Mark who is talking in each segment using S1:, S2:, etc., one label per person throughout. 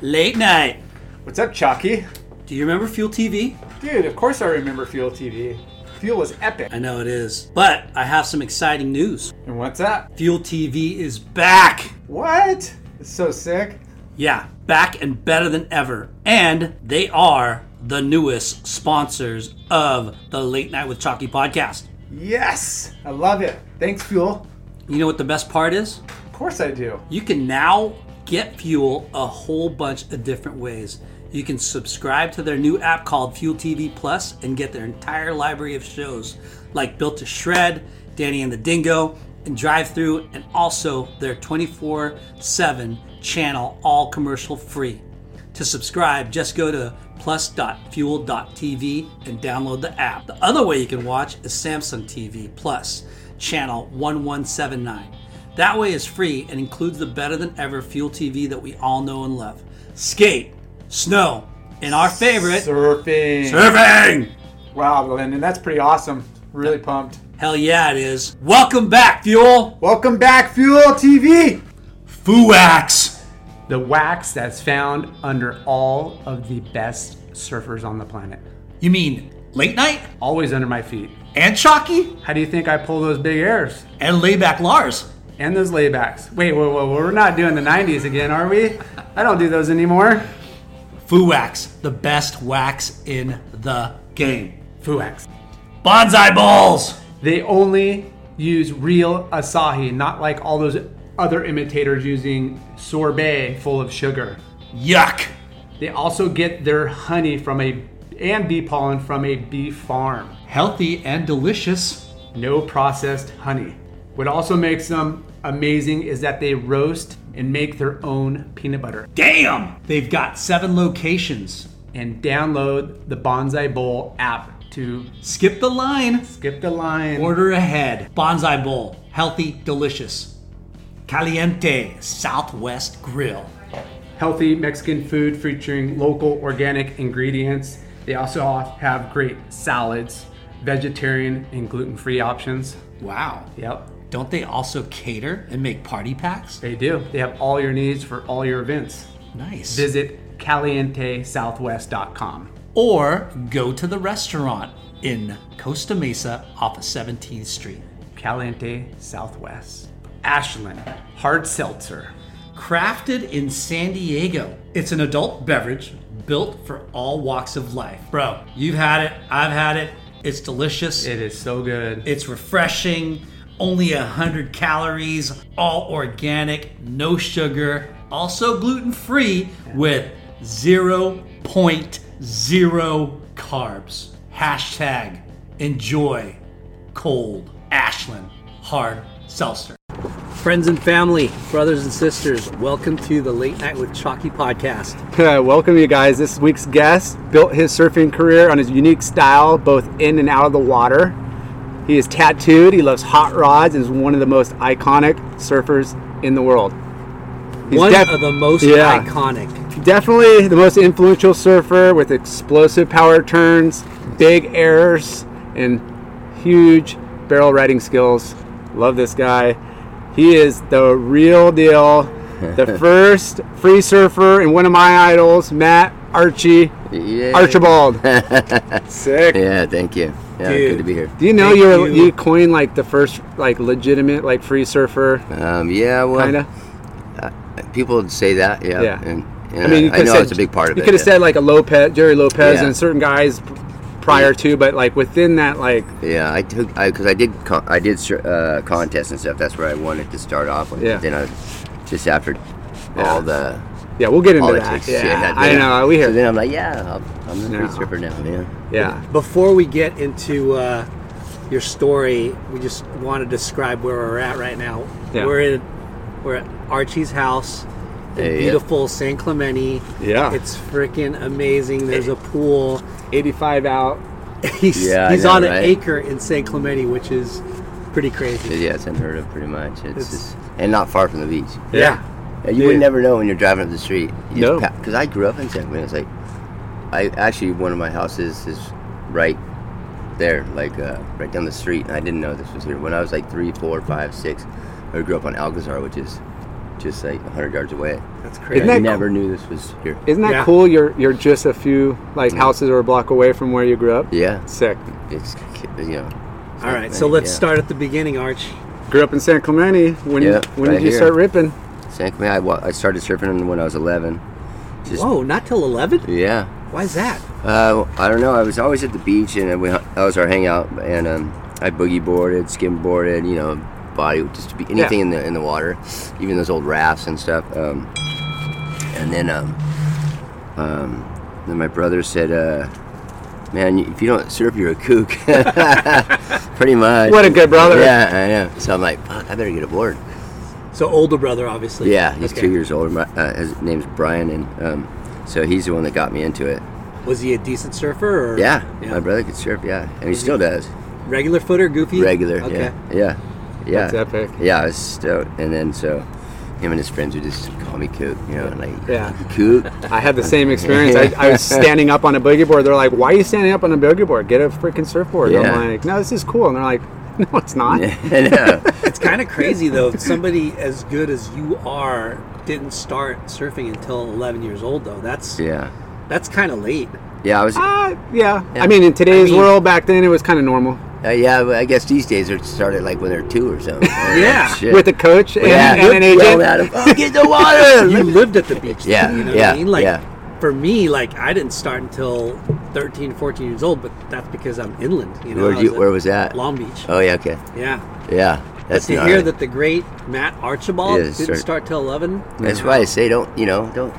S1: Late night.
S2: What's up, Chalky?
S1: Do you remember Fuel TV?
S2: Dude, of course I remember Fuel TV. Fuel was epic.
S1: I know it is, but I have some exciting news.
S2: And what's that?
S1: Fuel TV is back.
S2: What? It's so sick.
S1: Yeah, back and better than ever. And they are the newest sponsors of the Late Night with Chalky podcast.
S2: Yes! I love it. Thanks, Fuel.
S1: You know what the best part is?
S2: Of course I do.
S1: You can now get Fuel a whole bunch of different ways. You can subscribe to their new app called Fuel TV Plus and get their entire library of shows like Built to Shred, Danny and the Dingo, and Drive Through, and also their 24 7 channel, all commercial free. To subscribe, just go to plus.fuel.tv and download the app. The other way you can watch is Samsung TV Plus, channel 1179. That way is free and includes the better than ever Fuel TV that we all know and love. Skate, snow, and our favorite,
S2: Surfing.
S1: surfing!
S2: wow, Lyndon, that's pretty awesome. Really pumped.
S1: Hell yeah, it is. Welcome back, Fuel!
S2: Welcome back, Fuel TV!
S1: Fooax!
S3: the wax that's found under all of the best surfers on the planet.
S4: You mean late night
S3: Always under my feet.
S4: and Chalky
S3: How do you think I pull those big airs
S4: and layback Lars?
S3: and those laybacks? Wait, whoa, whoa, whoa, we're not doing the 90s again, are we? I don't do those anymore.
S4: Foowax, the best wax in the game.
S3: Fuex.
S4: Bonsai balls.
S3: They only use real Asahi, not like all those other imitators using sorbet full of sugar.
S4: Yuck.
S3: They also get their honey from a and bee pollen from a bee farm.
S4: Healthy and delicious.
S3: no processed honey. What also makes them amazing is that they roast and make their own peanut butter
S4: Damn. They've got seven locations.
S3: and download the Bonsai Bowl app to
S4: Skip the line.
S3: skip the line.
S4: Order ahead. Bonsai bowl. Healthy, delicious. Caliente Southwest Grill.
S3: healthy Mexican food featuring local organic ingredients. They also have great salads, vegetarian and gluten-free options.
S4: Wow.
S3: Yep,
S4: Don't they also cater and make party packs?
S3: they do. They have all your needs for all your events.
S4: Nice.
S3: Visit calientesouthwest.com.
S4: or go to the restaurant in Costa Mesa off of 17th Street.
S3: Caliente Southwest. Ashland Hard Seltzer.
S4: Crafted in San Diego, it's an adult beverage built for all walks of life. Bro, you've had it, I've had it. It's delicious,
S3: It is so good.
S4: it's refreshing, only 100 calories, all organic, no sugar, also gluten free with 0.0 carbs. Hashtag enjoy cold Ashland hard seltzer.
S1: Friends and family, brothers and sisters, welcome to the Late Night with Chalky podcast.
S3: Welcome, you guys. This week's guest built his surfing career on his unique style, both in and out of the water. He is tattooed, he loves hot rods, and is one of the most iconic surfers in the world. He's
S1: One
S3: def-
S1: of the most
S3: Yeah.
S1: iconic.
S3: Definitely the most influential surfer with explosive power turns, big airs, and huge barrel riding skills. Love this guy. He is the real deal. The first free surfer and one of my idols, Matt Archie
S5: Yeah.
S3: Archibald. Sick.
S5: Yeah, thank you. Yeah, good to be here.
S3: Do you know
S1: Thank
S3: you were,
S1: you.
S3: you coined like the first like legitimate like free surfer
S1: Uh-huh.
S5: Um, yeah, well,
S3: kind of?
S5: people would say that, yeah.
S3: Yeah.
S5: And, and
S3: I mean, you
S5: I, know
S3: said,
S5: it's a big part of
S3: you
S5: it.
S3: could have
S5: yeah.
S3: said like a Lopez, Jerry Lopez,
S5: Yeah.
S3: and certain guys prior to, but like within that, like
S5: Yeah, I took I because I did con- I did sur- uh, contests and stuff. That's where I wanted to start off with.
S3: Yeah.
S5: Then I just after all the
S3: yeah, we'll get into that.
S5: politics.
S3: Yeah,
S5: shit had
S3: I
S5: been-
S3: know. We hear
S5: So then I'm like, yeah, I'm, I'm a free
S3: No.
S5: surfer now. Yeah.
S3: yeah.
S1: Before we get into uh, your story, we just want to describe where we're at right now.
S3: Yeah.
S1: We're in, we're at Archie's house
S5: Yeah, yeah.
S6: beautiful San Clemente.
S3: Yeah.
S6: It's freaking amazing. There's a pool.
S3: 85 out.
S6: He's,
S5: Yeah, I
S6: he's
S5: know,
S6: on an
S5: right?
S6: acre in San Clemente, which is pretty crazy.
S5: Yeah, it's unheard of pretty much. It's,
S6: It's-
S5: just and not far from the beach.
S3: Yeah.
S5: Yeah, you would
S3: Dude.
S5: never know when you're driving up the street. You
S3: No.
S5: because I grew up in San Quentin. It's like I actually one of my houses is right there, like uh, right down the street, and I didn't know this was here. When I was like three, four, five, six, I grew up on Alcazar, which is just like 100 yards away.
S6: That's
S5: I
S6: crazy.
S3: Isn't that
S5: never knew this was here.
S3: Isn't that
S6: Yeah.
S3: cool? You're you're just a few like houses or a block away from where you grew up.
S5: Yeah,
S3: Sick.
S5: it's you know.
S6: All right, so let's start at the beginning, Arch.
S3: Grew up in San Clemente. When
S5: Yeah,
S3: when
S5: right
S3: did you
S5: here.
S3: start ripping?
S5: San Clemente. I, wa- I started surfing when I was 11. Just
S6: Whoa, not till 11?
S5: yeah.
S6: Why is that?
S5: Uh, I don't know. I was always at the beach, and we, that was our hangout. And um, I boogie boarded, skimboarded, you know, body just to be anything in the in the water, even those old rafts and stuff. Um, and then, um, um, then my brother said, uh, "Man, if you don't surf, you're a kook." Pretty much.
S3: What a good brother.
S5: Yeah, I know. So I'm like, "Fuck, I better get a board."
S6: So older brother, obviously.
S5: Yeah, he's
S6: Okay.
S5: two years older. My, uh, his name's Brian, and um, so he's the one that got me into it.
S6: Was he a decent surfer? Or?
S5: Yeah, my brother could surf. Yeah, and he still does.
S6: Regular footer, goofy?
S5: Regular.
S6: Okay.
S5: Yeah. Yeah. Yeah.
S3: That's epic.
S5: Yeah, I was stoked. And then so him and his friends would just call me Coot, you know, and like
S3: Yeah.
S5: Coot.
S3: I had the same experience. I, I was standing up on a boogie board. They're like, "Why are you standing up on a boogie board? Get a freaking surfboard."
S5: Yeah.
S3: I'm like, "No, this is cool." And they're like, "No, it's not."
S5: I know.
S6: It's kind of crazy though. if Somebody as good as you are didn't start surfing until 11 years old though. That's
S5: Yeah.
S6: that's kind of late.
S5: Yeah, I was. Uh,
S3: Uh, yeah.
S5: Yeah.
S3: I mean, in today's
S5: I mean-
S3: world, back then it was kind of normal
S5: uh, yeah, but I guess these days it started like when they're two or something. Oh,
S6: Yeah.
S5: Shit.
S3: with a coach and,
S5: yeah.
S3: and an agent.
S5: Yelled at him, "Oh, get in the water.
S6: You lived at the beach. though,
S5: Yeah,
S6: you know what
S5: yeah,
S6: I mean? Like
S5: yeah.
S6: for me like I didn't start until 13, 14 years old, but that's because I'm inland, you know.
S5: Where'd
S6: I
S5: you-
S6: at
S5: where was that?
S6: Long Beach.
S5: oh yeah, okay.
S6: Yeah.
S5: Yeah. That's
S6: to
S5: not
S6: hear
S5: right.
S6: that the great Matt Archibald
S5: Yeah,
S6: didn't
S5: start-
S6: start till 11.
S5: That's why I say don't you know don't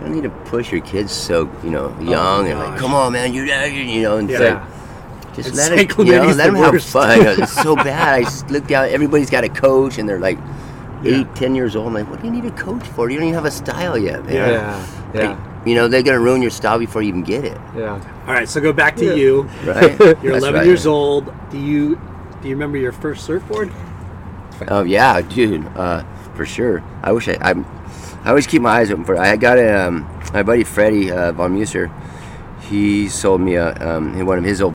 S5: don't need to push your kids so you know young and like
S6: gosh.
S5: come on man you you know and it's
S3: Oh, Yeah.
S5: like, just
S6: And
S5: let
S6: San
S5: it you know
S6: Clemente's
S5: let them
S6: the
S5: have
S6: worst.
S5: fun You know, it's so bad I just looked out everybody's got a coach and they're like eight ten years old I'm like what do you need a coach for you don't even have a style yet man
S3: Yeah.
S5: Like,
S3: Yeah.
S5: you know they're gonna ruin your style before you even get it
S3: Yeah.
S6: All right, so go back to you.
S5: right
S6: You're 11 years old. Do you do you remember your first surfboard?
S5: Oh yeah, dude, uh, for sure. I wish I, I'm. I always keep my eyes open for. I got a um, my buddy Freddie uh, von Muser. He sold me a um, one of his old.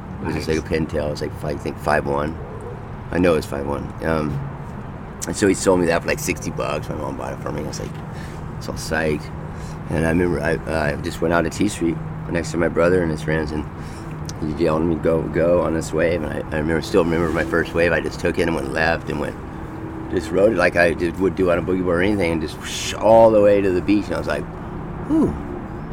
S5: It was a single pin tail. It was like five, I think five one. I know it's five one. Um, and so he sold me that for like sixty bucks. My mom bought it for me. I was like, it's all psyched. And I remember I, I just went out to T Street next to my brother and his friends, and he yelled at me, "Go, go!" on this wave. And I, I remember, still remember my first wave. I just took it and went left and went. Just rode it like I did, would do on a boogie board or anything, and just whoosh, all the way to the beach. And I was like, "Ooh,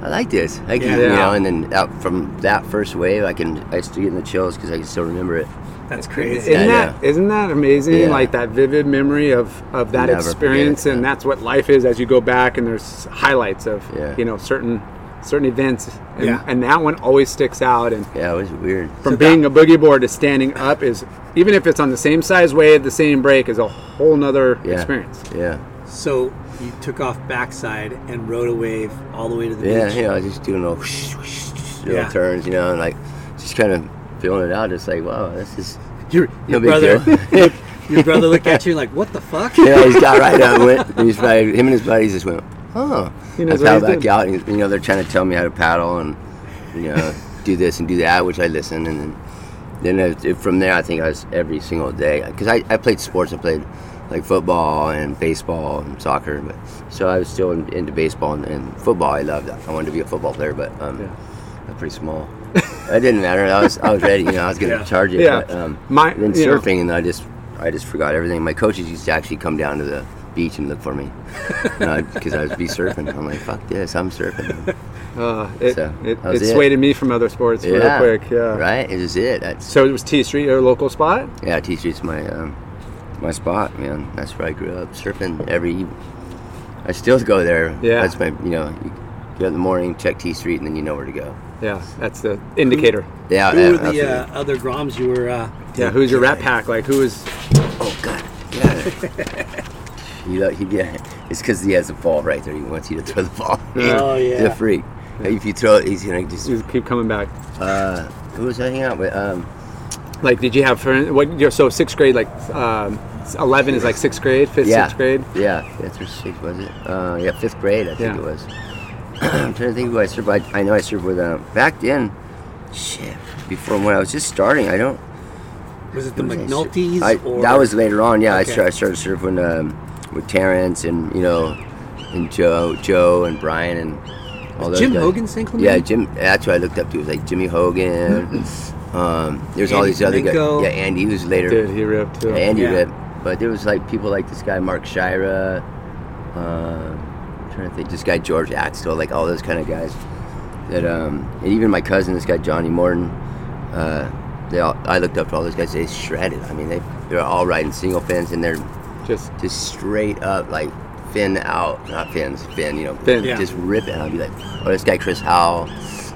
S5: I like this. I can, you
S3: Yeah.
S5: know, and then out from that first wave, I can, I still get the chills because I can still remember it.
S6: That's
S3: Isn't
S6: crazy.
S5: Yeah,
S3: that
S5: yeah.
S3: isn't that amazing?
S5: Yeah.
S3: Like that vivid memory of of that
S5: Never forget
S3: experience,
S5: it,
S3: and
S5: yeah.
S3: that's what life is as you go back. And there's highlights of
S5: Yeah.
S3: you know certain certain events, and,
S6: Yeah.
S3: and that one always sticks out. And
S5: Yeah, it was weird.
S3: from being a boogie board to standing up is even if it's on the same size wave, the same break is a whole nother
S5: yeah.
S3: experience.
S5: Yeah.
S6: So you took off backside and rode a wave all the way to the
S5: Yeah,
S6: beach.
S5: you know, I was just doing little, whoosh, whoosh, whoosh, little
S6: Yeah.
S5: turns, you know, and like just kind of feeling it out. It's like, wow, this is
S6: Your,
S5: no
S6: your
S5: big
S6: brother,
S5: deal.
S6: your brother looked at you like, "What the fuck?"
S5: yeah, he's got right up and went. and He's probably, him and his buddies just went, huh.
S3: He knows
S5: I
S3: what
S5: paddle
S3: he's
S5: back
S3: doing.
S5: out, and, you know, they're trying to tell me how to paddle and, you know, do this and do that, which I listen. And then, then I, it- from there, I think I was every single day. Because I, I played sports, I played like football and baseball and soccer. but So I was still in, into baseball and, and football. I loved that. I wanted to be a football player, but um, I'm pretty small. it didn't matter. I was, I was ready, you know, I was going to charge it.
S3: Yeah.
S5: But, um,
S3: My-
S5: then
S3: you know.
S5: surfing, and I just, I just forgot everything. My coaches used to actually come down to the beach and look for me because I, would be surfing. I'm like, fuck this, I'm surfing.
S3: Uh, it,
S5: So,
S3: it,
S5: that was
S3: it
S5: it.
S3: swayed me from other sports
S5: Yeah,
S3: real quick. Yeah.
S5: right. It is it. That's
S3: So it was T Street, your local spot.
S5: yeah. T Street's my um, my spot, man. That's where I grew up surfing every. eve- I still go there.
S3: Yeah.
S5: that's my you know. You get up in the morning, check T Street, and then you know where to go.
S3: Yeah, that's the indicator.
S5: Yeah,
S1: Who
S5: yeah,
S1: were the
S5: absolutely.
S1: uh, other Groms you were? Uh,
S3: Yeah, who's your rat pack? Like who is?
S5: Oh God, get out of there. you know, he, yeah, it's because he has a ball right there. He wants you to throw the ball.
S1: Oh,
S5: he's
S1: yeah.
S5: a freak. If you throw it, he's gonna just.
S3: Just keep coming back.
S5: Uh, who was I hanging out with? Um,
S3: Like, did you have friends? What? You're so sixth grade. Like, um, eleven is like sixth grade, fifth,
S5: yeah,
S3: sixth grade.
S5: Yeah, fifth or sixth was it? Uh, yeah, fifth grade I think
S3: Yeah.
S5: it was. I'm trying to think who I served. I, I know I served with. Uh, back then, shit, before when I was just starting, I don't.
S1: was it the
S5: who was I served-
S1: McNulty's?
S5: I,
S1: or
S5: that was later on. Yeah,
S1: Okay.
S5: I, started, I started serving um, with Terrence and you know, and Joe, Joe and Brian and all those
S1: Jim
S5: guys.
S1: Hogan San Clemente?
S5: Yeah, Jim. That's what I looked up to. It was like Jimmy Hogan. um, there's
S1: Hmm.
S5: all
S1: Andy
S5: these other guys.
S1: Flamenco.
S5: Yeah, Andy was later.
S3: Dude, he ripped too.
S5: Andy
S1: Yeah.
S5: Rip. But there was like people like this guy Mark Shira, uh, I'm trying to think, this guy George Axtell, like all those kind of guys. That um, and even my cousin, this guy Johnny Morton, uh, they all, I looked up to all those guys. They shredded. I mean, they they're all riding single fins and they're
S3: Just
S5: just straight up like fin out, not fins, fin. You know,
S3: Fin. Yeah.
S5: just rip it. I'll be like, oh, this guy Chris Howell.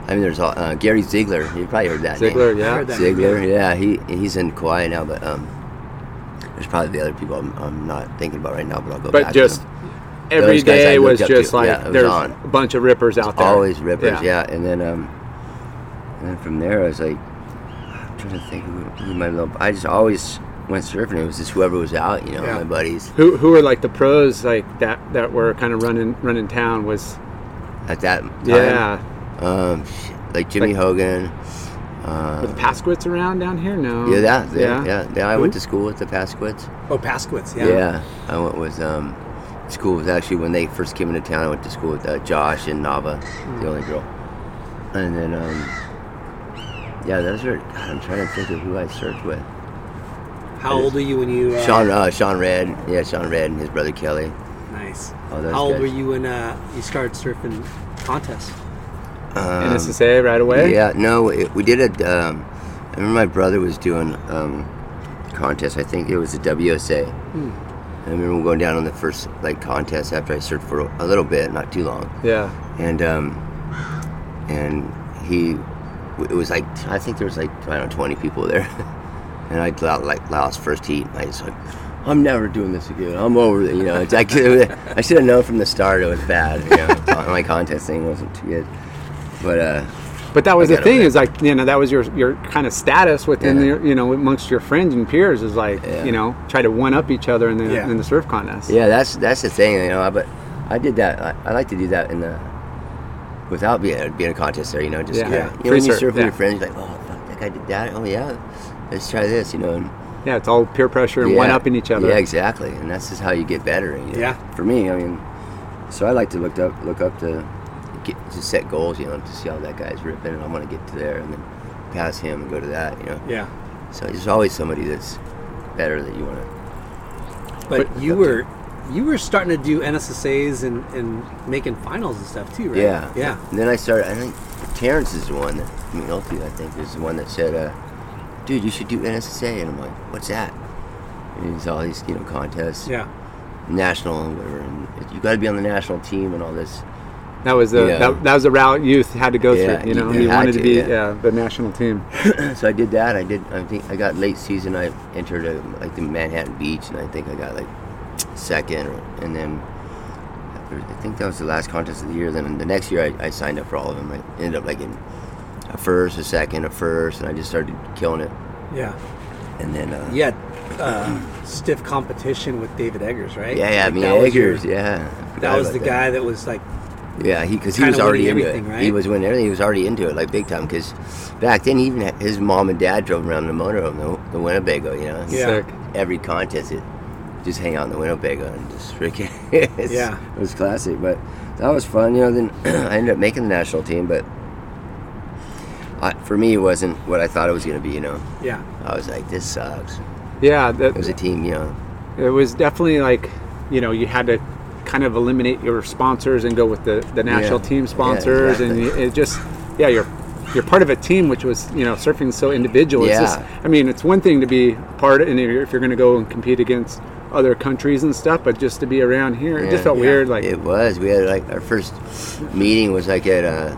S5: I mean, there's all, uh, Gary Ziegler. You probably heard that. name.
S3: Ziegler, yeah.
S1: that.
S5: Ziegler, yeah, he he's in Kauai now, but um, there's probably the other people I'm, I'm not thinking about right now, but I'll go back.
S3: But
S5: to
S3: just
S5: them.
S3: every
S5: Those guys I
S3: day
S5: looked
S3: was
S5: up
S3: just
S5: to.
S3: like
S5: Yeah, it was
S3: there's
S5: on.
S3: a bunch of rippers out there.
S5: always rippers, yeah. And then um, and then from there I was like, I'm trying to think who, who my little. I just always went surfing. It was just whoever was out, you know,
S3: Yeah.
S5: my buddies
S3: Who who were like the pros like that that were kind of running running town was
S5: at that time.
S3: yeah.
S5: Um, shit, like Jimmy
S3: Like- Mm-hmm.
S5: Hogan.
S3: Were the Pasquits around down here? No.
S5: Uh, Yeah, that, they- yeah, yeah. I went
S3: Who?
S5: to school with the Pasquits.
S1: oh Pasquitz.
S5: Yeah.
S1: Yeah.
S5: I went with um, school was actually when they first came into town. I went to school with uh, Josh and Nava, the only girl, and then um, yeah, those are. God, I'm trying to think of who I served with.
S1: How old were you when you? Uh,
S5: Sean, uh, Sean Red, yeah, Sean Red and his brother Kelly.
S1: Nice.
S5: Oh, those
S1: How old
S5: guys.
S1: were you when uh, you started surfing contests?
S3: NSSA right away.
S5: Yeah, no, it, we did a. Um, I remember my brother was doing um, contest. I think it was the WSA. I remember going down on the first like contest after I surfed for a little bit, not too long.
S3: Yeah.
S5: and um, and he it was like I think there was like I don't know twenty people there, and I got like lost first heat. I just like I'm never doing this again. I'm over it. You know, it's like, I should have known from the start it was bad. You know, my contest thing wasn't too good, but uh,
S3: But that was
S5: I
S3: the
S5: got
S3: thing
S5: over
S3: is like you know that was your your kind of status within
S5: Yeah.
S3: your you know amongst your friends and peers is like
S5: Yeah.
S3: you know try to one up each other in the
S1: Yeah.
S3: in the surf contest.
S5: yeah, that's that's the thing. You know, but I did that. I, I like to do that in the without being being a contest there. You know, just
S3: Yeah.
S5: kinda-
S3: Yeah.
S5: you know, when you
S3: Free surf,
S5: surf with
S3: yeah.
S5: your friends, you're like oh fuck, that guy did that. Oh yeah, let's try this. You know. And,
S3: Yeah, it's all peer pressure and one upping each other.
S5: Yeah, exactly. And that's just how you get better. you know.
S1: Yeah.
S5: For me, I mean, so I like to look up, look up to, get, to set goals. You know, to see how that guy's ripping, and I want to get to there, and then pass him and go to that. You know.
S1: Yeah.
S5: So there's always somebody that's better that you want to.
S1: But you were you were starting to do NSSAs and, and making finals and stuff too, right?
S5: Yeah.
S1: Yeah.
S5: And then I started. I think Terrence is the one that I mean, Opie, I think is the one that said, uh, "Dude, you should do NSSA." And I'm like, "What's that?" And he's all these you know contests,
S1: Yeah.
S5: national, and whatever. And you got to be on the national team and all this.
S3: That was the
S5: Yeah.
S3: that, that was the route youth had to go
S5: Yeah,
S3: through. You know,
S5: you
S3: you
S5: had
S3: wanted to,
S5: to,
S3: be
S5: yeah.
S3: yeah, the national team.
S5: so I did that. I did. I think I got late season. I entered a, like the Manhattan Beach, and I think I got like second, or, and then I think that was the last contest of the year. Then the next year, I, I signed up for all of them. I ended up like in a first, a second, a first, and I just started killing it.
S1: Yeah.
S5: And then uh,
S1: Yeah. uh, stiff competition with David Eggers, right?
S5: Yeah, yeah. I
S1: Like,
S5: mean,
S1: that was your-
S5: Eggers. yeah. I forgot
S1: that was
S5: about
S1: the guy that was like,
S5: Yeah, he because he
S1: kinda
S5: was already
S1: winning
S5: into it.
S1: everything,
S5: He
S1: right?
S5: was winning everything. He was already into it, like big time. Because back then, even his mom and dad drove around the motorhome, the, the Winnebago. You know,
S1: Yeah. Sick.
S5: Every contest, it just hang out in the Winnebago and just freaking. it's-
S1: Yeah.
S5: it was classic, but that was fun. You know, then I ended up making the national team, but I, for me, it wasn't what I thought it was going to be. You know,
S1: yeah,
S5: I was like, this sucks.
S3: Yeah,
S5: It was
S3: that,
S5: a team, you know.
S3: it was definitely like, you know, you had to kind of eliminate your sponsors and go with the, the national
S5: Yeah.
S3: team
S5: Yeah,
S3: sponsors, and
S5: exactly.
S3: you- it just, yeah, you're you're part of a team, which was you know surfing so individual. It's just,
S5: Yeah.
S3: I mean, it's one thing to be part, of, and if you're, if you're going to go and compete against other countries and stuff, but just to be around here, it just
S5: Yeah.
S3: felt
S5: Yeah.
S3: weird. Like,
S5: it was. We had like our first meeting was like at uh,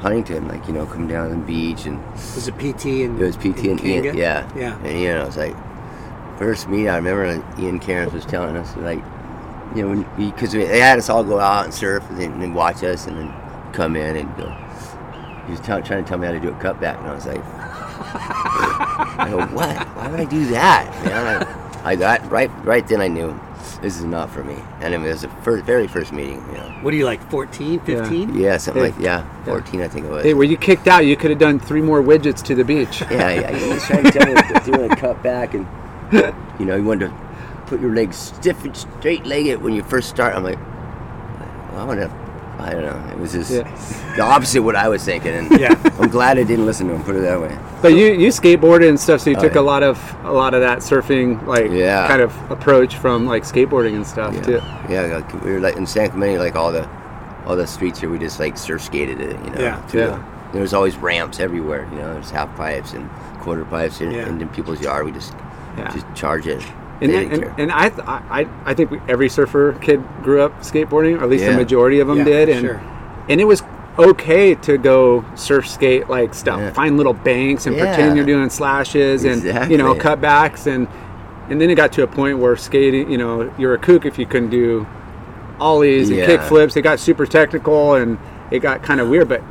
S5: Huntington, like you know, come down to the beach and
S1: was it PT and
S5: it was PT and Ian.
S1: Kanga?
S5: Yeah,
S1: yeah.
S5: And Ian, I was like, first meet. I remember like, Ian Cairns was telling us like, you know, because they had us all go out and surf and then and then watch us and then come in and go. He was tell, trying to tell me how to do a cutback, and I was like, I go, what? Why would I do that? Man, I, I got right right then. I knew this is not for me, and it was the first, very first meeting. You know.
S1: What are you like, 14, 15?
S5: Yeah, something
S3: Hey.
S5: like yeah, fourteen, I think it was.
S3: hey, were you kicked out? You could have done three more widgets to the beach.
S5: Yeah, yeah. He was trying to tell me to do a cut back, and you know, you wanted to put your legs stiff and straight leg it when you first start. I'm like, well, I want to. I don't know. It was just
S3: Yeah.
S5: the opposite of what I was thinking, and
S1: Yeah.
S5: I'm glad I didn't listen to him. Put it that way.
S3: But you you skateboarded and stuff, so you took
S5: Oh, yeah.
S3: a lot of a lot of that surfing like
S5: Yeah.
S3: kind of approach from like skateboarding and stuff too.
S5: Yeah, yeah. Like, we were like in San Clemente, like all the all the streets here, we just like surf skated it. You know,
S1: Yeah,
S5: through
S3: yeah.
S5: the- there was always ramps everywhere. You know, there's half pipes and quarter pipes, and,
S1: Yeah.
S5: and in people's yard, we just
S3: Yeah.
S5: just charge it.
S3: And,
S5: They didn't
S3: and,
S5: care.
S3: and I, th- I I think we- every surfer kid grew up skateboarding, or at least the
S5: Yeah.
S3: majority of them
S1: Yeah,
S3: did, and
S1: sure.
S3: and it was okay to go surf skate like stuff,
S5: Yeah.
S3: find little banks and
S5: Yeah.
S3: pretend you're doing slashes and you know
S5: Exactly.
S3: cutbacks and and then it got to a point where skating, you know, you're a kook if you couldn't do ollies and
S5: Yeah.
S3: kick flips. It got super technical and it got kind of weird, but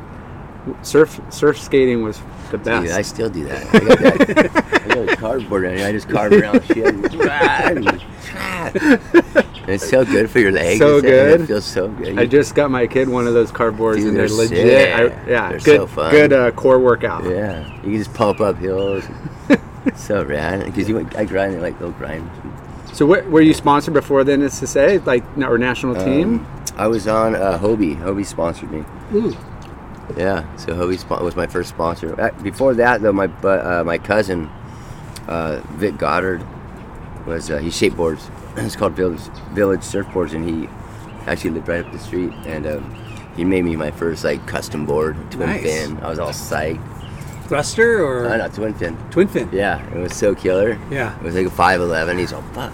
S3: surf surf skating was the best.
S5: Dude, I still do that. I got, that. I got a cardboard and I just carve around shit. and it's so good for your legs.
S3: So
S5: It's- and
S3: good.
S5: It feels so good.
S3: I just got my kid one of those cardboards,
S5: Dude,
S3: and they're,
S5: they're
S3: legit.
S5: sick.
S3: I, yeah,
S5: They're
S3: good,
S5: so fun.
S3: good uh, core workout.
S5: yeah, you can just pump up hills. It's so rad because you I grind it like little grind.
S3: So, what were you sponsored before then? Is to say, like, our national
S5: Um,
S3: team?
S5: I was on uh, Hobie. Hobie sponsored me.
S1: Ooh.
S5: Yeah, so Hobie spo- was my first sponsor. Uh, Before that, though, my bu- uh, my cousin uh, Vic Goddard was uh, he skateboards. It's called Village Village Surfboards, and he actually lived right up the street. And um, he made me my first like custom board, twin
S1: Nice.
S5: fin. I was all psyched.
S1: Thruster or
S5: Uh, not twin fin.
S1: Twin Fin?
S5: Yeah, it was so killer.
S1: Yeah.
S5: It was like a 5'11. He's all, fuck.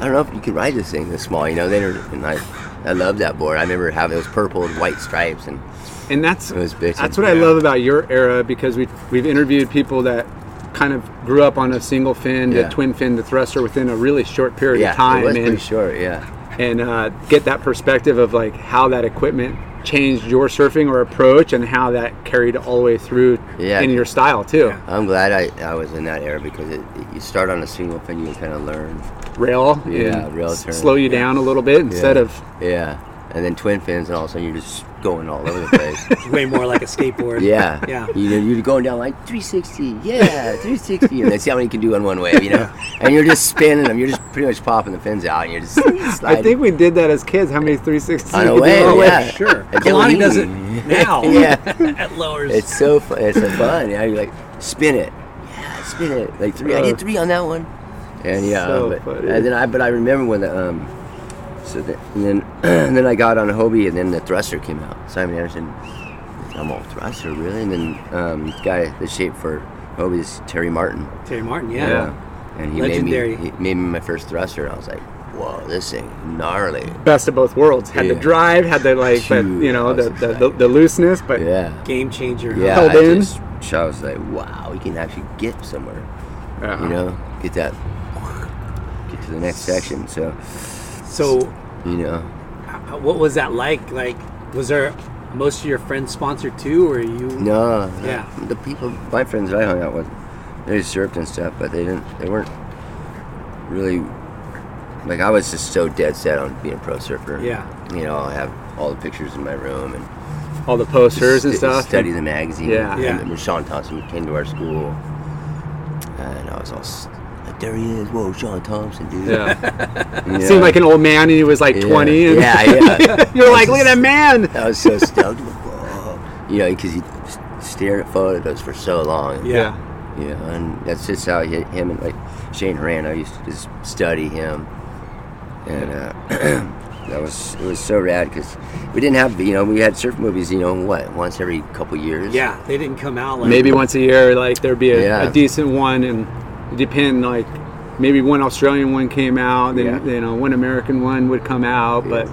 S5: I don't know if you can ride this thing this small, you know. They don't, and I, I love that board. I remember having those purple and white stripes, and
S3: and that's
S5: It was bitchin',
S3: that's what I
S5: yeah.
S3: love about your era because we we've interviewed people that kind of grew up on a single fin to
S5: Yeah.
S3: twin fin to thruster within a really short period
S5: yeah,
S3: of time,
S5: it was pretty
S3: and
S5: short. Yeah,
S3: and uh, get that perspective of like how that equipment changed your surfing or approach, and how that carried all the way through
S5: Yeah.
S3: in your style too.
S5: I'm glad I, I was in that era because it, it- you start on a single fin, you kind of learn.
S3: rail
S5: Yeah,
S3: and
S5: rail
S3: s-
S5: turn.
S3: slow you down a little bit instead
S5: Yeah.
S3: of
S5: yeah, and then twin fins, and all of a sudden you're just going all over the place.
S1: Way more like a skateboard.
S5: yeah,
S1: Yeah.
S5: You, you're going down like 360, yeah, 360, and then see how many you can do on one wave, you know. And you're just spinning them. You're just pretty much popping the fins out, and you're just sliding.
S3: I think we did that as kids. How many 360s?
S5: On a
S3: you
S5: wave,
S3: did?
S5: yeah.
S1: Sure.
S5: I did
S1: Kalani
S5: what
S1: does
S5: he-
S1: it
S6: Oh.
S1: now.
S5: Yeah.
S1: At lowers.
S5: It's so fun. It's so fun. Yeah, you like spin it. Yeah, spin it. Like three. I did three on that one. And yeah,
S3: So
S5: but,
S3: funny.
S5: and then I but I remember when the um, so the, and then and then I got on Hobie and then the thruster came out. Simon Anderson. I'm all thruster really, and then um, this guy the shape for Hobie is Terry Martin.
S1: Terry Martin, yeah.
S5: And he
S1: Legendary.
S5: made me he made me my first thruster, and I was like, whoa, this thing gnarly.
S3: Best of both worlds. Had the
S5: Yeah.
S3: drive, had the like, but
S5: Shoot,
S3: you know
S5: that was
S3: the, the, the,
S5: exciting.
S3: the looseness. But
S5: Yeah.
S1: Game changer.
S5: Yeah.
S3: Held
S5: I
S3: in.
S5: just- I was like, wow, we can actually get somewhere.
S3: uh,
S5: you know, get that, get to the next section. So,
S1: So,
S5: you know,
S1: h- what was that like? Like, was there most of your friends sponsored too, or you?
S5: no,
S1: Yeah.
S5: the people, my friends that I hung out with, they surfed and stuff, but they didn't, they weren't really like I was just so dead set on being a pro surfer.
S3: Yeah.
S5: You know, I have all the pictures in my room and
S3: All the posters and
S5: st-
S3: stuff.
S5: Study the magazine.
S3: Yeah.
S5: And
S3: Yeah.
S5: then Sean Thompson came to our school, and I was all s- like, "There he is! Whoa, Sean Thompson, dude!"
S3: Yeah.
S5: You know?
S3: Seemed like an old man and he was like
S5: Yeah.
S3: 20. And
S5: Yeah, yeah.
S3: You're like, look at that man.
S5: I was so stoked. Whoa. You know, because he s- stared at photos for so long.
S3: Yeah.
S5: You know, and that's just how he, him and like Shane Horan. I used to just study him, and uh, that was it was so rad because we didn't have you know we had surf movies you know what once every couple years.
S1: Yeah, they didn't come out like
S3: Maybe once a year, like there'd be a,
S5: Yeah.
S3: a decent one and it depend like maybe one Australian one came out, then
S5: Yeah.
S3: you know, one American one would come out, but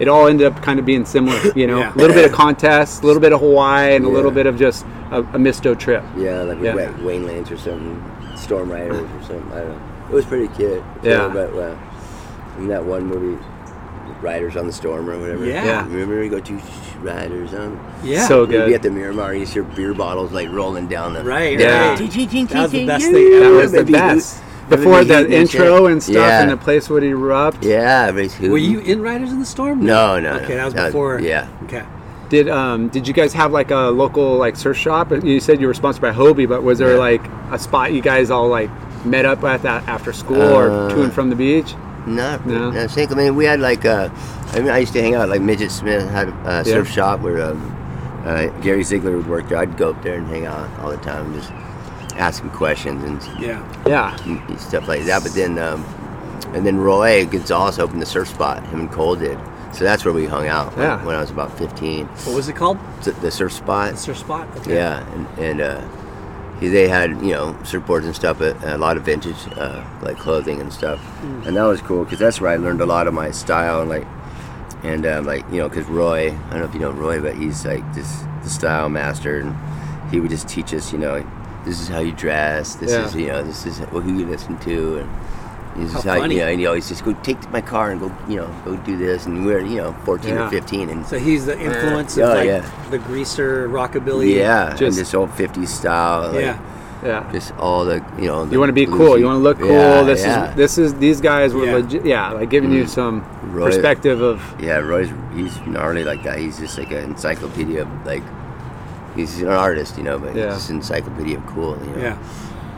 S3: it all ended up kind of being similar, you know, a
S1: Yeah.
S3: little bit of contest, a little bit of Hawaii, and a little
S5: Yeah.
S3: bit of just a, a misto trip.
S5: Yeah, like
S3: Yeah.
S5: with Wa- Wayne Lance or something, Storm Riders or something. I don't know. It was pretty cute.
S3: Yeah.
S5: But uh, in that one movie, Riders on the Storm or whatever.
S1: Yeah. Yeah.
S5: Remember we go to Riders on.
S1: yeah.
S3: So
S5: We'd
S3: good.
S5: be at the Miramar, you see your beer bottles like rolling down the.
S1: right.
S3: Yeah.
S1: Right. That was the best thing
S3: That
S1: ever.
S3: was the
S5: Maybe
S3: best.
S5: we-
S3: Before
S5: maybe we
S3: the
S5: can check.
S3: intro and stuff,
S5: Yeah.
S3: and the place would erupt.
S5: Yeah, everybody's hooting.
S1: Were you in Riders in the Storm?
S5: No, no.
S1: Okay,
S5: no.
S1: that was before.
S5: yeah.
S1: Okay.
S3: Did um did you guys have like a local like surf shop? You said you were sponsored by Hobie, but was there
S5: Yeah.
S3: like a spot you guys all like met up at that after school or
S5: Uh,
S3: to and from the beach?
S5: Not
S3: No.
S5: no. no single. I mean, we had like uh, I mean, I used to hang out like Midget Smith had a uh, surf
S3: Yeah.
S5: shop where um, uh, Gary Ziegler would work there. I'd go up there and hang out all the time, and just ask him questions and
S1: Yeah.
S3: Yeah.
S5: and stuff like that. But then, um, and then Roy Gonzalez opened the surf spot. Him and Cole did. So that's where we hung out when,
S3: Yeah.
S5: when I was about 15.
S1: What was it called?
S5: So the surf spot.
S1: It's their spot. Okay.
S5: Yeah, and, and uh, he- they had you know surfboards and stuff, but a lot of vintage uh, like clothing and stuff, and that was cool because that's where I learned a lot of my style and like and uh, like you know because Roy, I don't know if you know Roy, but he's like this the style master, and he would just teach us you know like, this is how you dress, this
S3: Yeah.
S5: is you know this is who you listen to, and this is
S1: How
S5: how
S1: funny.
S5: you know, and he always just go take my car and go you know go do this, and we were you know fourteen
S3: Yeah.
S5: or fifteen, and
S1: So he's the influence of
S5: Oh,
S1: like
S5: yeah.
S1: the greaser rockabilly.
S5: yeah,
S3: Just-
S5: and this old '50s style, like,
S1: Yeah.
S3: Yeah.
S5: just all the you know. The
S3: You want to be
S5: bluesy-
S3: cool. You want to look cool.
S5: Yeah,
S3: this
S5: yeah. Mm.
S3: is this is these guys were
S1: Yeah.
S3: legit. Yeah, like giving you some
S5: Right.
S3: perspective of
S5: Yeah, Roy's he's gnarly like that. He's just like an encyclopedia. Of, like he's an artist, you know, but
S3: Yeah.
S5: he's just an encyclopedia of cool. You know?
S1: Yeah.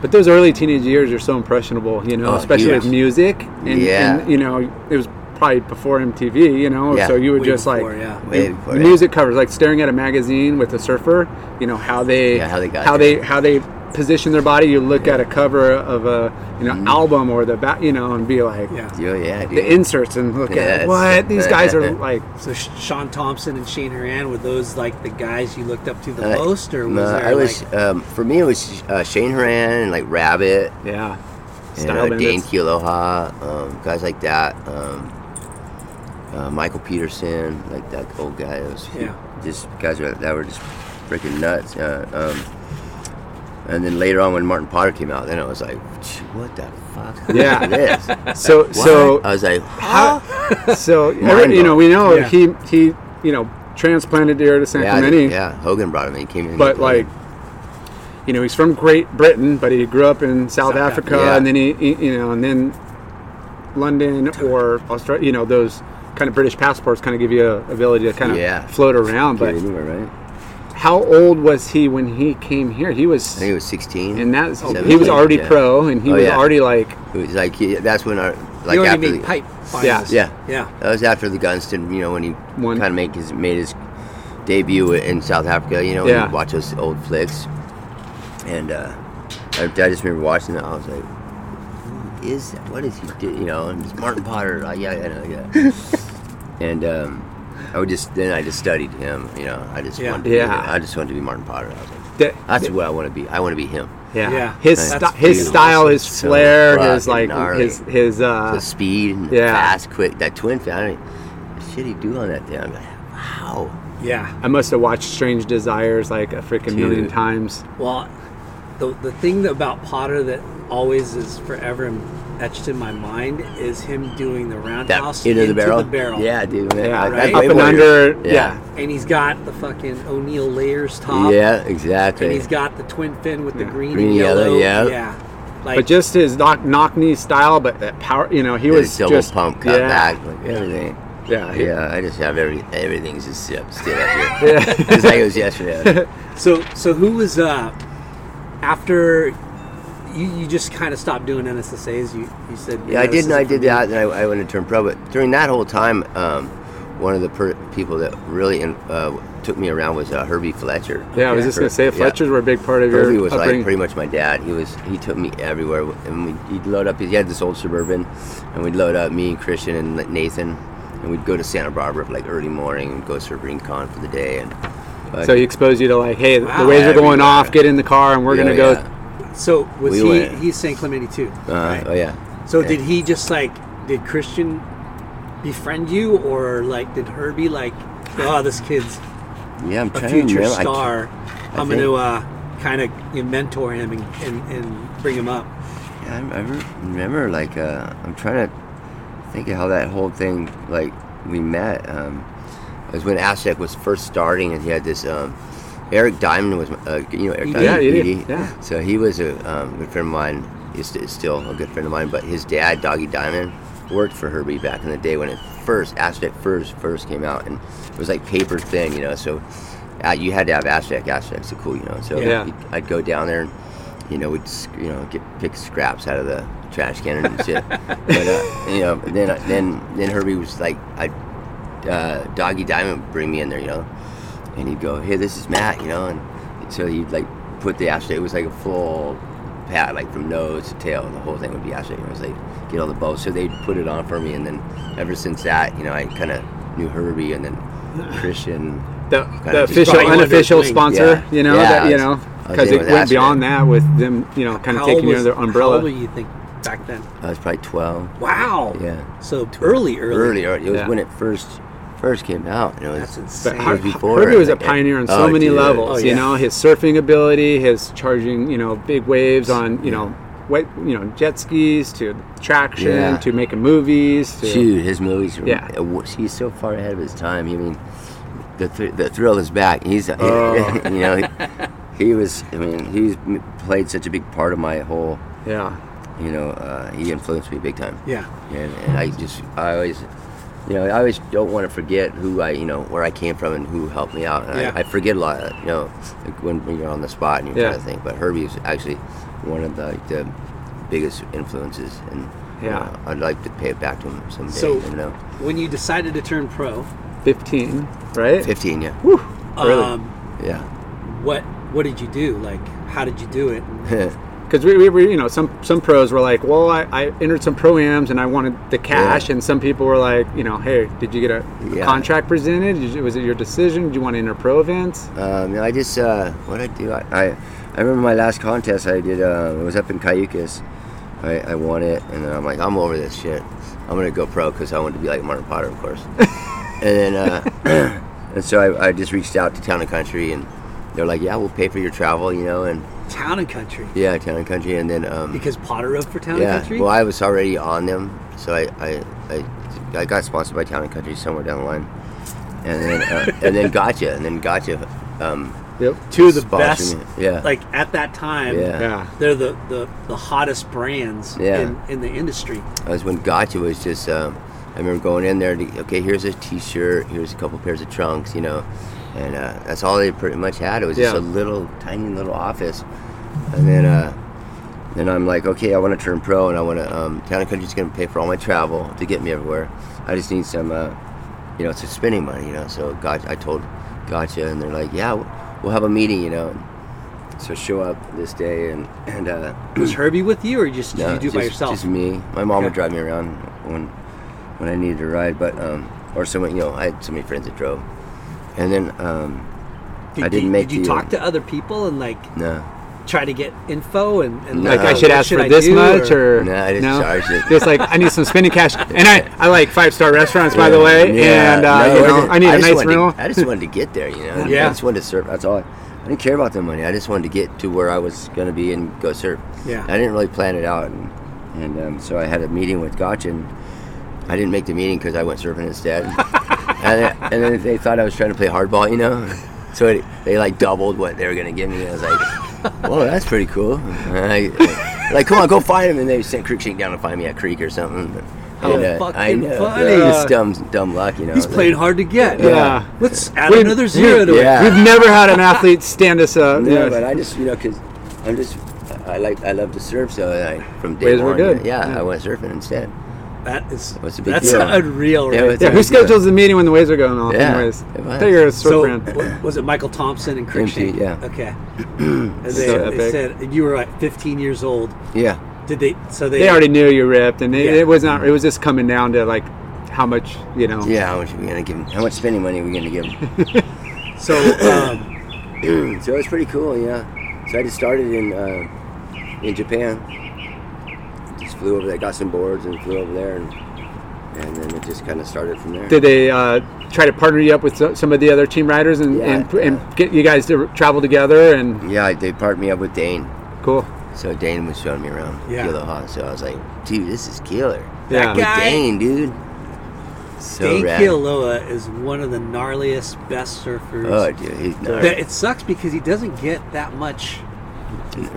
S3: But those early teenage years are so impressionable, you know,
S5: Oh,
S3: especially
S5: huge.
S3: with music. And,
S5: Yeah.
S3: and, you know, it was probably before MTV, you know,
S5: Yeah.
S3: so you would
S1: Way
S3: just
S1: before,
S3: like
S1: yeah.
S5: Way before
S3: the
S5: that.
S3: music covers, like staring at a magazine with a surfer, you know, how they
S5: Yeah, how they got
S3: how
S5: there.
S3: they how they position their body. You look at a cover of a you know
S5: Mm-hmm.
S3: album or the back, you know, and be like
S1: Yeah.
S5: Yeah, yeah, dude.
S3: the inserts and look at
S5: Yes.
S3: what these guys are like.
S1: So Sh- Sean Thompson and Shane Horan were those like the guys you looked up to the
S5: Uh,
S1: most, or was
S5: no,
S1: there
S5: I was
S1: like
S5: um, for me it was uh, Shane Horan and like Rabbit
S3: Yeah,
S5: and
S3: style
S5: uh, Dane
S3: bandits.
S5: Kealoha, um, guys like that. Um, uh, Michael Peterson, like that old guy. That was
S1: Yeah.
S5: Just guys were- that were just freaking nuts. Uh, um, and then later on, when Martin Potter came out, then I was like, "Gee, "What the fuck?
S3: Yeah.
S5: is this?" What?
S3: So so
S5: I was like,
S3: How- so
S5: Mind
S3: every, you know
S5: blown.
S3: we know
S1: Yeah.
S3: he he you know transplanted here to San
S5: yeah, I
S3: Clemente,
S5: did- yeah, Hogan brought him in. He came in,
S3: but like you know he's from Great Britain, but he grew up in South,
S1: South
S3: Africa,
S5: Africa.
S3: and then he, he- you know and then London or Australia, you know those kind of British passports kind of give you a ability to kind of
S5: Yeah.
S3: float around.
S5: but
S3: But
S5: anywhere, right?
S3: how old was he when he came here? He was.
S5: I think he was 16,
S3: and that he
S5: 17,
S3: was already
S5: yeah.
S3: pro, and he
S5: Oh,
S3: was
S5: yeah.
S3: already like,
S5: It was like he, that's when our like
S1: you
S5: after
S1: already made
S5: the-
S1: pipe?
S3: Yeah.
S1: finals.
S5: Yeah,
S1: yeah,
S5: That was after the Gunston, you know, when he
S3: One.
S5: kind of make his made his debut in South Africa. You know, when
S3: Yeah.
S5: you watch those old flicks, and uh, I, I just remember watching that. I was like, "Who is that? What is he doing?" You know, and it's Martin Potter. Like, yeah, yeah, yeah, yeah. and um, I would just then I just studied him. You know, I just
S1: Yeah.
S5: wanted to be,
S3: Yeah.
S5: I just wanted to be Martin Potter. I was like,
S3: that-
S5: that's what I want to be. I want to be him.
S3: yeah,
S1: Yeah.
S3: his
S5: Uh, That's
S3: sti- his
S5: freaking
S3: style,
S5: awesome.
S3: his
S5: So
S3: flair,
S5: fucking
S3: his like
S5: gnarly.
S3: his his uh,
S5: the speed and the
S3: yeah.
S5: fast, quick. That twin fin. I mean, what shit he do on that thing? I'm like, wow.
S1: yeah.
S3: I must have watched Strange Desires like a freaking million times.
S1: Well, the the thing about Potter that always is forever etched in my mind is him doing the
S5: that
S1: roundhouse
S5: into, the, barrel.
S1: barrel.
S5: Yeah, dude. Man.
S3: Yeah,
S5: Like,
S1: right.
S5: that's
S3: up
S5: way
S3: and
S5: more-
S3: under. Yeah.
S1: and he's got the fucking O'Neill layers top.
S5: Yeah, exactly.
S1: and he's got the twin fin with the green,
S5: Green,
S1: and yellow.
S5: yellow, yeah.
S1: yeah. Like,
S3: but just his knock knock knee style, but that power. You know, he was
S5: double
S3: just
S5: pump, cut
S3: yeah,
S5: back, like everything. Uh,
S3: yeah, he-
S5: Yeah, I just have every everything's just still up, still up here. It's like it was yesterday.
S1: So, so who was uh, after you, you just kind of stopped doing NSSAs? You, you said
S5: Yeah, I did. I did that, and I, I went and turned pro. But during that whole time, um, one of the per- people that really in, uh, took me around was uh, Herbie Fletcher.
S3: yeah. I was just gonna say,
S5: Yeah.
S3: Fletchers were a big part of your
S5: Herbie was like
S3: upbringing.
S5: pretty much my dad. He was he took me everywhere, and we, he'd load up. He had this old suburban, and we'd load up me, Christian, and Nathan, and we'd go to Santa Barbara for like early morning and go surfing con for the day. And
S3: so he exposed you to like, hey,
S1: Wow.
S3: the waves are going
S5: Everywhere.
S3: off. Get in the car, and we're
S5: Oh, Yeah,
S3: gonna go.
S5: yeah.
S1: So was
S5: We
S1: he?
S5: went.
S1: He's San Clemente too.
S5: Uh, Oh yeah.
S1: So
S5: Yeah.
S1: did he just like? Did Christian befriend you, or like did Herbie like? Oh, this kid's
S5: Yeah, I'm
S1: a
S5: trying to
S1: future
S5: remember. I can't-
S1: star. I am
S5: think-
S1: going to uh, kind of you know, mentor him and, and, and bring him up.
S5: Yeah, I remember, remember like uh, I'm trying to think of how that whole thing like we met. Um, it was when Aztec was first starting, and he had this. Um, Eric Diamond was, uh, you know, Eric
S1: Yeah,
S5: Diamond.
S3: yeah,
S5: ED.
S3: yeah.
S5: So he was a um, good friend of mine. He's st- still a good friend of mine, but his dad, Doggy Diamond, worked for Herbie back in the day when it first Aztec first first came out, and it was like paper thin, you know. So uh, you had to have Aztec. Aztec's so cool, you know. So
S3: Yeah.
S5: he- I'd go down there, and, you know, we'd sc- you know get pick scraps out of the trash can and shit. but uh, you know, then then then Herbie was like, I uh, Doggy Diamond would bring me in there, you know, and he'd go, "Hey, this is Matt," you know, and so he'd like put the ashtray. It was like a full pat, like from nose to tail, the whole thing would be ashtray. And it was like get all the bubbles. So they'd put it on for me, and then ever since that, you know, I kind of knew Herbie and then Christian.
S3: the,
S5: Kinda
S3: the
S5: just
S3: official,
S5: probably
S3: unofficial
S1: wondered when-
S3: sponsor,
S5: Yeah.
S3: you know,
S5: Yeah,
S3: that,
S5: I
S3: you
S5: was-
S3: know,
S5: I was
S3: because
S5: in
S3: it
S5: with
S3: went
S5: Aspen.
S3: beyond that with them, you know, kind of
S1: How
S3: taking
S1: old
S3: you
S1: was-
S3: under their
S1: How old were
S3: umbrella.
S1: you think back then?
S5: I was probably twelve.
S1: Wow.
S5: Yeah.
S1: So early, early.
S5: Early, early. It was
S3: Yeah.
S5: when it first first came out. And it was,
S1: That's
S3: But
S1: insane.
S5: Har-
S3: Her-
S5: years before,
S3: Herbie was a
S5: like, it-
S3: pioneer on so
S5: oh,
S3: many
S5: dude.
S3: levels.
S1: Oh,
S3: You
S1: yeah.
S3: know, his surfing ability, his charging, you know, big waves on, you know, wet, you know, jet skis to traction
S5: Yeah.
S3: to making movies. To,
S5: Dude, his movies. Were,
S3: Yeah.
S5: yeah, he's so far ahead of his time. I mean, the thr the thrill is back. He's you know, he, he was. I mean, he's m- played such a big part of my whole.
S3: Yeah,
S5: You know, uh, he influenced me big time.
S1: Yeah.
S5: and, and I just I always. You know, I always don't want to forget who I, you know, where I came from and who helped me out. And
S1: Yeah.
S5: I, I forget a lot, of, you know, like when, when you're on the spot and you're
S3: Yeah.
S5: trying to think. But Herbie is actually one of the, the biggest influences, and you
S3: Yeah.
S5: know, I'd like to pay it back to him someday.
S1: So
S5: you know.
S1: when you decided to turn pro,
S3: 15, right?
S5: 15, yeah.
S1: um,
S5: Yeah.
S1: what what did you do? Like, how did you do it?
S3: Because we, we were, you know, some some pros were like, well, I, I entered some proams and I wanted the cash,
S5: Yeah.
S3: and some people were like, you know, hey, did you get a
S5: Yeah.
S3: contract presented? Did you- was it your decision? Did you want to enter pro events?
S5: um, no, I just, uh, what I do, I, I, I remember my last contest I did, uh, it was up in Cayucas. I, I won it, and then I'm like, I'm over this shit. I'm going to go pro because I want to be like Martin Potter, of course. and then, uh, and so I, I just reached out to Town and Country, and they're like, yeah, we'll pay for your travel, you know, and
S1: Town and country.
S5: yeah, Town and Country, and then, um,
S1: Because Potter wrote for Town
S5: yeah.
S1: and Country.
S5: Well, I was already on them, so I I, I, I got sponsored by Town and Country somewhere down the line, and then uh, and then gotcha, and then gotcha. Um,
S3: Yep.
S1: Two of the
S5: sponsored
S1: best.
S5: me. Yeah.
S1: Like at that time,
S5: Yeah.
S3: Yeah.
S1: they're the, the, the hottest brands
S5: Yeah.
S1: in, in the industry.
S5: That was when Gotcha was just. Um, I remember going in there. To, okay, here's a T-shirt. Here's a couple pairs of trunks. You know, and uh, that's all they pretty much had. It was just
S3: Yeah.
S5: a little tiny little office, and then uh, then I'm like, okay, I want to turn pro, and I want to. Um, Town and Country's going to pay for all my travel to get me everywhere. I just need some, uh, you know, some spending money. You know, so Gotcha. I told Gotcha, and they're like, yeah, we'll- we'll have a meeting. You know. So show up this day and and uh,
S1: Was Herbie with you, or just did
S5: no,
S1: you do it
S5: just,
S1: by yourself?
S5: Just me. My mom would
S1: Okay.
S5: drive me around when when I needed a ride, but um, or someone you know I had so many friends that drove, and then um,
S1: did,
S5: I didn't
S1: did-
S5: make
S1: Did you
S5: the,
S1: talk
S5: uh,
S1: to other people and like
S5: no,
S1: try to get info and, and
S5: No.
S3: Like I
S5: Uh,
S3: should
S1: what
S3: ask for
S1: I
S3: this
S1: do,
S3: much or,
S5: no, I just charged it.
S3: Just like I need some spending cash, and I, I like five star restaurants by the way,
S5: Yeah,
S3: and uh,
S5: no,
S3: you
S5: I
S3: know,
S5: don't-
S3: I need
S5: I
S3: a
S5: just
S3: nice
S5: wanted to-
S3: rental.
S5: I just wanted to get there, you know.
S1: Yeah.
S5: I just wanted to surf. That's all. I, I didn't care about the money. I just wanted to get to where I was going to be and go surf.
S1: Yeah.
S5: I didn't really plan it out, and, and um, so I had a meeting with Gotch, and I didn't make the meeting because I went surfing instead. and, then, and then they thought I was trying to play hardball, you know. So it, they like doubled what they were going to give me. I was like, "Whoa, that's pretty cool." And I, like, come on, go find him. And they sent Creekshake down to find me at Creek or something. But,
S6: How
S5: and, uh,
S6: fucking
S5: I know,
S6: funny.
S5: It's dumb, dumb luck, you know.
S6: He's
S5: like-
S6: playing hard to get.
S3: Yeah.
S6: Let's add
S3: We've-
S6: another zero to
S5: yeah.
S6: it.
S3: We've never had an athlete stand us up.
S5: No,
S3: Yeah.
S5: but I just, you know, because I'm just, I like, I love to surf, so I, from day
S3: Waves were
S5: one,
S3: good.
S5: Yeah, I went surfing instead.
S6: That is
S5: What's the big
S6: that's
S5: deal?
S6: unreal.
S5: Yeah,
S6: Right?
S5: it's-
S3: yeah, who schedules the meeting when the waves are going off?
S5: Yeah,
S3: Anyways,
S5: it was.
S3: figure a surf
S6: so
S3: brand.
S6: wa- was it Michael Thompson and Craig
S5: MP,
S6: Shank?
S5: yeah.
S6: Okay.
S3: So
S6: And they, they
S3: epic.
S6: said and you were like 15 years old.
S5: Yeah,
S6: Did they? So they,
S3: They already knew you ripped, and it,
S6: Yeah.
S3: it was not. It was just coming down to like how much you know.
S5: yeah. How much are we gonna give him? How much spending money are we gonna give him?
S6: So um,
S5: so it was pretty cool, yeah. So I just started in uh, in Japan. Just flew over there, got some boards, and flew over there, and and then it just kind of started from there.
S3: Did they uh, try to partner you up with so- some of the other team riders and,
S5: Yeah,
S3: and,
S5: yeah.
S3: and get you guys to travel together? And
S5: yeah, they partnered me up with Dane.
S3: cool.
S5: So Dane was showing me around
S6: Yeah.
S5: Kiloha, so I was like, dude, this is killer.
S3: Yeah.
S5: With
S6: guy-
S5: Dane, dude. So
S6: Dane
S5: rad.
S6: Kealoa is one of the gnarliest, best surfers.
S5: Oh, dude, he's not.
S6: That- it sucks because he doesn't get that much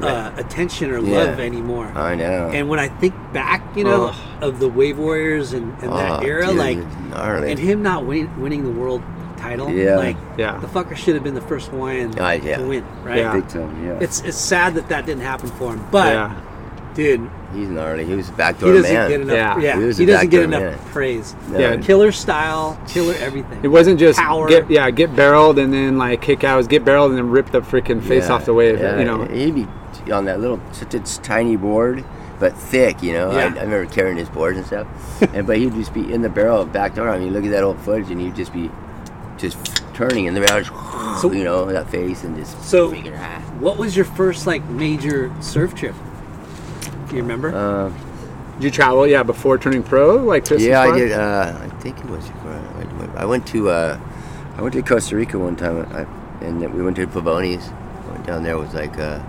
S6: uh, attention or
S5: Yeah.
S6: love anymore.
S5: I know.
S6: And when I think back, you know, of the Wave Warriors and, and that
S5: Oh,
S6: era,
S5: dude,
S6: like,
S5: gnarly.
S6: and him not winning, winning the world title,
S5: Yeah.
S6: like,
S3: Yeah.
S6: the fucker should have been the first Hawaiian
S5: Oh, yeah.
S6: to win, right?
S3: Yeah.
S5: big time, yeah.
S6: It's it's sad that that didn't happen for him, but
S3: Yeah.
S6: dude,
S5: he's gnarly. He was a
S6: he
S5: backdoor
S6: doesn't
S5: man.
S6: get enough.
S3: Yeah.
S6: Yeah,
S5: He was
S6: he
S5: a
S6: doesn't get
S5: backdoor
S6: enough
S5: man.
S6: praise.
S3: Yeah.
S6: Killer style, killer everything.
S3: It wasn't just
S6: Power.
S3: get yeah get barreled and then like kick out. It was get barreled and then rip the freaking face
S5: Yeah,
S3: off the wave.
S5: yeah.
S3: You know.
S5: he'd be on that little such a tiny board, but thick. You know, I,
S6: Yeah.
S5: I remember carrying his boards and stuff, and but he'd just be in the barrel backdoor. I mean, look at that old footage, and he'd just be just turning in the barrel, just,
S6: So-
S5: you know, that face and just
S6: So,
S5: freaking, ah.
S6: what was your first like major surf trip? Do you remember?
S5: Uh,
S3: Did you travel? Yeah, before turning pro, like just
S5: Yeah,
S3: as far?
S5: I did. Uh, I think it was. I went- I went to uh, I went to Costa Rica one time, I, and then we went to Pavonis. Went down there was like uh,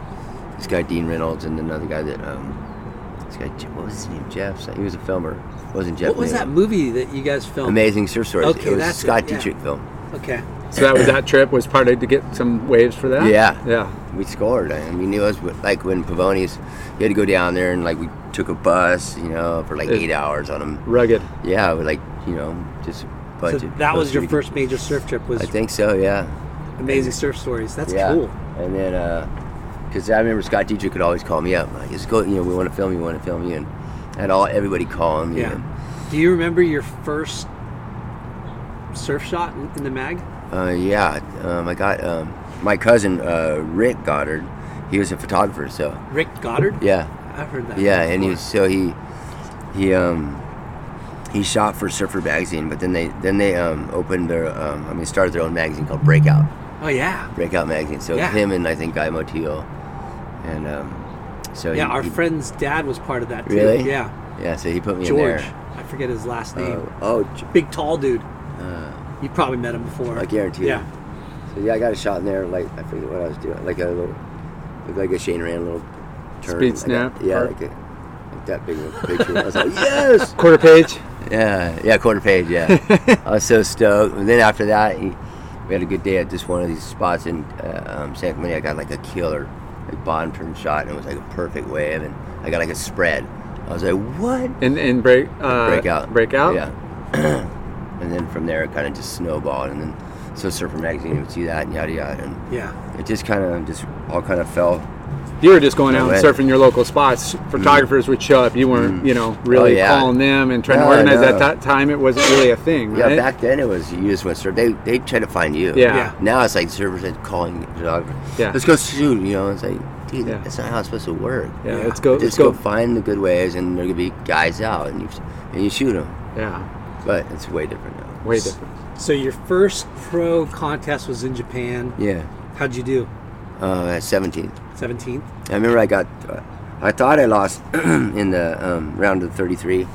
S5: this guy Dean Reynolds and another guy that um, this guy Je- what was his name? Jeff. He was a filmer. It wasn't Jeff?
S6: what was that
S5: Mayer.
S6: movie that you guys filmed?
S5: Amazing Surf Stories.
S6: Okay,
S5: it was a
S6: that's it,
S5: Scott
S6: yeah.
S5: Dietrich film.
S6: Okay.
S3: So that was that trip was part of to get some waves for that.
S5: Yeah.
S3: yeah,
S5: We scored. I mean, it was like when Pavonis, you had to go down there and like we took a bus, you know, for like
S3: Yeah.
S5: eight hours on them.
S3: rugged.
S5: Yeah, it was like you know, just a bunch
S6: So
S5: of.
S6: that was
S5: Costa
S6: your
S5: Rican-
S6: first major surf trip was
S5: I think so. Yeah.
S6: Amazing Surf Stories. That's
S5: yeah.
S6: cool.
S5: And then, because I remember Scott Dietrich could always call me up. Like, just go, you know, we want to film you, want to film you, and and all everybody call him. you
S6: Yeah.
S5: know.
S6: Do you remember your first surf shot in, in the mag?
S5: Uh, yeah. Um, I got um, my cousin uh, Rick Goddard. He was a photographer, so
S6: Rick Goddard?
S5: yeah,
S6: I've heard that.
S5: yeah. And he
S6: before.
S5: was, so he he um he shot for Surfer Magazine, but then they then they um opened their um, I mean started their own magazine called Breakout.
S6: Oh yeah.
S5: Breakout magazine. So
S6: Yeah.
S5: him and I think Guy Motil, and um, so
S6: Yeah,
S5: he-
S6: our
S5: he-
S6: friend's dad was part of that too.
S5: Really?
S6: Yeah.
S5: Yeah, so he put me in
S6: George.
S5: there.
S6: I forget his last name.
S5: Oh, oh, j-
S6: Big tall dude. you probably met him before.
S5: I guarantee
S6: Yeah.
S5: it. So yeah, I got a shot in there. Like I forget what I was doing. Like a little, looked like a Shane Rand little turn.
S3: Speed
S5: like a-
S3: snap
S5: yeah,
S3: or-
S5: like, a, like that big one. Big turn. I was like, yes.
S3: Quarter page.
S5: Yeah, yeah, quarter page. Yeah, I was so stoked. And then after that, he, we had a good day at just one of these spots in uh, um, San Clemente. I got like a killer, like bottom turn shot, and it was like a perfect wave, and I got like a spread. I was like, what?
S3: And and break uh,
S5: breakout.
S3: breakout.
S5: Yeah. and then from there, it kind of just snowballed, and then so Surfer Magazine would see that and yada yada, and
S6: Yeah.
S5: it just kind of just all kind of fell.
S3: You were just going out and
S5: Right.
S3: surfing your local spots. Photographers would show up. You weren't, you know, really
S5: Oh, yeah.
S3: calling them and trying to
S5: No,
S3: organize.
S5: no.
S3: At that time, it wasn't really a thing.
S5: Yeah,
S3: right?
S5: back then it was you just went surf. They they tried to find you.
S3: Yeah.
S6: Yeah.
S5: Now it's like surfers are calling photographers.
S3: Yeah.
S5: Let's go shoot. You know, it's like, dude,
S3: Yeah.
S5: that's not how it's supposed to work.
S3: Yeah, let's go. Let's
S5: Just
S3: go.
S5: go find the good waves, and there could be guys out, and you and you shoot them.
S3: Yeah,
S5: But it's way different now.
S3: way different.
S6: So your first pro contest was in Japan.
S5: Yeah.
S6: How'd you do?
S5: Uh, at 17.
S6: 17th?
S5: I remember I got, uh, I thought I lost in the um, round of 33,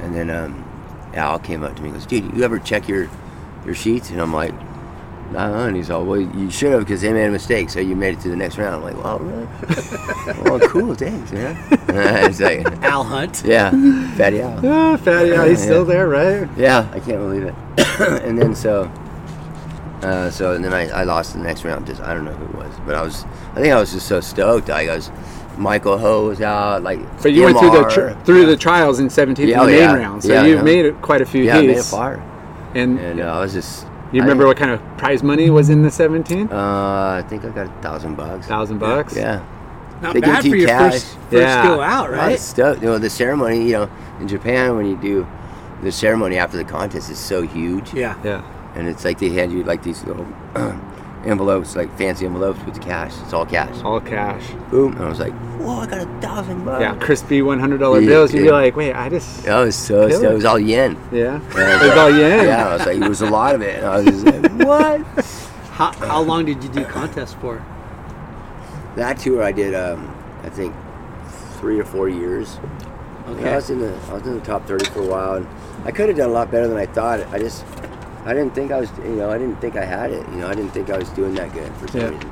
S5: and then um, Al came up to me and goes, "Dude, you ever check your your sheets?" And I'm like, "Nah." And he's all, "Well, you should have because they made a mistake, so you made it to the next round." I'm like, "Well, really? well, cool, thanks, man." it's like,
S6: Al Hunt.
S5: yeah, fatty Al.
S3: Ah, fatty, Al, he's still there, right?
S5: Yeah, I can't believe it. and then so. Uh, so and then I, I lost the next round. Just I don't know who it was, but I was I think I was just so stoked. I was Michael Ho was out. Like,
S3: But you went through the
S5: MR.
S3: tr- through the trials in 17 in
S5: Yeah,
S3: the
S5: oh,
S3: main
S5: yeah.
S3: round, so
S5: Yeah,
S3: you
S5: yeah.
S3: made it quite a few
S5: yeah, I made it
S3: heats.
S5: far,
S3: And
S5: and uh, I was just.
S3: you
S5: I-
S3: remember what kind of prize money was in the 17?
S5: Uh, I think I got a thousand bucks.
S3: Thousand bucks.
S5: Yeah.
S6: Not
S5: They give
S6: bad
S5: you
S6: for your
S5: cash.
S6: first, first
S3: Yeah.
S6: go out,
S5: A lot of
S6: right?
S5: stuff. You know, the ceremony. You know, in Japan, when you do the ceremony after the contest, is so huge.
S6: Yeah.
S3: Yeah.
S5: And it's like they hand you like these little envelopes, like fancy envelopes with the cash. It's all cash.
S3: All cash.
S5: Boom. And I was like, whoa, I got a thousand bucks.
S3: Yeah, crispy $100
S5: uh, Yeah,
S3: bills. You'd be
S5: yeah.
S3: like, wait, I just.
S5: I was so,
S3: Killer.
S5: so it was all yen.
S3: Yeah.
S5: Yeah.
S3: It was all yen.
S5: Yeah, I was like, it was a lot of it. And I was just like, what?
S6: How, how long did you do contests for?
S5: That tour I did, um, I think, three or four years. Okay. I was in the I was in the top thirty for a while, and I could have done a lot better than I thought. I just I didn't think I was you know I didn't think I had it. You know I didn't think I was doing that good for some
S3: Yeah.
S5: reason.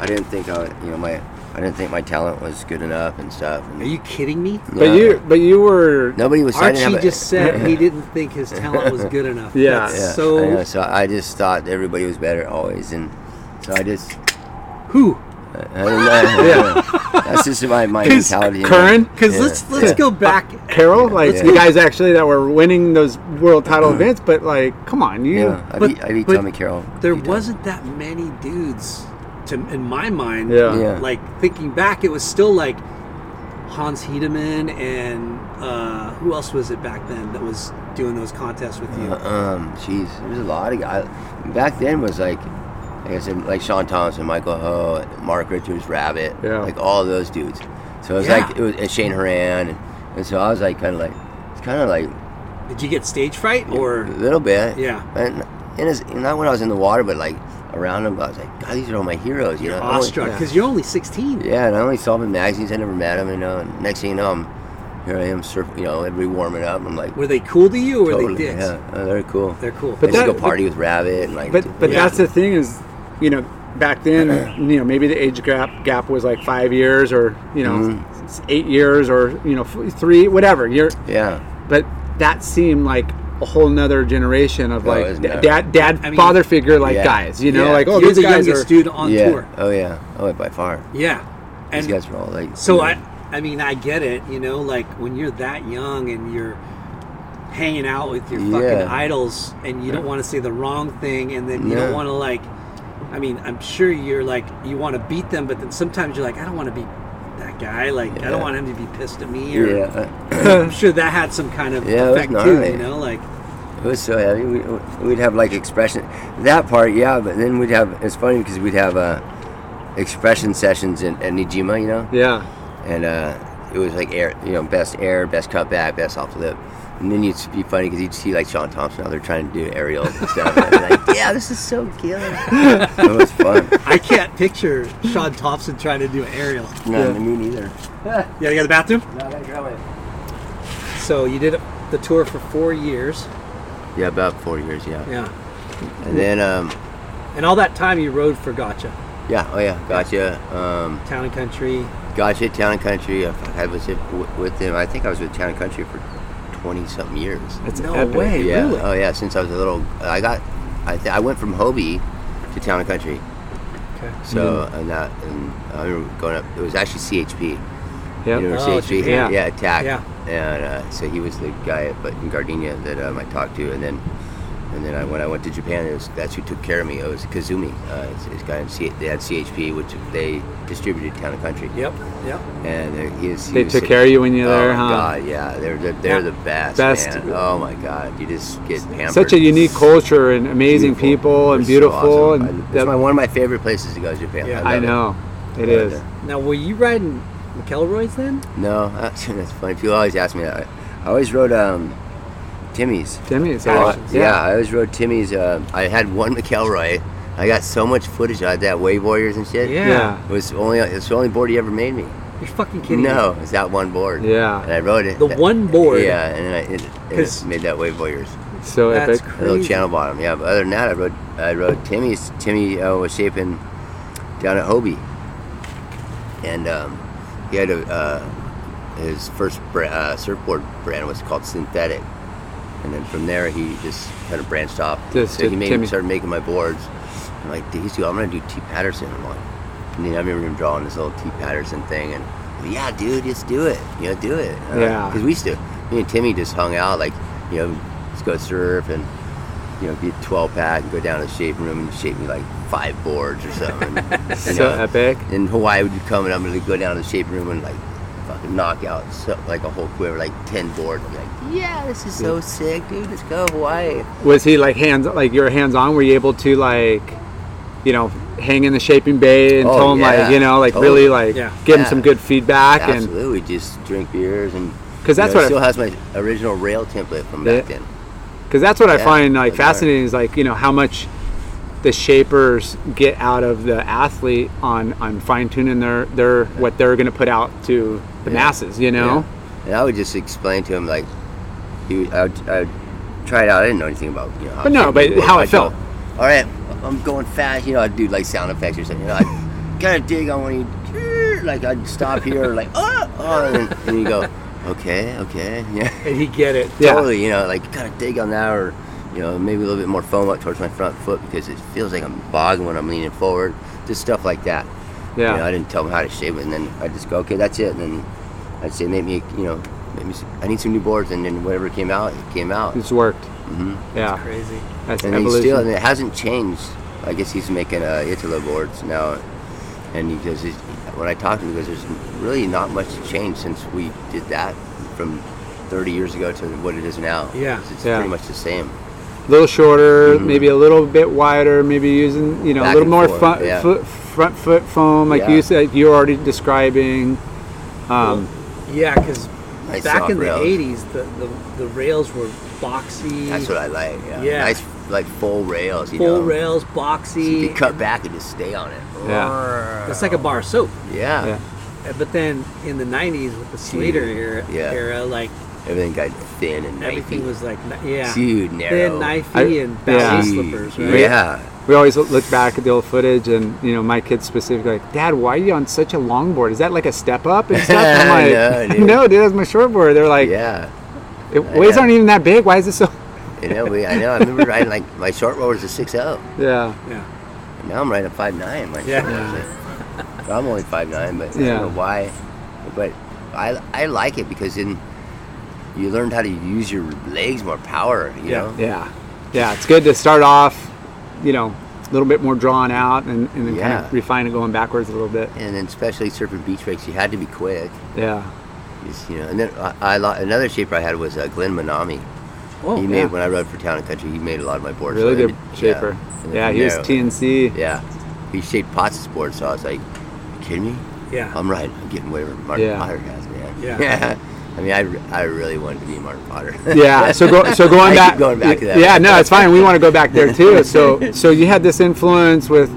S5: I didn't think I you know my I didn't think my talent was good enough and stuff. And,
S6: Are you kidding me?
S3: But
S5: Yeah.
S3: you but you were.
S5: nobody was. I didn't have
S6: Archie
S5: a-
S6: just said he didn't think his talent was good enough.
S3: Yeah.
S6: That's
S5: Yeah, I know.
S6: so
S5: so I just thought everybody was better always, and so I just
S6: who?
S5: I don't know. That's just my, my mentality. you know.
S3: Curran?
S6: Because
S5: Yeah.
S6: let's let's go back.
S3: Carol, like
S5: Yeah. Mm-hmm.
S3: the guys actually that were winning those world title events, but like, come on, you.
S5: Yeah, I
S6: But-
S5: beat, I beat
S6: but
S5: Tommy Carroll.
S6: There
S5: a few times.
S6: wasn't that many dudes, to in my mind.
S3: Yeah.
S5: Yeah.
S6: Like thinking back, it was still like Hans Hiedemann and uh, who else was it back then that was doing those contests with you?
S5: Um, jeez, there was a lot of guys. Back then was like, like I said, like Sean Thompson, Michael Ho, Mark Richards, Rabbit,
S3: Yeah.
S5: like all those dudes. So it was
S6: Yeah.
S5: like it was and Shane Horan, and, and so I was like kind of like it's kind of like
S6: Did you get stage fright
S5: a
S6: or?
S5: little bit,
S6: Yeah.
S5: And, and it's not when I was in the water, but like around them, I was like, God, these are all my heroes, you know. I only-
S6: Awestruck because you're only 16.
S5: Yeah, and I only saw him in magazines. I never met him, and uh, next thing you know, I'm here. I am surfing, you know, everybody warming up. I'm like,
S6: Were they cool to you or were they dicks?
S5: yeah, uh, they're cool.
S6: They're cool.
S5: But
S3: But
S5: I used to
S3: that-
S5: go party with Rabbit and like.
S3: But but that's the thing is, you know, back then, you know, maybe the age gap gap was like five years or you know,
S5: Mm-hmm.
S3: s- eight years or you know, f- three, whatever. You're,
S5: yeah,
S3: but that seemed like a whole nother generation of
S5: Oh,
S3: like
S5: isn't it?
S3: dad, dad,
S6: I mean,
S3: father figure like
S5: yeah,
S3: guys. You know,
S5: yeah.
S3: like oh,
S6: you're
S3: these
S6: the
S3: guys
S6: youngest
S3: are.
S6: dude on
S5: yeah.
S6: tour.
S5: Oh yeah. Oh, by far.
S6: Yeah.
S5: These
S6: And
S5: guys were all like.
S6: So
S5: you
S6: I,
S5: know,
S6: I mean, I get it. You know, like when you're that young and you're hanging out with your
S5: Yeah.
S6: fucking idols, and you don't want to say the wrong thing, and then you don't
S5: Yeah.
S6: want to like. I mean, I'm sure you're like you want to beat them, but then sometimes you're like, I don't want to be that guy. Like, I don't
S5: Yeah.
S6: want him to be pissed at me. Or,
S5: Yeah.
S6: I'm sure that had some kind of
S5: Yeah, it was
S6: effect too. You
S5: gnarly.
S6: know, like
S5: It was so heavy. We, we'd have like expression. That part, yeah. But then we'd have. It's funny because we'd have uh, expression sessions in, at Nijima, you know.
S3: Yeah,
S5: and uh, it was like air, you know, best air, best cutback, best off lip. And then you'd be funny because you'd see like Sean Thompson out there trying to do aerials and stuff. And I'd be like, yeah, this is so killer. it was fun.
S6: I can't picture Sean Thompson trying to do an aerial.
S5: No, me neither.
S6: You gotta go to the bathroom.
S5: No, I gotta grab it.
S6: So you did the tour for four years.
S5: Yeah, about four years, yeah.
S6: Yeah.
S5: And then, um,
S6: And all that time you rode for Gotcha,
S5: yeah, oh yeah, gotcha. Um,
S6: Town and Country.
S5: gotcha, Town and Country. I, I was with- with them. I think I was with Town and Country for 20 something years.
S3: that's
S6: No
S3: epic.
S6: way.
S5: yeah.
S6: really?
S5: Oh yeah. Since I was a little, I got, I, th- I went from Hobie to Town and Country.
S6: Okay.
S5: So
S6: Mm-hmm.
S5: and that and I remember going up. It was actually CHP.
S3: Yep.
S5: You know,
S6: Oh,
S5: CHP.
S3: yeah.
S5: Yeah. Attack.
S6: Yeah.
S5: And uh, so he was the guy, but in Gardenia that um, I talked to, and then. And then I, when I went to Japan, it was, that's who took care of me. It was Kazumi. Uh, it's, it's guy in C, they had CHP, which they distributed town and country.
S6: Yep. Yep.
S5: And they're- he was, he
S3: They
S5: was
S3: took
S5: the-
S3: care of you when you were
S5: oh
S3: there,
S5: my
S3: huh?
S5: God, yeah, they're they're, they're the best.
S3: Best.
S5: man. Oh my God, you just get pampered.
S3: Such a unique culture and amazing
S5: Beautiful.
S3: people and
S5: They're so
S3: beautiful
S5: awesome.
S3: and
S5: I-
S3: that-
S5: it's my, one of my favorite places to go is Japan.
S6: Yeah.
S5: love
S3: I
S5: it.
S3: know. It
S5: Yeah,
S3: is.
S6: Now were you riding McElroy's then?
S5: No, that's funny. People always ask me that. I always rode um, Timmy's.
S3: Timmy, it's a
S5: I-
S3: lot.
S5: yeah. I always rode Timmy's. Um I had one McElroy. I got so much footage of that Wave Warriors and shit.
S6: Yeah.
S3: Yeah.
S5: It was only it's the only board he ever made me.
S6: You're fucking kidding
S5: no, it's that one board.
S3: Yeah.
S5: And I rode it.
S6: me. The one board.
S5: Yeah, and I, it, and it
S6: 'Cause-
S5: made that Wave Warriors.
S3: So
S6: That's
S3: epic.
S5: A little
S6: crazy.
S5: channel bottom, yeah. But other than that, I rode I rode Timmy's. Timmy uh, was shaping down at Hobie, and um, he had a uh, his first bra- uh, surfboard brand was called Synthetic, and then from there he just kind of branched off.
S3: Just
S5: so he
S3: did
S5: made
S3: Timmy.
S5: started making my boards. I'm like, dude, he's- I'm gonna do T Patterson. I'm like, and then I remember him drawing this little T Patterson thing, and yeah, dude, just do it. You know, do it. Uh,
S3: Yeah.
S5: Because we used to, me and Timmy just hung out, like, you know, just go surf and, you know, get 12 pack and go down to the shaping room and shape me like five boards or something. you
S3: So
S5: know?
S3: epic.
S5: in Hawaii would you come and I'm gonna go down to the shaping room and like fucking knock out so, like a whole quiver, like ten boards. I'm like, yeah, this is so sick, dude. Let's go Hawaii.
S3: Was he like hands like you were hands on? Were you able to like, you know, hang in the shaping bay and
S5: Oh,
S3: tell him
S5: yeah.
S3: like you know like
S5: Totally.
S3: really like
S1: Yeah.
S3: give him
S5: Yeah.
S3: some good feedback and
S5: Absolutely, just drink beers and
S3: 'Cause that's
S5: you know,
S3: what I-
S5: it still has my original rail template from back
S3: Yeah.
S5: then.
S3: because that's what I
S5: Yeah,
S3: find like
S5: that's right.
S3: fascinating is like you know how much the shapers get out of the athlete on on fine tuning their their what they're going to put out to the masses. You know.
S5: Yeah. And I would just explain to him like, he, would- I, would, I would try it out. I didn't know anything about you know. How
S3: But no,
S5: shit
S3: but
S5: worked.
S3: how it
S5: I'd go,
S3: felt.
S5: All right, I'm going fast. You know, I'd do like sound effects or something. You know, I kind of dig on when you like I'd stop here like oh, oh and, and you go okay okay yeah
S1: and he get it.
S3: Yeah.
S5: totally you know like kind of dig on that or you know maybe a little bit more foam up towards my front foot because it feels like I'm bogging when I'm leaning forward just stuff like that
S3: Yeah.
S5: you know, I didn't tell him how to shave it, and then I just go, okay, that's it. And then I'd say, make me, you know, make me, s- I need some new boards, and then whatever came out, it came out.
S3: It's worked. Yeah. That's
S1: Crazy.
S5: Mm-hmm. and he's still, and it hasn't changed. I guess he's making uh, Italo boards now, and he goes, he's- when I talk to him, he goes, there's really not much change since we did that from 30 years ago to what it is now.
S1: Yeah,
S5: It's
S3: yeah.
S5: pretty much the same.
S3: a little shorter, maybe a little bit wider, maybe using you know
S5: Mm-hmm. Back
S3: a little
S5: and
S3: more
S5: forth,
S3: front,
S5: yeah.
S3: foot, front foot foam, like
S5: Yeah.
S3: you said, you're already describing. Um,
S1: Yeah, because
S5: Nice
S1: back
S5: soft
S1: in the
S5: rails.
S1: '80s, the, the the rails were boxy,
S5: That's what I like. Yeah.
S1: Yeah.
S5: Nice, like full rails, you
S1: full
S5: know.
S1: rails,
S5: You
S1: boxy.
S5: could cut back and just stay on it.
S3: yeah,
S1: It's like a bar of soap.
S5: Yeah.
S3: Yeah.
S1: Uh, But then in the '90s, with the Slater era,
S5: Yeah.
S1: era like
S5: Everything got thin and
S1: everything
S5: knifey.
S1: was like, ni- yeah,
S5: Dude,
S1: thin,
S5: narrow.
S1: knifey,
S3: I-
S1: and ballet
S5: Gee,
S1: slippers, right?
S5: Yeah.
S3: we always look back at the old footage, and you know my kids specifically like, Dad, why are you on such a long board? Is that like a step up and stuff? And I'm
S5: No,
S3: like,
S5: dude.
S3: no, dude, that's my short board. They're like,
S5: Yeah.
S3: it, waves
S5: yeah.
S3: aren't even that big. Why is it so?
S5: You know, we, I know. I remember riding like my short roll was a 6 0.
S3: Yeah,
S1: Yeah.
S5: Now I'm riding a 5 9. My
S1: Yeah.
S5: short roll's like- I'm only 5 9, but I
S3: Yeah.
S5: don't know why. But I, I like it because then you learned how to use your legs more power, you
S1: Yeah.
S5: know?
S3: yeah, yeah. It's good to start off, you know, a little bit more drawn out, and, and then kind
S5: Yeah.
S3: of refine it going backwards a little bit.
S5: And then, especially surfing beach breaks, you had to be quick.
S3: Yeah.
S5: Just, you know, and then I, I lo- another shaper I had was uh, Glenn Manami.
S3: Oh,
S5: he made when I rode for Town and Country. He made a lot of my boards.
S3: Really
S5: So I
S3: good
S5: did-
S3: shaper.
S5: And
S3: Yeah,
S5: then
S3: he was
S5: narrow.
S3: TNC.
S5: Yeah, he shaped Potts' board, so I was like, you kidding me?
S1: Yeah.
S5: I'm right. I'm getting whatever Martin
S3: Yeah.
S5: Potter has, man.
S1: Yeah.
S5: I mean, I, re- I really wanted to be Martin Potter.
S3: Yeah. So go, so going
S5: I keep
S3: back.
S5: going back to that.
S3: Yeah. No, it's fine. We want to go back there too. So so you had this influence with,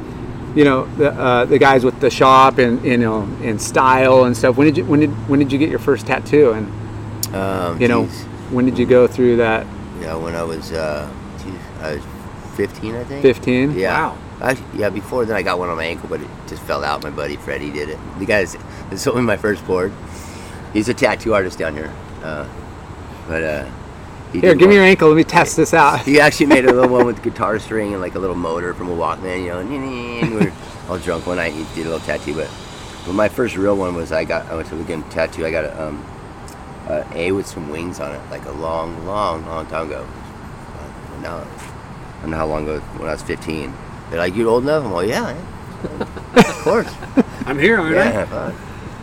S3: you know, the uh, the guys with the shop and you know and style and stuff. When did you when did when did you get your first tattoo and
S5: um,
S3: you know
S5: geez.
S3: when did you go through that?
S5: Yeah, when I was, uh, geez, I was 15, I think.
S3: 15?
S5: Yeah.
S1: Wow.
S5: Actually, yeah, before then I got one on my ankle, but it just fell out. My buddy Freddie did it. The guy that's- that sold me my first board. He's a tattoo artist down here. Uh, but uh, he
S3: Here,
S5: did
S3: give me
S5: one-
S3: your ankle. Let me test this out.
S5: He actually made a little one with guitar string and like a little motor from a Walkman, you know. And we were all drunk one night. He did a little tattoo, but but my first real one was I got I went to Lincoln tattoo. I got a um a A with some wings on it, like a long, long, long time ago. Uh, Now I don't know how long ago when I was 15. They're like, "You old enough?" I'm like, "Yeah, yeah, of course,
S1: I'm here, aren't I?
S5: yeah." fuck."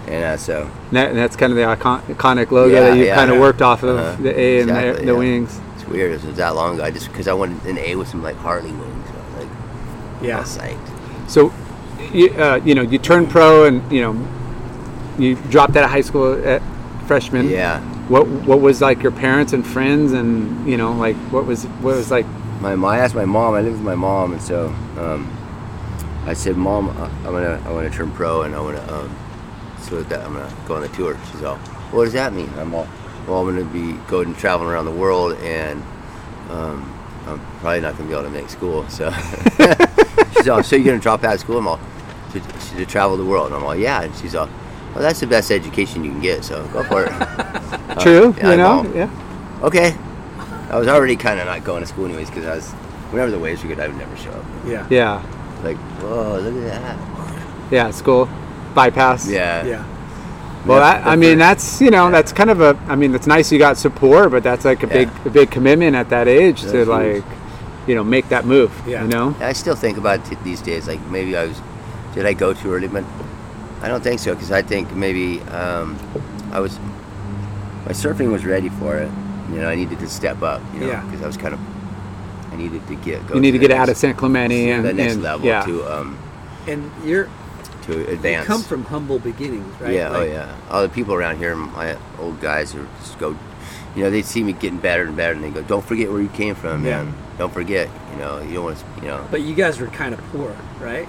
S5: And uh, so
S3: And, that, and that's kind of the icon- iconic logo
S5: Yeah,
S3: that you
S5: yeah,
S3: kind of
S5: yeah.
S3: worked off of
S5: Uh-huh.
S3: the A and
S5: Exactly,
S3: the, the
S5: yeah.
S3: wings.
S5: it's weird. It was that long ago. I just because I wanted an A with some like Harley wings. So I was like, I
S1: Yeah.
S5: was psyched.
S3: So, you, uh, you know, you turn pro, and you know, you dropped out of high school at freshman.
S5: Yeah.
S3: What What was like your parents and friends, and you know, like what was what was like?
S5: my mom, I asked my mom. I lived with my mom, and so um, I said, "Mom, I, I'm gonna, I want to turn pro, and I want to, um, so that I'm gonna go on the tour." She's all, "What does that mean?" I'm all, "Well, I'm gonna be going and traveling around the world, and um, I'm probably not gonna be able to make school." So she's all, "So you're gonna drop out of school?" I'm all, "To, to, to travel the world?" And I'm all, "Yeah." And she's all, "Well, that's the best education you can get, so go for it." Uh,
S3: True,
S5: yeah,
S3: you know,
S5: mom.
S3: yeah,
S5: okay. I was already kind of not going to school anyways because I was, whenever the waves were good, I would never show up.
S1: Yeah.
S3: yeah,
S5: Like, whoa, look at that.
S3: yeah. School bypass.
S5: Yeah.
S1: Yeah.
S3: Well, that,
S5: That's-
S3: I
S5: that's
S3: mean,
S5: right.
S3: that's you know, that's kind of a. I mean, that's nice you got support, but that's like a big, a big commitment at that age to
S5: That's huge.
S3: like, you know, make that move.
S4: Yeah.
S3: You know.
S5: I still think about it these days. Like maybe I was, did I go too early? But I don't think so because I think maybe um, I was, my surfing was ready for it. You know, I needed to step up. You know,
S3: Yeah.
S5: Because I was kind of, I needed to get. Go
S3: You need to
S5: the
S3: get out of
S5: next-
S3: San Clemente and
S5: the next
S3: and-
S5: level
S3: Yeah.
S5: to um
S6: And you're
S5: to
S6: you
S5: advance.
S6: come from humble beginnings, right?
S5: Yeah, oh
S6: Like,
S5: yeah. All the people around here, my old guys, who just go, you know, they see me getting better and better, and they go, "Don't forget where you came from,
S6: Yeah.
S5: man. Don't forget, you know, you don't want to, you know."
S6: But you guys were kind of poor, right?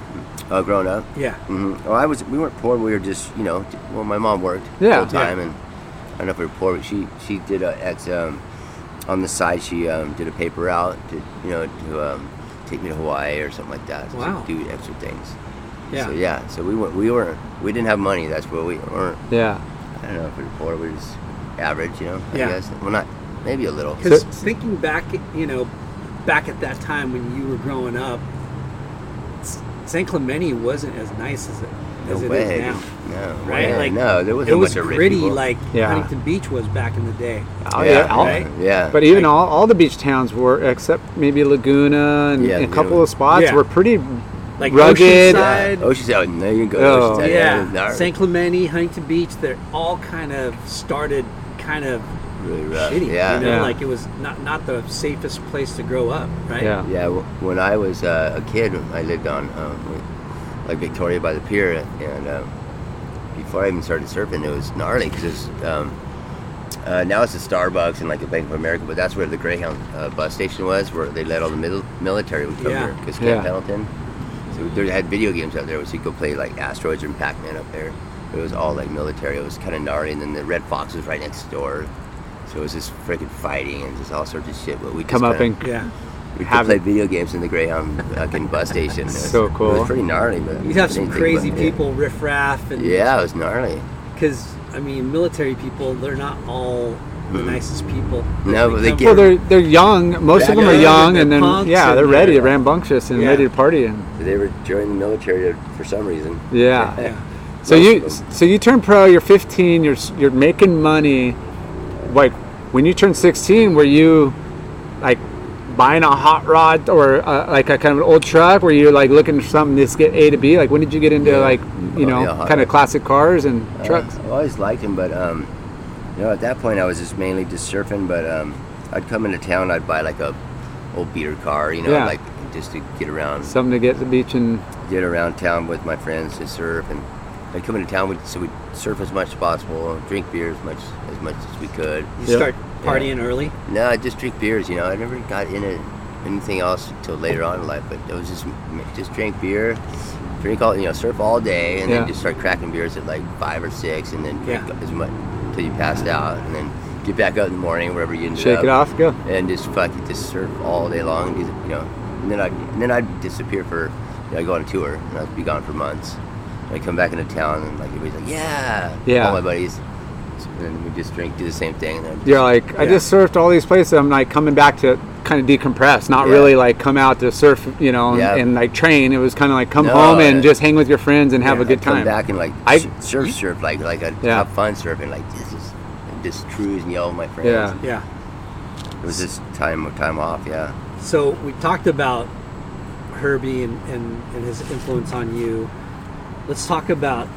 S5: Uh, growing up,
S6: Yeah.
S5: hmm Well, I was. We weren't poor. We were just, you know. Well, my mom worked
S3: Yeah,
S5: full time, and I don't know if we were poor, but she she did a at um, on the side. She um, did a paper route to you know to um, take me to Hawaii or something like that. to
S6: Wow.
S5: do extra things.
S6: Yeah.
S5: So yeah. So we weren't. We weren't. We didn't have money. That's where we weren't.
S3: Yeah.
S5: I don't know if we were poor. We were just average. You know. I
S6: Yeah.
S5: guess. Well, not maybe a little.
S6: Because
S3: So-
S6: thinking back, you know, back at that time when you were growing up, S- San Clemente wasn't as nice as it
S5: No
S6: as it is
S5: way.
S6: now.
S5: No.
S6: Right?
S5: way.
S6: Like
S5: no. There was
S6: it was
S5: much of rich
S6: gritty,
S5: people.
S6: like
S3: Yeah.
S6: Huntington Beach was back in the day.
S3: Oh,
S5: yeah.
S3: yeah, all-
S5: yeah. yeah.
S3: But even all, all the beach towns were, except maybe Laguna and,
S5: Yeah,
S3: and a
S5: Laguna.
S3: couple of spots,
S6: Yeah.
S3: were pretty.
S6: Like
S3: Rugged.
S6: Oceanside.
S5: Oh, she's out. There you go.
S3: Oh.
S5: Oceanside,
S6: Yeah,
S5: Nar-
S6: San Clemente, Huntington Beach, they're all kind of started kind of
S5: really rough.
S6: shitty.
S5: Yeah.
S6: You know,
S3: Yeah.
S6: like it was not not the safest place to grow up, right?
S3: Yeah.
S5: Yeah, w- when I was uh, a kid, I lived on um, with- like Victoria by the pier, and um, before I even started surfing, it was gnarly because um, uh, now it's a Starbucks and like a Bank of America, but that's where the Greyhound uh, bus station was, where they let all the mil- military would come
S6: Yeah.
S5: here because
S3: Yeah.
S5: Camp Pendleton. So there had video games out there, where you could go play like asteroids and Pac-Man up there. It was all like military. It was kind of gnarly, and then the Red Fox was right next door. So it was just freaking fighting and just all sorts of shit. But we
S3: Come
S5: just
S3: up
S5: kinda-
S3: and
S6: Yeah.
S5: we
S3: Have-
S5: have played video games in the Greyhound fucking bus station. It was-
S3: So
S5: It
S3: cool.
S5: was pretty gnarly, but
S6: You'd have some
S5: didn't think
S6: crazy
S5: about it.
S6: people, riffraff, and
S5: Yeah, it was gnarly.
S6: because I mean, military people, they're not all the nicest people.
S5: No, but they
S6: come
S5: get-
S3: well,
S6: from-
S3: they're they're young. Most of
S5: Back
S3: them are
S5: up,
S3: young,
S6: they're
S3: and then
S6: punks
S3: yeah,
S6: and
S3: they're ready,
S6: they're-
S3: rambunctious, and
S6: Yeah.
S3: ready to party. And
S5: They were joining the military to- for some reason.
S3: yeah.
S6: Yeah.
S3: So
S5: Most
S3: you
S5: of them.
S3: so you turn pro. You're 15. You're s- you're making money. Like when you turned 16, were you like buying a hot rod or uh, like a kind of an old truck? Were you like looking for something to get A to B? Like when did you get into like you
S5: Oh,
S3: know
S5: yeah, hot
S3: kind of
S5: rod.
S3: classic cars and trucks?
S5: Uh, I always liked them, but um, you know, at that point I was just mainly just surfing. But um, I'd come into town, I'd buy like a old beater car, you know,
S3: Yeah.
S5: like just to get around.
S3: Something to get to the beach and
S5: get around town with my friends to surf and I'd come into town with so we'd surf as much as possible, drink beer as much as much as we could.
S6: You
S3: Yeah.
S6: start partying early.
S5: No, I just drink beers. You know, I never got into anything else until later on in life. But it was just just drink beer, drink all you know, surf all day, and
S3: Yeah.
S5: then just start cracking beers at like five or six, and then drink
S6: Yeah.
S5: as much until you passed out, and then get back up in the morning wherever you ended
S3: shake
S5: up,
S3: it off, go.
S5: and just fuck it, just surf all day long. You know, and then I and then I'd disappear for you know, I'd go on a tour, and I'd be gone for months. And I'd come back into town, and like everybody's like, yeah,
S3: Yeah.
S5: all my buddies. So then we just drink, do the same thing, and then
S3: You're like, I just surfed all these places. I'm like coming back to kind of decompress, not
S5: Yeah.
S3: really like come out to surf, you know, and,
S5: Yeah.
S3: and, like train. It was kind of like come
S5: No,
S3: home and
S5: yeah.
S3: just hang with your friends and have a
S5: I'd
S3: good time.
S5: Come back and like
S3: I-
S5: I, surf, surf, like like I
S3: Yeah.
S5: have fun surfing, like this is just cruise and yell with my friends.
S3: Yeah.
S6: Yeah.
S5: It was just time time off. Yeah,
S6: So we talked about Herbie and, and, and his influence on you. Let's talk about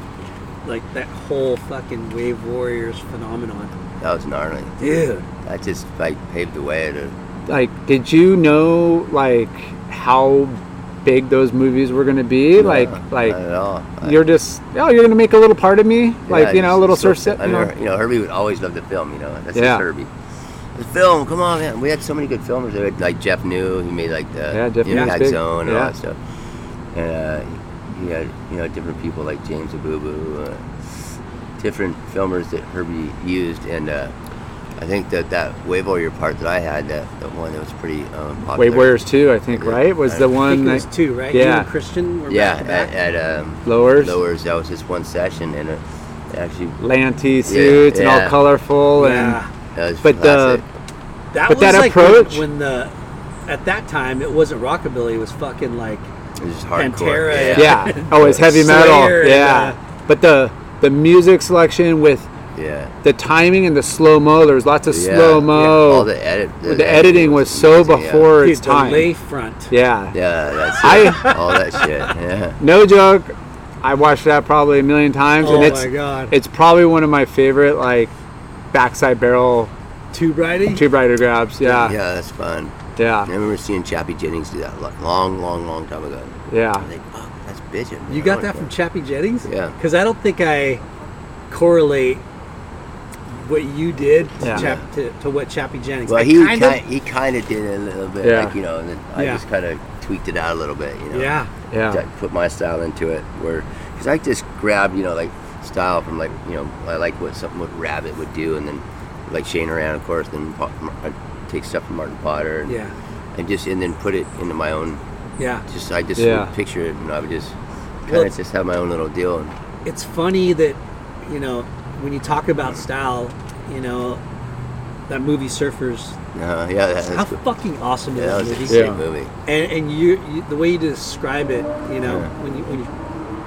S6: like that whole fucking Wave Warriors phenomenon.
S5: that was gnarly.
S6: Dude.
S5: That just like paved the way to.
S3: Like, did you know like how big those movies were going to be? like, like
S5: not at all. I-
S3: you're just oh, you're going to make a little part of me,
S5: yeah,
S3: like you know, a
S5: just
S3: little surf
S5: surf-
S3: set.
S5: I
S3: You know?
S5: remember, you know, Herbie would always love to film. You know, that's
S3: Yeah.
S5: just Herbie. The film, come on, man. We had so many good filmers. There. Like Jeff New, he made like the
S3: Yeah, Jeff New's
S5: Impact
S3: big.
S5: Zone and
S3: Yeah.
S5: all that stuff. And uh, he had you know different people like James Abubu, uh, different filmers that Herbie used, and uh, I think that that Wave Warrior part that I had, that, that one that was pretty um, popular.
S3: Wave Warriors Two, I think,
S5: Yeah.
S3: right? Was the
S6: I
S3: one
S6: think it
S3: that
S6: was two, right? You
S3: Yeah.
S6: and Christian were
S5: Yeah,
S6: back to back.
S5: at, at um,
S3: lowers,
S5: Lowers, that was just one session, and uh, actually,
S3: lanty suits and all
S5: yeah.
S3: colorful and.
S6: yeah.
S5: that was
S3: But uh, the-
S5: classic.
S6: That
S3: But
S6: was
S3: that
S6: like when-
S3: approach-
S6: when, the at that time it wasn't rockabilly, it was fucking like
S5: it was just hardcore.
S6: Pantera,
S5: yeah. uh,
S3: yeah. Oh, it's heavy metal.
S6: Slayer and,
S3: yeah. but the the music selection with
S5: Yeah.
S3: the timing and the slow mo. There was lots of
S5: Yeah,
S3: slow
S5: yeah,
S3: mo.
S5: All the edit.
S3: the, editing was so
S5: amazing, yeah.
S3: before
S6: Dude,
S3: its time.
S6: delay front.
S3: Yeah.
S5: Yeah, that's
S3: I-
S5: it. all that shit. Yeah.
S3: No joke. I watched that probably a million times,
S6: Oh
S3: and it's
S6: my god.
S3: it's probably one of my favorite like backside barrel
S6: Tube riding.
S3: tube rider grabs. Yeah, yeah,
S5: Yeah, that's fun. I
S3: yeah.
S5: remember seeing Chappie Jennings do that lo- long, long, long time ago. I was like, fuck, that's bitchin'. man.
S6: You
S5: I
S6: got
S5: wanna
S6: that
S5: go."
S6: from Chappie Jennings?
S5: Yeah.
S6: Because I don't think I correlate what you did to,
S3: Yeah.
S6: Chap- to, to what Chappie Jennings.
S5: Well,
S6: I
S5: he
S6: kind
S5: kind
S6: of-
S5: he kind of did it a little bit,
S3: Yeah.
S5: like you know. And then I
S6: Yeah.
S5: just kind of tweaked it out a little bit, you know.
S6: Yeah.
S5: I
S3: yeah,
S5: put my style into it, where because I just grabbed you know like style from like you know I like what something what Rabbit would do, and then like Shane around of course, then Pa- Mar- I take stuff from Martin Potter, and,
S6: Yeah.
S5: and just and then put it into my own.
S6: Yeah.
S5: Just I just
S3: Yeah.
S5: would picture it, and I would just kind
S6: Well-
S5: of just have my own little deal. And,
S6: it's funny that you know when you talk about style you know that movie surfers
S5: uh, yeah, that,
S6: how
S5: that's cool.
S6: fucking awesome is
S5: yeah, that was
S6: that
S5: a
S6: movie
S5: great
S3: Yeah.
S5: movie.
S6: and, and you, you the way you describe it you know
S5: Yeah.
S6: when you when you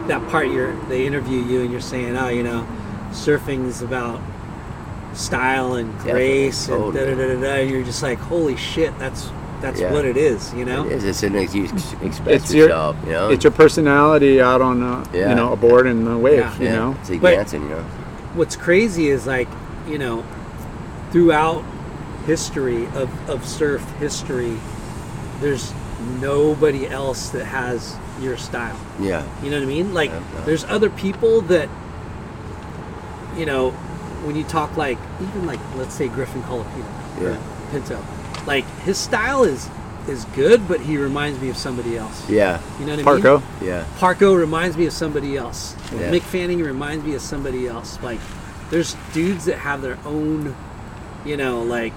S6: that part you're they interview you and you're saying oh you know surfing's about style and grace and da,
S5: Totally.
S6: da, da, da, da, and you're just like holy shit that's that's
S5: Yeah.
S6: what it is you know
S5: It is. It's an ex- you ex- express
S3: It's your-
S5: yourself, you know.
S3: it's your personality out on a,
S5: Yeah.
S3: you know a board and a wave.
S6: Yeah.
S3: You
S5: yeah.
S3: know,
S5: It's like
S6: But-
S5: dancing, you know.
S6: what's crazy is like you know throughout history of, of surf history there's nobody else that has your style
S5: Yeah.
S6: you know what i mean like
S5: Yeah, yeah.
S6: there's other people that you know when you talk like even like let's say griffin colapino
S5: Yeah.
S6: pinto like his style is is good but he reminds me of somebody else
S5: Yeah.
S6: you know what i mean
S3: Parco.
S5: Yeah.
S6: Parko reminds me of somebody else.
S5: Yeah.
S6: Mick Fanning reminds me of somebody else. Like, there's dudes that have their own, you know, like,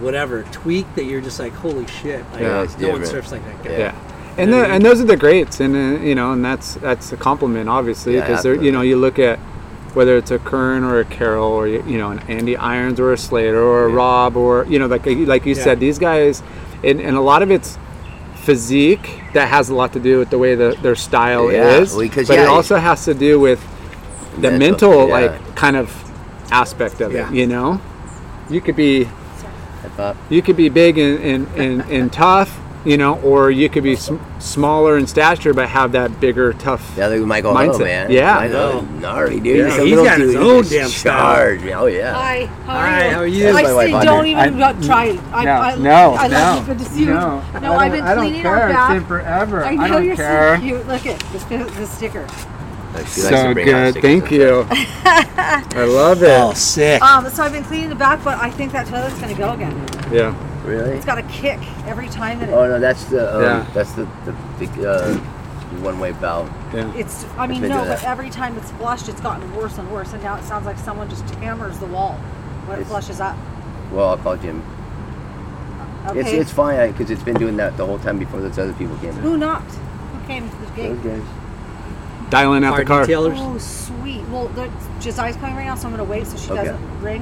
S6: whatever tweak that you're just like, holy shit, like,
S5: Yeah,
S6: no
S5: it's
S6: one
S5: different.
S6: surfs like that guy.
S5: Yeah.
S3: Yeah. And, the, and those are the greats, and uh, you know, and that's that's a compliment, obviously,
S5: Yeah,
S3: because they're you know
S5: absolutely.
S3: you look at whether it's a Kern or a Carroll or you you know an Andy Irons or a Slater or a Rob or you know like like you said, these guys, and, and a lot of it's physique that has a lot to do with the way the, their style
S5: Yeah,
S3: is,
S5: well, 'cause,
S3: but it
S5: yeah,
S3: also has to do with the mental,
S5: yeah.
S3: like kind of aspect of
S6: Yeah.
S3: it. You know, you could be
S5: Hip hop.
S3: you could be big and, and, and, and tough, you know, or you could be sm- smaller in stature but have that bigger, tough.
S5: Yeah, look at Michael
S3: Mindset.
S5: Ho, man.
S3: Yeah.
S5: Michael Ho's gnarly, dude.
S3: Yeah.
S5: Some
S6: He's
S5: little
S6: got his
S5: dude
S6: own
S5: is
S6: damn style.
S5: charged, man. Oh yeah.
S7: Hi, how are
S6: Hi,
S7: you?
S6: how are you?
S5: That's my
S7: I
S5: wife,
S7: say
S5: Audrey.
S7: don't even
S2: I-
S7: go- try it. I,
S2: No,
S7: I,
S2: no,
S7: I love
S2: no,
S7: you. Good to see you.
S2: no. I
S7: no I've
S2: don't-
S7: been
S2: I don't
S7: cleaning
S2: care.
S7: our
S2: It's
S7: back.
S2: been forever.
S7: I
S2: I
S7: know
S2: don't
S7: you're
S2: care.
S7: so cute. Look at this, this sticker.
S5: Like, she likes
S3: So
S5: to bring out
S3: good.
S5: stickers
S3: Thank
S5: and
S3: you. I love it.
S1: Oh, sick.
S7: Um, so I've been cleaning the back, but I think that toilet's gonna go again.
S5: Oh.
S3: Yeah.
S5: stuff. Really?
S7: It's got a kick every time that it,
S5: Oh no, that's the um,
S3: Yeah.
S5: that's the the, the uh, one-way valve.
S7: it's. I mean,
S5: been
S7: no,
S5: doing
S7: but
S5: that.
S7: every time it's flushed, it's gotten worse and worse, and now it sounds like someone just hammers the wall when it
S5: It's-
S7: flushes up.
S5: Well, I'll call Jim.
S7: Okay.
S5: It's it's fine because it's been doing that the whole time before those other people came in.
S7: Who knocked? Who came to the
S5: Those
S7: gate?
S5: guys.
S3: Dialing out
S6: Car
S3: the car.
S6: detailers.
S7: Oh, sweet. Well, the- Josiah's coming right now, so I'm gonna wait so she
S5: Okay.
S7: doesn't ring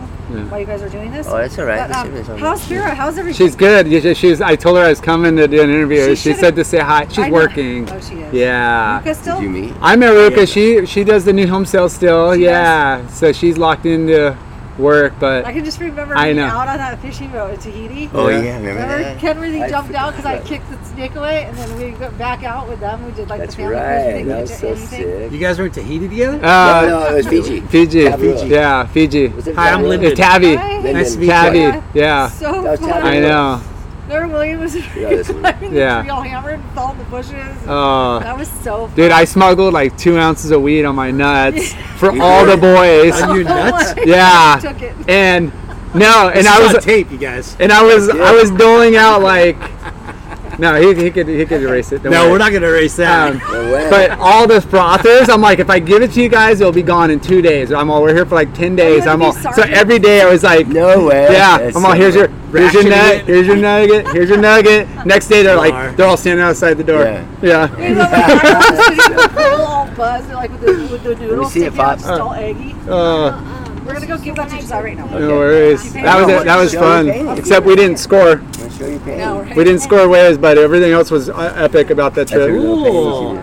S7: while you guys are doing this.
S5: Oh, that's all right.
S7: But,
S5: Let's
S7: um,
S5: do this on-
S7: how's Vera? How's everything?
S3: She's good. You should- She's. I told her I was coming to do an interview.
S7: She
S3: She,
S7: should've-
S3: said to say hi. She's
S7: I know.
S3: working.
S7: Oh, she is.
S3: Yeah.
S7: Luca still?
S5: Did you meet?
S3: I met Ruka. She she does the new home sale still.
S7: She does?
S3: yeah. So she's locked into work,
S7: I
S3: but
S7: can just remember
S3: I
S7: being
S3: know.
S7: out on that fishing boat in Tahiti.
S5: Oh
S3: Yeah.
S5: yeah, remember
S7: Remember,
S5: that?
S7: Ken really
S5: I
S7: jumped out because I
S5: forgot.
S7: kicked the snake away, and then we got back out with them. We did like
S5: That's
S7: the family fishing.
S5: right.
S7: thing.
S5: That
S7: We
S5: was
S7: did
S5: so
S7: anything.
S5: sick.
S6: You guys were in Tahiti together?
S5: No,
S3: uh,
S5: no, it was Fiji.
S3: Fiji.
S5: Tabula.
S3: Yeah, Fiji.
S5: Was it
S6: Hi, I'm
S5: Tabula?
S6: Lyndon.
S3: Tabby.
S7: Hi.
S5: Lyndon.
S6: Nice to meet
S3: Tabby.
S7: Yeah.
S3: Yeah.
S7: So
S5: That was
S7: fun.
S5: Tabby.
S3: I know.
S7: Remember William was
S5: this one.
S7: climbing
S3: Yeah.
S7: the tree all hammered and fell in the bushes. and
S3: Oh.
S7: that was so fun.
S3: Dude, I smuggled like two ounces of weed on my nuts for all the
S6: On
S3: boys.
S6: your nuts?
S7: my-
S3: Yeah.
S7: Took it.
S3: And no, and
S6: This
S3: I
S6: is on
S3: was uh,
S6: tape, you guys.
S3: and I was I was doling out like no, he, he could he could erase it. Don't
S6: No,
S3: worry.
S6: we're not gonna erase that.
S3: Um,
S5: No way.
S3: but all the frothers, I'm like, if I give it to you guys, it'll be gone in two days. I'm all we're here for like ten days.
S7: had to
S3: I'm
S7: be
S3: all
S7: sorry.
S3: so every day I was like,
S5: no way.
S3: yeah.
S5: That's
S3: I'm all
S5: so
S3: here's your
S5: weird.
S3: here's your
S6: Ratcheting
S3: nut,
S6: it.
S3: here's your nugget, here's your nugget. Next day they're
S6: Bar.
S3: like they're all standing outside the door.
S5: Yeah.
S3: Yeah.
S7: We were, like, out in the city, we were all buzzed, like with the, with the noodles
S5: see it,
S7: sticking out,
S5: Pop.
S7: still eggy.
S3: Uh,
S7: We're gonna go give that to Josiah right now.
S3: no worries.
S7: Okay.
S3: That was it. That was
S5: Show
S3: fun.
S5: your paintings.
S3: Except we didn't score.
S5: Let's show your painting.
S7: Now, right?
S3: We didn't score waves, but everything else was uh, epic about that
S5: That's her
S3: trip.
S5: real painting.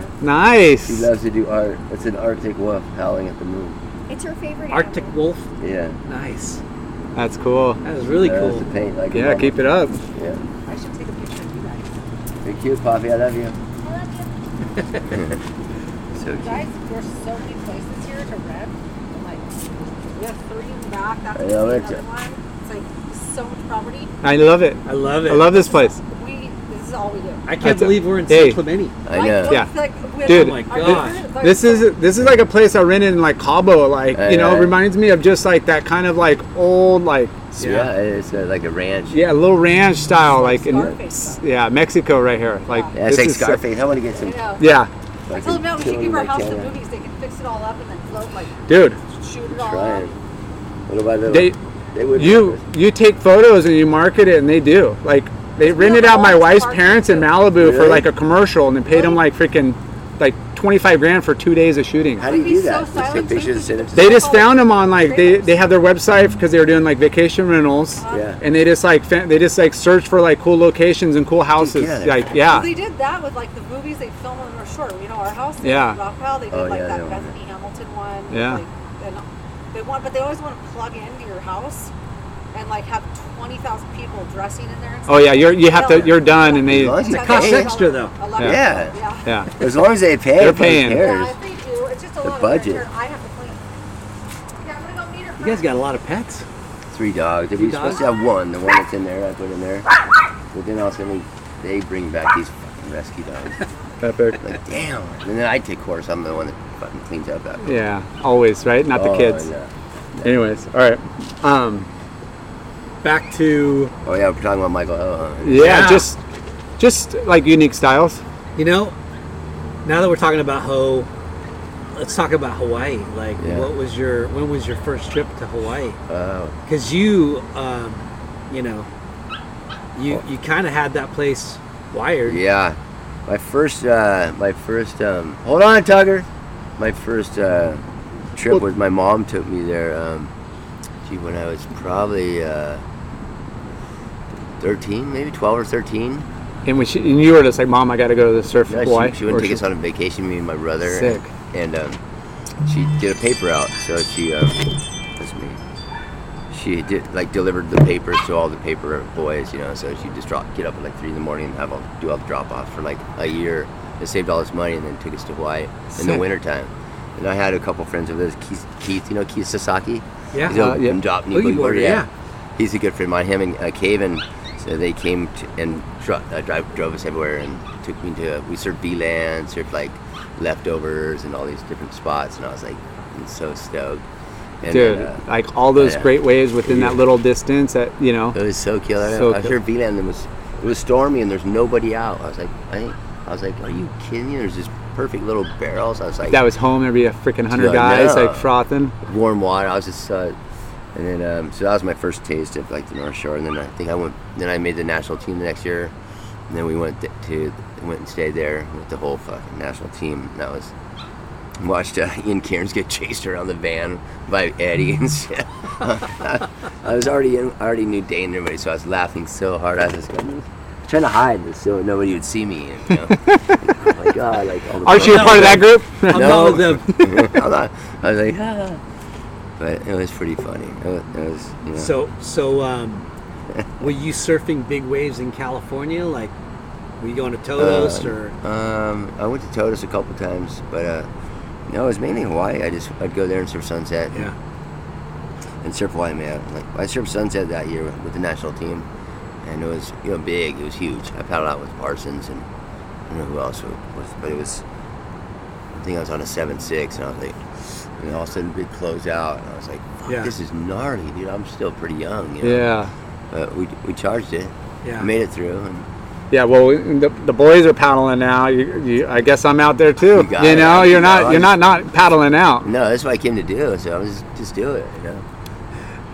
S6: Cool.
S5: She,
S3: Nice.
S5: she loves to do art. It's an Arctic wolf howling at the moon.
S8: It's her favorite.
S6: Arctic wolf.
S5: Yeah.
S6: Nice.
S3: That's cool.
S6: That is really
S5: There's
S6: cool.
S5: the paint, like
S3: yeah,
S5: a-
S3: keep it up.
S5: Yeah.
S7: I should take a picture of you guys.
S5: You're cute, Poppy. I love you. so cute.
S7: Guys, there's so many places here to rent. I'm like, we have three in the back. That's
S3: I love
S7: another
S3: it.
S7: one. It's like so much property.
S3: I love it.
S6: I love it.
S3: I love this place.
S7: We, this is all we do.
S6: I
S3: That's
S6: can't
S3: a-
S6: believe we're in
S3: hey.
S6: San Clemente.
S5: I know.
S3: Yeah,
S7: like, with-
S3: dude.
S7: Oh my
S3: thi-
S7: gosh.
S3: This is this is like a place I rented in like Cabo. Like
S5: Hey,
S3: you know,
S5: hey.
S3: reminds me of just like that kind of like old like
S5: Yeah, it's uh, like a ranch.
S3: yeah, little ranch style like in yeah Mexico right here. Like
S5: Yeah, it's like
S3: is so-
S5: Scarface. I want to get some.
S7: know.
S3: yeah,
S7: I told them, no, we should give our house to movies. They can fix it all up and then float, like,
S3: dude.
S7: shoot it all up.
S5: Trying. Little by little.
S3: They,
S5: They would.
S3: you you take photos and you market it and they do like they rented out my wife's parents in Malibu for
S5: Really?
S3: like a commercial and they paid them like freaking like twenty five grand for two days of shooting.
S5: How do you do that? Just take pictures and send them to
S3: They just found them on like they, they had their website because they were doing like vacation rentals.
S5: Yeah.
S3: And they just like fa- they just like searched for like cool locations and cool houses.
S5: get it.
S3: Like
S7: Well,
S3: yeah,
S7: They did that with like the movies they film when we were short. You know, our house. they
S3: Yeah.
S7: did Rock Pile. They did
S3: Oh,
S7: like
S3: yeah,
S7: that
S3: that one.
S7: Bethany Hamilton one.
S3: Yeah.
S7: Like, and they want, but they always want to plug into your house and like have twenty thousand people dressing in there. And
S3: oh yeah, you're you have to
S7: Yeah.
S3: you're done and they
S5: Lunch
S7: It costs
S5: pay.
S7: extra, though. A lot of-
S5: Yeah.
S7: yeah.
S3: yeah.
S5: As long as they pay,
S3: They're
S5: who
S3: paying.
S5: cares?
S7: If they do, it's just a
S5: The
S7: lot
S5: budget.
S7: of return. I have to clean. Yeah, I'm gonna go meet her.
S6: You guys got a lot of pets.
S5: Three dogs. If we
S6: Three
S5: are supposed
S6: dogs?
S5: to have one, the one that's in there, I put in there. But then all of a sudden they bring back these fucking rescue dogs.
S3: Epic.
S5: Like damn. And then I take course. I'm the one that fucking cleans up after.
S3: Yeah, always right, not the
S5: Oh,
S3: kids.
S5: yeah.
S3: Anyways, all right. Um, back to
S5: Oh yeah, we're talking about Michael. Oh,
S3: yeah, just just like unique styles.
S6: You know, now that we're talking about Ho, let's talk about Hawaii. Like,
S5: Yeah.
S6: what was your when was your first trip to Hawaii?
S5: Uh,
S6: Because you, um, you know, you you kind of had that place wired.
S5: Yeah, my first, uh, my first. Um, hold on, Tugger. My first uh, trip was my mom took me there. Um, gee, when I was probably uh, thirteen, maybe twelve or thirteen.
S3: And when she, and you were just like, Mom, I got to go to the surf.
S5: Yeah,
S3: Hawaii."
S5: she, she went
S3: Or
S5: to take
S3: she-
S5: us on a vacation, me and my brother.
S3: Sick.
S5: And, um, she did a paper out, so she, um, that's me. She did like delivered the papers to all the paper boys, you know. So she just drop, get up at like three in the morning and have all do all the drop off for like a year. It saved all this money and then took us to Hawaii in the
S3: Sick.
S5: wintertime. And I had a couple friends of his, Keith, Keith, you know Keith Sasaki.
S6: Yeah.
S5: He's a,
S6: Uh, yeah.
S5: from Dop-
S3: Oh,
S6: Boogie
S5: Boogie
S6: Boarder,
S5: Boarder,
S6: yeah.
S5: he's a good friend of mine. Him and uh, Caven, so they came to, and dro- uh, drive, drove us everywhere and took me to. uh, We served VLAN, served like leftovers and all these different spots, and I was like, I'm so stoked. And,
S3: Dude,
S5: uh,
S3: like all those
S5: yeah.
S3: great waves within that
S5: Yeah.
S3: little distance that you know.
S5: It was so killer.
S3: So
S5: I
S3: cool.
S5: heard VLAN and it was it was stormy and there's nobody out. I was like, I, think- I was like, are you kidding me? There's this perfect little barrels. I was like,
S3: that was home. There'd be a freaking hundred
S5: Dude,
S3: guys
S5: yeah.
S3: like frothing.
S5: warm water. I was just, uh, and then um, so that was my first taste of like the North Shore. And then I think I went, then I made the national team the next year. And then we went th- to went and stayed there with the whole fucking national team. And that was watched uh, Ian Cairns get chased around the van by Eddie and shit. I was already in, I already knew Dane and everybody, so I was laughing so hard. I was just going, trying to hide this so nobody would see me. And, you know, oh my god! Like all the
S3: Aren't you a part of that group?
S5: No,
S3: I'm
S6: not with
S5: I'm not. I was like, ah. but it was pretty funny. It was, it was you know,
S6: So so um, were you surfing big waves in California? Like, were you going to Todos
S5: Um,
S6: or
S5: Um, I went to Totus a couple times, but uh, no, it was mainly Hawaii. I just I'd go there and surf sunset.
S6: Yeah.
S5: And surf Hawaii, man. Like I surfed sunset that year with the national team, and it was you know big. It was huge. I paddled out with Parsons and I don't know who else was, but it was. I think I was on a seven six, and I was like, and all of a sudden big close out, and I was like, Fuck,
S6: Yeah.
S5: this is gnarly, dude. I'm still pretty young. You know?
S3: Yeah,
S5: But we we charged it.
S6: Yeah.
S5: Made it through. And,
S3: yeah. Well, we, the, the boys are paddling now. You, you, I guess I'm out there too.
S5: got
S3: You
S5: it.
S3: know,
S5: You
S3: you're
S5: know,
S3: not
S5: I
S3: you're not not paddling out.
S5: No, that's what I came to do. So I was just, just do it. You know?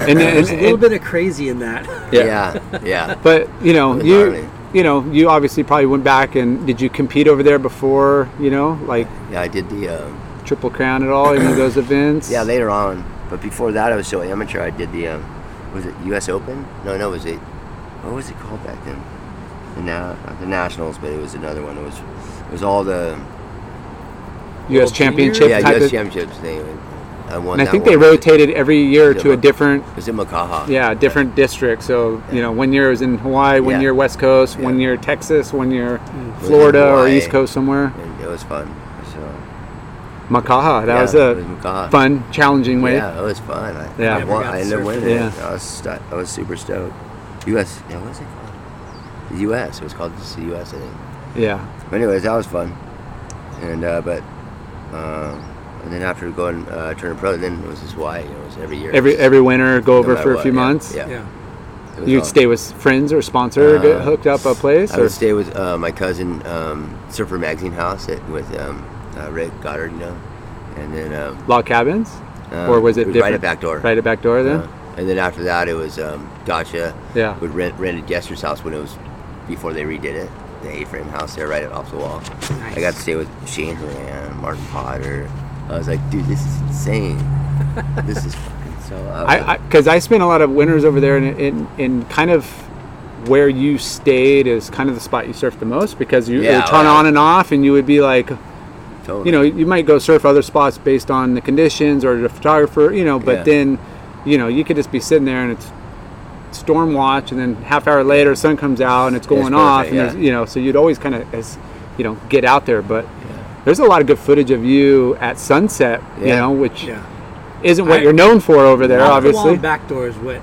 S3: And,
S6: there's a
S3: and-
S6: little
S3: and-
S6: bit of crazy in that?
S5: Yeah. Yeah.
S3: but you know
S5: It's
S3: you
S5: gnarly.
S3: you know you obviously probably went back and did you compete over there before you know like
S5: Yeah, I did the. Um,
S3: triple crown at all any of those events?
S5: yeah, later on. But before that, I was so amateur. I did the. Um, was it U.S. Open? No, no. Was it? What was it called back then? The, na- not the Nationals, but it was another one. It was. It was all the
S3: U.S. Championship
S5: yeah,
S3: type
S5: U.S.
S3: of
S5: Championships thing. I won.
S3: And I
S5: that
S3: think
S5: one.
S3: they rotated every year to a
S5: Yeah.
S3: different.
S5: It was in Makaha.
S3: Yeah, different district. So you know, one year it was in Hawaii, one
S5: Yeah.
S3: year West Coast, one year Texas, one year
S5: in
S3: Florida or
S5: Hawaii.
S3: East Coast somewhere.
S5: And it was fun. So
S3: Makaha. That
S5: Yeah,
S3: was
S5: it was
S3: a
S5: Makaha.
S3: fun, challenging way.
S5: Yeah, it was fun. I,
S3: Yeah.
S5: I, won, I ended up winning.
S3: Yeah.
S5: it. I was stu- I was super stoked. U.S. Yeah, what was it called? The U.S. It was called just the U.S. I think.
S3: Yeah.
S5: But anyways, that was fun. And uh, but um, and then after going uh, turning pro, then it was just Hawaii. It was every year.
S3: Every every winter, go
S5: No
S3: over
S5: matter
S3: for a
S5: what,
S3: few
S5: yeah,
S3: months.
S5: Yeah. It was
S3: You'd
S5: awesome.
S3: stay with friends or sponsor,
S5: Uh,
S3: get hooked up a place.
S5: I
S3: Or?
S5: would stay with uh, my cousin um, Surfer Magazine House at, with um, uh, Rick Goddard, you know, and then um,
S3: log cabins,
S5: uh,
S3: or was it,
S5: right
S3: different?
S5: at back door?
S3: Right at back door then.
S5: Uh, and then after that, it was um, Gotcha.
S3: Yeah.
S5: Would rent rented Gester's house when it was before they redid it. The A-frame house there, right off the wall. I got to stay with Shane Duran, Martin Potter. I was like, dude, this is insane. this is fucking so. Up.
S3: I because I, spent a lot of winters over there, and in, in kind of where you stayed is kind of the spot you surfed the most because you
S5: Yeah,
S3: were ton
S5: well-
S3: on and off, and you would be like,
S5: Totally.
S3: you know, you might go surf other spots based on the conditions or the photographer, you know, but
S5: Yeah.
S3: then, you know, you could just be sitting there and it's storm watch, and then half hour later, sun comes out and it's
S5: It's
S3: going off,
S5: perfect,
S3: and there's
S5: yeah.
S3: you know, so you'd always kind of as you know get out there, but. There's a lot of good footage of you at sunset, you
S1: Yeah.
S3: know, which
S1: Yeah.
S3: isn't what
S1: I-
S3: you're known for over there,
S1: off The wall
S3: obviously.
S1: and back door is what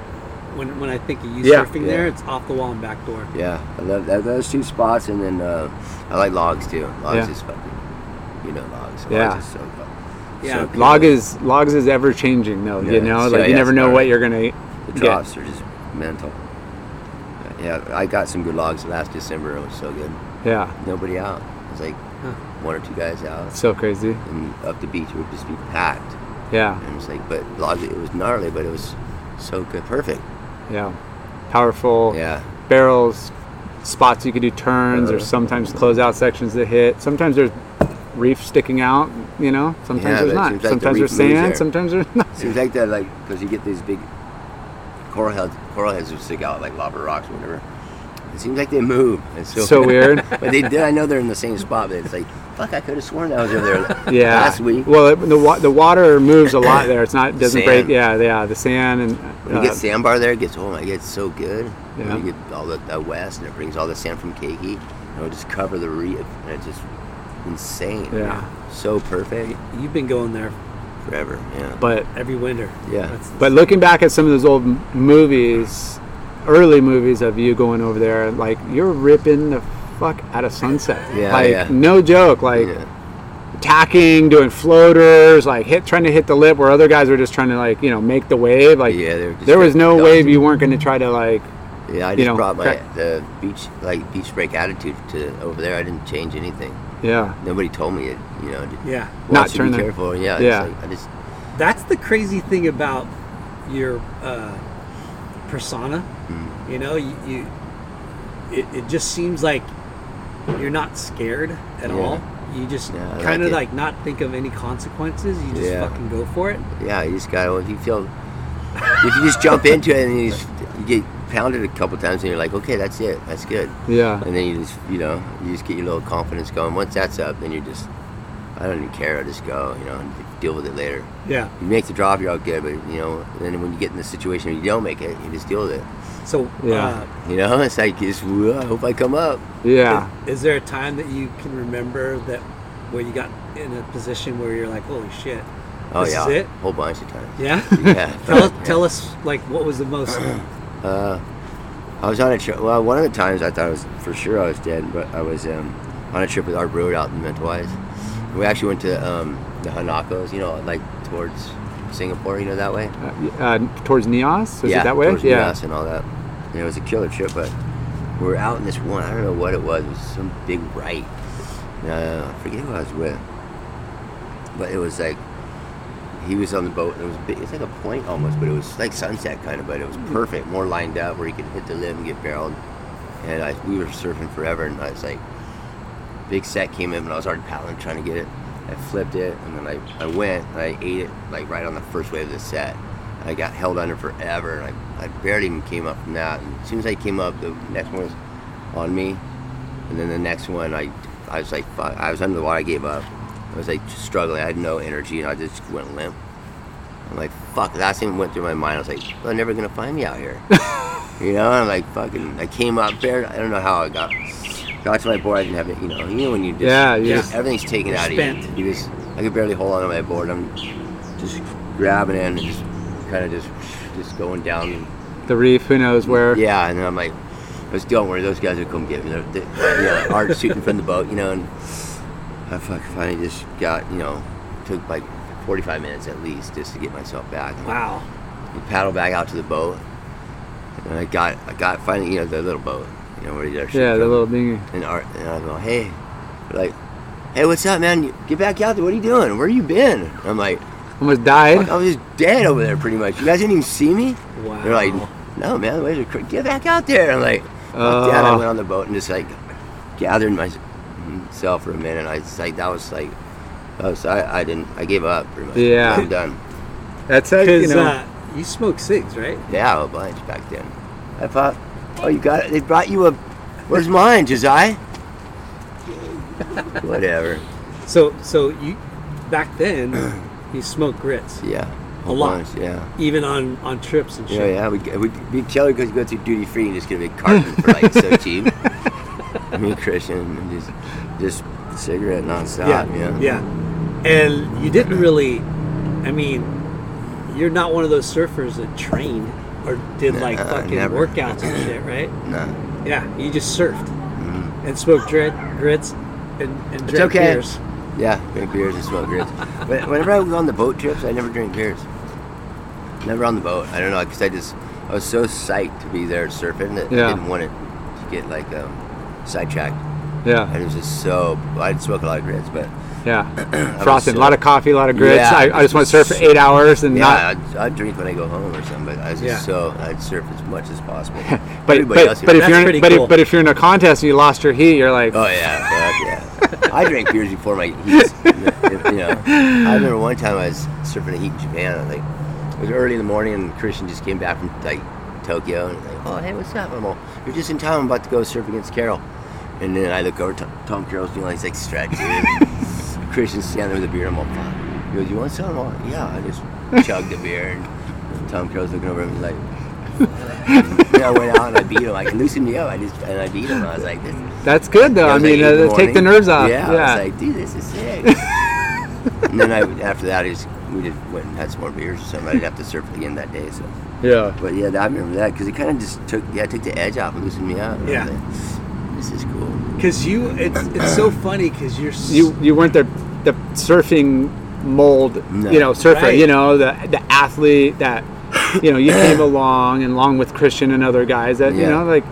S1: when when I think of you
S3: Yeah.
S1: surfing
S5: Yeah.
S1: there, it's off the wall and back door.
S5: Yeah, I love that, those two spots, and then uh, I like logs too. Logs
S3: Yeah.
S5: is fucking, you know, logs. Logs
S3: Yeah.
S5: is so fun.
S1: Yeah.
S5: cool.
S3: log is logs is ever changing though.
S5: Yeah,
S3: You know,
S5: so
S3: like you
S5: yeah,
S3: never
S5: it's
S3: know
S5: not-
S3: what you're gonna
S5: The
S3: get.
S5: drops are just mental. Yeah, I got some good logs last December. It was so good.
S3: Yeah.
S5: Nobody out. It was like one or two guys out.
S3: So crazy.
S5: And up the beach would just be packed.
S3: Yeah.
S5: And it was like, but logs, it was gnarly, but it was so good, perfect.
S3: Yeah, powerful.
S5: Yeah.
S3: barrels, spots you could do turns, or
S5: Uh.
S3: sometimes closeout sections that hit. Sometimes there's reef sticking out. You know, sometimes
S5: Yeah,
S3: there's
S5: but it
S3: not.
S5: seems like the
S3: sometimes
S5: reef
S3: there's
S5: moves
S3: sand.
S5: there.
S3: Sometimes there's not.
S5: Seems like that, like, because you get these big coral heads, coral heads that stick out like lava rocks or whatever. It seems like they move. It's so,
S3: So weird.
S5: but they did. I know they're in the same spot, but it's like, fuck, I could have sworn I was over there
S3: Yeah.
S5: last week.
S3: Well, it, the wa- the water moves a lot there. It's not it doesn't break.
S5: Sand.
S3: Yeah, yeah. The sand and
S5: When you
S3: uh,
S5: get sandbar there, it gets oh my, it gets so good.
S3: Yeah.
S5: Yeah. You get all the, the west, and it brings all the sand from Keiki, and it'll just cover the reef, and it's just insane.
S3: Yeah.
S5: so perfect
S1: You've been going there
S5: forever. Yeah,
S3: but
S1: every winter.
S5: Yeah.
S1: That's-
S3: But looking back at some of those old m- movies, early movies of you going over there, like you're ripping the fuck out of sunset.
S5: Yeah,
S3: like
S5: yeah.
S3: no joke. Like tacking, doing floaters, like hit trying to hit the lip where other guys were just trying to like you know make the wave. Like
S5: Yeah, they were just
S3: there was no
S5: getting
S3: wave you weren't going to try to like.
S5: yeah. I
S3: you
S5: just
S3: know,
S5: brought my
S3: crack-
S5: the beach like beach break attitude to over there. I didn't change anything.
S3: Yeah.
S5: Nobody told me it. You know. to-
S1: Yeah.
S5: watch
S3: Not
S5: and
S3: turn
S5: be
S3: the-
S5: careful. Yeah. it's
S3: yeah.
S5: like, I just
S1: That's the crazy thing about your uh, persona.
S5: Mm.
S1: You know, you, you it, it just seems like you're not scared at
S5: Yeah.
S1: all. You just
S5: Yeah, I like
S1: kind of
S5: it.
S1: like not think of any consequences. You just
S5: Yeah.
S1: fucking go for it.
S5: yeah. You just gotta if you feel if you just jump into it and you, just, you get pounded a couple times and you're like, okay, that's it. That's good.
S3: Yeah.
S5: And then you just, you know, you just get your little confidence going. Once that's up, then you just, I don't even care. I just go, you know, and deal with it later.
S1: Yeah.
S5: You make the drop, you're all good, but you know, then when you get in the situation where you don't make it, you just deal with it.
S1: So, uh,
S3: Yeah.
S5: You know, it's like, it's, "Whoa, I hope I come up. Ah.
S3: Yeah.
S1: uh, is there a time that you can remember that where you got in a position where you're like, holy shit,
S5: Oh
S1: this
S5: yeah,
S1: is it?
S5: a whole bunch of times.
S1: Yeah.
S5: Yeah.
S1: tell us, tell us, like, what was the most?
S5: Uh, I was on a trip. Well, one of the times I thought I was for sure I was dead, but I was um, on a trip with Art Brewer out in Mentawais. We actually went to um, the Hanakos, you know, like towards Singapore, you know, that way.
S3: Uh, uh, towards Neos, is it that way?
S5: towards Minas and all that. And it was a killer trip, but we were out in this one. I don't know what it was. It was some big right. Uh, I forget who I was with, but it was like he was on the boat. and It was big, it was like a point almost, but it was like sunset kind of. But it was
S3: Hmm.
S5: perfect, more lined up where he could hit the lip and get barreled. And I, we were surfing forever, and I was like, big set came in, and I was already paddling trying to get it. I flipped it, and then I, I went and I ate it like right on the first wave of the set. I got held under forever, and I, I barely even came up from that. And as soon as I came up, the next one was on me, and then the next one, I, I was like, fuck, I was under the water, I gave up. I was like struggling, I had no energy, and I just went limp. I'm like, fuck. Last thing that went through my mind, I was like, they're never gonna find me out here. you know, I'm like, fucking. I came up there. I don't know how I got got to my board. I didn't have it. You know, you know when you just
S3: Yeah, you just-
S5: everything's taken out of
S3: Spent.
S5: you. You just I could barely hold on to my board. I'm just grabbing in and just kind of just just going down.
S3: The reef, who knows where.
S5: Yeah, and then I'm like, let's don't worry, those guys will come get me. They're, they, you know, art shooting from the boat, you know, and I fuck- finally just got, you know, took like 45 minutes at least just to get myself back.
S1: Wow.
S5: And paddle back out to the boat, and I got, I got finally, you know, the little boat, you know, where they're
S3: Yeah,
S5: shooting
S3: the
S5: from.
S3: little dinghy.
S5: And art, and I go, hey, they're like, hey, what's up, man? You- Get back out there. What are you doing? Where you been? And I'm like,
S3: almost died.
S5: I was just dead over there, pretty much. You guys didn't even see me.
S1: Wow.
S5: They're like, no, man, where's your cr- get back out there? I'm like, fuck that. I
S3: Oh.
S6: Uh.
S5: went on the boat and just like gathered myself for a minute. I was like, that was like, I was, I, I didn't, I gave up pretty much.
S3: Yeah.
S5: I'm done.
S3: That's how you know.
S6: uh, you smoke cigs, right?
S5: Yeah, a bunch back then. I thought, oh, you got it. They brought you a. Where's mine, Josiah? Whatever.
S6: So so you back then you smoked grits.
S5: Yeah.
S6: A lot.
S5: Bunch, yeah.
S6: Even on on trips and
S5: Yeah,
S6: shit.
S5: yeah. We we we tell her because we go through duty free and just get a big carton for like so cheap. Me, and Christian, and just just cigarette nonstop. Yeah.
S6: yeah. yeah. And you didn't really I mean, you're not one of those surfers that trained or did like
S5: Nuh-uh,
S6: fucking
S5: never.
S6: workouts and shit, right?
S5: No.
S6: Yeah, you just surfed and smoked dread, grits and, and
S5: Mm-hmm. It's
S6: drank
S5: okay.
S6: beers.
S5: Yeah, drink beers and smoke grits. but whenever I was on the boat trips, I never drink beers. Never on the boat. I don't know because I just I was so psyched to be there surfing that
S3: Yeah.
S5: I didn't want it to get like um, sidetracked.
S3: Yeah.
S5: And it was just so I'd smoke a lot of grits, but I
S3: Yeah.
S5: was
S3: Frosting, a lot of
S5: so-
S3: coffee, a lot of grits.
S5: Yeah,
S3: I, I just want to surf for
S5: so-
S3: eight hours and
S5: yeah,
S3: not.
S5: I'd, I'd drink when I go home or something. But I was just
S3: Yeah.
S5: so I'd surf as much as possible.
S3: But,
S5: Everybody
S3: but,
S5: else-
S3: but if you're in, but, if, but if you're in a contest and you lost your heat, you're like,
S5: Oh yeah, fuck yeah. I drank beers before my heats. You know, I remember one time I was surfing a heat in Japan. I was like, it was early in the morning, and Christian just came back from like Tokyo, and like, oh hey, what's up? I'm all, you're just in town. I'm about to go surf against Carol, and then I look over. Tom, Tom Carroll's doing all these like stretches. and Christian's standing there with a beer. I'm all, fuck. He goes, you want some? I'm all, yeah. I just chugged the beer, and Tom Carroll's looking over at me like. and I went out and I beat him. I loosened me up. I just and I beat him. I was like, this,
S3: that's good though.
S5: yeah, it
S3: I
S5: was like
S3: mean,
S5: eight in
S3: uh, take the
S5: morning.
S3: nerves off.
S5: Yeah,
S3: Yeah.
S5: I was like, dude, this is sick. and then I, after that, I just, we just went and had some more beers or something. I didn't have to surf again that day, so.
S3: Yeah.
S5: But yeah, I remember that because it kind of just took, yeah, it took the edge off and loosened me up.
S6: Yeah.
S5: I was like, this is cool.
S6: Cause you, it's, it's so funny because you're s-
S3: you you weren't the the surfing mold,
S5: No.
S3: you know, surfer.
S6: Right.
S3: You know, the the athlete that you know you came along and along with Christian and other guys that you
S5: Yeah.
S3: know like.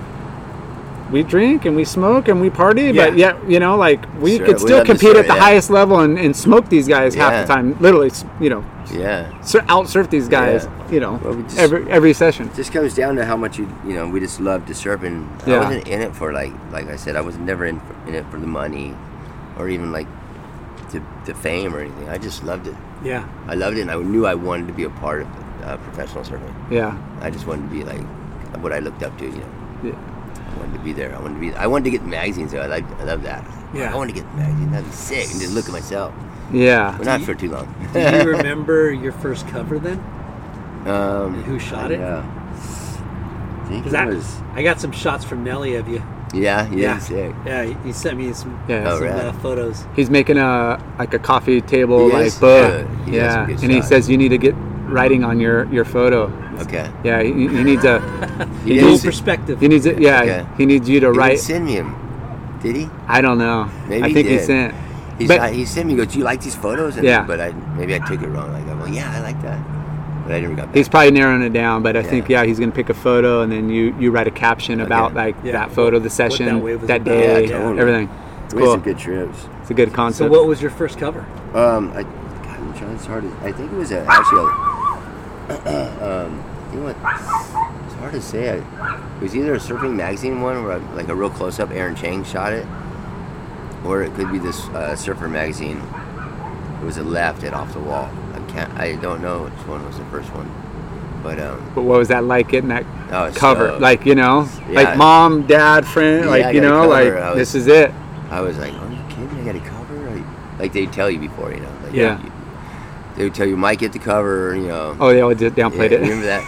S3: We drink and we smoke and we party, but
S6: Yeah.
S3: yet you know, like we
S5: Sure,
S3: could
S5: we
S3: still
S5: love to
S3: compete
S5: surf,
S3: at the
S5: yeah.
S3: highest level and, and smoke these guys
S5: Yeah.
S3: half the time. Literally, s- you know,
S5: Yeah.
S3: sur- out surf these guys. You know,
S5: Well, we just-
S3: every every session.
S5: It just comes down to how much you, you know, we just love to surf. And
S3: Yeah.
S5: I wasn't in it for, like, like I said, I was never in, in it for the money or even, like, the, the fame or anything. I just loved it.
S6: yeah.
S5: I loved it, and I knew I wanted to be a part of uh, professional surfing.
S3: Yeah.
S5: I just wanted to be like what I looked up to, you know.
S3: Yeah.
S5: I wanted to be there. I wanted to be. I wanted to get the magazines. though. I like. I love that.
S6: Yeah.
S5: I wanted to get the magazine. That'd be sick. And just look at myself.
S3: Yeah.
S5: Well, not for too long.
S6: Do you remember your first cover then?
S5: um,
S6: Who shot it?
S5: Yeah. I think
S6: Because
S5: it
S6: I,
S5: was.
S6: I got some shots from Nelly of you.
S5: Yeah. Yeah.
S6: Yeah.
S5: Sick.
S6: Yeah, he- he sent me some,
S3: Yeah.
S5: Oh,
S6: some
S5: rad.
S6: uh, photos.
S3: He's making a like a coffee table
S5: He
S3: like
S5: is?
S3: book.
S5: Yeah, he has
S3: yeah,
S5: some good
S3: and he
S5: shots.
S3: says you need to get writing on your your photo.
S5: Okay.
S3: Yeah, he, he needs a
S5: He
S3: he
S5: didn't
S6: Dual
S3: needs,
S5: see-
S6: perspective.
S3: he needs it. Yeah,
S5: Okay.
S3: he needs you to
S5: He didn't
S3: write.
S5: send me him. Did he?
S3: I don't know.
S5: Maybe
S3: I
S5: he
S3: think he,
S5: did.
S3: sent.
S5: He's,
S3: But-
S5: I, he sent me. He goes, "Do you like these photos?" And,
S3: Yeah.
S5: But I maybe I took it wrong. Like, I'm like, yeah, I like that. But I never got back.
S3: He's probably narrowing it down, but I
S5: Yeah.
S3: think yeah, he's gonna pick a photo and then you you write a caption about like
S6: Yeah.
S3: that photo, the
S6: that
S3: session,
S6: wave was
S3: that
S6: about.
S3: day,
S5: Yeah, totally.
S3: everything. It's
S5: we had
S3: cool.
S5: some good trips.
S3: It's a good
S6: So
S3: concept.
S6: what was your first cover?
S5: Um, I, God, I'm trying as hard as I think it was a, actually. A, um, you know what? It's hard to say. I, it was either a surfing magazine one where I, like a real close up, Aaron Chang shot it, or it could be this uh, surfer magazine. It was a left at off the wall. I can't. I don't know which one was the first one, but um,
S3: but what was that like getting that
S5: Oh, it's
S3: cover?
S5: so-
S3: like you know,
S5: Yeah.
S3: like mom, dad, friend,
S5: Yeah, I
S3: like you
S5: got a
S3: know,
S5: cover.
S3: like
S5: I
S3: this
S5: was-
S3: is it.
S5: I was like, "Are you kidding? I got a cover." Like, like they tell you before, you know. Like,
S3: Yeah.
S5: you- they would tell you, Mike, get the cover, you know.
S3: Oh, they always did- downplayed
S5: Yeah,
S3: it.
S5: Remember that?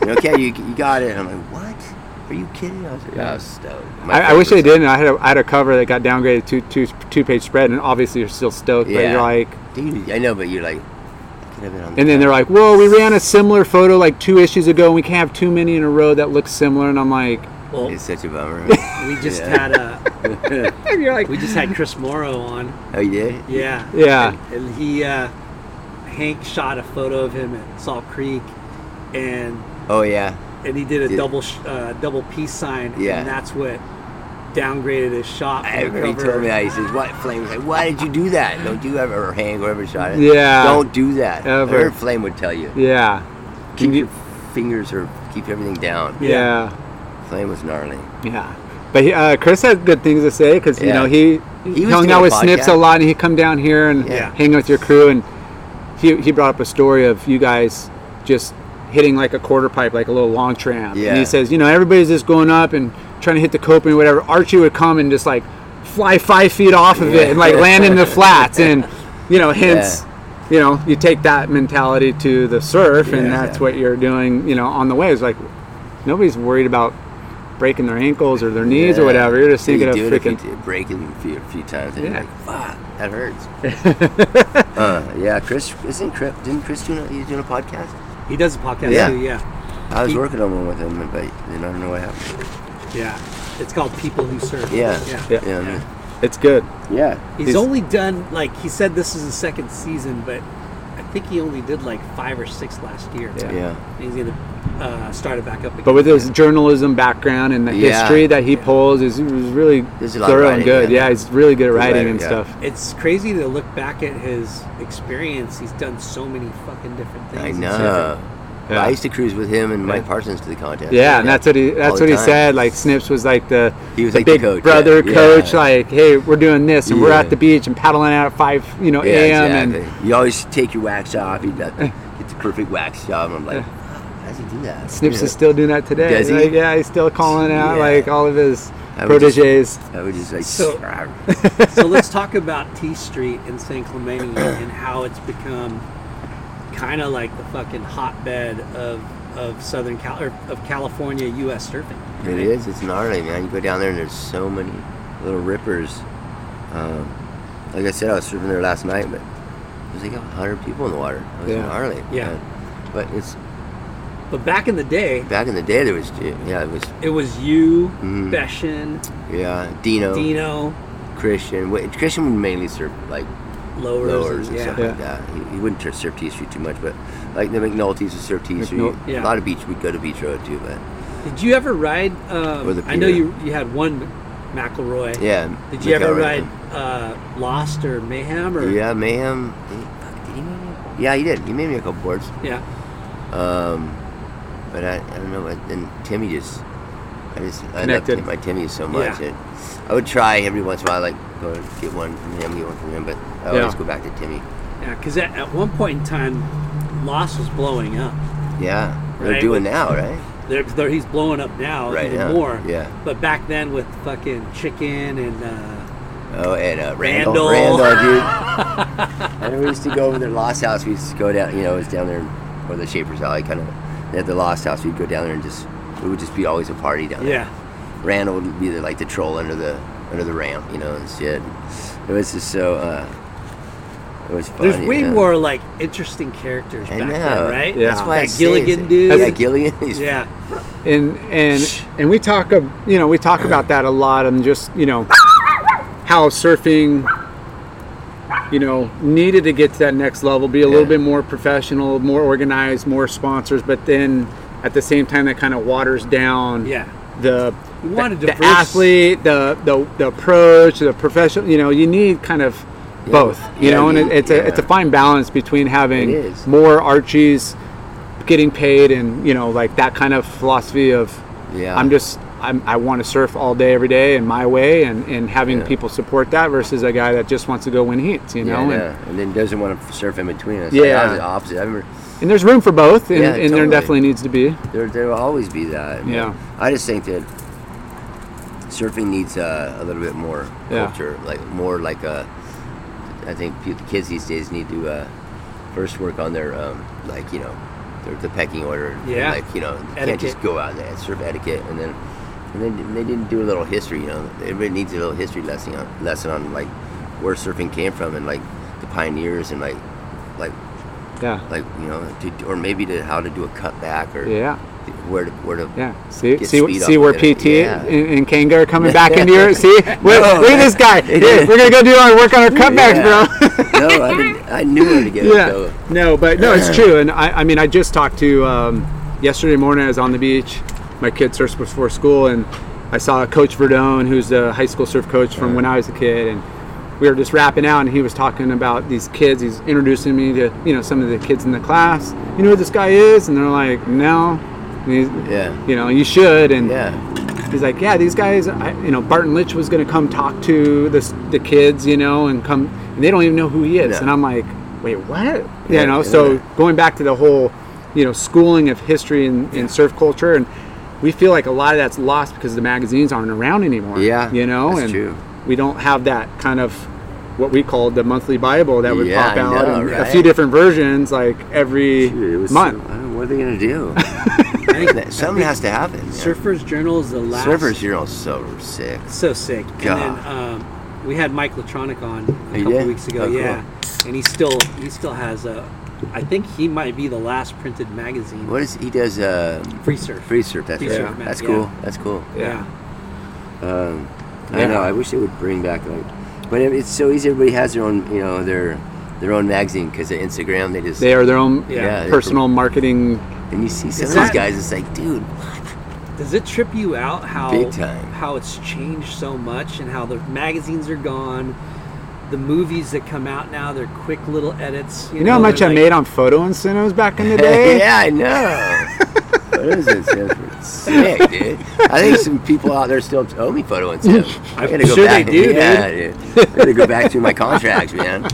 S5: You know, okay, you, you got it. And I'm like, what? Are you kidding? I was like, I was stoked. My
S3: I, I wish they
S5: favorite-
S3: didn't. I had a, I had a cover that got downgraded to two two page spread, and obviously you're still stoked. But
S5: Yeah.
S3: you're like,
S5: Dude, I know, but you're like, I could have been on
S3: and then they're like, "Whoa, we ran a similar photo like two issues ago, and we can't have too many in a row that look similar." And I'm like,
S6: Well,
S5: It's such a bummer.
S6: we just
S5: Yeah.
S6: had a.
S3: You're like-
S6: we just had Chris Morrow on.
S5: Oh, you did?
S6: Yeah.
S3: Yeah.
S6: And, and he, uh, Hank, shot a photo of him at Salt Creek, and
S5: Oh, yeah.
S6: and he did a
S5: Did-
S6: double sh- uh, double peace sign.
S5: Yeah.
S6: And that's what downgraded his shot. from the
S5: Everybody
S6: cover.
S5: told me that. He says, "What Flame? Was like, why did you do that? Don't you ever, or Hank, whoever shot it.
S3: Yeah.
S5: Don't do that.
S3: Ever.
S5: I heard Flame would tell you.
S3: "Yeah,
S5: Keep your fingers or keep everything down.
S3: yeah."
S5: Flame was gnarly.
S3: Yeah, but he, uh, Chris had good things to say because you
S5: Yeah.
S3: know he
S5: He
S3: he
S5: was
S3: hung
S5: doing
S3: out
S5: a
S3: with Snips a
S5: podcast.
S3: lot, and he'd come down here and
S5: Yeah.
S3: hang with your crew. And he he brought up a story of you guys just hitting like a quarter pipe, like a little long tramp. And
S5: Yeah.
S3: he says, you know, everybody's just going up and trying to hit the coping, whatever. Archie would come and just like fly five feet off of it and like
S5: Yeah.
S3: land in the flats, and you know, hence.
S5: Yeah.
S3: You know, you take that mentality to the surf, and
S5: Yeah.
S3: that's what you're doing. You know, on the waves, like nobody's worried about breaking their ankles or their knees or
S5: Yeah.
S3: whatever. You're just
S5: You
S3: thinking of
S5: do it if you
S3: freaking.
S5: do- break it a few, a few times. And
S3: Yeah.
S5: you're like, fuck, that hurts. uh, yeah, Chris, isn't Chris, didn't Chris do a, he's doing a podcast?
S6: He does a podcast
S5: Yeah.
S6: too. Yeah.
S5: I was working on one with him, but then I don't know what happened.
S6: Yeah. It's called People Who Serve.
S5: Yeah.
S6: Yeah.
S5: Yeah. I mean,
S3: It's good.
S5: yeah.
S6: He's,
S3: He's-
S6: only done like he said this is the second season, but I think he only did like five or six last year.
S3: Yeah.
S5: Yeah.
S6: And he's gonna uh, start it back up again.
S3: But with his journalism background and the
S5: Yeah.
S3: history that he pulls is, is really
S5: There's a lot of
S3: thorough and
S5: writing,
S3: good.
S5: yeah.
S3: Yeah, he's really good at
S5: Good
S3: writing
S5: writer,
S3: and
S5: yeah.
S3: stuff.
S6: it's crazy to look back at his experience. He's done so many fucking different things.
S5: I
S6: It's
S5: know.
S3: Yeah.
S5: I used to cruise with him and Mike Parsons to the contest.
S3: Yeah, and that's what he that's
S5: All
S3: what
S5: the
S3: he
S5: time.
S3: said. Like Snips was like the,
S5: He was
S3: the
S5: like the
S3: big
S5: coach,
S3: brother
S5: yeah.
S3: coach.
S5: Yeah.
S3: Like, hey, we're doing this, and we're
S5: Yeah.
S3: at the beach and paddling out at five, you know,
S5: Yeah,
S3: a.m.
S5: exactly. you always take your wax off. You got get the perfect wax job. I'm like, how does he do that?
S3: And Snips
S5: Yeah.
S3: is still doing that today.
S5: Does he?
S3: Like, yeah, he's still calling out
S5: Yeah.
S3: like all of his
S5: I would just-
S3: proteges.
S5: I would just like.
S6: So- so let's talk about T Street in San Clemente and how it's become kind of like the fucking hotbed of of Southern Cal- or of California U.S. surfing.
S5: it is. It's gnarly, man. You go down there and there's so many little rippers. Um, like I said, I was surfing there last night, but there's like hundred people in the water. It was
S3: Yeah.
S5: gnarly.
S6: Yeah.
S5: man. But it's
S6: But back in the day,
S5: back in the day. There was yeah, it was
S6: it was you,
S5: Mhm.
S6: Beshin,
S5: yeah, Dino,
S6: Dino,
S5: Christian. Wait, Christian would mainly surf like
S6: Lowers,
S5: lowers
S6: and,
S5: and
S6: yeah.
S5: stuff like
S3: Yeah.
S5: that. He, he wouldn't surf surf T Street too much, but like the McNulty's would surf T Street.
S3: McNul-
S6: Yeah.
S5: A lot of beach. We'd go to Beach Road too, but
S6: Did you ever ride? Um,
S5: Or the
S6: I know
S5: Peter.
S6: you you had one McElroy.
S5: yeah.
S6: Did you ever
S5: McElroy.
S6: ride uh, Lost or Mayhem or
S5: Yeah, Mayhem. Did he, fuck, did he make me? Yeah, he did. He made me a couple boards.
S6: yeah.
S5: Um, but I, I don't know. I, and Timmy just, I just I love
S3: Connected.
S5: Tim, my Timmy so much.
S6: Yeah.
S5: And I would try every once in a while, like go and get one from him, get one from him, but I
S3: Yeah.
S5: always go back to Timmy.
S6: Yeah, because at, at one point in time, Lost was blowing up.
S5: Yeah, they're
S6: Right,
S5: doing
S6: but-
S5: now, right?
S6: They're, they're, he's blowing up now
S5: Right
S6: even
S5: now,
S6: more.
S5: yeah.
S6: But back then with fucking chicken and uh,
S5: Oh, and uh, Randall.
S6: Randall.
S5: Randall, dude. I know we used to go over to their lost house. We used to go down, you know, it was down there, or the Shaper's Alley, kind of. And at the lost house, we'd go down there and just, it would just be always a party down there.
S6: yeah,
S5: Randall would be the, like the troll under the under the ramp, you know, and shit. It was just so, uh, it was fun.
S6: there's
S5: you
S6: way
S5: know?
S6: more like interesting characters
S5: I
S6: back
S5: know.
S6: then, right?
S3: Yeah.
S5: That's why I
S6: That
S5: say it's-
S6: Gilligan dude.
S5: Yeah, Gilligan. He's
S6: Yeah,
S3: and and and we talk of you know we talk about that a lot and just you know how surfing you know needed to get to that next level be a little
S5: Yeah.
S3: bit more professional more organized more sponsors but then at the same time that kind of waters down
S6: Yeah.
S3: the
S6: You want a
S3: the, the
S6: diverse-
S3: athlete the, the the approach the professional you know you need kind of both you
S5: Yeah,
S3: know and
S5: you-
S3: it, it's a it's a
S5: yeah.
S3: fine balance between having
S5: It is.
S3: more archies getting paid and you know like that kind of philosophy of
S5: Yeah.
S3: i'm just I'm, i want to surf all day every day in my way and, and having
S5: Yeah.
S3: people support that versus a guy that just wants to go win heats you
S5: Yeah,
S3: know
S5: I
S3: and,
S5: know. and then doesn't want to surf in between us. Like, I
S3: Yeah.
S5: was the opposite. I remember
S3: and there's room for both and,
S5: Yeah,
S3: and there
S5: totally.
S3: definitely needs to be
S5: There, there will always be that.
S3: Yeah.
S5: I just think that surfing needs uh, a little bit more
S3: Yeah.
S5: culture, like more like a. I think pe- the kids these days need to uh, first work on their um, like you know their the pecking order.
S6: Yeah.
S5: like you know you can't
S6: Etiquette.
S5: just go out there and serve etiquette and then and then they didn't do a little history. You know everybody needs a little history lesson on lesson on like where surfing came from and like the pioneers and like like
S3: Yeah.
S5: like you know to, or maybe to how to do a cutback or
S3: Yeah.
S5: where to where to
S3: Yeah. See,
S5: get
S3: see,
S5: speed
S3: see
S5: up
S3: where
S5: with it.
S3: PT
S5: Yeah.
S3: and, and Kanga are coming back into your. See, Wait,
S5: No,
S3: look at this guy.
S5: it
S3: Here,
S5: is.
S3: we're gonna go do our work on our cutbacks,
S5: Yeah.
S3: bro.
S5: no, I, didn't, I knew where to get it. though.
S3: No, but no, it's true. And I, I mean, I just talked to um, yesterday morning. I was on the beach. My kids surfed before school, and I saw Coach Verdone, who's a high school surf coach from
S5: Uh-huh.
S3: when I was a kid, and we were just wrapping out, and he was talking about these kids. He's introducing me to you know some of the kids in the class. You know who this guy is, and they're like, no. And he's,
S5: yeah.
S3: You know, you should. And
S5: yeah.
S3: he's like, yeah, these guys. I, you know, Barton Litch was going to come talk to the s- the kids, you know, and come, and they don't even know who he is.
S5: Yeah.
S3: And I'm like, wait, what?
S5: Yeah,
S3: you know
S5: yeah.
S3: so going back to the whole you know schooling of history and, and surf culture and we feel like a lot of that's lost because the magazines aren't around anymore
S5: Yeah,
S3: you know
S5: that's
S3: and
S5: true.
S3: we don't have that kind of what we called the monthly bible that would
S5: Yeah,
S3: pop
S5: I
S3: out
S5: know,
S3: and a
S5: right?
S3: few different versions like every
S5: Dude, it was
S3: month
S5: So, I don't know, what are they gonna do? That- Something has to happen. man.
S6: Surfer's Journal is the last.
S5: Surfer's Journal's so sick.
S6: So sick. And
S5: God.
S6: then um, we had Mike Latronic on a
S5: You
S6: couple
S5: did?
S6: weeks ago.
S5: Oh, cool.
S6: yeah, and he still he still has a. I think he might be the last printed magazine.
S5: What is he does? Uh,
S6: Free surf.
S5: Free surf. That's
S6: Free
S5: right.
S6: surf, man,
S5: That's
S6: yeah.
S5: cool. That's cool.
S6: Yeah.
S5: Um, I
S3: Yeah.
S5: don't know. I wish they would bring back like, but it- it's so easy. Everybody has their own, you know, their their own magazine because of Instagram. They just
S3: they are their own
S5: Yeah.
S3: personal marketing
S5: And you see some
S6: Is
S5: of these
S6: that-
S5: guys. It's like, dude,
S6: Does it trip you out how
S5: Big time.
S6: how it's changed so much and how the magazines are gone? The movies that come out now, they're quick little edits.
S3: you know how much
S6: they're
S3: i
S6: like-
S3: made on photo incentives back in the day
S5: yeah, I know. what is this? That's Sick, dude. I think some people out there still owe me photo and stuff.
S6: I'm
S5: gotta go
S6: sure
S5: back.
S6: they do,
S5: yeah, dude. I gotta go back to my contracts, man.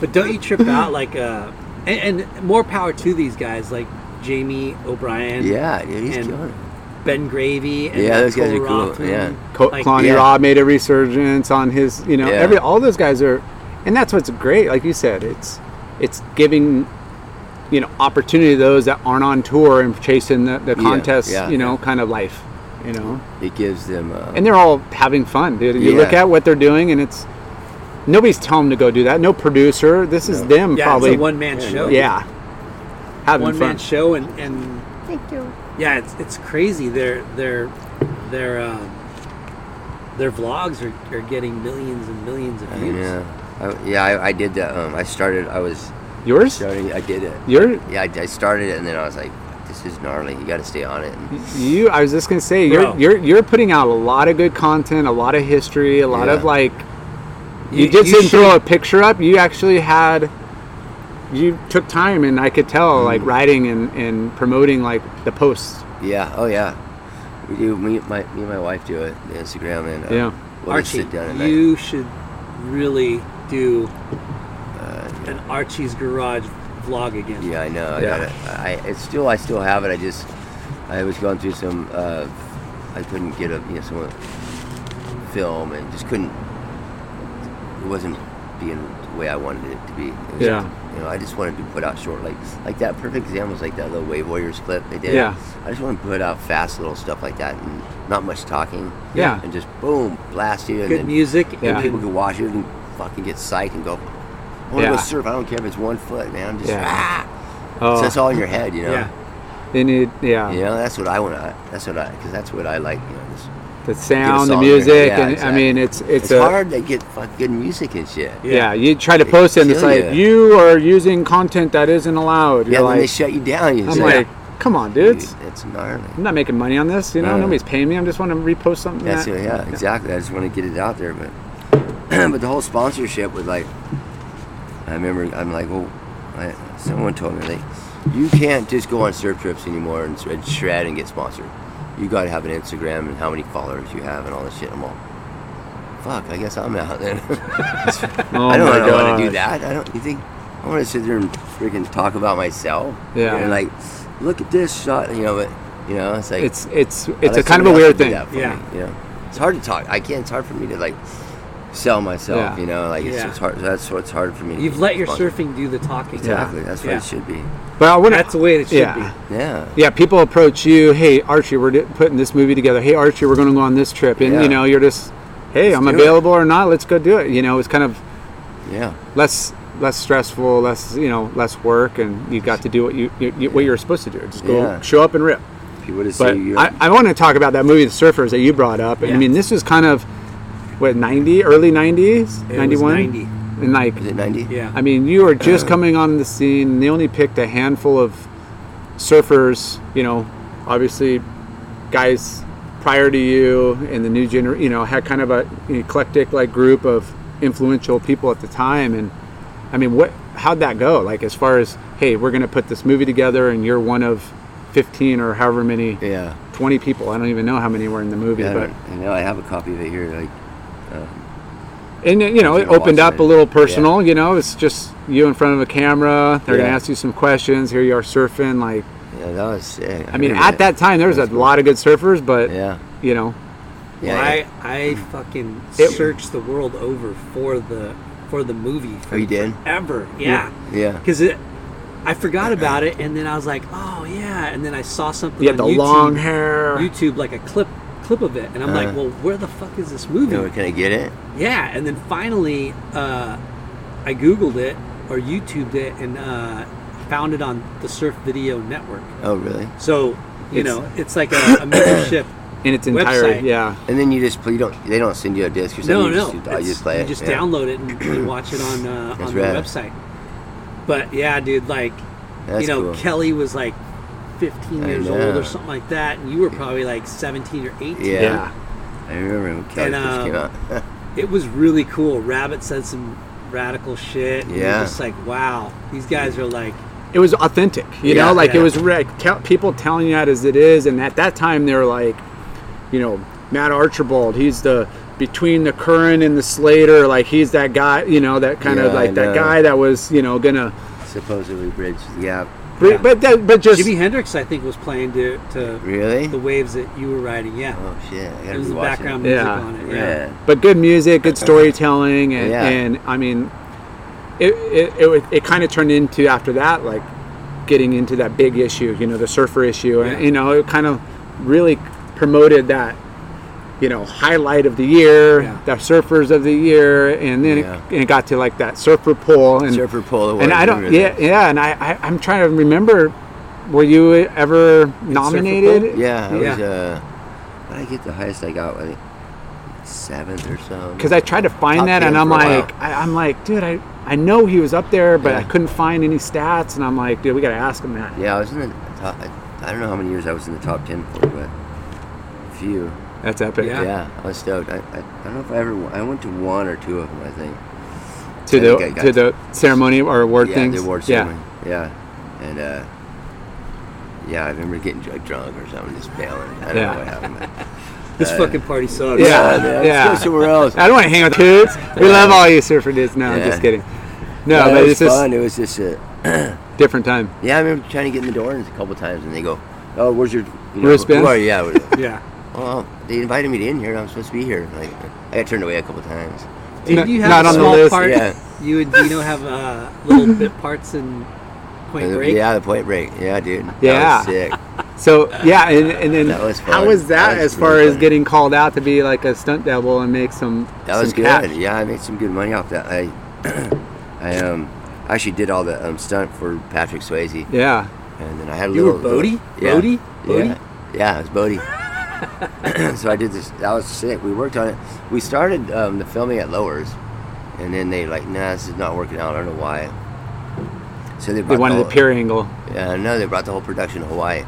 S6: But don't you trip out like uh and, and more power to these guys like Jamie O'Brien.
S5: Yeah, dude, he's
S6: and
S5: killing it.
S6: Ben Gravy. And
S5: Yeah, those guys
S6: Cole
S5: are cool,
S6: Rothman.
S5: yeah.
S3: Co-
S6: Like,
S3: Kalani
S5: yeah.
S3: Raw made a resurgence on his, you know,
S5: Yeah.
S3: every all those guys are, and that's what's great. Like you said, it's it's giving, you know, opportunity to those that aren't on tour and chasing the, the
S5: Yeah,
S3: contests,
S5: yeah.
S3: you know, kind of life, you know,
S5: It gives them. Uh,
S3: and they're all having fun. Dude. You look
S5: Yeah.
S3: at what they're doing, and it's nobody's telling them to go do that. No producer. This is them
S6: Yeah,
S3: probably.
S6: it's a one man show.
S3: yeah, having
S6: One
S3: fun.
S6: man show and, and Yeah, it's it's crazy. Their their their um their vlogs are, are getting millions and millions of views.
S5: yeah, I, yeah. I, I did that. Um, I started. I was
S3: Yours,
S5: starting. I did it.
S3: your,
S5: Yeah, I, I started it, and then I was like, this is gnarly. You got to stay on it. And,
S3: you. I was just gonna say
S6: Bro.
S3: you're you're you're putting out a lot of good content, a lot of history, a lot
S5: Yeah.
S3: of like you,
S6: You-
S3: just
S6: you
S3: didn't throw a picture up you actually had you took time and i could tell like
S5: Mm.
S3: writing and, and promoting like the posts
S5: yeah. Oh yeah. We do. Me, my, me and my wife do it. The Instagram and uh,
S3: Yeah.
S5: We'll just
S6: Archie,
S5: sit down and like,
S6: you should really do
S5: Uh,
S6: an Archie's Garage vlog again.
S5: Yeah, I know. I
S3: Yeah.
S5: got it. I it's still I still have it. I just I was going through some. Uh, I couldn't get a you know some film and just couldn't. It wasn't being the way I wanted it to be. It was,
S3: Yeah.
S5: You know, I just wanted to put out short like like that. Perfect example is like that little Wave Warriors clip they did.
S3: Yeah.
S5: I just want to put out fast little stuff like that and not much talking.
S3: Yeah.
S5: And just boom, blast you. and
S6: Good
S5: then-
S6: music.
S3: Yeah.
S5: and people can watch it and fucking get psyched and go, I want to
S3: Yeah.
S5: go surf. I don't care if it's one foot, man. I'm just,
S3: Yeah.
S5: ah.
S3: Oh.
S5: So that's all in your head, you know?
S6: Yeah.
S3: they need yeah,
S5: You know, that's what I want to, that's what I, because that's what I like, you know, just
S3: the
S5: get a
S3: sound the
S5: song in your-
S3: music
S5: yeah,
S3: and
S5: exactly.
S3: i mean it's it's,
S5: it's
S3: a
S5: hard to get fucking good music and shit.
S3: yeah. you try to post it and it's
S5: kill
S3: like you are using content that isn't allowed
S5: Yeah,
S3: you're
S5: when they
S3: like
S5: shut you down, you
S3: i'm
S5: just
S3: like come on
S5: dude,
S3: dudes
S5: it's gnarly.
S3: i'm not making money on this you know
S5: No.
S3: nobody's paying me i'm just want to repost something
S5: That's
S3: that,
S5: it, yeah, exactly. I just want to get it out there, but but the whole sponsorship was like, I remember I'm like, well, I, someone told me like, you can't just go on surf trips anymore and, and shred and get sponsored. You got to have an Instagram and how many followers you have and all this shit. I'm all, fuck. I guess I'm out then.
S3: oh
S5: I don't
S3: my
S5: want to
S3: gosh.
S5: do that. I don't. You think I want to sit there and freaking talk about myself?
S3: Yeah.
S5: And like, look at this shot. You know, but you know, it's like
S3: it's it's
S5: I
S3: it's a
S5: like
S3: kind of a
S5: somebody
S3: weird
S5: else to do
S3: thing
S5: that for
S6: Yeah.
S5: me, you know? it's hard to talk. I can't. It's hard for me to like sell myself.
S6: Yeah.
S5: You know, like it's,
S6: Yeah.
S5: it's hard. That's what's hard for me. to
S6: You've let your
S5: sponsor.
S6: surfing do the talking.
S5: Exactly. That's what
S6: Yeah.
S5: it should be.
S3: But I wonder,
S6: That's the way it should
S3: yeah.
S5: be. Yeah.
S3: Yeah, people approach you, hey Archie, we're do- putting this movie together. Hey Archie, we're going to go on this trip, and
S5: Yeah.
S3: you know, you're just, hey,
S5: Let's
S3: I'm
S5: do it.
S3: available or not. Let's go do it. You know, it's kind of
S5: Yeah.
S3: less less stressful, less you know, less work, and you got to do what you, you, you what you're supposed to do. Just go
S5: Yeah.
S3: show up and rip.
S5: If you would have
S3: But
S5: seen you.
S3: I, I want to talk about that movie, The Surfers, that you brought up. I mean, this is kind of what 90, early 90s,
S6: was
S3: 91,
S6: 90.
S3: and like
S5: is it ninety?
S6: Yeah.
S3: I mean, you are
S5: Uh,
S3: just coming on the scene. and They only picked a handful of surfers, you know, obviously guys prior to you and the new gener, you know, had kind of a eclectic like group of influential people at the time. And I mean, what, how'd that go? Like, as far as, hey, we're going to put this movie together and you're one of 15 or however many,
S5: Yeah.
S3: 20 people. I don't even know how many were in the movie,
S5: Yeah, I,
S3: but
S5: don't- I know. I have a copy of it here. Like,
S3: and uh, you know
S5: If
S3: it
S5: you're
S3: opened
S5: watching
S3: up
S5: it,
S3: a little personal you know it's just you in front of a camera they're
S5: Yeah.
S3: gonna ask you some questions here you are surfing like
S5: yeah, that was sick.
S3: i mean
S5: remember
S3: at that time there was a lot of good surfers but
S5: Yeah.
S3: you know
S5: Yeah.
S6: I I fucking
S3: It-
S6: searched the world over for the for the movie
S5: Oh, you did?
S6: ever. Yeah.
S5: Yeah.
S6: Because it, I forgot about it, and then I was like, oh yeah, and then I saw something.
S3: you had the
S6: on YouTube,
S3: long hair
S6: YouTube like a clip clip of it, and I'm like, well, where the fuck is this movie?
S5: You know, can I get it?
S6: Yeah, and then finally, uh, I googled it or YouTubed it and uh, found it on the Surf Video Network.
S5: Oh, really?
S6: So you
S3: It's-
S6: know, it's like a, a membership.
S3: in its entirety
S6: Website.
S3: yeah
S5: And then you just play. You don't. They don't send you a disc or something.
S6: No,
S5: you
S6: no,
S5: Just,
S6: it's-
S5: do- you just play it. yeah.
S6: download it and, and watch it on uh,
S5: That's
S6: on their
S5: rad.
S6: website. But yeah, dude, like
S5: That's
S6: you know,
S5: cool.
S6: Kelly was like 15
S5: I
S6: years old
S5: know.
S6: or something like that, and you were probably like 17 or 18.
S5: Yeah.
S3: Yeah.
S5: I remember when Kelly
S6: And,
S5: first came
S6: um,
S5: out.
S6: It was really cool. Rabbit said some radical shit. and you're
S5: Yeah.
S6: just like wow, these guys are like
S3: it was authentic you
S5: Yeah.
S3: know like
S6: Yeah.
S3: it was re- tell, people telling you that as it is and at that time they were like you know matt archibald he's the between the current and the slater like he's that guy you know that kind
S5: Yeah,
S3: of
S5: I
S3: like that
S5: know.
S3: guy that was you know gonna
S5: Supposedly bridge the gap.
S3: but but, that, but just
S6: Jimi Hendrix. I think was playing to to
S5: Really?
S6: the waves that you were riding. Yeah,
S5: Oh shit! I
S6: there
S5: gotta
S6: was
S5: be
S6: the
S5: watching.
S6: background
S3: it.
S6: music
S3: Yeah.
S6: on it. Yeah.
S5: Yeah.
S3: but good music, good storytelling, and,
S5: Yeah.
S3: and I mean, it it, it, was- it kind of turned into after that like getting into that big issue, you know, the surfer issue, and
S6: Yeah.
S3: you know, it kind of really promoted that you know highlight of the year,
S6: Yeah.
S3: the surfers of the year, and then
S5: Yeah.
S3: it, and it got to like that surfer pull and
S5: Surfer Pole Award.
S3: and I don't
S5: remember
S3: yeah
S5: that.
S3: yeah, and I, I I'm trying to remember. Were you ever nominated?
S5: Yeah. I was.
S6: Yeah.
S5: Uh, what did I get the highest I got? I think seventh or so.
S3: because I tried to find
S5: Top
S3: that, and
S5: ten
S3: I'm
S5: for a while.
S3: like, I, I'm like, dude, I, I know he was up there, but I
S5: Yeah.
S3: couldn't find any stats, and I'm like, dude, we gotta ask him that.
S5: Yeah, I was in the top. I, I don't know how many years I was in the top ten for, but a few.
S3: That's epic.
S6: Yeah.
S5: Yeah, I was stoked. I, I, I don't know if I ever. I went to one or two of them. I think.
S3: To
S5: I
S3: the
S5: think I
S3: to
S5: got-
S3: the ceremony or award
S5: yeah,
S3: things.
S5: the award
S3: yeah.
S5: ceremony. Yeah, and uh, yeah, I remember getting dr- drunk or something, just bailing. I don't
S3: Yeah.
S5: know what happened. but-
S6: This fucking party sucks.
S3: Yeah,
S5: man, let's
S3: yeah.
S5: go somewhere else.
S3: I don't want to hang out with dudes. We love all you surfer dudes. No, I'm
S5: Yeah.
S3: just kidding. No,
S5: Yeah,
S3: but
S5: it was
S3: it's just
S5: fun. It was just a.
S3: different time.
S5: Yeah, I remember trying to get in the door a couple times, and they go, "Oh, where's your you
S3: Wristband?
S5: Who are you? Yeah. we're-
S6: Yeah.
S5: well, they invited me to in here, and I'm supposed to be here. Like, I got turned away a couple times.
S6: Did
S3: Not-
S6: you have
S3: not
S6: a
S3: on the
S6: small
S3: list,
S6: part?
S5: yeah.
S6: You and Dino have uh, little bit parts in Point
S5: Uh,
S6: Break.
S5: Yeah, the Point Break. Yeah, dude.
S3: Yeah.
S5: That was sick.
S3: So yeah, and, and then
S5: That was
S3: how
S5: fun.
S3: was that,
S5: That was
S3: as far
S5: really
S3: as
S5: fun.
S3: getting called out to be like a stunt double and make some
S5: That was
S3: some
S5: good.
S3: cash?
S5: Yeah, I made some good money off that. I, I um, actually did all the um, stunt for Patrick Swayze,
S3: Yeah.
S5: and then I had a
S6: You were
S5: little.
S6: Bodie?
S5: Yeah.
S6: Bodie?
S5: Yeah.
S6: Bodie?
S5: Yeah, it was Bodie. so I did this. That was sick. We worked on it. We started um, the filming at Lowers, and then they like, nah, this is not working out. I don't know why. So they,
S3: They
S5: brought
S3: wanted the
S5: whole-
S3: pure angle.
S5: Yeah, no, they brought the whole production to Hawaii.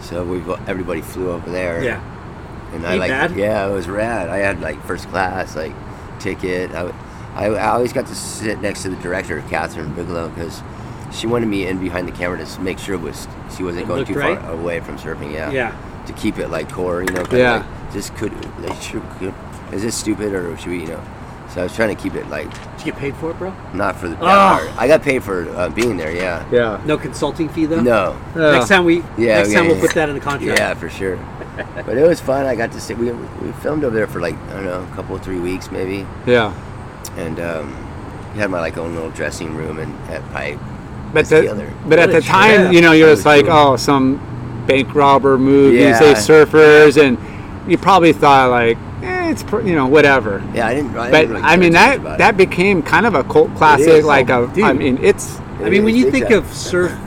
S5: So we got- everybody flew over there.
S6: Yeah.
S5: And
S6: Ain't
S5: I like,
S6: bad.
S5: yeah, it was rad. I had like first class, like ticket. I, w- I, I always got to sit next to the director, Catherine Bigelow, because she wanted me in behind the camera to s- make sure it was she wasn't
S6: It
S5: going
S6: looked
S5: too
S6: right?
S5: far away from surfing. Yeah.
S6: Yeah.
S5: To keep it like core, you know. 'cause,
S3: Yeah.
S5: Like, this could, like, should, could, is this stupid or should we, you know? So I was trying to keep it like
S6: Did you get paid for it, bro?
S5: not for the. that
S6: Ah.
S5: part. I got paid for uh, being there. Yeah.
S3: Yeah.
S6: No consulting fee though.
S5: No.
S3: Yeah.
S6: Next time we.
S5: Yeah,
S6: next time
S5: okay,
S6: we'll
S5: yeah.
S6: put that in the contract.
S5: Yeah, for sure. but it was fun. I got to sit. We, we filmed over there for like I don't know a couple three weeks maybe.
S3: Yeah.
S5: And um, had my like own little dressing room and had pipe.
S3: But the, but at the time, you know, you're just like, oh, some bank robber movie,
S5: Yeah.
S3: say surfers, and you probably thought like, eh, it's pr- you know whatever.
S5: Yeah, I didn't. I
S3: but
S5: didn't really
S3: I
S5: care
S3: mean
S5: too much
S3: that
S5: about it.
S3: that became kind of a cult
S5: is.
S3: classic. Like
S5: Oh,
S3: a, I
S5: dude.
S3: mean, it's.
S5: It
S1: I mean, when
S5: is
S1: you think
S5: big time.
S1: of surf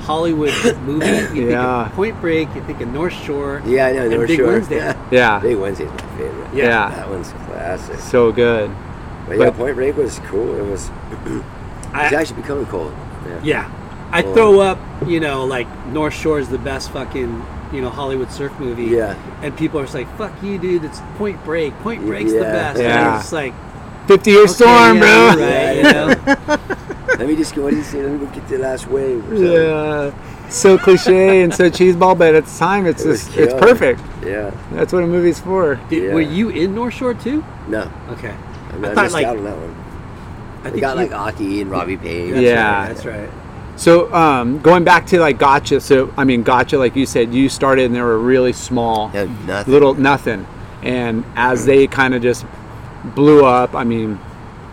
S1: Hollywood movie, you
S3: Yeah.
S1: think of Point Break, you think of North Shore.
S5: Yeah, I know.
S1: and
S5: North
S1: Big
S5: Shore.
S1: Wednesday.
S5: Yeah.
S3: Yeah.
S5: Big Wednesday's my favorite.
S3: Yeah. Yeah.
S5: That one's classic.
S3: so good.
S5: But yeah,
S3: But-
S5: Point Break was cool. It was.
S1: I-
S5: it's actually becoming cold. Yeah.
S1: Yeah. I
S5: Well-
S1: throw up, you know, like North Shore is the best fucking, you know, Hollywood surf movie.
S5: Yeah.
S1: And people are just like, fuck you, dude. It's Point Break. Point Break's the
S5: Yeah.
S1: best. And
S3: Yeah.
S1: it's just like,
S3: Fifty year
S1: Okay,
S3: storm,
S1: yeah,
S3: bro.
S1: you're right.
S5: Yeah, yeah. Let me just go. What do you say? Let me go get the last wave. Or something.
S3: Yeah. So cliche and so cheeseball, but at the time, it's
S5: It was
S3: just it's
S5: killer.
S3: perfect.
S5: Yeah.
S3: That's what a movie's for.
S1: did,
S5: Yeah.
S1: were you in North Shore too?
S5: No.
S1: Okay.
S5: I, mean, I
S1: thought,
S5: missed
S1: like-
S5: out on that one.
S1: I
S5: We got
S1: you-
S5: like Aki and Robbie Page.
S3: That's Yeah. right,
S1: That's right.
S3: So um, going back to like gotcha. So I mean gotcha, like you said, you started and they were really small,
S5: Yeah, nothing.
S3: little nothing, and as they kind of just blew up. I mean,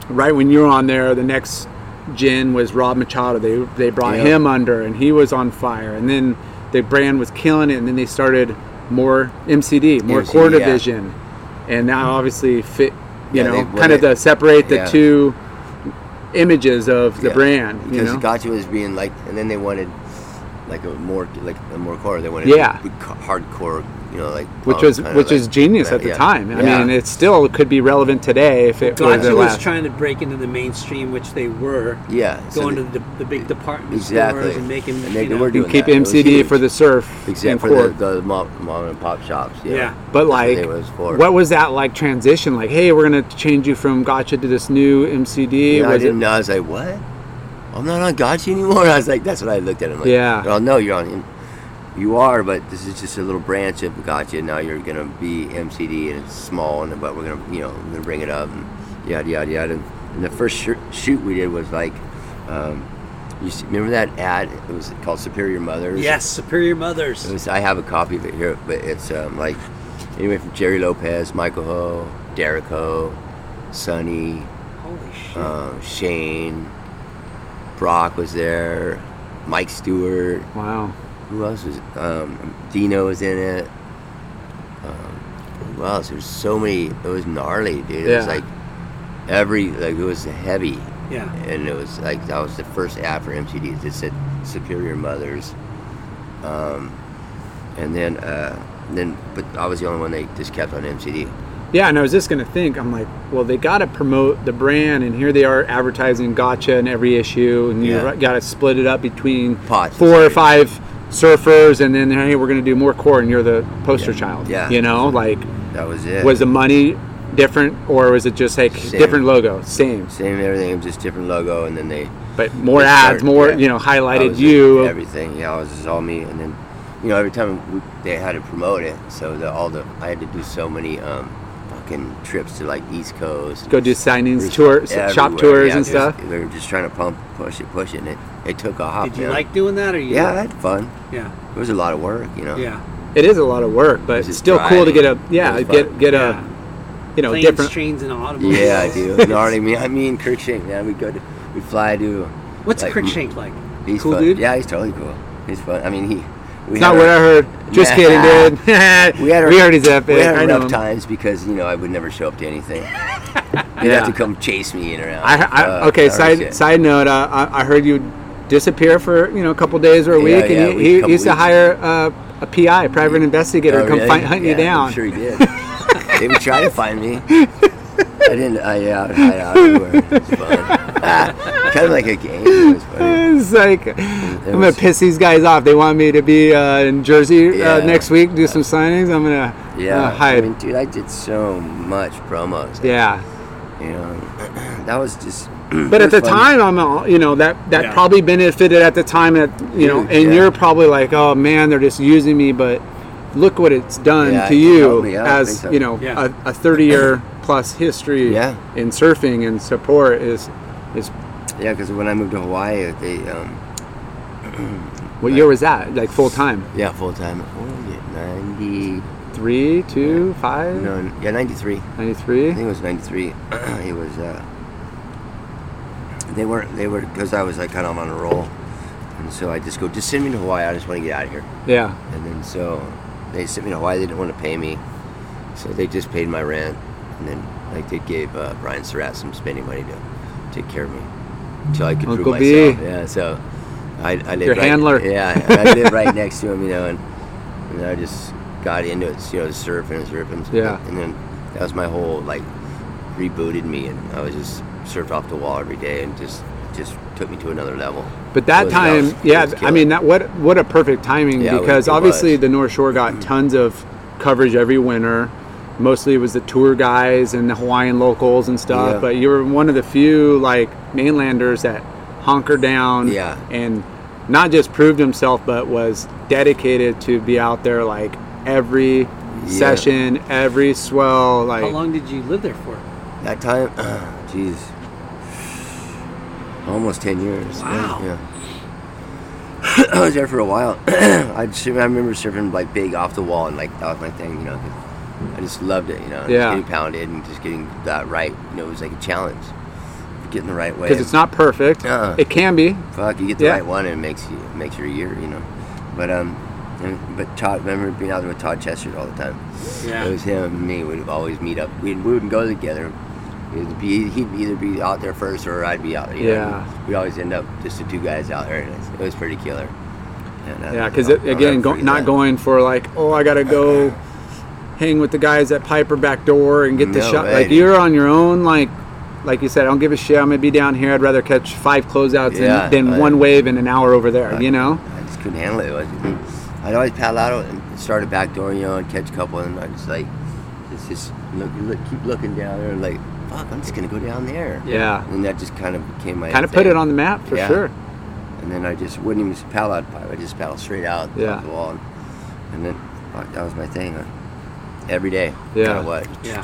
S3: right when you were on there, the next gin was Rob Machado. They they brought
S5: Yeah.
S3: him under, and he was on fire. And then the brand was killing it, and then they started more MCD, more
S5: MCD,
S3: core
S5: yeah.
S3: division, and now obviously fit. You
S5: Yeah,
S3: know,
S5: they-
S3: kind of
S5: they-
S3: the separate the
S5: yeah.
S3: two images of the
S5: Yeah.
S3: brand.
S5: Because
S3: You know?
S5: Gotcha was being like, and then they wanted like a more like a more core. They wanted
S3: Yeah.
S5: big ca- hardcore. You know, like
S3: which
S5: punk,
S3: was
S5: kinda
S3: which
S5: Oh, like-
S3: is genius at the
S5: yeah.
S3: time. I
S5: Yeah.
S3: mean, it still could be relevant today if it were
S1: Gotcha
S3: the
S1: was
S3: last.
S1: trying to break into the mainstream, which they were.
S5: yeah. so
S1: Going
S5: they-
S1: to the, the big department
S5: Exactly.
S1: stores and making,
S5: And they
S1: you know,
S5: were doing
S3: keep
S5: that. It was
S3: MCD
S5: huge.
S3: for the surf
S5: Except
S3: and
S5: for the,
S3: court.
S5: the mom, mom and pop shops. Yeah.
S1: Yeah.
S3: but like,
S5: it was for.
S3: what was that like transition? Like, hey, we're gonna change you from Gotcha to this new MCD.
S5: Yeah, I
S3: was
S5: didn't
S3: it?
S5: know. I was like, what? I'm not on Gotcha anymore. I was like, that's what I looked at him. Like,
S3: Yeah.
S5: Well, no, you're on. You are, but this is just a little branch of Gotcha. Now you're gonna be MCD, and it's small, and but we're gonna, you know, we're gonna bring it up, and yada yada yada. And, and the first sh- shoot we did was like, um, you see, remember that ad? It was called Superior Mothers.
S1: Yes, Superior Mothers.
S5: It was, I have a copy of it here, but it's um, like anyway from Jerry Lopez, Michael Ho, Derek Ho, Sonny,
S1: Holy shit.
S5: uh, Shane, Brock was there, Mike Stewart.
S3: Wow.
S5: Who else was? Um, Dino was in it. Um, who else? There's so many. It was gnarly, dude. It was
S3: Yeah.
S5: like every like it was heavy,
S1: yeah.
S5: and it was like that was the first ad for MCD. It said Superior Mothers, um, and then uh, then but I was the only one they just kept on MCD.
S3: Yeah, and I was just gonna think, I'm like, well, they gotta promote the brand, and here they are advertising Gotcha in every issue, and you
S5: Yeah.
S3: ri- gotta split it up between
S5: Pots.
S3: four or five surfers, and then hey, we're gonna do more core, and you're the poster
S5: Yeah.
S3: child.
S5: Yeah.
S3: you know, like
S5: That was it.
S3: Was the money different, or was it just like
S5: Same.
S3: different logo, same,
S5: same everything, it was just different logo, and then they
S3: but more
S5: They
S3: ads,
S5: started-
S3: more
S5: yeah.
S3: you know,
S5: I
S3: highlighted
S5: was
S3: you.
S5: in everything. Yeah, it was just all me, and then you know every time we, they had to promote it, so the, all the I had to do so many um, fucking trips to like East Coast.
S3: Go do signings,
S5: Just
S3: tours, shop
S5: everywhere.
S3: tours,
S5: Yeah,
S3: and
S5: just-
S3: stuff.
S5: They were just trying to pump, push it, push it, and it, it took off.
S1: Did you
S5: man.
S1: like doing that or you?
S5: Yeah, I had fun.
S1: Yeah.
S5: It was a lot of work, you know.
S1: Yeah.
S3: It is a lot of work, but
S5: It's
S3: it's
S5: just
S3: still cool to
S5: driving.
S3: get a yeah,
S5: It was
S3: get
S5: fun.
S3: get
S1: Yeah.
S3: a you know
S1: Planes,
S3: different.
S1: trains, and automobiles.
S5: Yeah, I do. You know what I mean? I mean, Kirkshank, man. We go to, we fly to.
S1: What's
S5: like,
S1: Cruikshank like?
S5: He's
S1: cool
S5: fun.
S1: dude.
S5: Yeah, he's totally cool. He's fun. I mean, he. We
S3: It's
S5: had
S3: not
S5: our-
S3: what I heard. Just
S5: Nah.
S3: kidding, dude.
S5: we had our,
S3: already zapped
S5: we
S3: it.
S5: had our
S3: I know.
S5: rough
S3: him.
S5: times because you know I would never show up to anything. You'd have to come chase me in and out.
S3: I, I,
S5: Uh,
S3: okay,
S5: that was
S3: side
S5: it.
S3: side note. Uh, I, I heard you disappear for you know a couple days or a
S5: Yeah,
S3: week,
S5: yeah,
S3: and
S5: we-
S3: he, he
S5: couple
S3: used to
S5: weeks.
S3: hire uh, a PI, private investigator,
S5: Oh,
S3: to come
S5: really?
S3: find, hunt
S5: Yeah,
S3: you down.
S5: I'm sure he did. they would try to find me. I didn't. I uh, I'd hide out everywhere. It was fun. kind of like a game. It was funny.
S3: It's like I'm gonna
S5: was-
S3: piss these guys off. They want me to be uh, in Jersey uh,
S5: Yeah.
S3: next week, do some signings. I'm gonna
S5: Yeah,
S3: uh, hide.
S5: I mean, dude, I did so much promos.
S3: yeah,
S5: you know, that was just.
S3: but at the time, I'm all you know that that
S1: Yeah.
S3: probably benefited at the time at you know,
S5: Huge,
S3: and
S5: yeah.
S3: you're probably like, oh man, they're just using me, but look what it's done
S5: Yeah,
S3: to
S5: it
S3: you
S5: helped me out, I
S3: as
S5: think so.
S3: you know
S1: Yeah.
S3: a, a 30 year plus history
S5: Yeah.
S3: in surfing and support is is
S5: Yeah, because when I moved to Hawaii, they um,
S3: what year was that like full time?
S5: Oh, yeah full time. What was it? ninety.
S3: Three, two, five?
S5: No, n- yeah, 93.
S3: 93?
S5: I think it was 93. it was, uh, they weren't, they were, because I was like kind of on a roll. And so I just go, just send me to Hawaii. I just want to get out of here.
S3: Yeah.
S5: And then so they sent me to Hawaii. They didn't want to pay me. So they just paid my rent. And then, like, they gave uh, Brian Surratt some spending money to take care of me until I could
S3: Uncle
S5: prove
S3: B.
S5: myself. Yeah, so I, I lived
S3: Your
S5: right,
S3: handler.
S5: Yeah, and I lived right next to him, you know, and, and I just got into it, you know, surfing and surfing.
S3: Yeah.
S5: And then that was my whole like rebooted me, and I was just surfed off the wall every day, and just just took me to another level.
S3: But that
S5: It was-
S3: time,
S5: was- it
S3: yeah,
S5: was
S3: I
S5: killer.
S3: mean, that what what a perfect timing
S5: Yeah, it
S3: because
S5: was- it
S3: obviously the North Shore got tons of coverage every winter. Mostly it was the tour guys and the Hawaiian locals and stuff.
S5: Yeah.
S3: But you were one of the few like mainlanders that honker down,
S5: Yeah.
S3: and not just proved himself, but was dedicated to be out there like every session, every swell. Like
S6: How long did you live there for?
S5: that time, jeez, almost ten years. Wow. Yeah. I was there for a while. I'd sur- I remember surfing like big off the wall, and like that was my thing. You know, 'cause I just loved it. You know,
S3: Yeah.
S5: just getting pounded and just getting that right. You know, it was like a challenge, getting the right way.
S3: because it's not perfect,
S5: Uh-uh.
S3: it can be.
S5: Fuck, you get the
S3: Yeah.
S5: right one, and it makes you it makes your year, you know. But um, and, but Todd, remember being out there with Todd Chester all the time.
S6: Yeah.
S5: it was him and me. We'd always meet up. We we wouldn't go together. It'd be, he'd either be out there first, or I'd be out. there, You
S3: Yeah.
S5: know? we always end up just the two guys out there, and it's- it was pretty killer. And, uh,
S3: Yeah, because
S5: I'll- I'll
S3: again,
S5: never
S3: go,
S5: forget
S3: not
S5: that.
S3: going for like, oh, I gotta go hang with the guys at Piper back door and get the
S5: No
S3: shot.
S5: way,
S3: Like you're on your own. Like, like you said, I don't give a shit. I'm gonna be down here. I'd rather catch five closeouts
S5: Yeah,
S3: than, than
S5: I-
S3: one wave in an hour over there. you know?
S5: I just couldn't handle it. I would always paddle out and start a back door, you know, and catch a couple, and I just like, it's just look, look, keep looking down there, like, fuck, I'm just gonna go down there.
S3: Yeah.
S5: And that just kind of became my
S3: Kind of put
S5: thing.
S3: it on the map for
S5: Yeah.
S3: sure.
S5: And then I just wouldn't even paddle out pipe. I just paddled straight out
S3: Yeah.
S5: off the wall, and, and then fuck, that was my thing. uh, every day, no
S3: Yeah.
S5: matter what,
S6: Yeah.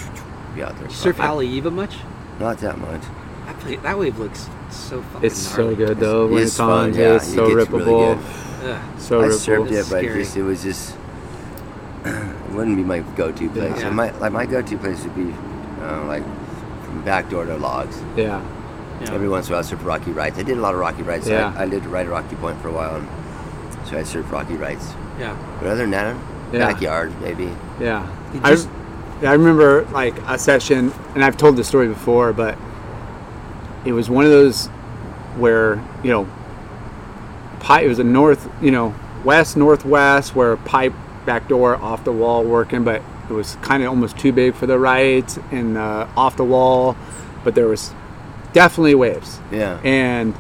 S5: be out there.
S6: Did you surf
S5: fucking-
S6: Haleiwa much?
S5: Not that much.
S6: I play, that wave looks so fucking
S3: It's so
S6: gnarly.
S3: good though. When
S5: it's
S3: it's on,
S5: fun, yeah,
S3: it's
S5: it
S3: so
S5: gets really
S3: rippable.
S5: good.
S6: Ugh.
S3: So
S5: I
S3: rippable.
S5: surfed it, but it
S6: Scary.
S5: just it was just it wouldn't be my go-to place.
S6: Yeah.
S5: And My like my go-to place would be uh, like from backdoor to logs.
S3: Yeah.
S6: Yeah.
S5: Every once in a while, I surf rocky rights. I did a lot of rocky rights.
S3: Yeah.
S5: I, I lived right at Rocky Point for a while, and so I surfed rocky rights.
S6: Yeah.
S5: But other than that,
S3: Yeah.
S5: backyard maybe.
S3: Yeah.
S6: You
S3: I,
S6: just-
S3: I remember like a session, and I've told this story before, but it was one of those where, you know, pipe, it was a north, you know, west, northwest, where pipe back door off the wall working, but it was kind of almost too big for the right and uh, off the wall, but there was definitely waves.
S5: Yeah.
S3: And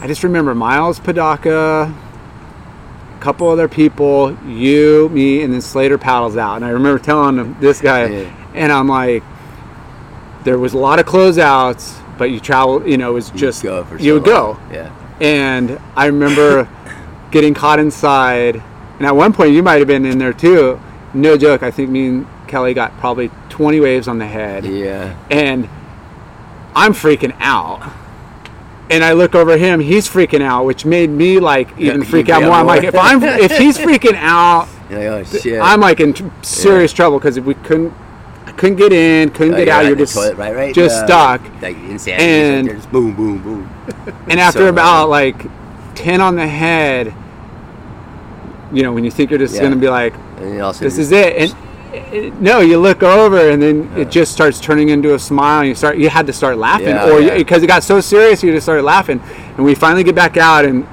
S3: I just remember Miles Padaka, a couple other people, you, me, and then Slater paddles out. And I remember telling him this guy,
S5: Yeah.
S3: and I'm like, there was a lot of closeouts, but you travel, you know, it was
S5: You'd
S3: just
S5: go for
S3: you would
S5: so
S3: go.
S5: long. Yeah.
S3: And I remember getting caught inside. And at one point, you might have been in there too. No joke. I think me and Kelly got probably 20 waves on the head
S5: Yeah.
S3: and I'm freaking out. And I look over him, he's freaking out, which made me like even
S5: you
S3: freak
S5: freak
S3: out
S5: out
S3: more. I'm
S5: more.
S3: like, if I'm if he's freaking out,
S5: You're like, oh shit.
S3: I'm like in tr- serious trouble 'cause trouble because if we couldn't I couldn't get in, couldn't
S5: Oh,
S3: get
S5: you're
S3: out,
S5: right
S3: you're
S5: in the
S3: just
S5: toilet, right, right,
S3: just
S5: Uh,
S3: stuck.
S5: Like insanity. It's like
S3: And-
S5: they're just boom, boom, boom.
S3: And
S5: so
S3: after
S5: annoying.
S3: about like ten on the head, you know, when you think you're just
S5: Yeah.
S3: gonna be like,
S5: And then also
S3: this is it and it- no you look over and then it just starts turning into a smile and you start you had to start laughing
S5: Yeah,
S3: or
S5: yeah.
S3: because it got so serious you just started laughing and we finally get back out and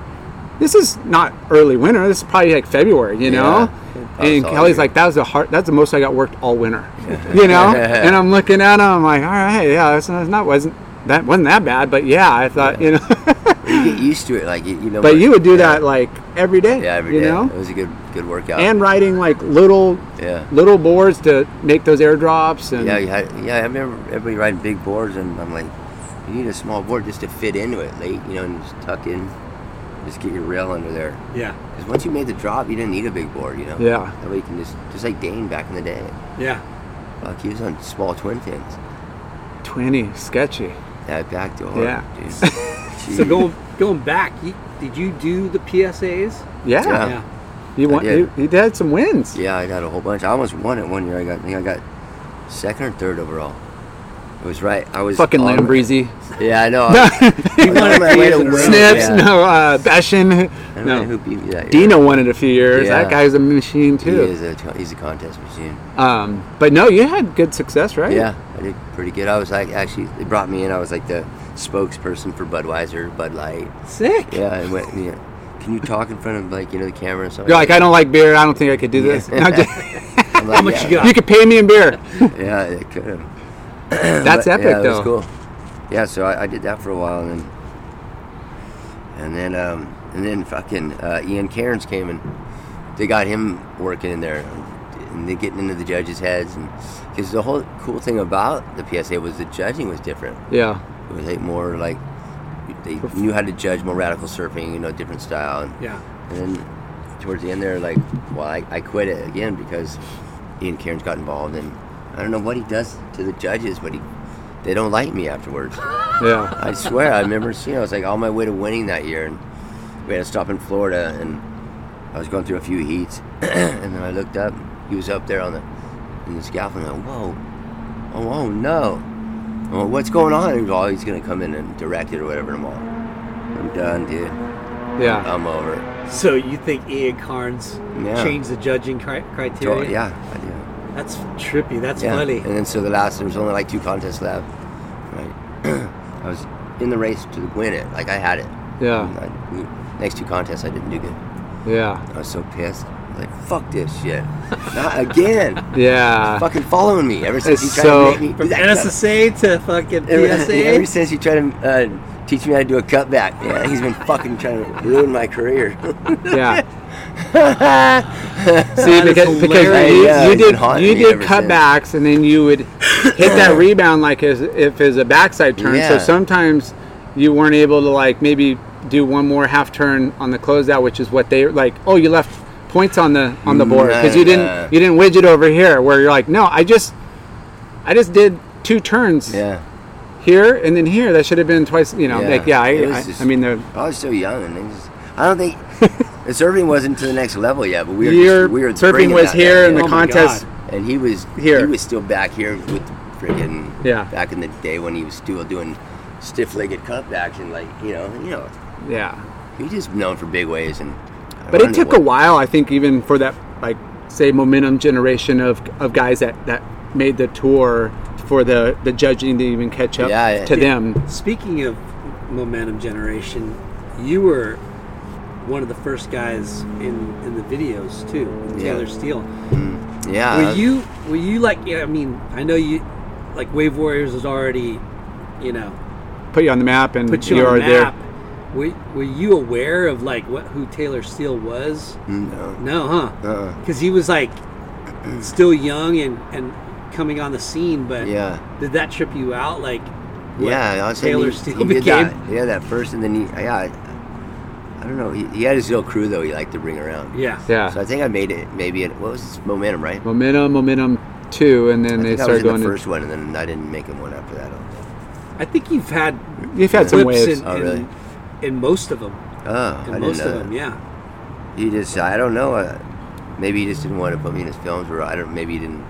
S3: this is not early winter this is probably like february you know
S5: Yeah.
S3: and
S5: That's all
S3: kelly's
S5: year.
S3: like that was the hard that's the most i got worked all winter you know and i'm looking at him i'm like all right yeah that's, that's not wasn't that wasn't that bad but yeah i thought you know
S5: You get used to it, like you, you know.
S3: but
S5: what-
S3: you would do
S5: yeah.
S3: that like every day
S5: Yeah, every
S3: you
S5: day.
S3: know
S5: It was a good good workout.
S3: and riding like little
S5: Oh. yeah.
S3: little boards to make those airdrops and
S5: Yeah, you had, yeah, I remember everybody riding big boards, and I'm like, you need a small board just to fit into it late, you know, and just tuck in, just get your rail under there.
S6: Yeah.
S5: Because once you made the drop, you didn't need a big board, you know.
S3: Yeah.
S5: That way you can just, just like Dane back in the day.
S6: Yeah.
S5: Fuck, he was on small twin fins.
S3: twenty sketchy.
S5: That back door.
S3: Yeah.
S5: Dude.
S6: So
S5: Jeez.
S6: going going back, you, did you do the PSAs?
S3: Yeah.
S5: Yeah.
S3: You won.
S5: did.
S3: You, you had some wins.
S5: Yeah, I got a whole bunch. I almost won it one year. I got, I think I got second or third overall. It was right. I was
S3: Fucking
S5: on-
S3: Lambreezy.
S5: Yeah, I know. I was- I was on my way to win.
S3: Snips,
S5: Yeah.
S3: no, uh, Bashin.
S5: don't
S3: No.
S5: know who beat me that year.
S3: Dino won it a few years.
S5: Yeah.
S3: That guy's a machine,
S5: He
S3: too.
S5: is a, co- he's a contest machine.
S3: Um, but no, you had good success, right?
S5: Yeah, I did pretty good. I was like, actually, they brought me in. I was like the spokesperson for Budweiser, Bud Light.
S3: Sick.
S5: Yeah, I went. You know, can you talk in front of like you know the camera? Or something?
S3: You're like, I don't like beer. I don't think I could do this. No, I'm just-
S5: I'm like, yeah.
S3: You could pay me in beer.
S5: Yeah, it could have.
S3: That's epic,
S5: yeah, it was
S3: though.
S5: cool. Yeah, so I, I did that for a while, and then and then um, and then fucking uh, Ian Cairns came and they got him working in there, and they getting into the judges' heads, and because the whole cool thing about the PSA was the judging was different.
S3: Yeah.
S5: It was like more like they knew how to judge more radical surfing, you know, different style. And,
S1: Yeah.
S5: And then towards the end, they're like, well, I, I quit it again because Ian Cairns got involved, and I don't know what he does to the judges, but he they don't like me afterwards.
S3: Yeah.
S5: I swear, I remember seeing. I was like on my way to winning that year, and we had to stop in Florida, and I was going through a few heats, and then I looked up. He was up there on the in the scaffold, and I went, whoa, oh, oh no, I went, what's going on? And oh, he's gonna come in and direct it or whatever tomorrow. I'm done, dude.
S3: Yeah.
S5: I'm over it.
S6: So you think Ian Carnes
S5: Yeah.
S6: changed the judging cri- criteria?
S5: Totally, yeah, I do.
S6: That's trippy. That's
S5: Yeah.
S6: funny.
S5: And then so the last there was only like two contests left. Right. I was in the race to win it. Like I had it.
S3: Yeah.
S5: And I- the next two contests I didn't do good.
S3: Yeah.
S5: I was so pissed. I was like fuck this shit. Not again.
S3: Yeah.
S5: He's fucking following me ever since
S3: It's
S5: he tried
S3: so-
S5: to make me do
S6: From
S5: that cup-
S6: NSSA to fucking
S5: ever, ever
S6: PSA.
S5: since he tried to uh, teach me how to do a cutback. Yeah, he's been fucking trying to ruin my career.
S3: Yeah. See, because, because
S5: hilarious.
S3: you,
S5: Yeah,
S3: you
S5: it's
S3: did
S5: uh, been haunting
S3: you
S5: me
S3: did
S5: ever since.
S3: cutbacks, and then you would hit that rebound like as if it's a backside turn. So
S5: Yeah.
S3: sometimes you weren't able to like maybe do one more half turn on the closeout, which is what they like. Oh, you left points on the on the board because you didn't
S5: Mm, Yeah.
S3: you didn't widget over here where you're like, no, I just I just did two turns
S5: yeah.
S3: here and then here. That should have been twice. You know, like yeah, I,
S5: It was
S3: I,
S5: just-
S3: I mean the
S5: I was so young, and it was- I don't think the surfing wasn't to the next level yet. But we were
S3: Your
S5: just, we were
S3: surfing
S5: bringing
S3: was
S5: that Oh
S3: here
S5: there,
S3: and the
S5: yeah.
S3: contest.
S5: and he was
S3: Here.
S5: He was still back here with the friggin'
S3: Yeah.
S5: Back in the day when he was still doing stiff-legged cutbacks and like you know, you know,
S3: Yeah.
S5: he just known for big waves and. I
S3: But it
S5: wanted to
S3: took a
S5: wa-
S3: while, I think, even for that like say momentum generation of, of guys that, that made the tour for the, the judging to even catch up
S5: Yeah, yeah.
S3: to them.
S6: Speaking of momentum generation, you were one of the first guys in, in the videos too, with
S5: Yeah. Uh,
S6: Taylor Steele.
S5: Yeah.
S6: Were you were you like yeah, I mean, I know you like Wave Warriors was already, you know,
S3: Put you on the map and
S6: put you,
S3: you
S6: on
S3: are
S6: the map.
S3: there.
S6: Were, were you aware of like what who Taylor Steele was?
S5: No.
S6: No, huh?
S5: Hmm. Uh-uh.
S6: Because he was like still young and and coming on the scene, but
S5: Yeah.
S6: did that trip you out? Like, what
S5: Yeah, I was saying
S6: Taylor
S5: he-
S6: Steele
S5: he did
S6: became.
S5: That, yeah, that first, and then he, yeah, I, I don't know. He, he had his little crew though. He liked to bring around.
S6: Yeah,
S3: Yeah.
S5: So I think I made it. Maybe it, what was his momentum, right?
S3: momentum, momentum two, and then
S5: I
S3: they
S5: think I
S3: started
S5: was in
S3: going
S5: the first one, and then I didn't make it one after that. I don't think.
S6: I think you've had
S3: to You've had some
S6: clips
S3: waves.
S6: in,
S5: Oh, really?
S6: in, in most of them.
S5: Oh, I
S6: In
S5: didn't
S6: most
S5: know
S6: of them,
S5: that.
S6: yeah.
S5: He just, I don't know. Uh, maybe he just didn't want to put me in his films, or I don't. Maybe he didn't.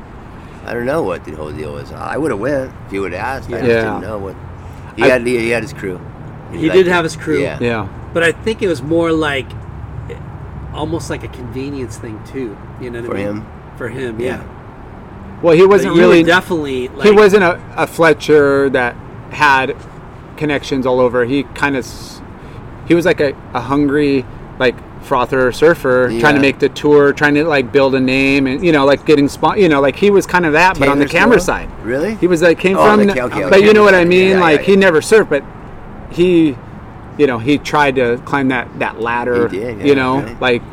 S5: I don't know what the whole deal was. I would have went if he would have asked. I just
S3: Yeah.
S5: didn't know what. He
S3: I-
S5: had he, he had his crew.
S6: He
S5: liked
S6: did
S5: it.
S6: have his crew.
S5: Yeah.
S3: yeah.
S6: But I think it was more like, eh, almost like a convenience thing too. You know what
S5: For
S6: I mean?
S5: him?
S6: For him, yeah.
S3: Well, he
S6: But
S3: wasn't
S6: you were
S3: really.
S6: definitely. Like,
S3: he wasn't a, a Fletcher that had connections all over. He kind of he was like a, a hungry like frother surfer trying to
S5: Yeah.
S3: make the tour, trying to like build a name and you know like getting spot. You know like he was kind of that, but on the
S5: Taylor
S3: camera
S5: Steele?
S3: side.
S5: Really?
S3: He was like came
S5: Oh,
S3: from,
S5: the Cal- Cal-
S3: but you know what I
S5: Cal-
S3: mean.
S5: yeah, yeah,
S3: like he
S5: yeah.
S3: never surfed, but he, you know, he tried to climb that that ladder.
S5: He did, yeah,
S3: you know,
S5: right.
S3: like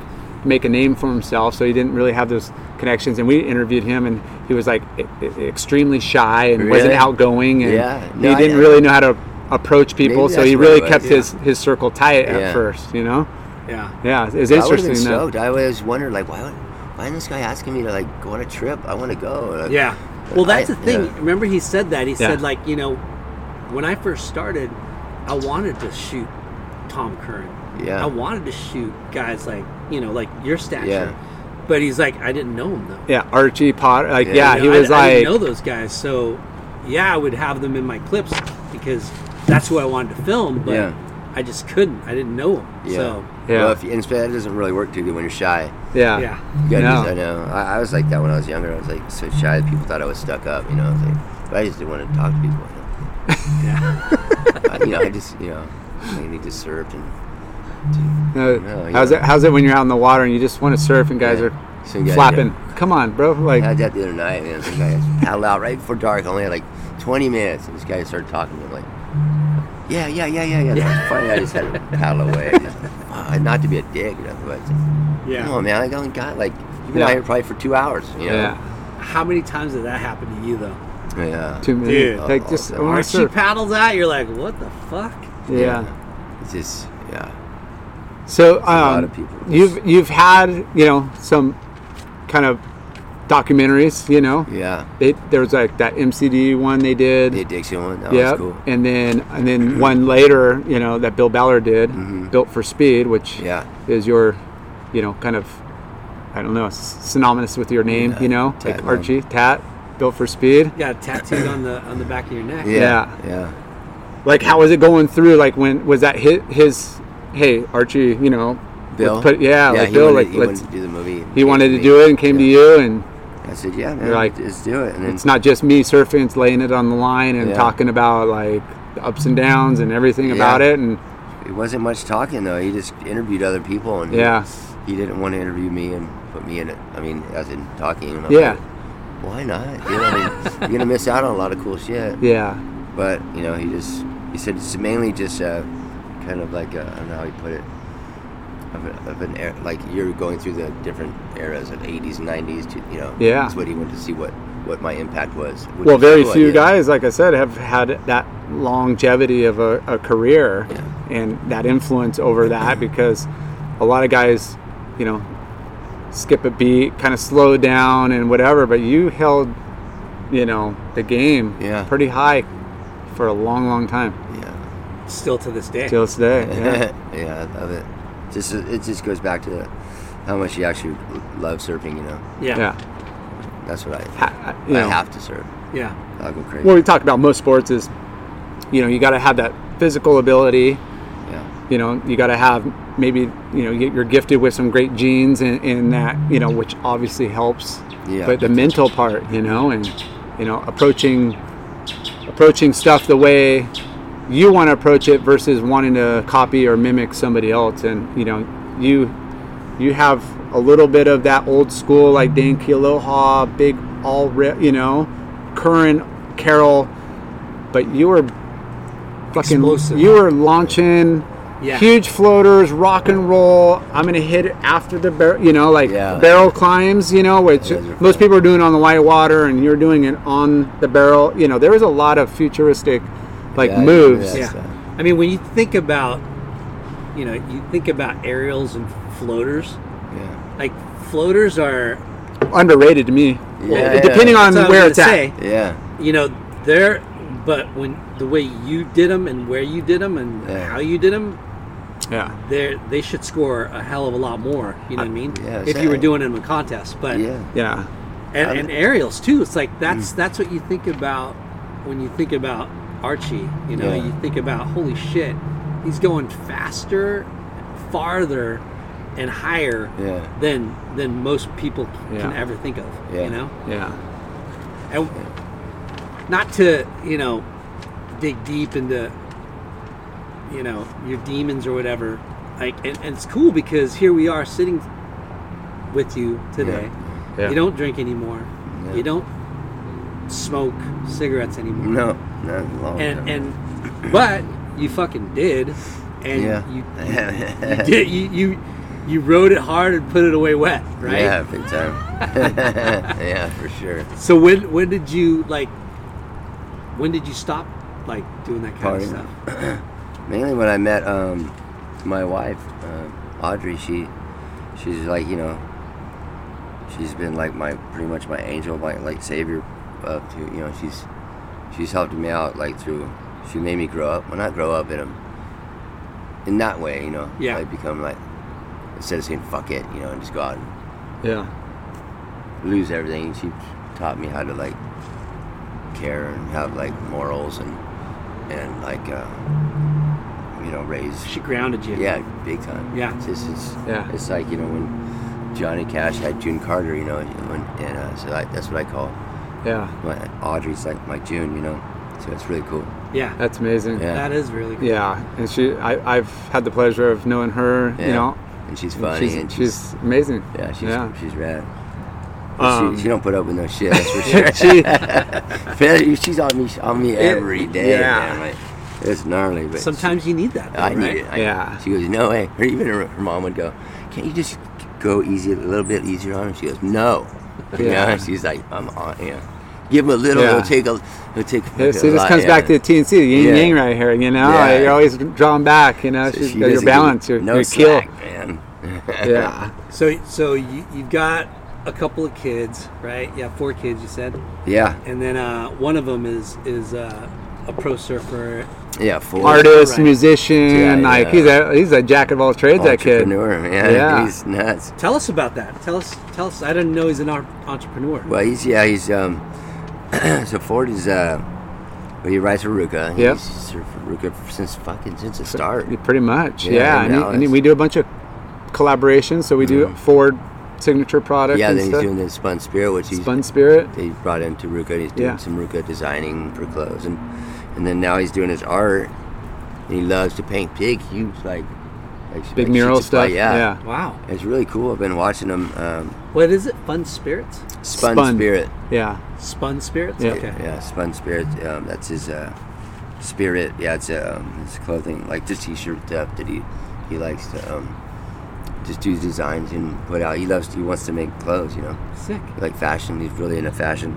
S3: make a name for himself. So he didn't really have those connections. And we interviewed him, and he was like e- e- extremely shy and wasn't
S5: Really?
S3: outgoing, and
S5: Yeah.
S3: he
S5: No, I- uh,
S3: didn't really know how to approach people.
S5: Maybe
S3: So he
S5: that's what
S3: really
S5: it was,
S3: kept
S5: yeah.
S3: his his circle tight at
S5: Yeah.
S3: first. You know,
S6: Yeah.
S3: yeah, it's
S5: I would have
S3: interesting
S5: been
S3: though.
S5: stoked. I always wondered like why would, why is this guy asking me to like go on a trip? I want to go. Like,
S6: Yeah. Well, that's
S5: I-
S6: the thing.
S5: yeah.
S6: Remember, he said that. He said,
S3: Yeah.
S6: like, you know, when I first started, I wanted to shoot Tom Curran.
S5: Yeah.
S6: I wanted to shoot guys like you know, like your stature.
S3: Yeah.
S6: But he's like, I didn't know him though.
S3: Yeah, Archie Potter. Like,
S6: You
S3: yeah,
S6: know,
S3: he
S6: I-
S3: was
S6: I,
S3: like,
S6: didn't know those guys, so yeah, I would have them in my clips because that's who I wanted to film. But
S5: Yeah.
S6: I just couldn't. I didn't know him.
S5: Yeah.
S6: So
S5: Well, if you, and so that doesn't really work too good when you're shy.
S3: Yeah.
S6: Yeah.
S5: You gotta
S6: No.
S5: just- I know. I, I was like that when I was younger. I was like so shy that people thought I was stuck up. You know, I was like, but I just didn't want to talk to people. Yeah. I, you know, I just you know, mainly just served and
S3: no,
S5: No,
S3: how's
S5: yeah.
S3: it? How's it when you're out in the water and you just want to surf and guys are
S5: Some guy-
S3: flapping? Come on, bro. Like,
S5: I had that the other night, man. Some guy paddled out right before dark. I only had like 20 minutes, and this guy started talking to me like, yeah, yeah, yeah, yeah, yeah. That was funny. I just had to paddle away. And just, "Fuck," not to be a dick, you know, but it's like,
S6: Yeah.
S5: no, man, I only got like you've been
S6: Yeah.
S5: out here probably for two hours. You know?
S6: How many times did that happen to you though?
S5: Yeah.
S3: Two
S6: Dude,
S3: minutes. like, just
S5: Oh,
S3: I wanna
S6: Archie
S3: surf.
S6: paddles out. You're like, what the fuck?
S3: Yeah.
S5: It's just yeah.
S3: So um,
S5: lot of people.
S3: you've you've had you know some kind of documentaries, you know.
S5: Yeah.
S3: They, there was like that MCD one they did. The
S5: addiction one. That was
S3: Yeah.
S5: cool.
S3: And then and then one later, you know, that Bill Ballard did, built for speed, which
S5: Mm-hmm. Yeah.
S3: is your, you know, kind of, I don't know, s- synonymous with your name, you know,
S6: Tat
S3: like
S6: Man.
S3: Archie Tat, built for speed.
S6: You got a tattoo on the on the back of your neck.
S3: Yeah.
S5: Yeah.
S3: Like, how was it going through? Like, when was that hit his? Hey, Archie, you know, let's
S5: Bill?
S3: Put, yeah,
S5: Yeah,
S3: like
S5: he
S3: Bill,
S5: wanted-
S3: like
S5: he
S3: let's
S5: wanted to do the movie and
S3: He
S5: came
S3: wanted
S5: to
S3: to
S5: me.
S3: do it and came to you, and
S5: I said, yeah, man,
S3: You're like,
S5: let's do it. And then
S3: it's not just me surfing; it's laying it on the line and
S5: Hmm. Yeah.
S3: talking about like the ups and downs and everything
S5: Yeah.
S3: about it. And
S5: It wasn't much talking though. He just interviewed other people, and he-
S3: Yeah.
S5: he, didn't want to interview me and put me in it. I mean, as in talking. And I'm
S3: Yeah.
S5: like, Why not? You know, I mean, you're gonna miss out on a lot of cool shit.
S3: Yeah.
S5: But you know, he just he said it's mainly just uh, kind of like uh I I don't know how he put it. Of, a, of an era, like you're going through the different eras of 80s, 90s. To, you know,
S3: Yeah.
S5: That's what he wanted to see what what my impact was. which
S3: well,
S5: is a
S3: very
S5: cool
S3: few
S5: idea.
S3: guys, like I said, have had that longevity of a, a career and that influence over that because a lot of guys, you know, skip a beat, kind of slow down and whatever. But you held, you know, the game pretty high for a long, long time.
S5: Yeah.
S6: Still to this day.
S3: Till this day, yeah.
S5: yeah, I love it. Just it just goes back to how much you actually love surfing. You know.
S6: Yeah. Yeah.
S5: That's what I.
S3: you
S5: I
S3: know.
S5: have to surf.
S6: Yeah.
S5: I'll go crazy.
S3: What we talk about most sports is, you know, you got to have that physical ability.
S5: Yeah.
S3: You know, you got to have maybe you know you- you're gifted with some great genes and in, that you know which obviously helps.
S5: Yeah.
S3: But the mental part, you know, and you know approaching approaching stuff the way you want to approach it versus wanting to copy or mimic somebody else, and you know you you have a little bit of that old school like Dan Kealoha, big all ri you know, current Carroll, but you were fucking
S6: Explosive.
S3: you were launching
S6: Yeah.
S3: huge floaters, rock and roll. I'm gonna hit it after the barrel, you know, like barrel climbs, you know, which most people are doing on the white water, and you're doing it on the barrel. You know, there was a lot of futuristic like
S6: Yeah, I remember
S3: moves.
S6: that stuff. I mean, when you think about, you know, you think about aerials and floaters.
S5: Yeah.
S6: Like floaters are.
S3: Underrated to me. Depending on
S6: That's what I
S3: where
S6: was gonna
S3: it's at.
S6: say.
S5: Yeah.
S6: You know, they're. But when the way you did them and where you did them and how you did them,
S3: Yeah.
S6: they they should score a hell of a lot more. You know what I mean?
S5: yeah,
S6: if
S5: so-
S6: you were doing them in contests, but
S5: Yeah. Mm.
S3: Yeah.
S6: and, and aerials too. It's like that's that's what you think about when you think about Archie. You know,
S5: Yeah.
S6: you think about holy shit, he's going faster, farther, and higher
S5: Yeah.
S6: than than most people c- can
S5: Yeah.
S6: ever think of.
S5: Yeah.
S6: You know,
S3: yeah.
S6: and not to you know dig deep into you know your demons or whatever. Like, and, and it's cool because here we are sitting with you today.
S5: Yeah.
S6: You don't drink anymore.
S5: Yeah.
S6: You don't smoke cigarettes anymore.
S5: No, no, long
S6: and
S5: time.
S6: and but you fucking did, and
S5: Yeah.
S6: you, you, you did you, you you rode it hard and put it away wet, right?
S5: Yeah, big time. yeah, for sure.
S6: So when when did you like? When did you stop like doing that kind
S5: Partying.
S6: of stuff?
S5: mainly when I met um, my wife, uh, Audrey. She, she's like you know, she's been like my pretty much my angel, my like savior. Up to you know, she's she's helped me out like through. She made me grow up. Well, not grow up in a in um, that way, you know.
S6: Yeah.
S5: I become like instead of saying fuck it, you know, and just go out and
S3: Yeah.
S5: lose everything. She taught me how to like care and have like morals and and like uh, you know raise. She
S6: grounded you.
S5: Yeah, big time. Yeah, it's just, it's, yeah. It's like you know when Johnny Cash had June Carter, you know, and, when, and uh, so I, that's what I call.
S3: Yeah.
S5: My, Audrey's like my June, you know, so it's really cool.
S6: Yeah.
S3: That's amazing.
S5: Yeah. That
S6: is really
S5: cool.
S3: Yeah. And she, I, I've had the pleasure of knowing her, you
S5: Yeah.
S3: know.
S5: And she's funny and she's-
S3: amazing.
S5: Yeah, she's
S3: Yeah.
S5: she's rad.
S3: Um,
S5: she, she don't put up with no shit. That's for sure.
S3: She-
S5: Failure, she's on me on me
S3: It-
S5: every day.
S3: yeah.
S5: man, like, it's gnarly, but
S6: Sometimes you need that. though,
S5: Oh, I need
S6: right?
S5: it. I- She goes, no way. Her even her, her mom would go, can't you just go easy a little bit easier on him? She goes, no. You
S3: Yeah.
S5: know, she's like, I'm on. Yeah. Give him a little.
S3: Yeah.
S5: He'll take a. He'll take.
S3: Yeah, see, this comes back to the TNC, the yin
S5: Yeah.
S3: yang right here. You know,
S5: Yeah.
S3: Like, you're always drawing back. You know,
S5: So
S3: she's
S5: she
S3: got your
S5: doesn't give
S3: balance, your,
S5: no
S3: your
S5: slack,
S3: kill.
S5: man.
S3: Yeah.
S6: So so you, you've got a couple of kids, right? You have four kids, you said.
S5: Yeah.
S6: And then uh, one of them is is uh, a pro surfer.
S5: Yeah, full
S3: Artist,
S6: Right.
S3: musician,
S5: Yeah,
S3: like
S5: yeah.
S3: he's a he's a jack of all trades. That kid.
S5: Entrepreneur, yeah,
S3: Yeah.
S5: he's nuts.
S6: Tell us about that. Tell us. Tell us. I didn't know he's an ar- entrepreneur.
S5: Well, he's yeah, he's um. so Ford is uh, well, he rides for Ruka.
S3: Yep.
S5: He's served for Ruka since fucking since the start.
S3: Pretty much. Yeah. and,
S5: now
S3: he- and he-
S5: it's-
S3: we do a bunch of collaborations. So we do Ford signature products.
S5: Mm-hmm. yeah,
S3: and
S5: then he's
S3: stuff.
S5: doing the Spun Spirit, which he's
S3: Spun Spirit.
S5: They brought him to Ruka. He's doing
S3: Yeah.
S5: some Ruka designing for clothes, and and then now he's doing his art. And he loves to paint big, huge, like, like
S3: Big
S5: like
S3: mural
S5: sheets of ply-
S3: stuff, yeah.
S6: Wow.
S5: It's really cool. I've been watching him. Um,
S6: What is it? Fun spirits.
S5: Spun, Spirit.
S3: Yeah.
S6: Spun spirits. Okay.
S5: Yeah, Spun Spirit. Um, that's his uh, spirit. Yeah, it's um, his clothing, like just t-shirt stuff that he he likes to um, just do designs and put out. He loves. He wants to make clothes. You know.
S6: Sick.
S5: Like fashion. He's really into fashion.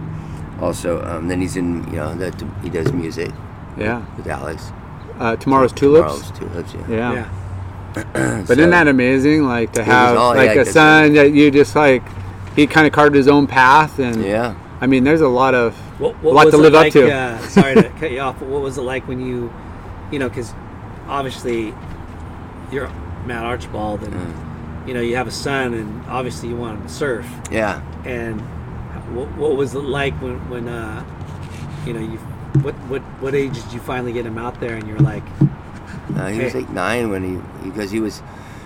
S5: Also, um, then he's in. You know, that he does music.
S3: Yeah.
S5: With Alex.
S3: Uh, tomorrow's tulips.
S5: Tomorrow's tulips. Yeah.
S3: Yeah. but
S5: So-
S3: isn't that amazing? Like to
S5: It was
S3: have
S5: all-
S3: like
S5: yeah,
S3: a
S5: that's-
S3: son that you just like he kind of carved his own path and
S5: yeah.
S3: I mean, there's a lot of
S6: What, what
S3: a lot
S6: was
S3: to
S6: it
S3: live
S6: like,
S3: up to.
S6: Uh, sorry to cut you off, but what was it like when you, you know, because obviously you're Matt Archibald and, you know, you have a son and obviously you want him to surf.
S5: Yeah.
S6: And what, what was it like when, when uh, you know, you, what, what, what age did you finally get him out there and you're like,
S5: Uh, he was
S6: Hey.
S5: like nine when he because he was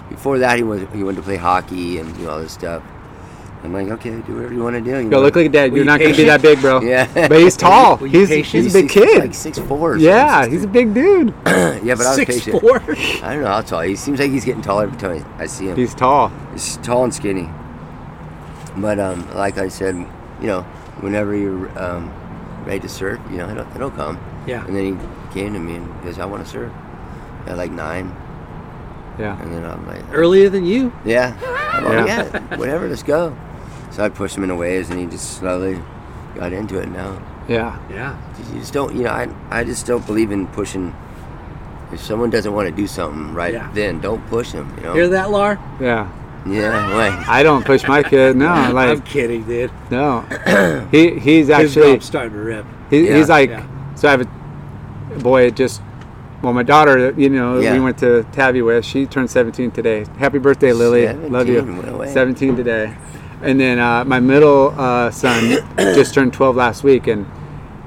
S5: before that he was he went to play hockey and do all this stuff. I'm like, okay, do whatever you want to do. You
S3: Yo, look like dad.
S5: Were
S3: You're
S5: you
S3: not going to be that
S5: patient?
S3: big, bro.
S5: Yeah,
S3: but he's tall.
S5: Were you
S3: He's
S5: patient?
S3: he's a big
S5: He's six-
S3: kid.
S5: like six four.
S3: Yeah, he's a big dude.
S5: yeah, but I was
S3: Six
S5: patient.
S3: four?
S5: I don't know how tall. He seems like he's getting taller every time I see him.
S3: He's tall.
S5: He's tall and skinny. But um, like I said, you know, whenever you're um, ready to surf, you know, it'll, it'll come.
S6: Yeah.
S5: And then he came to me and goes, "I want to surf." At like nine.
S3: Yeah.
S5: And then I'm like,
S6: earlier than you?
S5: yeah. I'm like,
S6: Yeah.
S5: yeah. Whatever. Let's go. So I pushed him into waves, and he just slowly got into it. Now.
S3: Yeah.
S6: Yeah.
S5: You just don't. You know, I I just don't believe in pushing. If someone doesn't want to do something right
S6: Yeah.
S5: then, don't push them. You know.
S6: Hear that, Lar?
S3: Yeah.
S5: Yeah. Like.
S3: I don't push my kid. No,
S6: I'm
S3: Ah, like
S6: kidding, dude.
S3: no. he he's
S6: His
S3: actually
S6: job's starting to rip.
S3: He,
S6: Yeah.
S3: He's like,
S6: Yeah.
S3: so I have a boy just, well, my daughter, you know,
S5: Yeah.
S3: we went to Tabby with, she turned 17 today. Happy birthday, Lily. Love you.
S5: 17, what a way.
S3: 17 today. And then uh, my middle uh, son just turned 12 last week. And,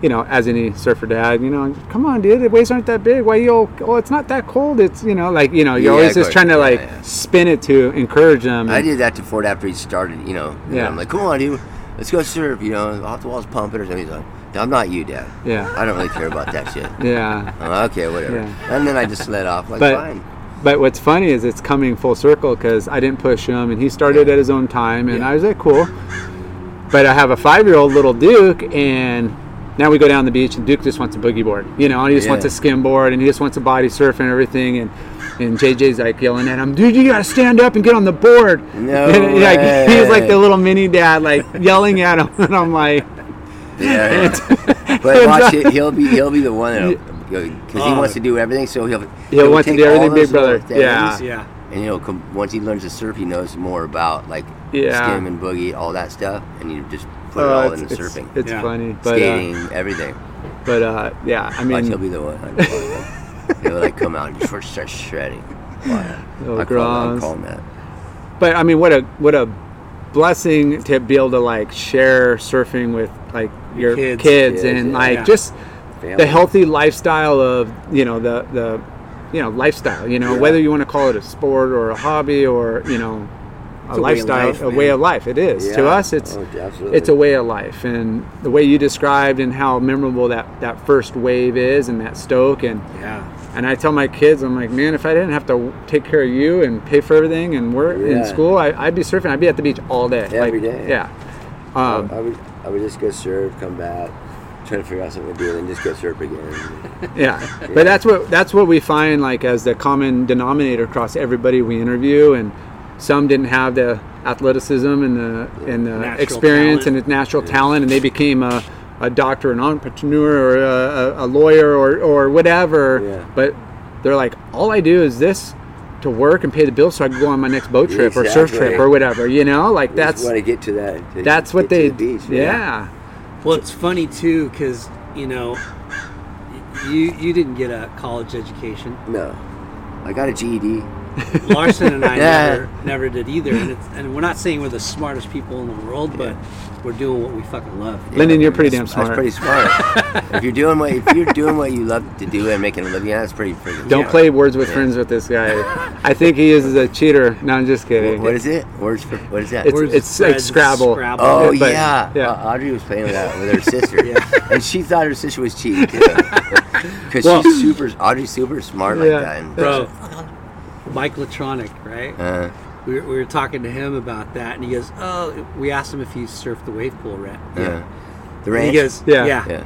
S3: you know, as any surfer dad, you know, come on, dude, the waves aren't that big. Why you all, oh, it's not that cold. It's, you know, like, you know, you're
S5: Yeah,
S3: always
S5: of
S3: just
S5: course.
S3: trying to
S5: Yeah,
S3: like spin it to encourage them.
S5: I did that to Ford after he started, you know. and
S3: Hmm. Yeah.
S5: I'm like, come on, dude, let's go surf, you know, off the walls pumping or something. He's like, I'm not you, Dad.
S3: Yeah.
S5: I don't really care about that shit.
S3: Yeah.
S5: I'm like, okay, whatever.
S3: Yeah.
S5: And then I just let off, like,
S3: but
S5: fine.
S3: but what's funny is it's coming full circle because I didn't push him and he started at his own time and I was like cool. But I have a five year old little Duke and now we go down the beach and Duke just wants a boogie board, you know, and he just wants a
S5: Yeah.
S3: skim board and he just wants a body surf and everything and. And JJ's like yelling at him, dude, you gotta stand up and get on the board.
S5: No
S3: And, like, he's like the
S5: way.
S3: little mini dad, like yelling at him, and I'm like,
S5: Yeah. yeah. but watch it. He'll be he'll be the one that'll because he
S3: Oh.
S5: wants to do everything. So he'll
S3: He'll want to
S5: take
S3: do
S5: all
S3: everything,
S5: those
S3: big brother.
S5: little
S3: Yeah.
S5: things,
S3: Yeah.
S5: And he'll come once he learns to surf, he knows more about like
S3: Yeah.
S5: skim and boogie, all that stuff, and you just put
S3: Oh,
S5: it all
S3: it's-
S5: into
S3: it's-
S5: surfing.
S3: it's Yeah. funny, but, uh,
S5: skating, everything.
S3: But uh, yeah, I
S5: watch,
S3: mean-
S5: he'll be the one. I'll be the one. he'll like come out and just start shredding. Wow.
S3: Oh,
S5: I call, I
S3: Gronz.
S5: call him that.
S3: But I mean, what a what a blessing to be able to like share surfing with like your kids,
S6: Kids.
S3: and
S6: Kids, yeah.
S3: like
S6: Yeah.
S3: just
S6: Family.
S3: the healthy lifestyle of you know the the you know lifestyle. You know
S6: Yeah.
S3: whether you want to call it a sport or a hobby or you know a,
S5: It's a way of
S3: lifestyle,
S5: life,
S3: a way
S5: man.
S3: of life. It is to
S5: Yeah.
S3: us. It's
S5: Oh, absolutely.
S3: it's a way of life, and the way you described and how memorable that that first wave is and that stoke and
S6: yeah.
S3: and I tell my kids, I'm like, man, if I didn't have to take care of you and pay for everything and work
S5: Yeah.
S3: in school, I, I'd be surfing. I'd be at the beach all day.
S5: Every
S3: like,
S5: day.
S3: Yeah. Um,
S5: I would I would just go surf, come back, try to figure out something to do, and just go surf again.
S3: yeah. But that's what that's what we find like as the common denominator across everybody we interview, and some didn't have the athleticism and the and the
S6: Natural
S3: experience
S6: talent.
S3: and the natural talent, and they became a, a doctor, an entrepreneur, or a, a- a lawyer, or or whatever. But they're like, all I do is this to work and pay the bills so I can go on my next boat trip or surf
S5: Exactly.
S3: trip or whatever. You know, like that's
S5: want to get to that. to
S3: that's what
S5: get to
S3: they
S5: the beach,
S3: yeah.
S6: Well, it's funny too because you know y- you you didn't get a college education.
S5: No, I got a E GED.
S6: Larson and I
S5: Yeah.
S6: never never did either, and it's, and we're not saying we're the smartest people in the world, but we're doing what we fucking love.
S3: Lyndon, you're pretty damn smart.
S5: That's pretty smart. if you're doing what if you're doing what you love to do and making a living, that's pretty freaking.
S3: Don't
S5: smart.
S3: play words with
S5: Yeah.
S3: friends with this guy. I think he is a cheater. No, I'm just kidding.
S5: What is it? Words for what is that?
S3: It's- Words it's with like friends, Scrabble. Scrabble.
S5: Oh
S3: But-
S5: yeah,
S3: yeah.
S5: Uh, Audrey was playing with that with her sister, and she thought her sister was cheating because
S6: Well-
S5: she's super. Audrey's super smart like that. And,
S6: bro. Mike Latronic, right?
S5: Uh,
S6: We were, we were talking to him about that, and he goes, "Oh, we asked him if he surfed the wave pool, right?
S5: yeah. The
S6: And
S5: ranch.
S6: He goes, yeah. yeah.
S5: yeah.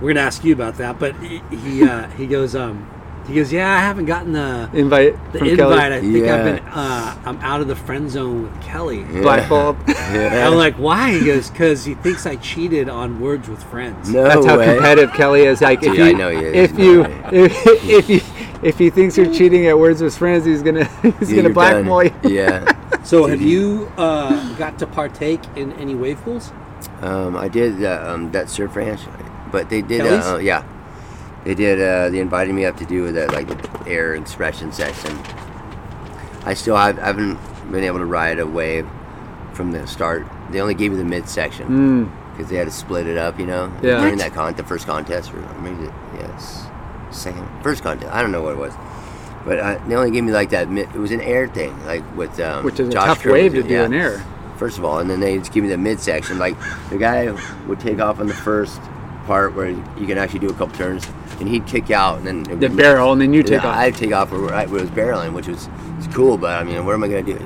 S6: We're gonna ask you about that, but he he, uh, he goes, um, he goes, yeah, I haven't gotten the
S3: Uh, Invite
S6: the
S3: from
S6: invite.
S3: Kelly.
S6: I think I've been,
S3: Yeah.
S6: uh, I'm out of the friend zone with Kelly.
S5: Yeah.
S3: Blackballed.
S5: Yeah.
S6: I'm like, why? He goes, because he thinks I cheated on words with friends.
S5: No
S3: That's how
S5: way.
S3: competitive Kelly is. Like if
S5: Dude, I
S3: you,
S5: know he is.
S3: if
S5: No
S3: you,
S5: way.
S3: if, if you, if he thinks you're cheating at words with friends, he's gonna he's
S5: Yeah,
S3: gonna
S5: you're done.
S3: blackmail you.
S5: Yeah.
S6: So
S5: Dude,
S6: have
S5: he-
S6: you uh, got to partake in any wave pools?
S5: Um, I did uh, um, that surf ranch, but they did.
S6: Kelly's?
S5: Uh, yeah, they did. Uh, they invited me up to do that, like the air expression section. I still have, I haven't been able to ride a wave from the start. They only gave me the mid section because they had to split it up, you know.
S3: Hmm. Yeah.
S5: During
S3: What?
S5: that con, the first contest, or maybe the, yes, second, first contest. I don't know what it was. But uh, they only gave me like that. mid It was an air thing, like with um,
S3: Which is a
S5: Josh
S3: tough
S5: Kerr was
S3: wave to
S5: in-
S3: do
S5: yeah
S3: in air.
S5: first of all, and then they just give me the midsection. Like the guy would take off on the first part where you can actually do a couple turns, and he'd kick out, and then it
S3: The
S5: would-
S3: barrel, and then you take off.
S5: I'd take off where, I- where it was barreling, which was it's cool, but I mean, what am I gonna do?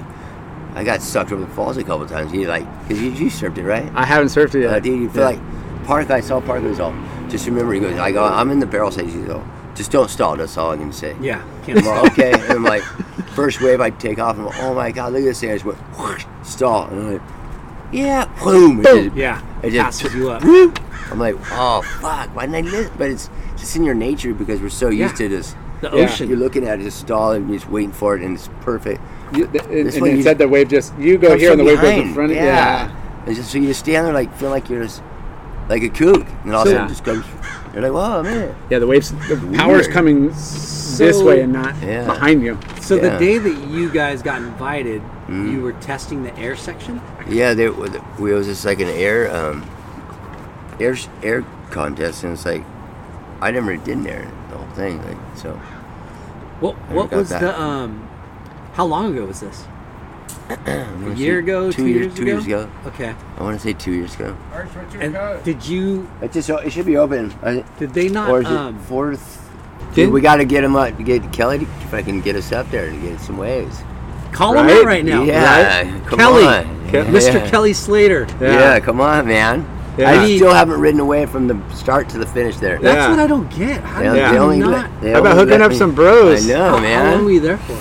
S5: I got sucked over the falls a couple times. You like, cause you, you surfed it, right?
S3: I haven't surfed it yet.
S5: Uh, dude, you feel
S3: Yeah.
S5: like Park. I saw Park was all. Just remember, he goes. I go. I'm in the barrel stage. He goes, just don't stall. That's all I can say.
S6: Yeah, can't
S5: I'm all, okay. And I'm like, first wave, I take off. and I'm oh my god, look at this thing. I just went whoosh, stall, and I'm like, yeah, boom. It just-
S6: Yeah,
S5: It just
S6: passes you up.
S5: whoop. I'm like, oh fuck, why didn't I live? But it's just in your nature because we're so used to
S6: Yeah.
S5: this.
S6: The
S5: Yeah.
S6: ocean.
S5: You're looking at it, just stall, and you're just waiting for it, and it's perfect.
S3: You, th- and
S5: This one
S3: and
S5: you-
S3: instead the wave just you go
S5: Comes
S3: here and the
S5: from
S3: wave goes in
S5: behind.
S3: front of you.
S5: Yeah. And just, so you just stand there like feel like you're just like a kook, and all of a
S3: So-
S5: sudden it just comes. You're like, whoa, man.
S3: Yeah, the waves, the power's
S5: Weird.
S3: coming this
S6: So-
S3: way and not
S5: Yeah.
S3: behind you.
S6: So
S5: Yeah. Mm-hmm.
S6: the day that you guys got invited, you were testing the air section.
S5: Yeah, there was we it was just like an air um, air sh- air contest, and it's like I never did an air the whole thing. Like so,
S6: What
S5: Never
S6: what
S5: got
S6: was
S5: that.
S6: the um? How long ago was this?
S5: I'm
S6: A
S5: gonna
S6: year
S5: say
S6: ago, two, years, ago.
S5: two years ago.
S6: Okay.
S5: I want to say two years ago.
S6: And did you?
S5: It just it should be open. I-
S6: Did they not?
S5: or is
S6: um,
S5: it fourth? Dude,
S3: Didn't-
S5: we got to get him up. Get Kelly to, if I can get us up there to get some waves.
S6: call them
S3: Right?
S6: out right now.
S5: Yeah, come
S6: Kelly,
S5: on.
S3: Ke-
S6: Mr.
S5: Yeah.
S6: Kelly Slater.
S5: Yeah.
S3: Yeah.
S5: come on, man.
S3: Yeah.
S5: I
S3: I
S6: mean-
S5: still haven't ridden away from the start to the finish there.
S3: Yeah.
S6: That's what I don't get. How
S5: They-
S6: did
S5: they
S6: you
S5: only
S6: not?
S5: let- they
S3: How about
S5: only
S3: hooking
S5: let
S3: up
S5: me-
S3: some bros?
S5: I know,
S6: how,
S5: man.
S6: how long were you there for?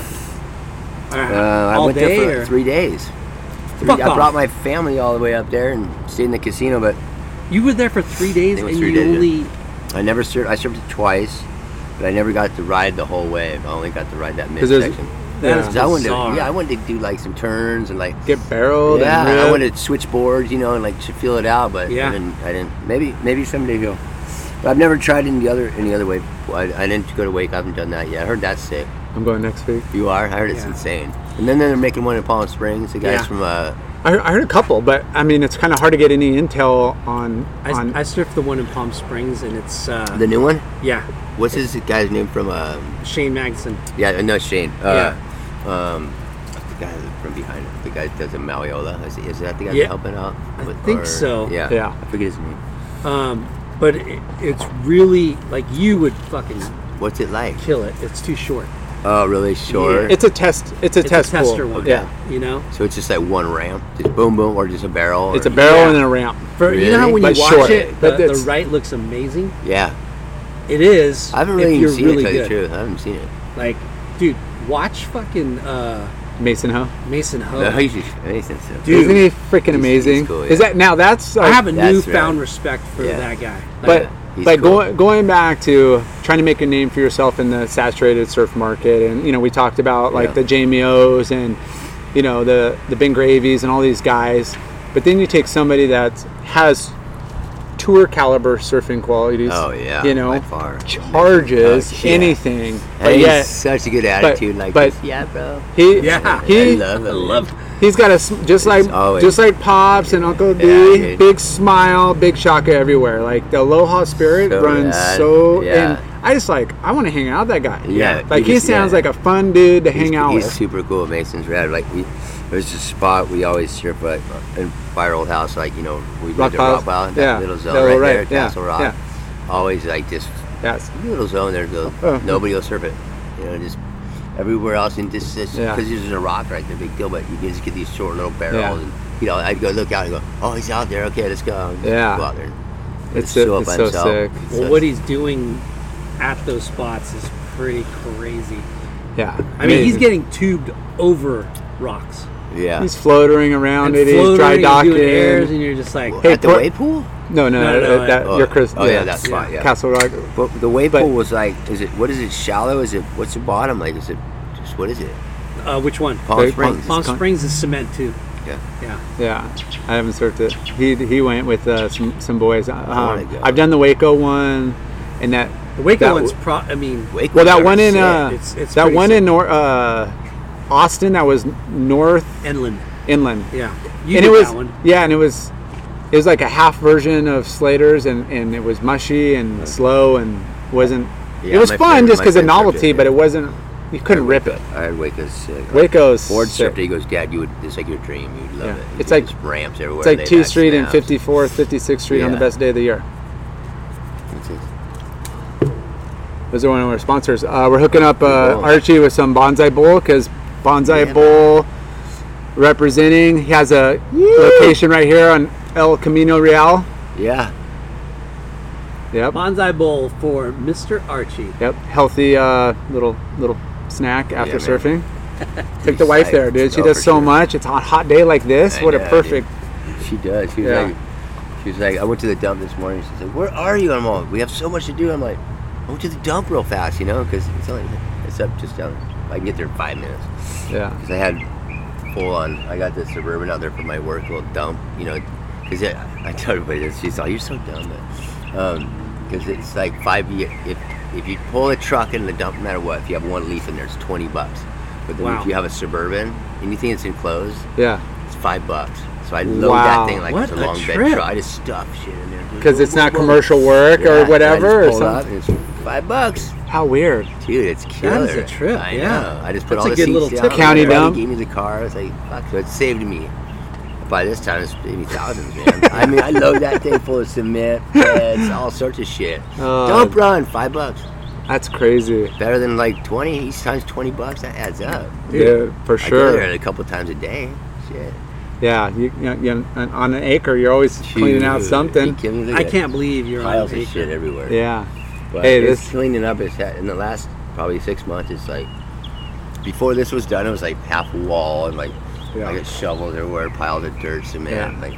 S6: All right,
S5: Uh, I
S6: all
S5: went
S6: day
S5: there for
S6: or-
S5: three days. Three,
S6: Fuck
S5: I
S6: off.
S5: brought my family all the way up there and stayed in the casino, but
S6: You were there for three days,
S5: It
S6: and
S5: was three
S6: you
S5: days, yeah.
S6: only
S5: I never served. I served it twice, but I never got to ride the whole wave. I only got to ride that
S3: 'Cause there's-
S5: midsection.
S6: That is
S5: 'Cause I wanted to,
S6: bizarre.
S5: yeah, I wanted to do like some turns and like
S3: Get barreled.
S5: yeah,
S3: and ripped.
S5: I wanted to switch boards, you know, and like to feel it out. But
S6: Yeah.
S5: I didn't. I didn't. Maybe maybe someday he'll. But I've never tried any other any other wave. I, I didn't go to wake. I haven't done that yet. I heard that's sick.
S3: I'm going next week.
S5: You are? I heard it's insane. And then they're making one in Palm Springs. The guys
S3: Yeah.
S5: from uh,
S3: I, I heard a couple, but I mean, it's kind of hard to get any intel on. on
S6: I, I surfed the one in Palm Springs, and it's uh,
S5: the new one.
S6: Yeah,
S5: What's his guy's name from? Uh,
S6: Shane Magson.
S5: yeah, I know Shane. Uh, Um, the guy from behind. The guy that does a Maliola. Is, is that the guy
S6: Yeah.
S5: helping out?
S6: I think so.
S5: Yeah.
S3: Yeah.
S5: I forget his name.
S6: Um, but it, it's really like you would fucking
S5: What's it like?
S6: kill it. It's too short.
S5: Oh, really? Sure.
S3: it's a test. It's a test pool.
S6: tester one.
S3: Yeah,
S6: you know.
S5: so it's just like one ramp, just boom, boom, or just a barrel. or-
S3: it's a barrel and a ramp.
S6: For, You know how
S5: Really?
S6: when
S3: But
S6: you watch
S3: short.
S6: it, the,
S3: But
S6: the
S3: it's-
S6: right looks amazing.
S5: Yeah.
S6: It is.
S5: I haven't really
S6: if
S5: even
S6: you're
S5: seen
S6: really
S5: it. To tell you
S6: good.
S5: the truth, I haven't seen it.
S6: Like, dude, watch fucking uh,
S3: Mason Ho.
S6: Mason Ho.
S5: No, he's just, he's just a-
S6: Oh. Dude.
S3: Isn't he freaking amazing?
S5: cool,
S3: Is
S5: yeah.
S3: that now? That's
S6: I
S3: like-
S6: have a
S5: That's
S6: newfound
S5: right.
S6: respect for
S5: Yeah.
S6: that guy.
S3: But
S5: He's
S3: but
S5: cool.
S3: going going back to trying to make a name for yourself in the saturated surf market, and you know we talked about like
S5: Yeah.
S3: the Jamie O's and you know the the Ben Gravies and all these guys, but then you take somebody that has tour caliber surfing qualities.
S5: Oh, yeah,
S3: you know
S5: by far.
S3: charges
S5: Oh, yeah.
S3: anything,
S5: And
S3: but
S5: he's
S3: yet
S5: such a good attitude. like,
S3: but-
S5: just, yeah, bro.
S3: he
S6: Yeah.
S5: I
S3: he
S5: love it. I love
S3: He's got a s- just like
S5: always-
S3: just like pops and Uncle
S5: Yeah,
S3: D,
S5: dude.
S3: big smile, big shaka everywhere. Like the Aloha spirit
S5: So
S3: runs
S5: rad.
S3: so.
S5: Yeah.
S3: And I just like I want to hang out with that guy.
S5: Yeah,
S3: Like
S5: he
S3: he
S5: just-
S3: sounds
S5: yeah.
S3: like a fun dude to
S5: he's,
S3: hang out
S5: he's
S3: with.
S5: super cool. Mason's rad. Like we, there's a spot we always surf at in our old house. Like you know, we
S3: Rock
S5: lived at
S3: Piles?
S5: Rock Pile, that
S3: Yeah,
S5: little zone
S3: that
S5: right,
S3: little
S5: there,
S3: right, yeah,
S5: Castle Rock.
S3: yeah.
S5: Always like just
S3: Yes.
S5: little zone there. Little,
S3: Uh-huh.
S5: Nobody will surf it. You know, just everywhere else in this because
S3: Yeah.
S5: there's a rock right there, big deal. But you can just get these short little barrels,
S3: Yeah.
S5: and you know, I'd go look out and go, oh, he's out there. Okay, let's go. And just
S3: Yeah.
S5: go out there.
S3: It's
S5: Just
S3: so-
S5: show up
S3: it's
S5: by
S3: so
S5: himself.
S3: sick.
S6: Well, what he's doing at those spots is pretty crazy.
S3: Yeah.
S6: I mean, he's
S3: Amazing.
S6: getting tubed over rocks.
S5: yeah.
S3: he's floatering around it. He's dry
S6: floating and
S3: docking.
S6: doing airs, and you're just like,
S5: Well,
S3: Hey,
S5: at the
S3: Port-
S5: wave pool?
S3: no, no,
S6: No,
S3: no,
S6: no, no,
S3: that,
S5: Oh,
S3: you're Chris.
S5: oh, yeah, that's fine, yeah.
S3: Castle Rock.
S5: But the wave
S3: But-
S5: pool was like, is it what is it shallow? Is it what's the bottom like? Is it just what is it?
S6: uh, which one?
S5: Palm
S3: Very-
S5: Springs.
S6: Palm
S3: It's con-
S6: Springs is cement too.
S5: Yeah.
S6: Yeah.
S3: Yeah, I haven't surfed it. He he went with uh, some some boys.
S5: wanna
S3: Um,
S5: go.
S3: I've done the Waco one, and that
S6: The Waco
S3: that
S6: one's
S3: w-
S6: pro. I mean,
S5: Wake
S3: Well, that
S5: water
S3: one
S5: is
S3: in
S5: sick.
S3: uh,
S6: It's- it's
S3: that
S6: pretty
S3: one
S6: sick.
S3: in nor- uh, Austin that was north
S6: Inland.
S3: inland,
S6: Yeah. You
S3: and
S6: did
S3: it was
S6: that one.
S3: yeah, and it was it was like a half version of Slater's, and, and it was mushy and slow and wasn't.
S5: Yeah,
S3: it was
S5: my
S3: fun
S5: friend-
S3: just
S5: my
S3: because of
S5: friend surfed
S3: novelty,
S5: it,
S3: but
S5: yeah.
S3: it wasn't. You couldn't rip it.
S5: I heard Waco's sick.
S3: Waco's
S5: Board
S3: sick.
S5: surfed. He goes, Dad, you would. It's like your dream. You'd love
S3: Yeah.
S5: it.
S3: It's
S5: You
S3: like-
S5: just ramps everywhere.
S3: It's like
S5: laid
S3: T
S5: back
S3: Street and
S5: snaps.
S3: 54th, 56th Street on the
S5: Yeah.
S3: best day of the year.
S5: That's it.
S3: Those are one of our sponsors. Uh, we're hooking up uh,
S5: Cool.
S3: Archie with some Bonsai Bowl because Bonsai
S5: Yeah.
S3: Bowl representing. He has a location right here on El Camino Real.
S5: Yeah.
S3: Yep.
S6: Bonsai Bowl for Mr. Archie.
S3: Yep. Healthy uh, little little snack after
S5: man.
S3: surfing. Took the wife
S5: psyched
S3: there,
S5: to
S3: dude. She
S5: go
S3: does
S5: for
S3: so
S5: sure.
S3: much. It's on a hot day like this.
S5: I
S3: what
S5: know,
S3: a
S5: dude.
S3: perfect.
S5: She does. She was
S3: Yeah.
S5: like, she was like, I went to the dump this morning. She's like, Where are you? I'm all. We have so much to do. I'm like, I went to the dump real fast, you know, because it's only it's up just down. I can get there in five minutes.
S3: Yeah.
S5: because I had full on. I got the suburban out there for my work, little dump, you know. Because I tell everybody this, she's like, "You're so dumb," but because it's like five. ye- If if you pull a truck in the dump, no matter what, if you have one leaf in there, it's twenty bucks. But then
S6: Wow.
S5: if you have a suburban, anything that's enclosed,
S3: Yeah.
S5: it's five bucks. So I load
S3: Wow.
S5: that thing like
S6: What
S5: it's a
S6: a
S5: long bed
S6: trip.
S5: truck. I just stuff shit in there
S3: Because it's not
S5: Whoa, whoa, whoa.
S3: commercial work
S5: Yeah, so I
S3: or
S5: just
S3: whatever. Or
S5: pull it up
S3: something.
S5: and it's five bucks.
S3: How weird.
S5: Dude, it's killer.
S6: That is a trip,
S5: I
S6: yeah.
S5: know. I just put
S6: That's
S5: all the
S6: a good little
S5: seats
S6: tip.
S5: down.
S3: County
S5: Everybody
S3: dump.
S5: Gave me the car. I was like, fuck. So it saved me. By this time, it's maybe thousands, man. I mean, I load that thing full of cement, beds, all sorts of shit.
S3: Oh.
S5: Dump run, five bucks.
S3: That's crazy.
S5: Better than like twenty. Each time's twenty bucks. That adds up.
S3: yeah, for
S5: I go
S3: sure.
S5: there a couple times a day. Shit.
S3: Yeah, you, you, you, on- on an acre, you're always cleaning out
S5: Dude,
S3: something.
S5: you kidding me? Look
S6: I
S5: at
S6: can't believe you're on
S5: piles
S6: vacation.
S5: of shit everywhere.
S3: Yeah,
S5: But
S3: Hey,
S5: it's
S3: this-
S5: cleaning up is in the last probably six months. It's like before this was done, it was like half a wall and like
S3: Yeah.
S5: I got shovels everywhere, piles of dirt, cement,
S3: Yeah.
S5: like.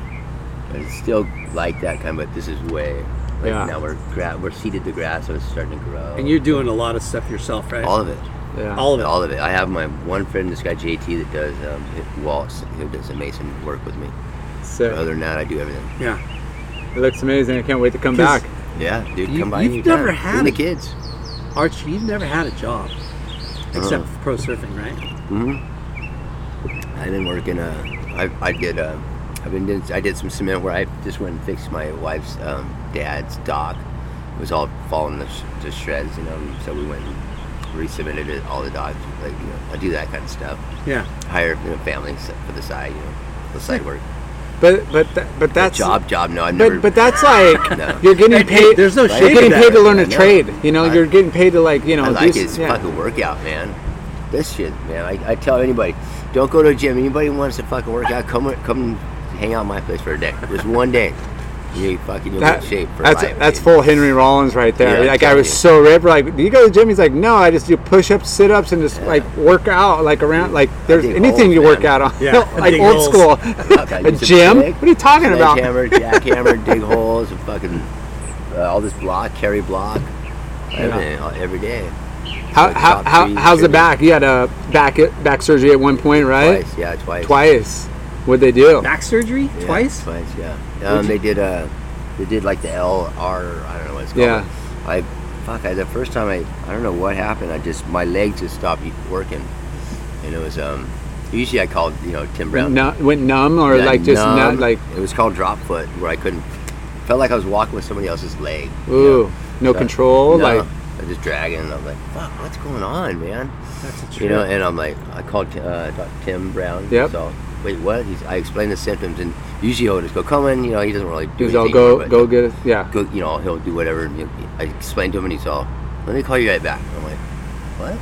S5: But it's still like that kind, but this is way. Like
S3: Yeah.
S5: Now we're gra- we're seeded the grass, so it's starting to grow.
S6: And you're doing a lot of stuff yourself, right?
S5: all of it,
S3: yeah.
S6: All of it.
S5: all of it. I have my one friend, this guy JT, that does um, hit walls, who does amazing work with me.
S3: Sick.
S5: Other than that, I do everything.
S6: Yeah.
S3: It looks amazing. I can't wait to come
S6: 'Cause
S3: back.
S5: Yeah, dude,
S6: You-
S5: come by.
S6: you've
S5: anytime.
S6: never had
S5: Even
S6: it.
S5: the kids.
S6: Archie, you've never had a job.
S1: except
S5: Uh-huh.
S1: for pro surfing, right?
S5: hmm I've been working. Uh, I, I did. Uh, I've been. Did, I did some cement where I just went and fixed my wife's um, dad's dock. It was all falling to, sh- to shreds, you know. and So we went and resubmitted it. All the docks. Like you know, I do that kind of stuff.
S3: Yeah.
S5: Hire you know, families for the side, you know, the side work.
S3: But but tha- but that's
S5: job, job. No, I've
S3: but,
S5: never.
S3: but that's like
S5: No.
S3: you're getting
S5: And-
S3: paid.
S5: and there's no
S3: you're
S5: shame in
S3: getting
S5: that,
S3: paid to learn a
S5: no.
S3: trade. You know,
S5: I-
S3: you're getting paid to like you know.
S5: I like
S3: do,
S5: it.
S3: s-
S5: It's
S3: yeah.
S5: fucking workout, man. Oh, This shit, man. I, I tell anybody, don't go to a gym. Anybody who wants to fucking work out, come come hang out at my place for a day. Just one day. You fucking you'll
S3: That-
S5: get in shape for
S3: that's
S5: life.
S3: that's full Henry Rollins right there.
S5: Yeah,
S3: that guy was so ripped. Like, do you go to the gym? He's like, no, I just do push ups, sit ups, and just like work out like around. Like, there's
S5: dig
S3: anything
S5: holes,
S3: you work
S5: man.
S3: out on,
S5: Yeah, I
S3: like
S5: dig
S3: old
S5: holes.
S3: school.
S5: Fuck, I
S3: a
S5: used to
S3: gym?
S5: pick,
S3: What are you talking about?
S5: Sledgehammer, jackhammer, dig holes, and fucking uh, all this block, carry block, everything, uh, every day.
S3: How,
S5: Like
S3: how,
S5: top
S3: how,
S5: three,
S3: how's the
S5: should be
S3: back? You had a back back surgery at one point, right?
S5: Twice, yeah, twice.
S3: Twice. What'd they do?
S1: Back surgery
S5: Yeah,
S1: twice.
S5: Twice, yeah.
S1: What'd
S5: Um,
S1: you-
S5: they did uh, they did like the L R. I don't know what it's called.
S3: Yeah.
S5: I fuck. I, the first time I, I don't know what happened. I just my leg just stopped e- working, and it was um. Usually I called you know Tim Brown.
S3: Nu- went numb or
S5: Yeah,
S3: like just
S5: numb.
S3: not like
S5: it was called drop foot where I couldn't felt like I was walking with somebody else's leg. you
S3: Ooh, no
S5: So,
S3: control,
S5: no,
S3: like-
S5: I was just dragging. And I'm like, fuck, what's going on, man?
S1: That's a
S5: you know,
S1: trip.
S5: and I'm like, I called Ti- uh, Dr. Tim Brown.
S3: Yep.
S5: So, wait, what? He's, I explained the symptoms, and usually he'll just go, come in. You know, he doesn't really do
S3: He's all,
S5: anything,
S3: "Go-
S5: but-
S3: go get it." Yeah.
S5: Go, you know, he'll do whatever. And he I explained to him, and he's all, let me call you right back. I'm like, what?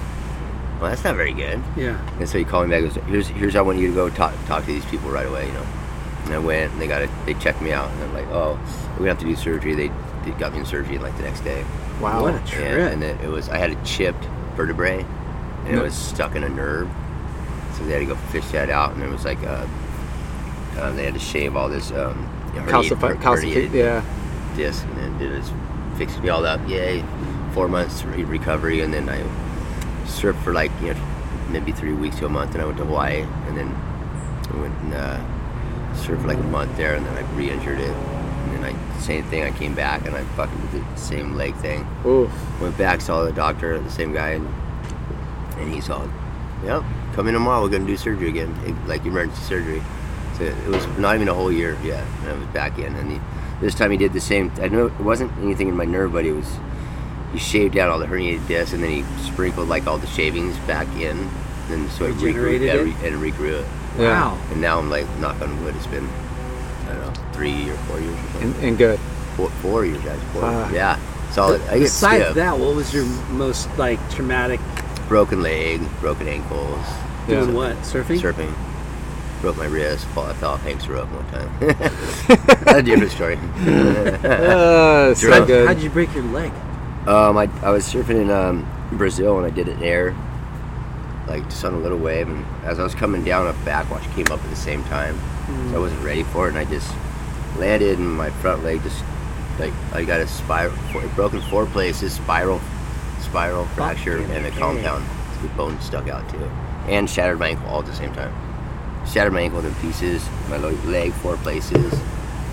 S5: Well, that's not very good.
S1: Yeah.
S5: And so he called me back. and goes, here's here's how I want you to go talk talk to these people right away. You know. And I went and they got it. They checked me out and I'm like, oh, we're gonna have to do surgery. They, they got me in surgery like the next day.
S3: Wow. What a trip.
S5: And, and it, it was I had a chipped vertebrae, and
S3: No.
S5: it was stuck in a nerve. So they had to go fish that out, and it was like uh, uh, they had to shave all this um, herniated-
S3: Calcifi-
S5: herniated
S3: calcifi- yeah.
S5: disc, and then it just fixed me all up. Yay! Four months re- recovery, and then I surfed for like you know maybe three weeks to a month, and I went to Hawaii, and then I went and uh, surfed for like a month there, and then I re-injured it, and then I same thing. I came back and I fucking did the same leg thing.
S3: Oof.
S5: Went back, saw the doctor, the same guy, and, and he's all, "Yep, come in tomorrow. We're gonna do surgery again, it- like emergency surgery." So it was not even a whole year yet, and I was back in. And he, this time he did the same. I know it wasn't anything in my nerve, but it was. He shaved down all the herniated discs, and then he sprinkled like all the shavings back in, and so it regrew,
S1: Regenerated
S5: yeah,
S1: it?
S5: re- and regrew it.
S3: Yeah. Wow.
S5: And now I'm like, knock on wood, it's been I don't know three or four years. Or something.
S3: and, and good.
S5: Four, four years, guys. Four.
S1: Uh,
S3: Fuck.
S5: Yeah, solid. I get
S1: Besides
S5: stiff.
S1: that, what was your most like traumatic?
S5: broken leg, broken ankles.
S1: Doing what? Surfing?
S5: Surfing. Broke my wrist. Fall, I fell off Hank's rope one time. That's a different story.
S3: Uh, so
S5: Drunk.
S3: good.
S1: How did you break your leg?
S5: Um, I, I was surfing in um, Brazil and I did it there, like just on a little wave. And as I was coming down, a backwash came up at the same time, so I wasn't ready for it. And I just landed, and my front leg just like I got a spiral, four, broken four places, spiral, spiral fracture, and a compound with bone stuck out too, and shattered my ankle all at the same time. Shattered my ankle into pieces, my lo- leg four places,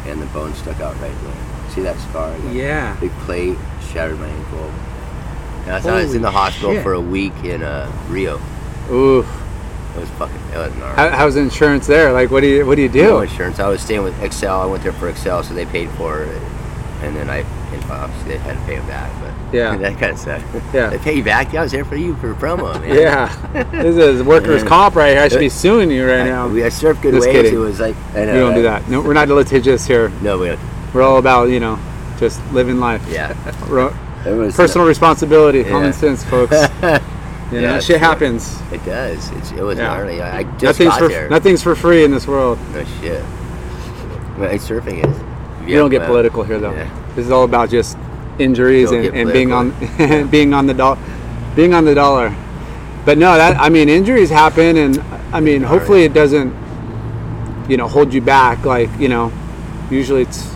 S5: and the bone stuck out right there. See that scar? I got?
S1: Yeah.
S5: Big plate shattered my ankle. And I, thought I was
S1: Holy
S5: in the hospital
S1: shit.
S5: for a week in uh, Rio.
S3: Oof.
S5: It was fucking. It was gnarly.
S3: How, how's insurance there? Like, what do you what do you do?
S5: No insurance. I was staying with Excel. I went there for Excel, so they paid for it. And then I, and obviously, they had to pay it back. But
S3: Yeah.
S5: that kind of sucked.
S3: Yeah.
S5: they pay you back. Yeah, I was there for you for a promo, man.
S3: Yeah, this is workers'
S5: Yeah. Uh,
S3: comp right here. I should be suing you right
S5: I-
S3: now.
S5: we- I surfed good
S3: Just
S5: waves.
S3: Kidding.
S5: It was like- I know,
S3: we don't do
S5: right?
S3: that. No, we're not litigious here.
S5: No, we don't.
S3: We're all about you know, just living life.
S5: Yeah.
S3: Ro-
S5: It was,
S3: personal responsibility,
S5: Yeah.
S3: common sense, folks. you know,
S5: Yeah,
S3: shit
S5: it's-
S3: happens.
S5: It does. It's, it was
S3: Yeah.
S5: gnarly. I, I just
S3: nothing's
S5: got
S3: for
S5: there.
S3: nothing's for free in this world.
S5: No shit. Well, it's surfing is.
S3: We don't get political here though. This is all about just injuries
S5: Don't
S3: and,
S5: get
S3: and being on being on the dollar, being on the dollar. But no, that I mean injuries happen, and I mean hopefully it doesn't, you know, hold you back. Like you know, usually it's.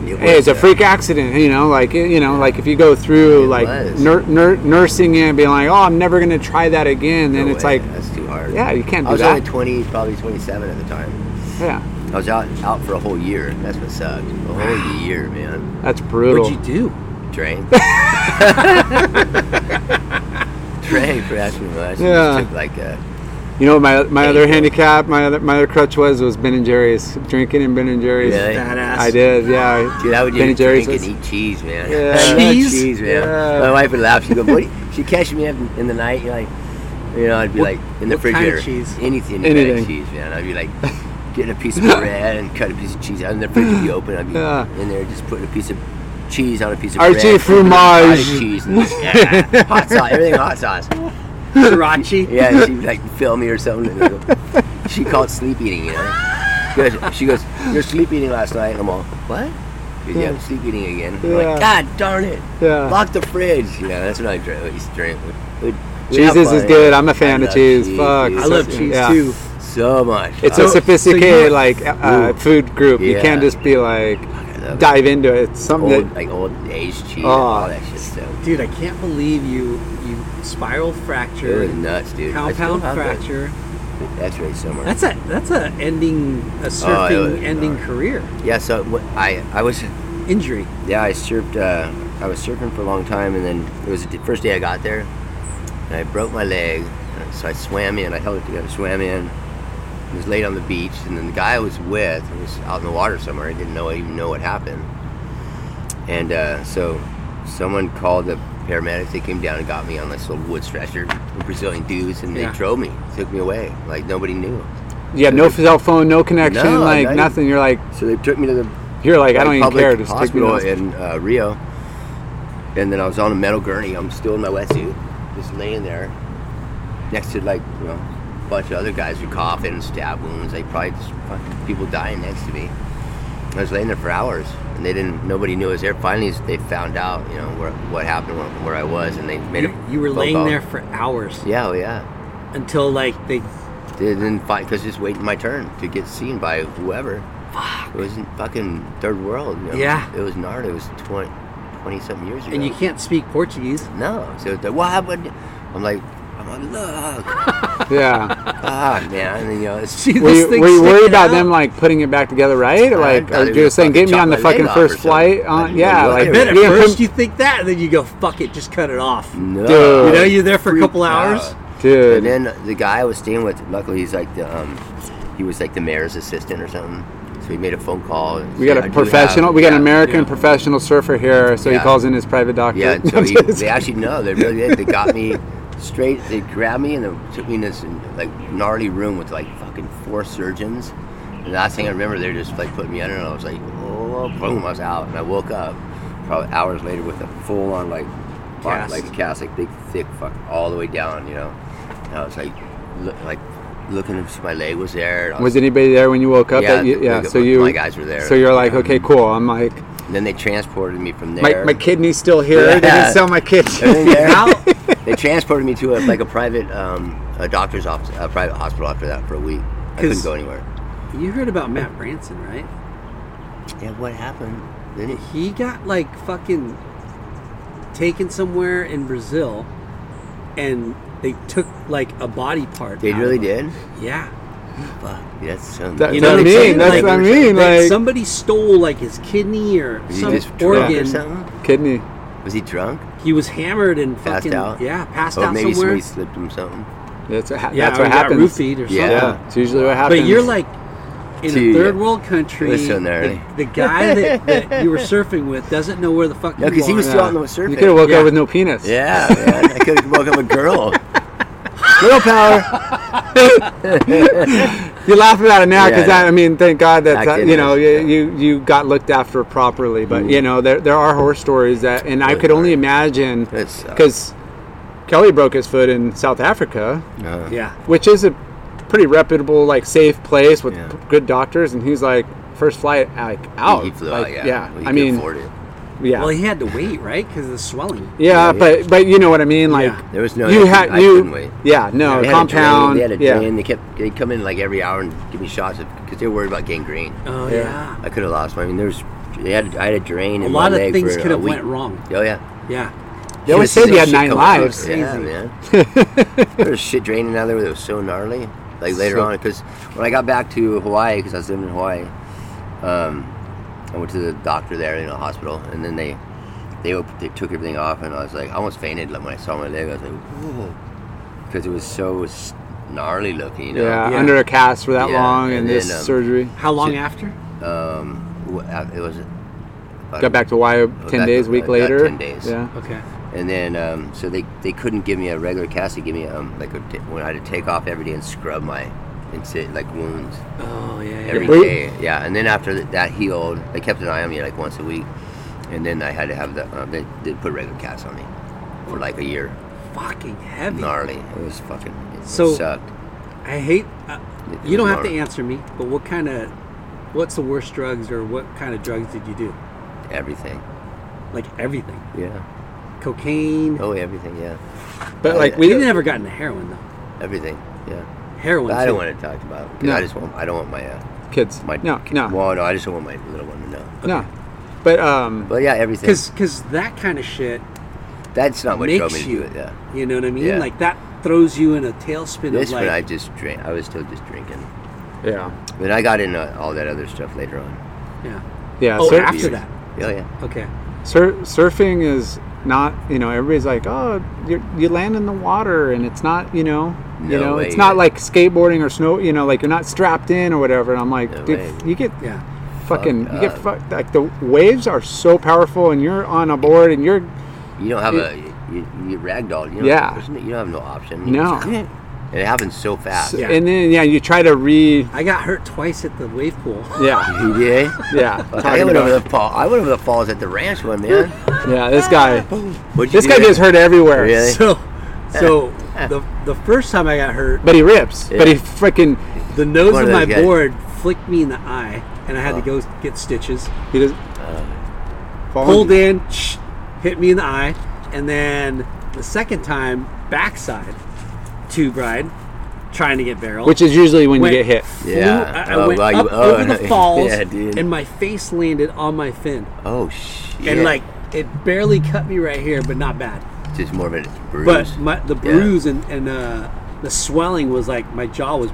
S3: Hey, it's a
S5: uh,
S3: freak accident, you know. Like you know, like if you go through like nur- nur- nursing it and being like, "Oh, I'm never gonna try that again," then
S5: No
S3: it's
S5: way.
S3: like,
S5: that's too hard.
S3: yeah, you can't
S5: I
S3: do
S5: was
S3: that.
S5: only 20, probably 27 at the time.
S3: yeah,
S5: I was out out for a whole year. That's what sucked. A whole year, man.
S3: that's brutal.
S1: What'd you do?
S5: Drank. Craig for asking me last.
S3: Yeah.
S5: Took like uh,
S3: You know, my my other handicap, my other my other crutch was was Ben and Jerry's drinking and Ben and Jerry's.
S5: Really? Badass.
S3: I did, yeah.
S5: Dude, I would
S3: Ben
S5: just
S3: and Jerry's
S5: drink and
S3: was-
S5: eat cheese, man.
S3: Yeah.
S5: I love
S3: Cheese?
S5: cheese, man.
S3: Yeah.
S5: My wife would laugh. She'd go, "What?" do you-" She'd catch me up in- in the night, you're like, you know, I'd be
S3: What-
S5: like in the
S3: what kind of
S5: refrigerator,
S3: cheese?
S5: anything, kind
S3: Anything.
S5: of cheese, man. I'd be like getting a piece of bread and cut a piece of cheese out, and the fridge would be open. I'd be
S3: Yeah.
S5: in there just putting a piece of cheese on a piece of
S3: Archie
S5: bread, and
S3: fromage.
S5: cheese, and just, yeah, hot sauce, everything hot sauce.
S6: Sriracha.
S5: Yeah, and she'd like film me or something. And I'd go- she called sleep eating, you know. She goes- She goes, "You're sleep eating last night," and I'm all, "What?" She goes, "Yeah, I'm sleep eating again." I'm
S3: Yeah.
S5: like, "God darn it!
S3: Yeah.
S5: Lock the fridge." You know, that's what I drink. We used to drink. We- we- we have
S3: Cheese is
S5: fun,
S3: is good. I'm
S5: I
S3: a fan of
S5: love
S3: cheese. Fuck.
S5: dude.
S6: I love
S5: So-
S6: cheese
S3: yeah.
S6: too.
S5: so much.
S3: It's
S5: I
S3: a
S5: love-
S3: sophisticated like uh, uh,
S5: Ooh.
S3: food group. You
S5: Yeah. Oh,
S3: can't just be like
S5: love it.
S3: dive into it. It's something
S5: old,
S3: that
S5: like old aged cheese, and
S3: Oh.
S5: all that shit stuff.
S6: Dude, I can't believe you you spiral
S5: It
S6: fracture,
S5: was nuts, dude. I still
S6: compound
S5: have that
S6: fracture.
S5: X-ray somewhere.
S6: That's a that's a ending a surfing
S5: Oh, was uh,
S6: ending
S5: gnarly.
S6: career
S5: yeah. So what, I I was
S6: injury.
S5: yeah, I surfed. Uh, I was surfing for a long time, and then it was the first day I got there, and I broke my leg. and So I swam in. I held it together, swam in. I was laid on the beach, and then the guy I was with was out in the water somewhere. I didn't know even know what happened. And uh, so, someone called the paramedics. They came down and got me on this little wood stretcher, Brazilian dudes, and they
S6: Yeah.
S5: drove me, took me away. Like nobody knew.
S3: you have no cell phone, no connection,
S5: No,
S3: like
S5: not even-
S3: nothing. You're like
S5: So they took me to the
S3: you're like I don't even
S5: public
S3: care. Just take me to
S5: hospital
S3: the
S5: in uh, Rio, and then I was on a metal gurney. I'm still in my wetsuit, just laying there, next to like you know, a bunch of other guys with coughing and stab wounds. They probably just fucking people dying next to me. I was laying there for hours, and they didn't. Nobody knew I was there. Finally, they found out, you know, where, what happened, where, where I was, and they made
S6: You,
S5: a
S6: you were
S5: phone
S6: laying
S5: call.
S6: there for hours
S5: Yeah, oh, yeah.
S6: until like they
S5: They didn't fight because just waiting my turn to get seen by whoever. It wasn't fucking third world. You know?
S6: Yeah.
S5: It was gnarly. It was 20, 20 something years ago.
S6: and you can't speak Portuguese.
S5: No. So it's like, what happened? I'm like, I'm on look.
S3: yeah.
S5: ah, man. And, you know, it's
S6: See,
S3: were
S6: this
S3: you,
S6: thing
S3: were you worried
S6: sticking
S3: about
S6: out.
S3: them like putting it back together, right? Like
S5: thought
S3: or
S5: they
S3: you
S5: were
S3: just saying,
S5: fucking
S3: get me on the fucking
S5: chopping my leg off or
S3: first
S5: something.
S3: flight.
S5: I
S3: On
S5: didn't
S3: yeah,
S5: know what
S3: like
S5: they
S6: I bet at
S3: you're gonna
S6: first
S3: put-
S6: you think that, and then you go, "Fuck it, just cut it off."
S5: no.
S3: Dude.
S6: You know, you're there for a
S5: Freaked
S6: couple hours.
S5: out.
S3: dude.
S5: And then the guy I was staying with, luckily he's like the, um, he was like the mayor's assistant or something. So he made a phone call. and
S3: we
S5: said,
S3: got
S5: "I
S3: a
S5: do have-"
S3: professional. we got an
S5: Yeah.
S3: American professional surfer here, so he
S5: Yeah.
S3: calls in his private doctor.
S5: Yeah, and so
S3: I'm
S5: he,
S3: just-
S5: they actually no, they really did. They got me straight. They grabbed me and they took me in this like gnarly room with like fucking four surgeons. And the last thing I remember, they were just like putting me under, and I was like, oh, boom, I was out, and I woke up probably hours later with a full on like on,
S6: Cast.
S5: like cast, like big thick fuck all the way down, you know. And I was like, look, like looking to see my leg was there. and I
S3: Was anybody there when you woke up?
S5: Yeah,
S3: that you,
S5: the-
S3: yeah.
S5: the-
S3: So you,
S5: my guys were there.
S3: So you're like, okay, cool. I'm like,
S5: and then they transported me from
S3: my,
S5: there.
S3: my kidney's still here. They didn't
S5: Yeah.
S3: sell my kidney.
S5: Everything there. they transported me to a, like a private um, a doctor's office, a private hospital after that for a week. I couldn't
S6: Cause-
S5: go anywhere.
S6: You heard about Matt Branson, right?
S5: Yeah, what happened? Then it,
S6: He got like fucking taken somewhere in Brazil, and they took like a body part.
S5: they
S6: out
S5: really
S6: of him.
S5: did.
S6: Yeah.
S5: Fuck, that's so.
S3: That's
S6: You
S3: what I
S6: know what I'm
S3: mean.
S6: saying?
S3: That's
S6: Like-
S3: what I mean.
S6: Like,
S3: Like
S6: somebody stole like his kidney or
S5: was he
S6: some
S5: just drunk or
S6: organ.
S5: something?
S3: kidney.
S5: Was he drunk?
S6: he was hammered and
S5: Passed
S6: fucking
S5: out?
S6: yeah, passed
S5: Or
S6: out
S5: maybe somebody
S6: somewhere.
S5: slipped him something.
S3: That's what, ha-
S6: Yeah,
S3: that's
S6: or
S3: what
S6: he got
S3: happens.
S6: roofied or something.
S5: Yeah.
S3: Yeah, it's usually what happens.
S6: But you're like in
S5: Dude,
S6: a third world country.
S5: listen there,
S6: the, the guy that, that you were surfing with doesn't know where the fuck.
S5: No,
S6: you
S5: because he
S6: are.
S5: was still out in the
S3: you
S5: surfing.
S3: could have woke
S6: Yeah.
S3: up with no penis.
S5: yeah, man, I could have woke up a girl. Girl power.
S3: You laugh about it now because
S5: Yeah.
S3: I mean, thank God that,
S5: Back
S3: that
S5: then
S3: you
S5: it
S3: know
S5: was-
S3: you,
S5: yeah. Mm.
S3: you you got looked after properly. But you know there there are horror stories that, and I
S5: Really
S3: could only
S5: are.
S3: imagine
S5: That sucks.
S3: because Kelly broke his foot in South Africa,
S5: No.
S6: Yeah,
S3: which is a pretty reputable, like safe place with
S5: Yeah.
S3: p- good doctors, and he's like first flight like out.
S5: He flew
S3: Oh, like,
S5: out. Yeah. Well, he
S3: I
S5: could
S3: mean, uh,
S5: afford it.
S3: yeah.
S6: Well, he had to wait, right? Because of the swelling.
S3: yeah,
S5: Yeah.
S3: but but you know what I mean. Like
S5: There was no.
S3: you
S5: I
S3: had
S5: couldn't- I couldn't
S3: you
S5: wait.
S3: yeah no
S5: They had a
S3: compound
S5: drain, They
S3: yeah
S5: had a drain. They kept. They come in like every hour and give me shots because they were worried about gangrene.
S6: Oh
S3: Yeah.
S6: yeah.
S5: I could have lost. I mean, there's. They had. I had a drain.
S6: A
S5: in
S6: lot
S5: my
S6: of
S5: leg
S6: things
S5: for
S6: could
S5: a
S6: have
S5: week.
S6: went wrong.
S5: Oh yeah.
S6: Yeah.
S3: they always said you had
S5: Shit
S3: nine
S5: coming out.
S3: lives.
S5: Yeah, man. there was shit draining out there that was so gnarly. Like later
S3: So-
S5: on, because when I got back to Hawaii, because I was living in Hawaii, um, I went to the doctor there in the hospital, and then they they op- they took everything off, and I was like, I almost fainted like when I saw my leg. I was like, whoa, because it was so s- gnarly looking. You know?
S3: Yeah, under a cast for that long and this
S5: um,
S3: surgery.
S5: How
S3: long
S5: after? Um, wh- uh, it was. about-
S3: Got back to Wyo
S5: I was
S3: 10
S5: back
S3: days,
S5: to-
S3: week
S5: about
S3: later.
S5: Ten days. Oh,
S3: Yeah.
S6: Okay.
S5: And then, um, so they, they couldn't give me a regular cast. They gave me um, like a, t- when I had to take off every day and scrub my and sit, like wounds.
S6: Oh yeah.
S5: Every
S6: yeah.
S5: day, yeah. And then after th- that healed, they kept an eye on me like once a week. And then I had to have the um, they, they put regular casts on me for like a year.
S6: Fucking heavy.
S5: Gnarly. It was fucking. It,
S6: So-
S5: it sucked.
S6: I hate. Uh,
S5: It-
S6: you
S5: it
S6: don't
S5: was
S6: have to
S5: gnarly.
S6: answer me, but what kind of, what's the worst drugs or what kind of drugs did you do?
S5: Everything.
S6: Like everything.
S5: Yeah.
S6: Cocaine.
S5: Oh, everything. Yeah.
S6: But
S5: Oh,
S6: like
S5: yeah.
S6: we never gotten to heroin though.
S5: Everything. Yeah.
S6: Heroin,
S5: But I don't
S6: too.
S5: want to talk about. It 'cause
S3: No.
S5: I just want. I don't want my uh,
S3: Kids.
S5: My
S3: No, no.
S5: Well, no. I just don't want my little one to know.
S3: No. But um
S5: But yeah, everything.
S6: Because because that kind of shit.
S5: That's not what
S6: makes
S5: drove me to
S6: you.
S5: do it, yeah.
S6: You know what I mean?
S5: Yeah.
S6: Like that throws you in a tailspin
S5: this
S6: of
S5: one,
S6: like.
S5: I just drank. I was still just drinking.
S3: Yeah.
S5: Then I got into all that other stuff later on.
S6: yeah.
S3: Yeah,
S6: Oh,
S3: sur-
S6: after that.
S5: Yeah, yeah.
S6: Okay.
S3: Sur- surfing is not, you know, everybody's like, oh, you you land in the water and it's not, you know, you
S5: No
S3: know,
S5: way,
S3: it's not
S5: yeah.
S3: like skateboarding or snow, you know, like you're not strapped in or whatever. And I'm like, dude,
S5: way.
S3: you get,
S6: yeah,
S3: fucking,
S5: Fucked
S3: you get
S5: up.
S3: fucked. Like the waves are so powerful, and you're on a board, and you're,
S5: You don't have
S3: It-
S5: a you, you ragdoll. You know,
S3: Yeah.
S5: there's no- You don't have no option.
S3: No.
S5: And it happens so fast.
S3: and then yeah, you try to re,
S6: I got hurt twice at the wave pool.
S3: yeah,
S5: You did?
S3: yeah,
S5: Fuck, I
S3: talking
S5: went over
S3: about,
S5: the fall. I went over the falls at the ranch one, man.
S3: yeah. This guy,
S5: What'd you
S3: this
S5: do
S3: guy
S5: there?
S3: gets hurt everywhere.
S5: Really?
S6: So, so the the first time I got hurt,
S3: But he rips. But he freaking
S6: the nose
S5: One
S6: of
S5: of
S6: my
S5: those guys. Oh.
S6: board flicked me in the eye, and I had to go get stitches.
S3: he just
S6: Pulled in, shh, hit me in the eye, and then the second time, backside, tube ride, trying to get barrel,
S3: which is usually when
S6: Went
S3: you get hit.
S6: flew-
S5: Yeah.
S6: I, I
S5: Oh,
S6: went
S5: wow, you-
S6: up
S5: oh,
S6: over the
S5: yeah,
S6: falls,
S5: dude.
S6: and my face landed on my fin,
S5: Oh shit.
S6: and like it barely cut me right here, but not bad.
S5: just more of a bruise.
S6: But my, the
S5: Yeah.
S6: bruise and, and uh, the swelling was like my jaw was.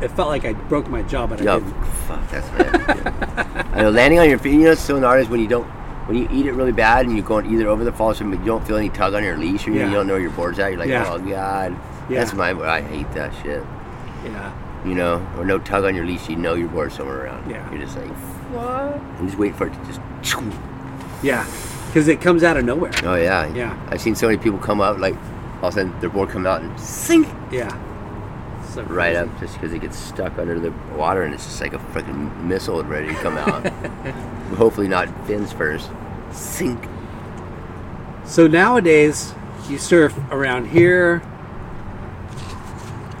S6: It felt like I broke my jaw, but I
S5: Yo,
S6: didn't.
S5: fuck, that's bad. I know landing on your feet, you know, it's so gnarly is when you don't, when you eat it really bad and you're going either over the falls and you don't feel any tug on your leash or you,
S6: Yeah.
S5: you don't know where your board's at, you're like,
S6: Yeah.
S5: oh god,
S6: Yeah.
S5: that's my, I hate that shit.
S6: Yeah,
S5: You know, or no tug on your leash, you know your board's somewhere around.
S6: Yeah.
S5: You're just like, what? I'm just waiting for it to just.
S6: yeah, because it comes out of nowhere.
S5: Oh yeah.
S6: Yeah.
S5: I've seen so many people come up like, all of a sudden their board come out and sink
S6: Yeah, so
S5: right
S6: crazy.
S5: up just because it gets stuck under the water and it's just like a freaking missile ready to come out. Hopefully not fins first. Sink.
S6: So nowadays, you surf around here,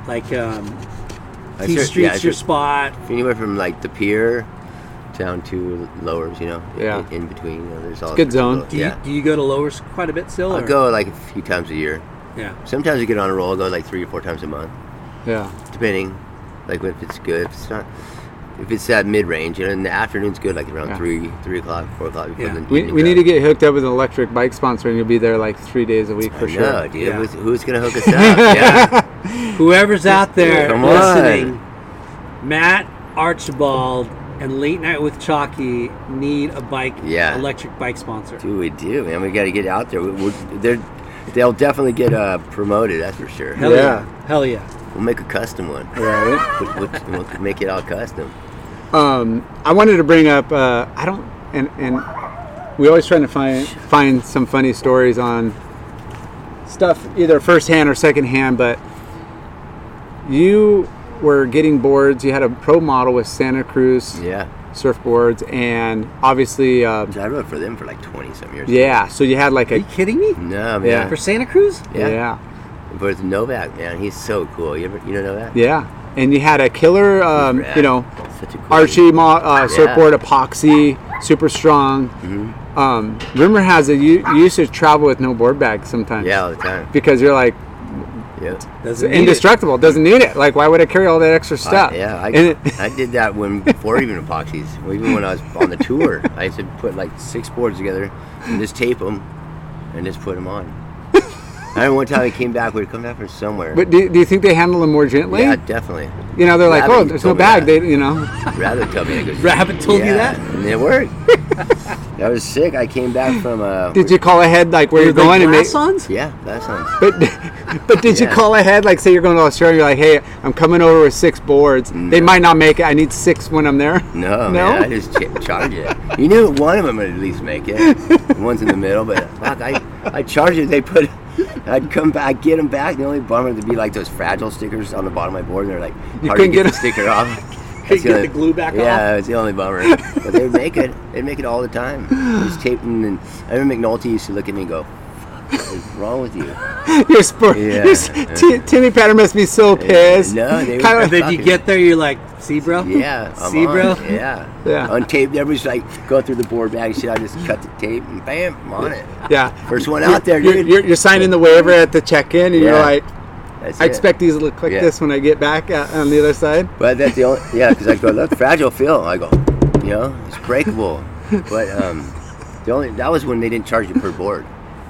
S6: like um,
S5: I
S6: T
S5: sur-
S6: Street's
S5: yeah, I
S6: your
S5: sur-
S6: spot.
S5: Anywhere from like the pier down to lowers, you know.
S3: Yeah.
S5: In, in between, you know, there's all
S3: good zone.
S5: little-
S6: Do
S5: yeah.
S6: you do you go to lowers quite a bit still?
S5: I
S6: or-
S5: go like a few times a year.
S6: Yeah.
S5: Sometimes I get on a roll. I go like three or four times a month,
S3: Yeah.
S5: depending, like if it's good. If it's not, if it's that mid range, you know, in the afternoon's good, like around
S3: Yeah.
S5: three, three o'clock, four o'clock. Before
S6: Yeah.
S5: the
S3: We,
S5: evening
S3: we need
S5: crowd.
S3: to get hooked up with an electric bike sponsor, and you'll be there like three days a week for
S5: I
S3: sure.
S5: know, dude.
S6: Yeah.
S5: Who's, who's gonna hook us up? yeah.
S6: Whoever's out there
S5: Come on.
S6: listening, Matt Archibald and Late Night with Chalky need a bike,
S5: Yeah.
S6: electric bike sponsor.
S5: Dude, we do, man. We got to get out there. We, we, they're, they'll definitely get uh, promoted. That's for sure.
S6: Hell
S3: Yeah.
S6: yeah. Hell yeah.
S5: We'll make a custom one.
S3: Right.
S5: We'll, we'll, we'll make it all custom.
S3: Um, I wanted to bring up. Uh, I don't, and and we always trying to find find some funny stories on stuff either firsthand or secondhand. But you were getting boards. You had a pro model with Santa Cruz
S5: Yeah.
S3: surfboards, and obviously, um,
S5: So I rode for them for like 20 some years.
S3: yeah. So you had like
S6: Are
S3: a
S6: you kidding me?
S5: No,
S3: Yeah.
S5: man.
S6: For Santa Cruz?
S5: Yeah.
S3: yeah.
S5: But it's Novak, man. He's so cool. You ever, you know that?
S3: Yeah, and you had a killer, um,
S5: rad.
S3: you know,
S5: Such a cool
S3: Archie
S5: dude.
S3: mo- uh, surfboard epoxy, super strong.
S5: Mm-hmm.
S3: Um, rumor has it you, you used to travel with no board bag sometimes.
S5: Yeah, all the time.
S3: because you're like
S5: Yeah.
S3: it's
S6: Doesn't need it.
S3: indestructible, doesn't need it. Like, why would I carry all that extra stuff?
S5: I, yeah,
S3: And it-
S5: I, I did that when before even epoxies. Well, Even when I was on the tour, I used to put like six boards together and just tape them and just put them on. I remember one time I came back, we'd come back from somewhere.
S3: but do, do you think they handle them more gently?
S5: yeah, definitely.
S3: You know, they're like,
S5: Rabbit
S3: oh, there's no
S5: told me
S3: bag.
S5: that.
S3: They, you know,
S5: Rabbit told me that.
S6: Rabbit told you
S5: Yeah,
S6: that?
S5: And it worked. I I was sick. I came back from. Uh,
S3: Did you call ahead like where you're going and make?
S5: Yeah, glass ons.
S3: But but did you
S5: Yeah.
S3: call ahead like say you're going to Australia? You're like, hey, I'm coming over with six boards. They might not make it. I need six when I'm there.
S5: Mm. No,
S3: no.
S5: man, I just ch- charge it. You knew one of them would at least make it. One's in the middle, but fuck, I, I charge it. They put, I'd come back, I'd get them back. The only bummer would be like those fragile stickers on the bottom of my board, and they're like
S3: You
S5: hard to
S3: couldn't
S5: get
S3: get
S5: the
S3: 'em-
S5: sticker off.
S3: couldn't
S5: That's
S3: get
S5: only-
S3: the glue back
S5: yeah,
S3: off?
S5: Yeah, it's the only bummer. But they'd make it. They'd make it all the time. Just taping, and I remember McNulty used to look at me and go, "Fuck, what is wrong with you?"
S3: Your sport.
S5: Yeah.
S3: your s- Ti- Timmy Patter must be so pissed.
S5: No, they were
S3: Kinda-
S5: And then you fucking- get
S3: there, you're like, see, bro.
S5: Yeah, I'm
S3: See, bro?
S5: on. Yeah,
S3: Yeah.
S5: Untaped. Everybody's like going through the board bag. Shit, I just cut the tape and bam, I'm on it.
S3: Yeah.
S5: First one
S3: You're-
S5: out there,
S3: You're,
S5: dude.
S3: you're, you're signing the waiver at the check-in, and you're
S5: Yeah.
S3: like,
S5: That's
S3: I
S5: it.
S3: expect these to look like
S5: Yeah.
S3: this when I get back uh, on the other side.
S5: But that's the only. Yeah, because I go look fragile feel. I go, you know, it's breakable. But um, the only that was when they didn't charge you per board.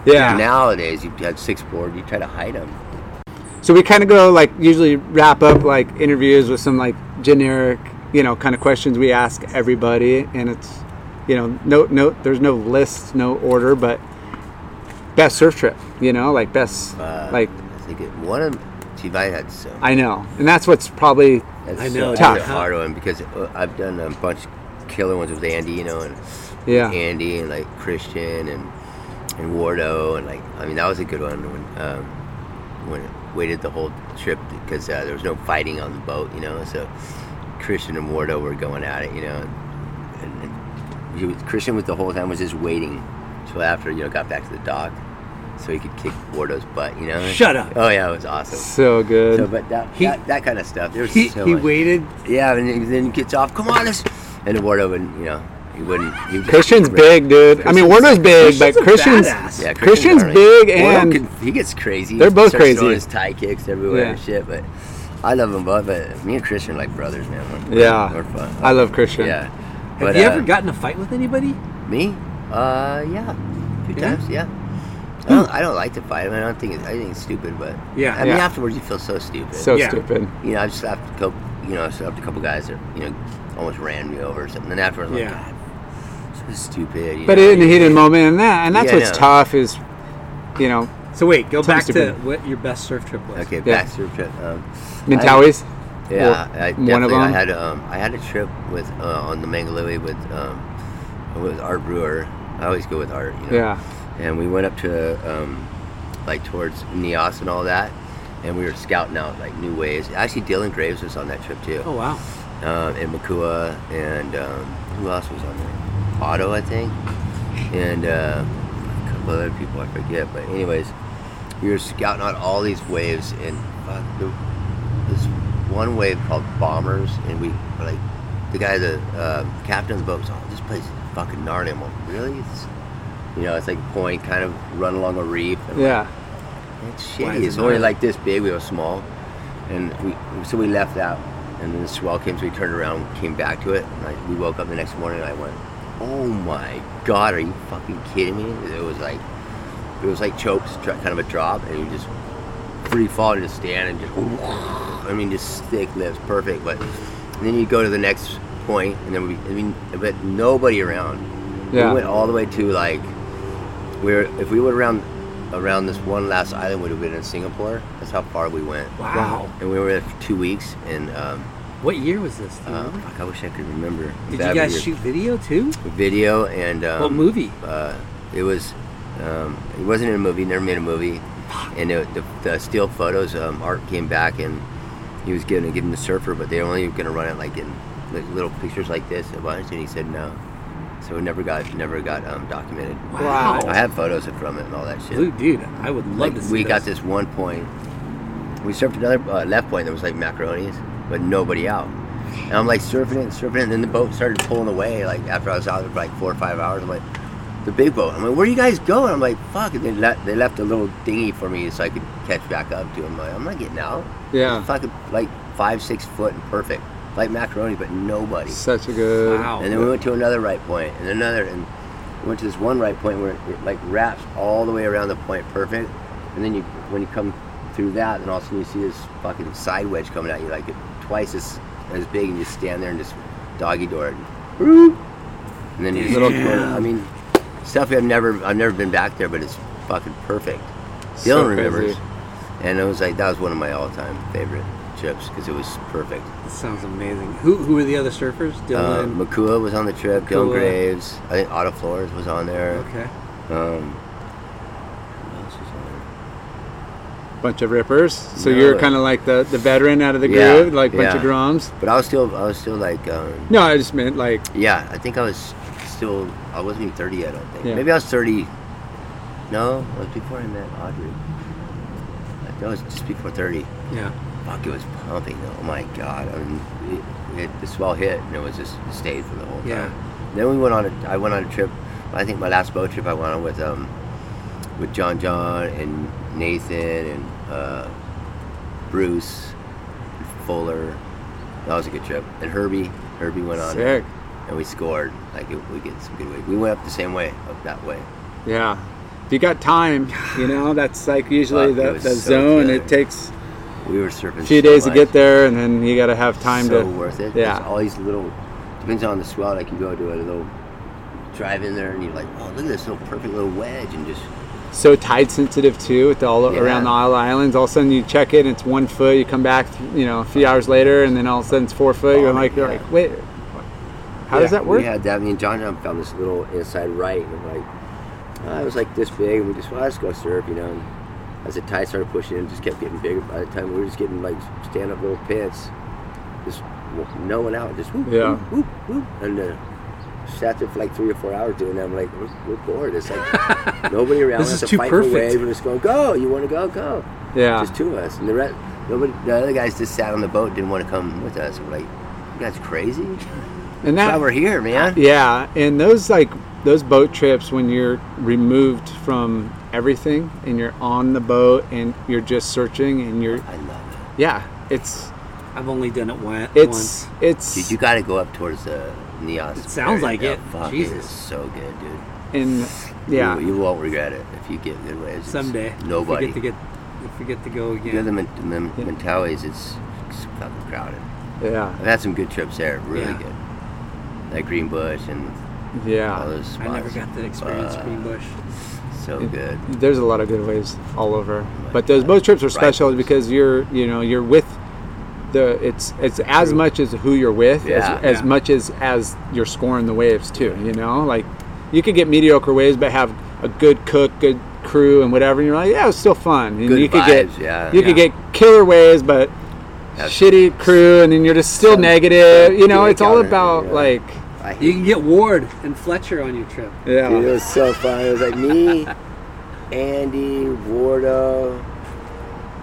S3: Yeah.
S5: Nowadays, you have six board. You try to hide them.
S3: So we kind of go like usually wrap up like interviews with some like generic, you know, kind of questions we ask everybody, and it's, you know, no, no, there's no list, no order, but best surf trip, you know, like best,
S5: Uh,
S3: like
S5: I think it, one of them. See, if I had so.
S3: I know, and that's what's probably
S5: That's
S3: I know,
S5: that's a
S3: dude.
S5: hard one because uh, I've done a bunch of killer ones with Andy, you know, and
S3: Yeah.
S5: Andy and like Christian and and Wardo and like I mean that was a good one when um, when it waited the whole trip because uh, there was no fighting on the boat, you know, so Christian and Wardo were going at it, you know, and, and he was, Christian was the whole time was just waiting till after you know got back to the dock so he could kick Wardo's butt, you know.
S3: Shut up.
S5: Oh yeah, it was awesome.
S3: so good.
S5: So, but that, that, that kind of stuff. There was
S3: he-
S5: so
S3: he
S5: much.
S3: waited?
S5: Yeah, and then- then he gets off. Come on, us. And Eduardo wouldn't, you know, he wouldn't. He would just-
S3: Christian's big, dude. I mean, Warner's big, but Christian's
S5: Yeah,
S3: Christian's
S5: alright.
S3: big,
S5: Wardo
S3: and
S5: can- he gets crazy.
S3: They're both
S5: Starts throwing
S3: crazy.
S5: His tie kicks everywhere and shit. But I love them both. But me and Christian are like brothers, man. We're,
S3: Yeah.
S5: we're fun.
S3: I love Christian.
S5: Yeah.
S6: Have
S5: But,
S6: you
S5: uh,
S6: ever gotten in a fight with anybody?
S5: Me? Uh, yeah, two times. Yeah.
S3: Hmm.
S5: I don't, I don't like to fight. I, mean, I don't think it's, I think it's stupid, but
S6: Yeah.
S5: I mean,
S6: Yeah.
S5: afterwards you feel so stupid.
S3: So Yeah. stupid.
S5: You know, I just slapped a couple. You know, I slapped a couple guys that you know almost ran me over or something. Then afterwards, I'm
S3: Yeah.
S5: like, God, so stupid. you
S3: but
S5: know,
S3: in the
S5: you-
S3: heated moment, and that, and that's
S5: Yeah, I
S3: what's
S5: know.
S3: tough is, you know.
S6: So wait, go
S3: sometimes
S6: back to
S3: stupid.
S6: what your best surf trip was.
S5: Okay,
S3: Yeah.
S5: back to your trip. Um,
S3: Mentawis?
S5: I- yeah,
S3: Or
S5: I
S3: one of
S5: definitely- I
S3: them?
S5: had um, I had a trip with uh, on the Mangalui with um, with Art Brewer. I always go with Art. You know?
S3: Yeah.
S5: And we went up to um, like towards Nias and all that, and we were scouting out like new ways. Actually, Dylan Graves was on that trip too.
S6: Oh, wow.
S5: Um, and Makua and um, who else was on there? Otto, I think, and uh, a couple other people I forget. But anyways, we were scouting out all these waves, and uh, the, this one wave called Bombers, and we like the guy, the uh, captain's boat was on. This place is fucking gnarly. I'm like, really? It's, you know, it's like a point, kind of run along a reef. And
S3: Yeah.
S5: it's
S3: Why
S5: shitty.
S3: is it
S5: It's only
S3: not?
S5: like this big. We were small, and we so we left out, and then the swell came. So we turned around, came back to it, and I, we woke up the next morning. and I went, "Oh my god, are you fucking kidding me?" It was like it was like chokes, dr- kind of a drop, and you just free fall and just stand and just. I mean, just thick lips, perfect. But then you go to the next point, and then we, I mean, but nobody around.
S3: Yeah.
S5: We went all the way to like we're if we went around around this one last island would have been in Singapore. That's how far we went.
S6: Wow.
S5: And we were there for two weeks and um
S6: What year was this? Do you
S5: uh,
S6: remember?
S5: fuck, I wish I could remember. I'm
S6: Did
S5: bad with
S6: you guys
S5: your-
S6: shoot video too?
S5: video and um,
S6: What movie?
S5: Uh, it was. Um, it wasn't in a movie. Never made a movie. And it, the, the still photos. Um, Art came back and he was going to give him the surfer, but they were only going to run it like in like, little pictures like this a bunch, and he said no. So it never got never got um, documented.
S6: Wow.
S5: I have photos from it and all that shit.
S6: Dude, dude, I would love
S5: Like,
S6: to see
S5: we got
S6: those.
S5: this one point. We surfed another uh, left point that was like macaronis, but nobody out. And I'm like surfing it, surfing it, and then the boat started pulling away. Like after I was out there for like four or five hours, I'm like, the big boat. I'm like, where do you guys go? And I'm like, fuck. And they left, they left a little dinghy for me so I could catch back up to him. Like, I'm not getting out.
S3: Yeah.
S5: It's fucking like five, six foot and perfect, like macaroni, but nobody.
S3: Such a good.
S5: And then we went to another right point and another, and we went to this one right point where it, it, like wraps all the way around the point perfect. And then you, when you come through that, then all of a sudden you see this fucking side wedge coming at you like twice as as big, and you stand there and just doggy door it. And then you just
S3: Little-
S5: keep going. I mean, stuff. I've never I've never been back there, but it's fucking perfect. Dylan
S3: So
S5: remembers,
S3: crazy.
S5: and it was like that was one of my all time favorite trips because it was perfect.
S6: That sounds amazing. Who who were the other surfers?
S5: Uh,
S6: Dylan.
S5: Makua was on the trip. Dylan
S6: Makua.
S5: Graves. I think Otto Flores was on there.
S6: Okay.
S5: Um, who else was on there?
S3: Bunch of rippers. So
S5: No.
S3: you're kind of like the, the veteran out of the
S5: Yeah,
S3: group, like bunch of
S5: yeah.
S3: groms.
S5: But I was still, I was still like, um,
S3: No, I just meant like
S5: yeah, I think I was still, I wasn't even 30 yet, I don't think.
S3: Yeah.
S5: Maybe I was 30. No, it was before I met Audrey. I think I was just before 30.
S6: Yeah.
S5: Fuck, it was pumping. though. Oh my God. I mean, it, it, the swell hit and it was just it stayed for the whole time.
S6: Yeah.
S5: Then we went on a, I went on a trip, I think my last boat trip I went on with, um, with John John and Nathan and, uh, Bruce Fuller. That was a good trip. And Herbie, Herbie went on. it.
S3: Sick.
S5: And we scored. Like it, we get some good way. We went up the same way, up that way.
S3: Yeah. If you got time, you know, that's like usually
S5: Fuck, it
S3: the,
S5: was
S3: the
S5: so
S3: zone.
S5: good.
S3: It takes
S5: We were surfing.
S3: a few
S5: so
S3: days to
S5: much.
S3: get there, and then you got to have time
S5: so
S3: to.
S5: worth it. There's
S3: Yeah.
S5: all these little depends on the swell. Like you go to a little drive in there, and you're like, oh, look at this little perfect little wedge, and just
S3: So tide sensitive too, with all
S5: Yeah.
S3: around the Isle Islands. All of a sudden you check it, and it's one foot. You come back, you know, a few hours later, and then all of a sudden it's four foot. You're like, you're like, wait, how does
S5: Yeah,
S3: that work?
S5: We had that. Me and John John found this little inside right, and like uh, it was like this big, and we just well, let's go surf, you know. And as the tide started pushing in, it just kept getting bigger. By the time we were just getting like stand up little pants, just w- no one out, just whoop,
S3: Yeah.
S5: whoop, whoop, whoop, and uh, sat there for like three or four hours doing that. I'm like, we're, we're bored. It's like nobody around.
S6: This
S5: We
S6: is
S5: have
S6: too
S5: to fight
S6: perfect.
S5: for waves. We're just going, go. You want to go? Go.
S3: Yeah.
S5: Just two of us, and the rest. Nobody, the other guys just sat on the boat, didn't want to come with us. We're like, you guys crazy?
S3: And
S5: That's why
S3: that
S5: we're here, man.
S3: Yeah, and those like those boat trips when you're removed from everything and you're on the boat and you're just searching and you're
S5: I love it.
S3: yeah, it's
S6: I've only done it one,
S3: it's
S6: once.
S3: it's
S5: Dude, you got to go up towards the Neos.
S6: It sounds like
S5: Oh,
S6: it.
S5: Fuck, it
S6: Jesus.
S5: is so good, dude.
S3: and yeah,
S5: You, you won't regret it if you get good waves. It's
S6: Someday. if we
S5: Nobody.
S6: get to get if we get to go
S5: You know,
S6: again.
S5: the men, men, Mentawais, it's, it's fucking crowded.
S3: yeah,
S5: I've had some good trips there, really
S6: Yeah.
S5: good. Like Green Bush and all
S3: yeah.
S5: those spots.
S6: Ah, I never got to
S5: Uh,
S6: experience Green Bush.
S5: So good.
S3: There's a lot of good waves all over, but those boat trips are special
S5: Right.
S3: because you're you know you're with the it's it's as much as who you're with
S5: Yeah.
S3: as, as
S6: Yeah.
S3: much as as you're scoring the waves too. You know, like you could get mediocre waves, but have a good cook, good crew, and whatever. And you're like, yeah, it was still fun. And
S5: Good
S3: you could
S5: vibes,
S3: get
S5: yeah.
S3: you could
S6: Yeah.
S3: get killer waves, but
S5: That's-
S3: shitty crew, and then you're just still
S5: Some-
S3: negative. You know,
S5: Yeah,
S3: it's all
S5: counter,
S3: about
S5: yeah.
S3: like
S5: I hate
S6: You can get Ward and Fletcher on your trip.
S3: yeah,
S5: Dude, it was so fun. It was like me, Andy, Wardo,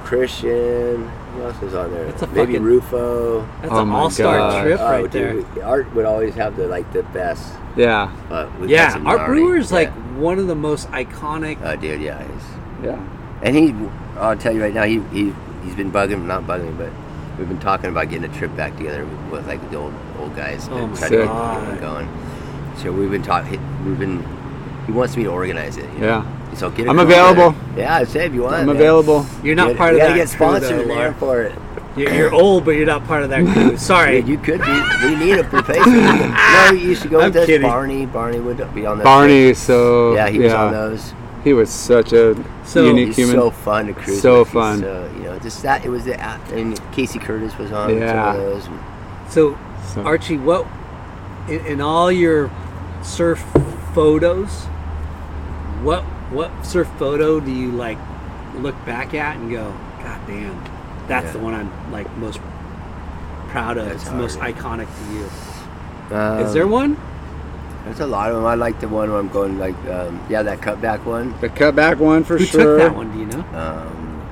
S5: Christian. Who else was on there?
S6: That's a
S5: Maybe
S6: fucking-
S5: Rufo.
S6: That's
S3: Oh
S6: an
S3: my
S6: all-star
S3: God.
S6: trip
S5: Oh,
S6: right there.
S5: dude, we- Art would always have the like the best.
S3: yeah,
S5: Uh, with
S6: Yeah,
S5: Hudson
S6: Art
S5: Yarny.
S6: Brewer's
S5: Yeah.
S6: like one of the most iconic.
S5: Oh, dude, yeah, he's,
S3: yeah.
S5: and he. I'll tell you right now, he he he's been bugging, not bugging, but we've been talking about getting a trip back together with, with like the old old guys
S6: Oh
S5: and
S6: my
S5: try to get- get
S6: God.
S5: one going. So we've been talking. We've been. He wants me to organize it. you know?
S3: Yeah.
S5: So get. a
S3: I'm
S5: crew together.
S3: available.
S5: Yeah, I said if you want.
S3: I'm
S5: man.
S3: available.
S6: You're
S5: You
S6: not
S5: gotta-
S6: part
S5: you
S6: of
S5: gotta
S6: that
S5: get sponsored
S6: crew, though,
S5: man,
S6: Laura.
S5: for it.
S6: You're, you're old, but you're not part of that crew. Sorry.
S5: Dude, you could be. We need a replacement. no, you should go
S6: I'm
S5: with us.
S6: kidding.
S5: Barney. Barney would be on that.
S3: Barney, so
S5: Yeah, he was on those.
S3: He was such a
S6: So-
S3: unique
S5: He's
S3: human.
S5: so fun to cruise.
S3: So
S5: with. He's
S3: fun.
S5: So, you know, just that it was the and Casey Curtis was on some
S3: Yeah.
S5: of those.
S6: So,
S3: So-
S6: Archie, what in, in all your surf photos, what what surf photo do you like look back at and go, God damn, that's
S5: Yeah.
S6: the one I'm like most proud of.
S5: That's
S6: it's the most
S5: hard.
S6: iconic to you.
S5: Um,
S6: Is there one?
S5: There's a lot of them. I like the one where I'm going like, um, yeah, that cutback one.
S3: The cutback one for
S6: Who
S3: sure.
S6: took that one? Do you know?
S5: Um,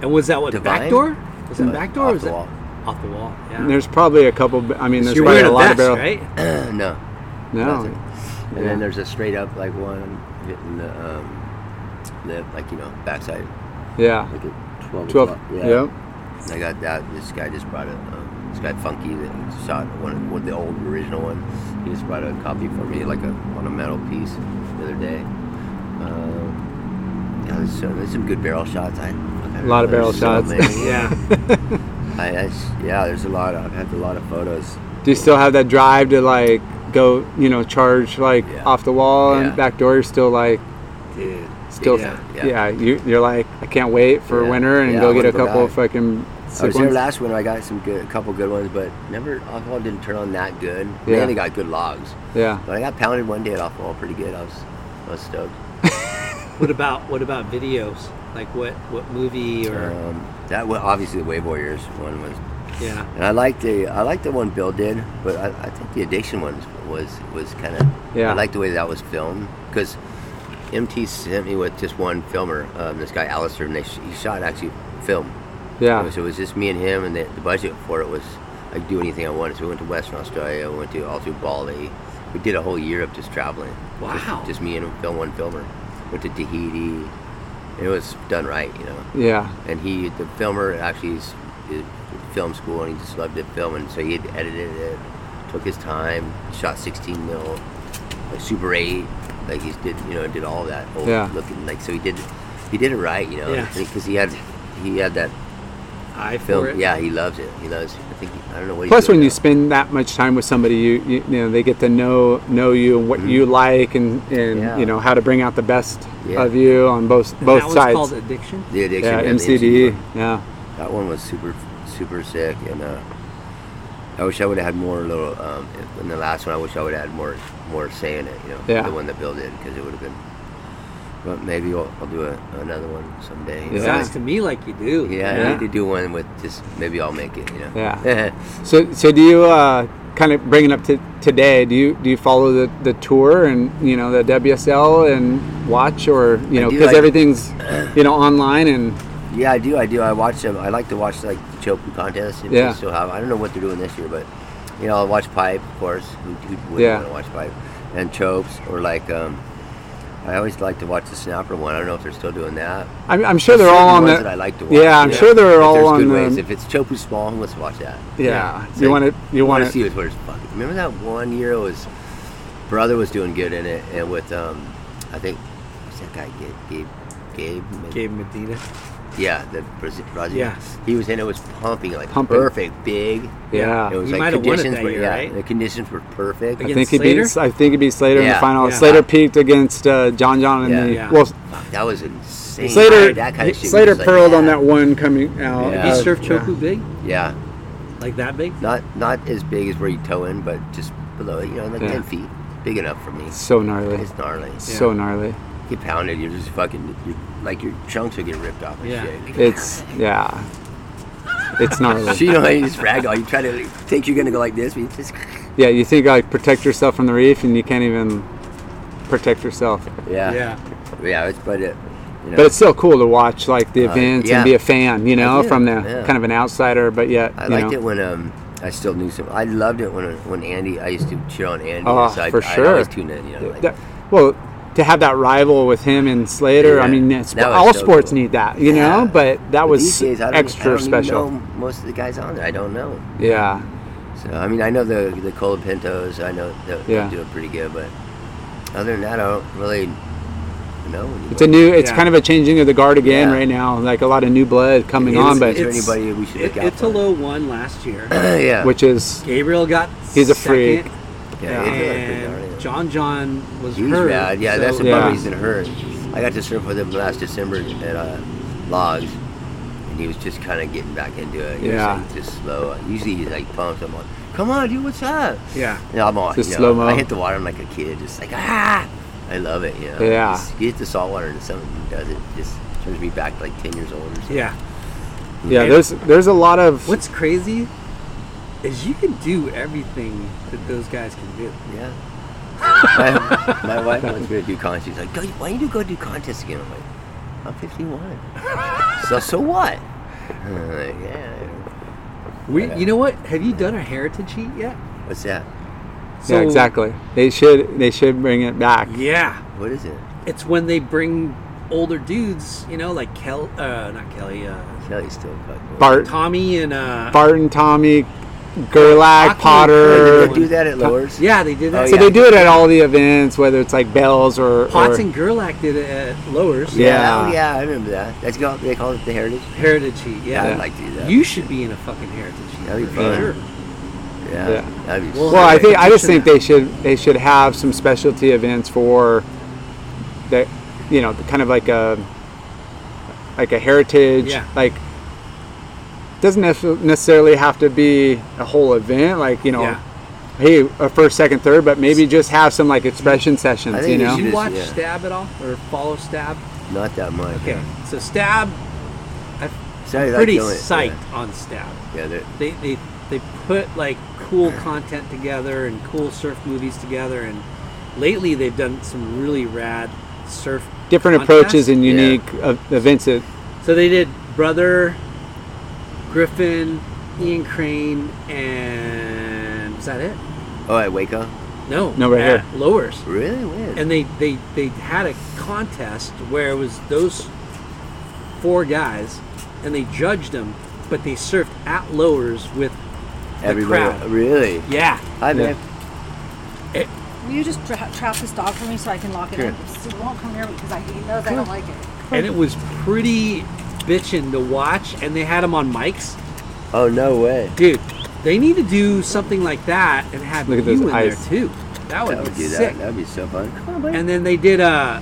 S6: And was that what
S5: Divine?
S6: backdoor? Was
S5: Divine.
S6: that
S5: Uh,
S6: backdoor? or
S5: Off
S6: was
S5: the
S6: that
S5: wall.
S6: off the wall? Yeah.
S3: And There's probably a couple. I mean, there's
S6: You're
S3: probably
S6: wearing
S3: a
S6: a
S3: lot of
S6: vest,
S3: barrel.
S6: right?
S5: no.
S3: No,
S5: nothing. And
S3: Yeah.
S5: then there's a straight up like one hitting the um, the like you know backside
S3: yeah,
S5: like at 12.
S3: twelve.
S5: o'clock.
S3: Yep.
S5: I got that. This guy just brought a um, this guy Funky that shot one with the old original one. He just brought a copy for me, like a on a metal piece, the other day. Um, yeah, there's, so, there's some good barrel shots. I,
S3: A lot of barrel
S5: there's
S3: shots.
S5: many.
S6: Yeah.
S5: I, I s- yeah, there's a lot. Of, I've had a lot of photos.
S3: Do you still have that drive to like go, you know, charge like off the wall and back door, you're still like,
S5: Dude.
S3: still,
S5: Yeah,
S3: yeah,
S5: yeah.
S3: you, you're like, I can't wait for
S5: Yeah.
S3: winter and
S5: Yeah, I
S3: go get
S5: wanna
S3: a
S5: go
S3: couple
S5: back.
S3: of fucking
S5: I
S3: sick
S5: was there
S3: ones.
S5: last winter. I got some good, a couple good ones, but never alcohol didn't turn on that good.
S3: Yeah.
S5: Man, they got good logs.
S3: Yeah.
S5: But I got pounded one day at alcohol pretty good. I was, I was stoked.
S6: What about what about videos? Like what what movie or
S5: Um, that one, obviously the Wave Warriors one was.
S6: Yeah.
S5: And I like the I like the one Bill did, but I, I think the addiction one was was kind of.
S3: Yeah.
S5: I like the way that was filmed because MT sent me with just one filmer, um, this guy Alistair, and they sh- he shot actually film.
S3: Yeah.
S5: So it was just me and him, and the, the budget for it was I could do anything I wanted. So we went to Western Australia, we went to all through Bali. We did a whole year of just traveling. Just-
S6: Wow.
S5: Just, me and film one filmer. Went to Tahiti. It was done right, you know.
S3: Yeah.
S5: And he, the filmer, actually is, is film school, and he just loved to film, and so he had edited it, took his time, shot 16 mil, like Super 8, like he did, you know, did all that old
S3: Yeah.
S5: looking, like so he did, he did it right, you know,
S6: Yeah.
S5: because he had, he had that
S6: eye
S5: film.
S6: for it?
S5: Yeah, he loves it. He loves. I think I don't know what.
S3: Plus,
S5: he's doing
S3: when you
S5: now.
S3: spend that much time with somebody, you you, you know they get to know know you and what you like, and and
S5: Mm-hmm. Yeah.
S3: you know how to bring out the best
S5: Yeah.
S3: of you on both
S6: And
S3: both
S6: that
S3: sides.
S6: was called addiction.
S5: the addiction,
S3: yeah,
S5: the
S3: MCD.
S5: one.
S3: Yeah,
S5: That one was super, super sick, and uh, I wish I would have had more little. Um, in the last one, I wish I would have had more, more say in it. You know,
S3: Yeah.
S5: the one that Bill did because it would have been. But maybe I'll, I'll do a, another one someday.
S3: Yeah.
S6: Sounds to me like you do.
S5: Yeah,
S3: Yeah.
S5: I need to do one with just maybe I'll make it. You know.
S3: yeah. so so do you uh, kind of bringing up to today? Do you do you follow the, the tour and you know the WSL and watch or you
S5: I
S3: know
S5: do
S3: because
S5: like-
S3: everything's you know online and
S5: Yeah, I do. I do. I watch them. I like to watch like the Chopu contest. If they
S3: Yeah.
S5: still have. I don't know what they're doing this year, but you know, I'll watch Pipe, of course. Who, who wouldn't
S3: Yeah.
S5: want to watch Pipe? And Chopes or like. um I always like to watch the Snapper one. I don't know if they're still doing that.
S3: I'm, I'm sure
S5: There's
S3: they're all on
S5: certain ones
S3: the.
S5: that I like to watch.
S3: yeah, I'm sure
S5: If
S3: they're all
S5: there's
S3: on
S5: good
S3: the.
S5: ways. If it's Chopu Small, let's watch that.
S3: yeah,
S5: It's
S3: you
S5: like-
S3: want to you
S5: I
S3: want
S5: to see
S3: to
S5: his where his fucking. Remember that one year it was brother was doing good in it, and with um, I think what's that guy Gabe Gabe Gabe. maybe?
S6: Gabe Medina.
S5: Yeah, the Brazil, Brazil.
S6: Yeah.
S5: He was in it was pumping like
S3: Pumping.
S5: perfect, big.
S3: Yeah.
S5: It was
S6: He
S5: like
S6: might have won it
S5: conditions
S6: that
S5: were
S6: year,
S5: yeah,
S6: right?
S5: the conditions were perfect.
S3: I
S6: Against
S3: think he
S6: Slater?
S3: beats. I think he beat Slater in
S5: Yeah.
S3: the final.
S5: Yeah.
S3: Slater peaked against uh, John John in
S5: Yeah.
S3: the
S6: Yeah.
S3: well.
S5: Fuck, that was insane.
S3: Slater
S5: that kind of shit was
S3: Slater
S5: like,
S3: pearled
S5: yeah.
S3: on that one coming out.
S5: Yeah.
S6: He
S5: Uh,
S6: surf choku big?
S5: Yeah.
S6: Like that big?
S5: Not not as big as where you toe in, but just below it, you know, like
S3: Yeah.
S5: ten feet. Big enough for me.
S3: So gnarly,
S5: It's gnarly.
S3: so gnarly.
S5: You pounded, you're just fucking you like your chunks will get ripped off and
S6: Yeah.
S5: shit.
S3: It's yeah, it's gnarly.
S5: So, you know, you just ragdoll. You try to like, think you're gonna go like this, but you just
S3: Yeah, you think like protect yourself from the reef, and you can't even protect yourself.
S5: yeah, yeah.
S6: Yeah.
S5: it's but it, you know,
S3: But it's still cool to watch like the
S5: Uh,
S3: events
S5: yeah.
S3: and be a fan, you know,
S5: Yeah,
S3: from the
S5: yeah.
S3: kind of an outsider, but yet
S5: I
S3: you
S5: liked
S3: know,
S5: it when um I still knew some. I loved it when when Andy. I used to cheer on Andy.
S3: Oh,
S5: so I,
S3: for
S5: I
S3: sure.
S5: always tune in. You know, like,
S3: that- well, to have that rival with him and Slater. I
S5: Yeah.
S3: mean, it's,
S5: That was
S3: all
S5: so
S3: sports
S5: cool.
S3: need that, you
S5: Yeah.
S3: know. But that
S5: But
S3: was
S5: these days, I don't, I
S3: extra
S5: don't even
S3: special.
S5: know most of the guys on there, I don't know.
S3: Yeah,
S5: So I mean, I know the the Cola Pintos. I know they
S3: Yeah.
S5: do it pretty good, but other than that, I don't really know. Anymore.
S3: it's a new. It's
S6: Yeah.
S3: kind of a changing of the guard again
S5: Yeah.
S3: right now. Like a lot of new blood coming
S5: Is-
S3: on, but
S5: is there anybody we should
S6: It,
S5: look out
S6: it's a
S5: for?
S6: low one last year.
S5: yeah,
S3: which is
S6: Gabriel got
S3: He's a
S6: second,
S3: freak.
S5: yeah, it's really pretty gnarly.
S6: And John John was
S5: He's
S6: hurt.
S5: rad. Yeah,
S6: so-
S5: that's the
S3: Yeah.
S5: yeah. he's in hurt. I got to surf with him last December at uh, Logs, and he was just kind of getting back into it. He was,
S3: Yeah.
S5: like, just slow. Usually he's like pumped. I'm like, come on, dude, what's up?
S6: Yeah.
S5: And I'm all,
S3: Just
S5: you know,
S3: slow-mo.
S5: I hit the water. I'm like a kid, just like ah. I love it. You know?
S3: Yeah.
S5: Just, you hit the salt water and something does it. Just turns me back to, like 10 years old or something.
S6: Yeah.
S3: yeah. There's there's a lot of
S6: What's crazy is you can do everything that those guys can do.
S5: Yeah. my, my wife wants me to do contests. She's like, go, why don't you go do contests again? I'm like, I'm 51. so, so what? I'm like, yeah.
S6: We,
S5: Yeah.
S6: You know what? Have you done a heritage heat yet?
S5: What's that?
S3: yeah exactly. They should they should bring it back.
S6: Yeah.
S5: What is it?
S6: It's when they bring older dudes, you know, like Kel, uh, not Kelly, uh,
S5: Kelly's still fucking.
S3: Bart
S6: Tommy and uh,
S3: Barton Tommy, Gerlach
S6: Hockey.
S5: Did
S3: Potter.
S5: they do that at Lowers?
S6: yeah, they did
S5: Oh,
S6: that.
S3: So
S5: yeah.
S3: they do it at all the events, whether it's like bells or
S6: Potts
S3: or-
S6: and Gerlach did it at Lowers.
S3: Yeah.
S5: Oh, yeah, I remember that. That's called, they call it the Heritage.
S6: Heritage heat. Yeah.
S5: I'd like to do that.
S6: You should be in a fucking heritage heat.
S5: That'd be
S6: for
S5: fun.
S6: Sure.
S5: Yeah. Yeah. That'd be
S3: Well,
S5: sick.
S3: I think I just think they should they should have some specialty events for that you know kind of like a like a heritage
S6: Yeah.
S3: like doesn't nece- necessarily have to be a whole event like you know
S6: Yeah.
S3: hey a first second third but maybe just have some like expression sessions
S6: Did
S3: you know
S6: you watch Stab at all or follow Stab?
S5: Not that much.
S6: Okay, so Stab, I'm
S5: Sorry, like
S6: pretty
S5: doing it,
S6: psyched
S5: yeah.
S6: on Stab.
S5: Yeah, they're-
S6: they they they put like cool content together and cool surf movies together, and lately they've done some really rad surf
S3: different
S6: contests.
S3: approaches and unique uh, events that
S6: So they did Brother, Griffin, Ian Crane, and was that it?
S5: Oh, at Waco.
S6: No,
S5: No, right
S6: at
S5: here.
S6: Lowers.
S5: Really weird.
S6: And they they they had a contest where it was those four guys, and they judged them, but they surfed at Lowers with the
S5: Everybody-
S6: crowd.
S5: really?
S6: Yeah.
S5: Hi, man.
S6: It-
S7: Will you just dra- trap this dog for me so I can lock it
S6: Sure.
S7: in? So it won't come near me because I, he knows I don't like it.
S6: and it was pretty bitchin' to watch, and they had them on mics.
S5: Oh no way,
S6: dude! They need to do something like that and have
S5: Look at
S6: you
S5: those
S6: in
S5: eyes.
S6: there too. That would,
S5: That would
S6: be
S5: do that.
S6: sick.
S5: That'd be so fun.
S6: and then they did uh,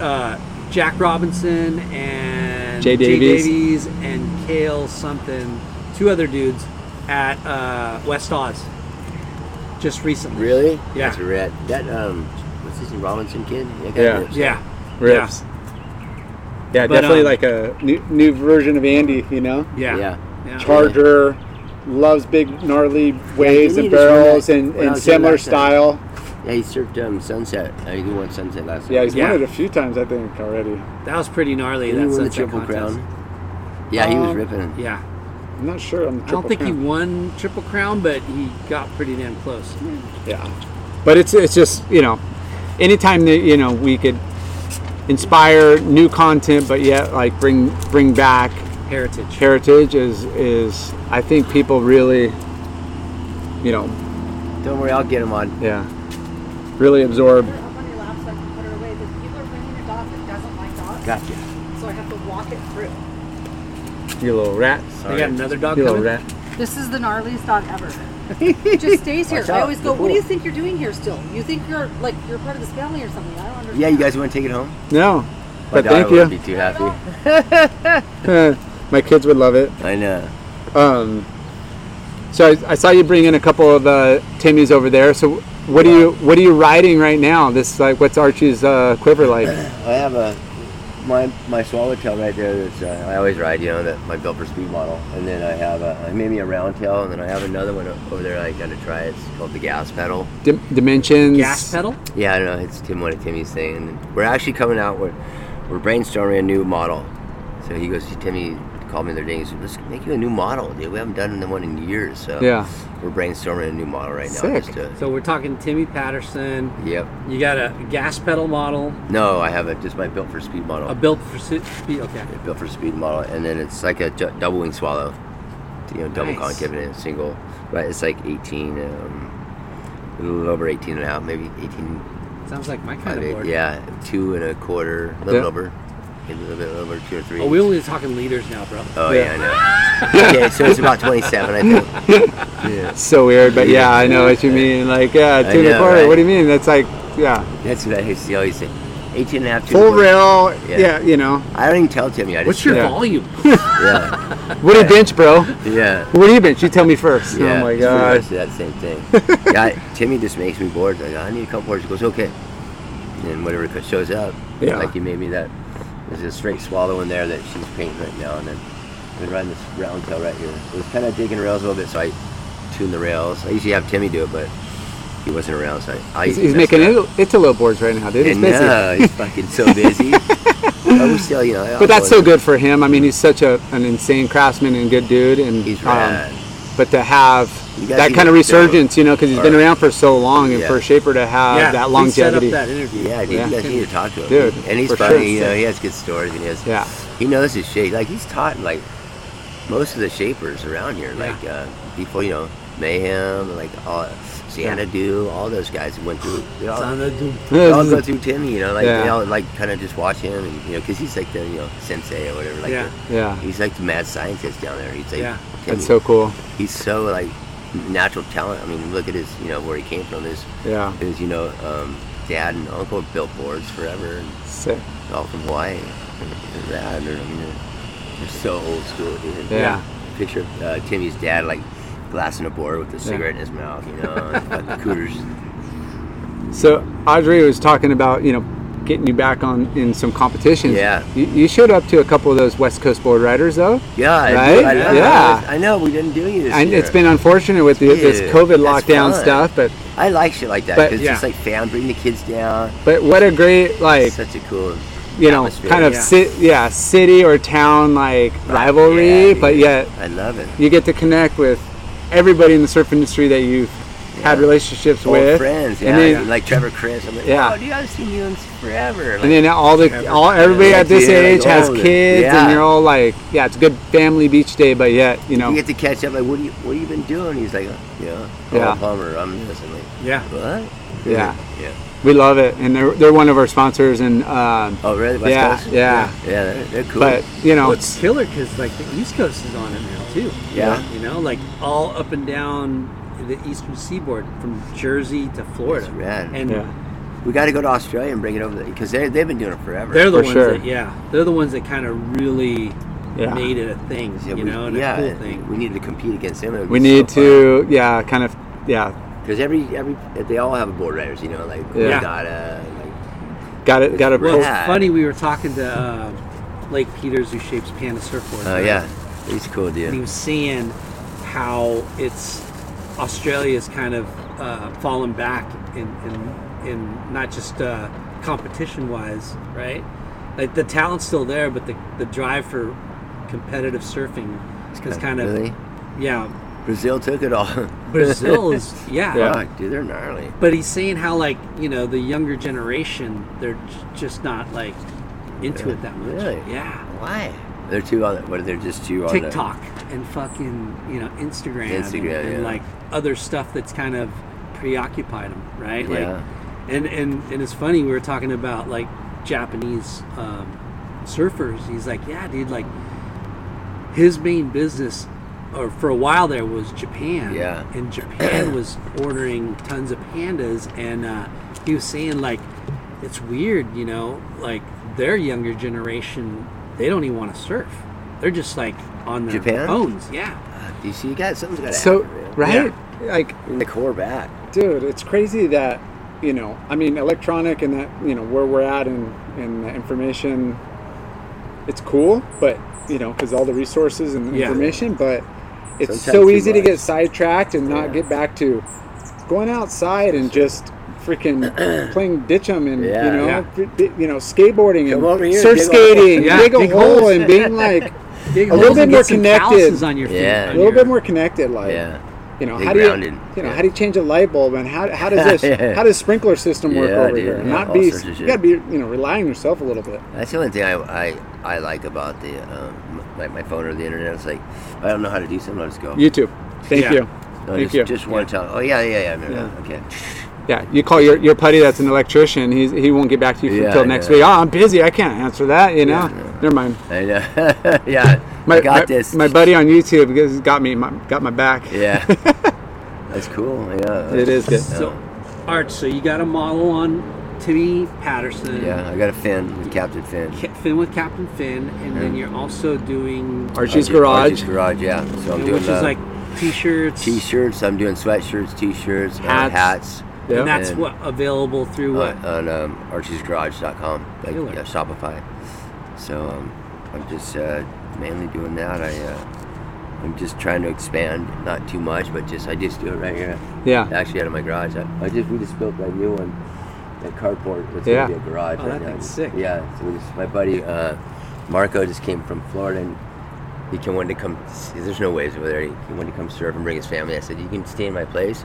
S6: uh, Jack Robinson and
S3: Jay Davies.
S6: Davies and Kale something, two other dudes at uh, West Oz just recently.
S5: Really?
S6: Yeah.
S5: That's rad. That um, what's his name? Robinson kid. That guy
S3: Yeah.
S5: lives.
S6: Yeah.
S3: rips yeah,
S5: But,
S3: definitely
S5: um,
S3: like a new, new version of Andy you know
S5: Yeah. Yeah. Yeah.
S3: Charger loves big gnarly waves
S5: Yeah, he
S3: and
S5: did his one
S3: barrels
S5: that-
S3: and,
S5: when I
S3: and
S5: was there
S3: similar
S5: last time.
S3: style.
S5: Yeah, he surfed um, Sunset. I mean, he won Sunset last
S3: Yeah,
S5: night.
S3: he's won it a few times I think already.
S6: That was pretty gnarly.
S5: Didn't
S6: that
S5: he win the
S6: sunset
S5: Triple
S6: contest.
S5: Yeah, he was
S6: Um,
S5: ripping.
S6: Yeah.
S3: I'm not sure on the
S6: I don't
S3: Triple
S6: think he
S3: Crown.
S6: won Triple Crown, but he got pretty damn close.
S3: Yeah. But it's it's just you know, anytime that you know we could inspire new content, but yet like bring bring back
S6: heritage.
S3: Heritage is is I think people really, you know.
S5: Don't worry, I'll get him on.
S3: Yeah. Really absorb.
S7: Up on your lap so I can put her away. But people are bringing a dog that doesn't like dogs.
S3: Gotcha.
S7: So I have to walk it through.
S3: You little rat.
S6: They got another dog
S3: You little
S6: coming?
S3: rat.
S7: This is the gnarliest dog ever. It just stays here.
S5: Watch
S7: I
S5: out,
S7: always go,
S5: the
S7: what do you
S5: bull."
S7: think you're doing here still? You think you're like you're part of this family or something? I don't understand.
S5: Yeah, you guys want to take it home?
S3: No. But
S5: My
S3: thank
S5: daughter
S3: you.
S5: would be too happy.
S3: Eh, My kids would love it.
S5: I know.
S3: Um, so I, I saw you bring in a couple of uh, Timmys over there. So what are you what are you riding right now? This like what's Archie's uh, quiver like?
S5: I have a my my swallowtail right there. That's uh, I always ride. You know that my Belper Speed model, and then I have a I made me a round tail, and then I have another one o- over there. I got to try. It's called the Gas Pedal.
S3: Dim- dimensions.
S6: pedal?
S5: Yeah, I know. It's Tim one of Timmy's thing. And we're actually coming out. We're we're brainstorming a new model. So he goes, Timmy called me the other day. He said, "Let's make you a new model, dude. We haven't done the one in years." So
S6: Yeah.
S5: we're brainstorming a new model right now. Just to,
S6: So we're talking Timmy Patterson.
S5: yep.
S6: You got a gas pedal model,
S5: No, I have a just my built for speed model.
S6: a built for si- speed. Okay.
S5: built for speed model, and then it's like a ju- double wing swallow, you know, double
S6: Nice.
S5: concave and a single. Right, it's like 18, um, a little over 18 and a half, maybe 18.
S6: Sounds like my kind
S5: five
S6: of
S5: eight,
S6: board.
S5: Yeah, two and a quarter, a little
S6: Yeah.
S5: over, maybe a little bit over, two or three.
S6: Oh, we only talking leaders now, bro.
S5: Oh yeah, I know. okay, so it's about 27, I think. Yeah.
S3: So weird, but yeah, I know what you mean. Like yeah,
S5: I
S3: two and a
S5: know,
S3: quarter.
S5: right?
S3: What do you mean? That's like yeah,
S5: That's what I used to always say. 18 and a half, two and a
S3: full
S5: quarter.
S3: rail. Yeah. you know.
S5: I don't even tell Timmy. I just
S3: What's your
S5: yeah.
S6: volume?
S5: yeah,
S3: What do you bench, bro?
S5: yeah.
S3: What do you bench? You tell me first.
S5: Yeah,
S3: oh my
S5: it's
S3: god.
S5: pretty much that same thing. yeah, I- Timmy just makes me bored. Like I need a couple boards. He goes okay, and then whatever co- shows up.
S3: Yeah.
S5: like he made me that. There's a straight swallow in there that she's painting right now, and then I've been riding this round tail right here. It was kind of digging rails a little bit, so I tuned the rails. I usually have Timmy do it, but he wasn't around, so I. I
S3: He's,
S5: usually
S3: he's
S5: mess
S3: making
S5: it.
S3: it, Italo boards right now, dude. He's
S5: I
S3: busy.
S5: know, he's fucking so busy. I was still, you know. I
S3: but that's so
S5: always-
S3: good for him. I mean, he's such a, an insane craftsman and good dude, and um,
S5: rad.
S3: but to have
S5: guys
S3: that kind
S5: need to
S3: of
S5: go.
S3: resurgence, you know, because he's been
S5: Or-
S3: around for so long, and
S5: Yeah.
S3: for a shaper to have that longevity.
S5: Uh, Yeah, dude,
S3: Yeah.
S5: you guys need to talk to him.
S3: Dude,
S5: and he's
S3: for
S5: funny.
S3: sure.
S5: You know, he has good stories, and he has.
S3: Yeah.
S5: He knows his shape. Like he's taught like most of the shapers around here, like uh, before you know Mayhem, like all Xanadu, all those guys who went through. They all,
S6: Xanadu.
S5: They all go through Timmy. You know, like they
S3: Yeah.
S5: all like kind of just watch him, and you know, because he's like the you know sensei or whatever. Like
S3: Yeah.
S5: the-
S3: Yeah.
S5: He's like the mad scientist down there. He's like
S3: Yeah.
S5: Timmy.
S3: That's so cool.
S5: He's so like natural talent. I mean, look at his, you know, where he came from. His,
S3: Yeah.
S5: his, you know, um, dad and uncle built boards forever. And
S3: Sick.
S5: All from Hawaii. And Rad. Or, I mean, they're, they're so old school, dude.
S3: Yeah.
S5: Picture of, uh, Timmy's dad, like, glassing a board with a cigarette in his mouth, you know, and fucking cooters.
S3: So Audrey was talking about you know getting you back on in some competitions.
S5: Yeah.
S3: You, you showed up to a couple of those West Coast board riders though.
S5: Yeah, I-
S3: Right?
S5: I, know.
S3: Yeah.
S5: I know, we didn't do any of this
S3: And
S5: year.
S3: it's been unfortunate with the, this
S5: Dude,
S3: COVID
S5: that's
S3: lockdown
S5: fun.
S3: stuff, but
S5: I like shit like that
S3: But-
S5: because it's
S3: yeah.
S5: just like fam, bring the kids down.
S3: but what a great like
S5: Such a cool,
S3: you know
S5: atmosphere.
S3: kind of
S5: Yeah.
S3: ci- yeah city or town like rivalry, but yet
S5: I love it.
S3: you get to connect with everybody in the surf industry that you've had relationships
S5: Old
S3: with
S5: friends, yeah,
S3: and then,
S5: like, like Trevor, Chris. I'm like,
S3: Yeah.
S5: oh, dude, I've seen you in forever.
S3: and then all the all everybody
S5: Yeah,
S3: at this
S5: yeah, like
S3: age has
S5: all of it.
S3: kids
S5: Yeah.
S3: and you're all like yeah it's a good family beach day but yet you
S6: Oh.
S3: know
S5: you get to catch up. Like, what do you, what have you been doing? He's like, you know, oh,
S3: Yeah.
S5: Hummer, I'm this. I'm like,
S6: Yeah.
S5: what?
S3: Yeah.
S5: yeah.
S3: we love it and they're, they're one of our sponsors and um,
S5: Oh, really? West
S3: yeah,
S5: Coast?
S3: yeah
S5: yeah, they're, they're cool.
S3: but you know
S6: Well, it's killer because like the East Coast is on it now too.
S5: Yeah.
S6: you know, like all up and down the Eastern Seaboard from Jersey to Florida.
S5: It's rad.
S6: And
S3: Yeah.
S5: we got to go to Australia and bring it over because they they've been doing it forever.
S6: they're the
S3: For
S6: ones
S3: sure.
S6: that yeah, they're the ones that kind of really
S3: Yeah.
S6: made it a thing.
S5: Yeah,
S6: you
S5: we,
S6: know, and
S5: yeah,
S6: a cool thing.
S5: we needed to compete against them. It would
S3: we
S5: be so
S3: need to
S5: fun.
S3: yeah kind of yeah
S5: Because every every they all have a board riders, you know, like
S3: Yeah.
S5: yeah. Regatta, like
S3: got it got it
S6: Well,
S5: Yeah.
S6: it's funny we were talking to uh, Blake Peters who shapes Panda Surfboard.
S5: oh
S6: right?
S5: yeah, he's a cool
S6: and he
S5: dude.
S6: was saying how it's Australia's kind of uh, fallen back in, in in not just uh, competition wise, right? Like the talent's still there, but the, the drive for competitive surfing is kind of
S5: really?
S6: yeah.
S5: Brazil took it all.
S6: Brazil is yeah,
S5: Fuck, dude, they're gnarly.
S6: but he's saying how like you know the younger generation they're j- just not like into it that much.
S5: Really?
S6: Yeah.
S5: Why? They're too on. What? They're just too on the-
S6: TikTok and fucking you know Instagram, and-
S5: Instagram,
S6: and,
S5: yeah.
S6: like other stuff that's kind of preoccupied them, right?
S5: Yeah.
S6: Like, and and and it's funny we were talking about like Japanese um, surfers. He's like, yeah, dude, like his main business, or for a while there was Japan.
S5: Yeah.
S6: And Japan was ordering tons of pandas, and uh, he was saying like, it's weird, you know, like their younger generation, they don't even want to surf. They're just like on their
S5: Japan?
S6: phones. Yeah.
S5: you see, you got something's got to
S3: so
S5: happen. man.
S3: right like
S5: Bring the core back.
S3: dude it's crazy that you know i mean electronic and that you know where we're at and and the information it's cool but you know because all the resources and the
S6: Yeah.
S3: information but it's
S5: Sometimes
S3: so
S5: too
S3: easy to
S5: much.
S3: get sidetracked and not get back to going outside and just freaking playing ditchum and
S5: Yeah.
S3: you know
S5: Yeah.
S3: fr- di- you know skateboarding
S5: Come over
S3: and
S5: here,
S3: surf
S5: dig a hole.
S3: skating
S6: Yeah,
S3: dig a
S6: dig
S3: hole
S6: holes.
S3: and being like
S6: Dig
S3: A little
S6: holes
S3: bit
S6: and
S3: more
S6: get some
S3: connected.
S6: calluses on your feet.
S5: Yeah.
S3: a
S6: on
S3: little
S6: your-
S3: bit more connected like
S5: Yeah.
S3: you know
S5: They
S3: how do you
S5: grounded,
S3: you know
S5: yeah.
S3: how do you change a light bulb and how, how does this
S5: Yeah.
S3: how does sprinkler system work
S5: Yeah,
S3: over
S5: dude,
S3: here and
S5: yeah,
S3: not
S5: all
S3: be
S5: sorts of
S3: you
S5: shit.
S3: got to be you know relying on yourself a little bit
S5: That's the only thing I, I, I like about the um, my, my phone or the internet. It's like I don't know how to do something. I'll just go.
S3: YouTube thank
S6: Yeah.
S3: you
S5: no,
S3: thank
S5: just,
S3: you
S5: just one time. Oh yeah, yeah, yeah. I remember
S3: Yeah.
S5: that. Okay.
S3: yeah you call your, your buddy that's an electrician he's, he won't get back to you
S5: Yeah,
S3: until next
S5: yeah.
S3: week oh I'm busy I can't answer that you know never mind
S5: I know. yeah.
S3: my,
S5: I got
S3: my,
S5: this.
S3: my buddy on YouTube has got me my, got my back
S5: yeah. That's cool. Yeah.
S3: it is good
S6: So, Art, so you got a model on Timmy Patterson.
S5: Yeah, I got a fin with Captain Finn.
S6: Ca- Finn with Captain Finn, and then you're also doing,
S3: Archie's
S5: Archie-
S3: Garage
S5: Archie's Garage, yeah. So I'm
S6: which
S5: doing
S6: is
S5: uh,
S6: like t-shirts,
S5: t-shirts. I'm doing sweatshirts, t-shirts,
S3: Hats.
S5: and hats.
S3: Yeah.
S6: and that's
S5: and-
S6: what available through what?
S5: on, on um, archiesgarage.com, like
S6: Killer.
S5: yeah, Shopify. So um, I'm just uh, mainly doing that. I uh, I'm just trying to expand, not too much, but just I just do it right here.
S3: Yeah.
S5: Actually, out of my garage. I, I just we just built that new one, that carport. It's
S3: Yeah.
S5: gonna be a garage
S6: Oh,
S5: right
S6: that
S5: now.
S6: thing's sick.
S5: Yeah. So we just, my buddy uh, Marco just came from Florida. and he came wanted to come. There's no waves over there. He wanted to come surf and bring his family. I said, "You can stay in my place.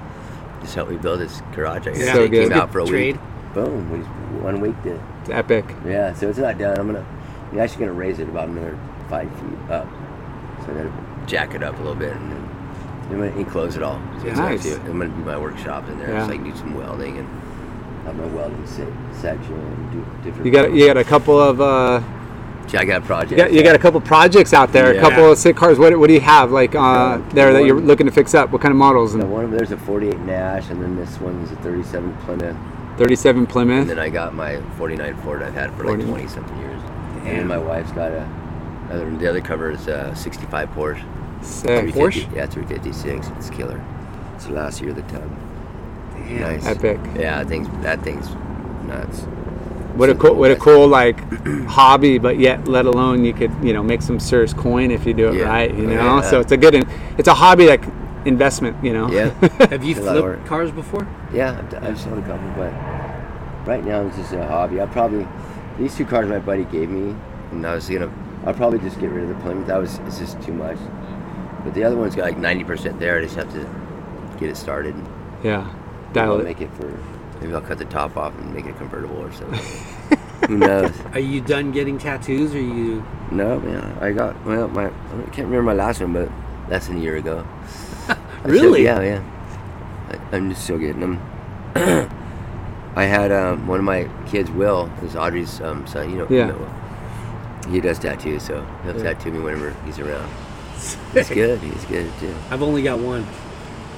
S5: Just help me build this garage." Right here.
S3: So
S5: So he
S3: good.
S5: came out for a
S6: Trade.
S5: week. Boom, we just- one week did. it.
S3: it's epic
S5: Yeah, so it's not done. I'm gonna, I'm actually gonna raise it about another five feet up, so I'm gonna jack it up a little bit and then I'm gonna enclose it all. So it's
S3: Nice.
S5: actually- I'm gonna do my workshops in there.
S3: Yeah.
S5: Just like do some welding and have my welding se- section and do different.
S3: you got you got a couple of uh,
S5: check out project.
S3: You got, you got a couple projects out there,
S5: Yeah.
S3: a couple of sick cars. What, what do you have like uh, there that you're looking to fix up? What kind of models?
S5: Yeah, one of there's a 48 Nash, and then this one's a 37 Plymouth.
S3: 37 Plymouth.
S5: And then I got my 49 Ford I've had for like
S3: 49.
S5: 20 something years. And then my wife's got a, other, the other cover is a 65 Porsche.
S3: Sick.
S5: 350 Yeah, 356. It's killer. It's the last year of the tub. nice.
S3: Epic.
S5: Yeah, that thing's, that thing's nuts.
S3: What a cool, what a cool like hobby, but yet let alone you could you know make some serious coin if you do it
S5: Yeah.
S3: right. You
S5: Oh,
S3: know,
S5: yeah.
S3: so it's a good, in, it's a hobby like investment. You know.
S5: Yeah.
S6: Have you
S5: It's a lot of work.
S6: flipped cars before?
S5: Yeah, I've, d- I've sold a couple, but right now it's just a hobby. I probably these two cars my buddy gave me, and I was gonna. I'll probably just get rid of the Plymouth. That was it's just too much. But the other one's got like ninety percent there. I just have to get it started. and
S3: Yeah.
S5: maybe
S3: Dial
S5: I'll
S3: it.
S5: Make it for maybe I'll cut the top off and make it a convertible or something. Who knows?
S6: Are you done getting tattoos? Or you?
S5: No, man. I got well. My I can't remember my last one, but less than a year ago. I
S6: Really?
S5: Still, yeah, yeah. I, I'm just still getting them. I had um, one of my kids, Will, who's Audrey's um, son. You know, you
S3: Yeah.
S5: know Will. he does tattoos, so he'll
S3: Yeah.
S5: tattoo me whenever he's around. He's good. He's good too.
S6: I've only got one.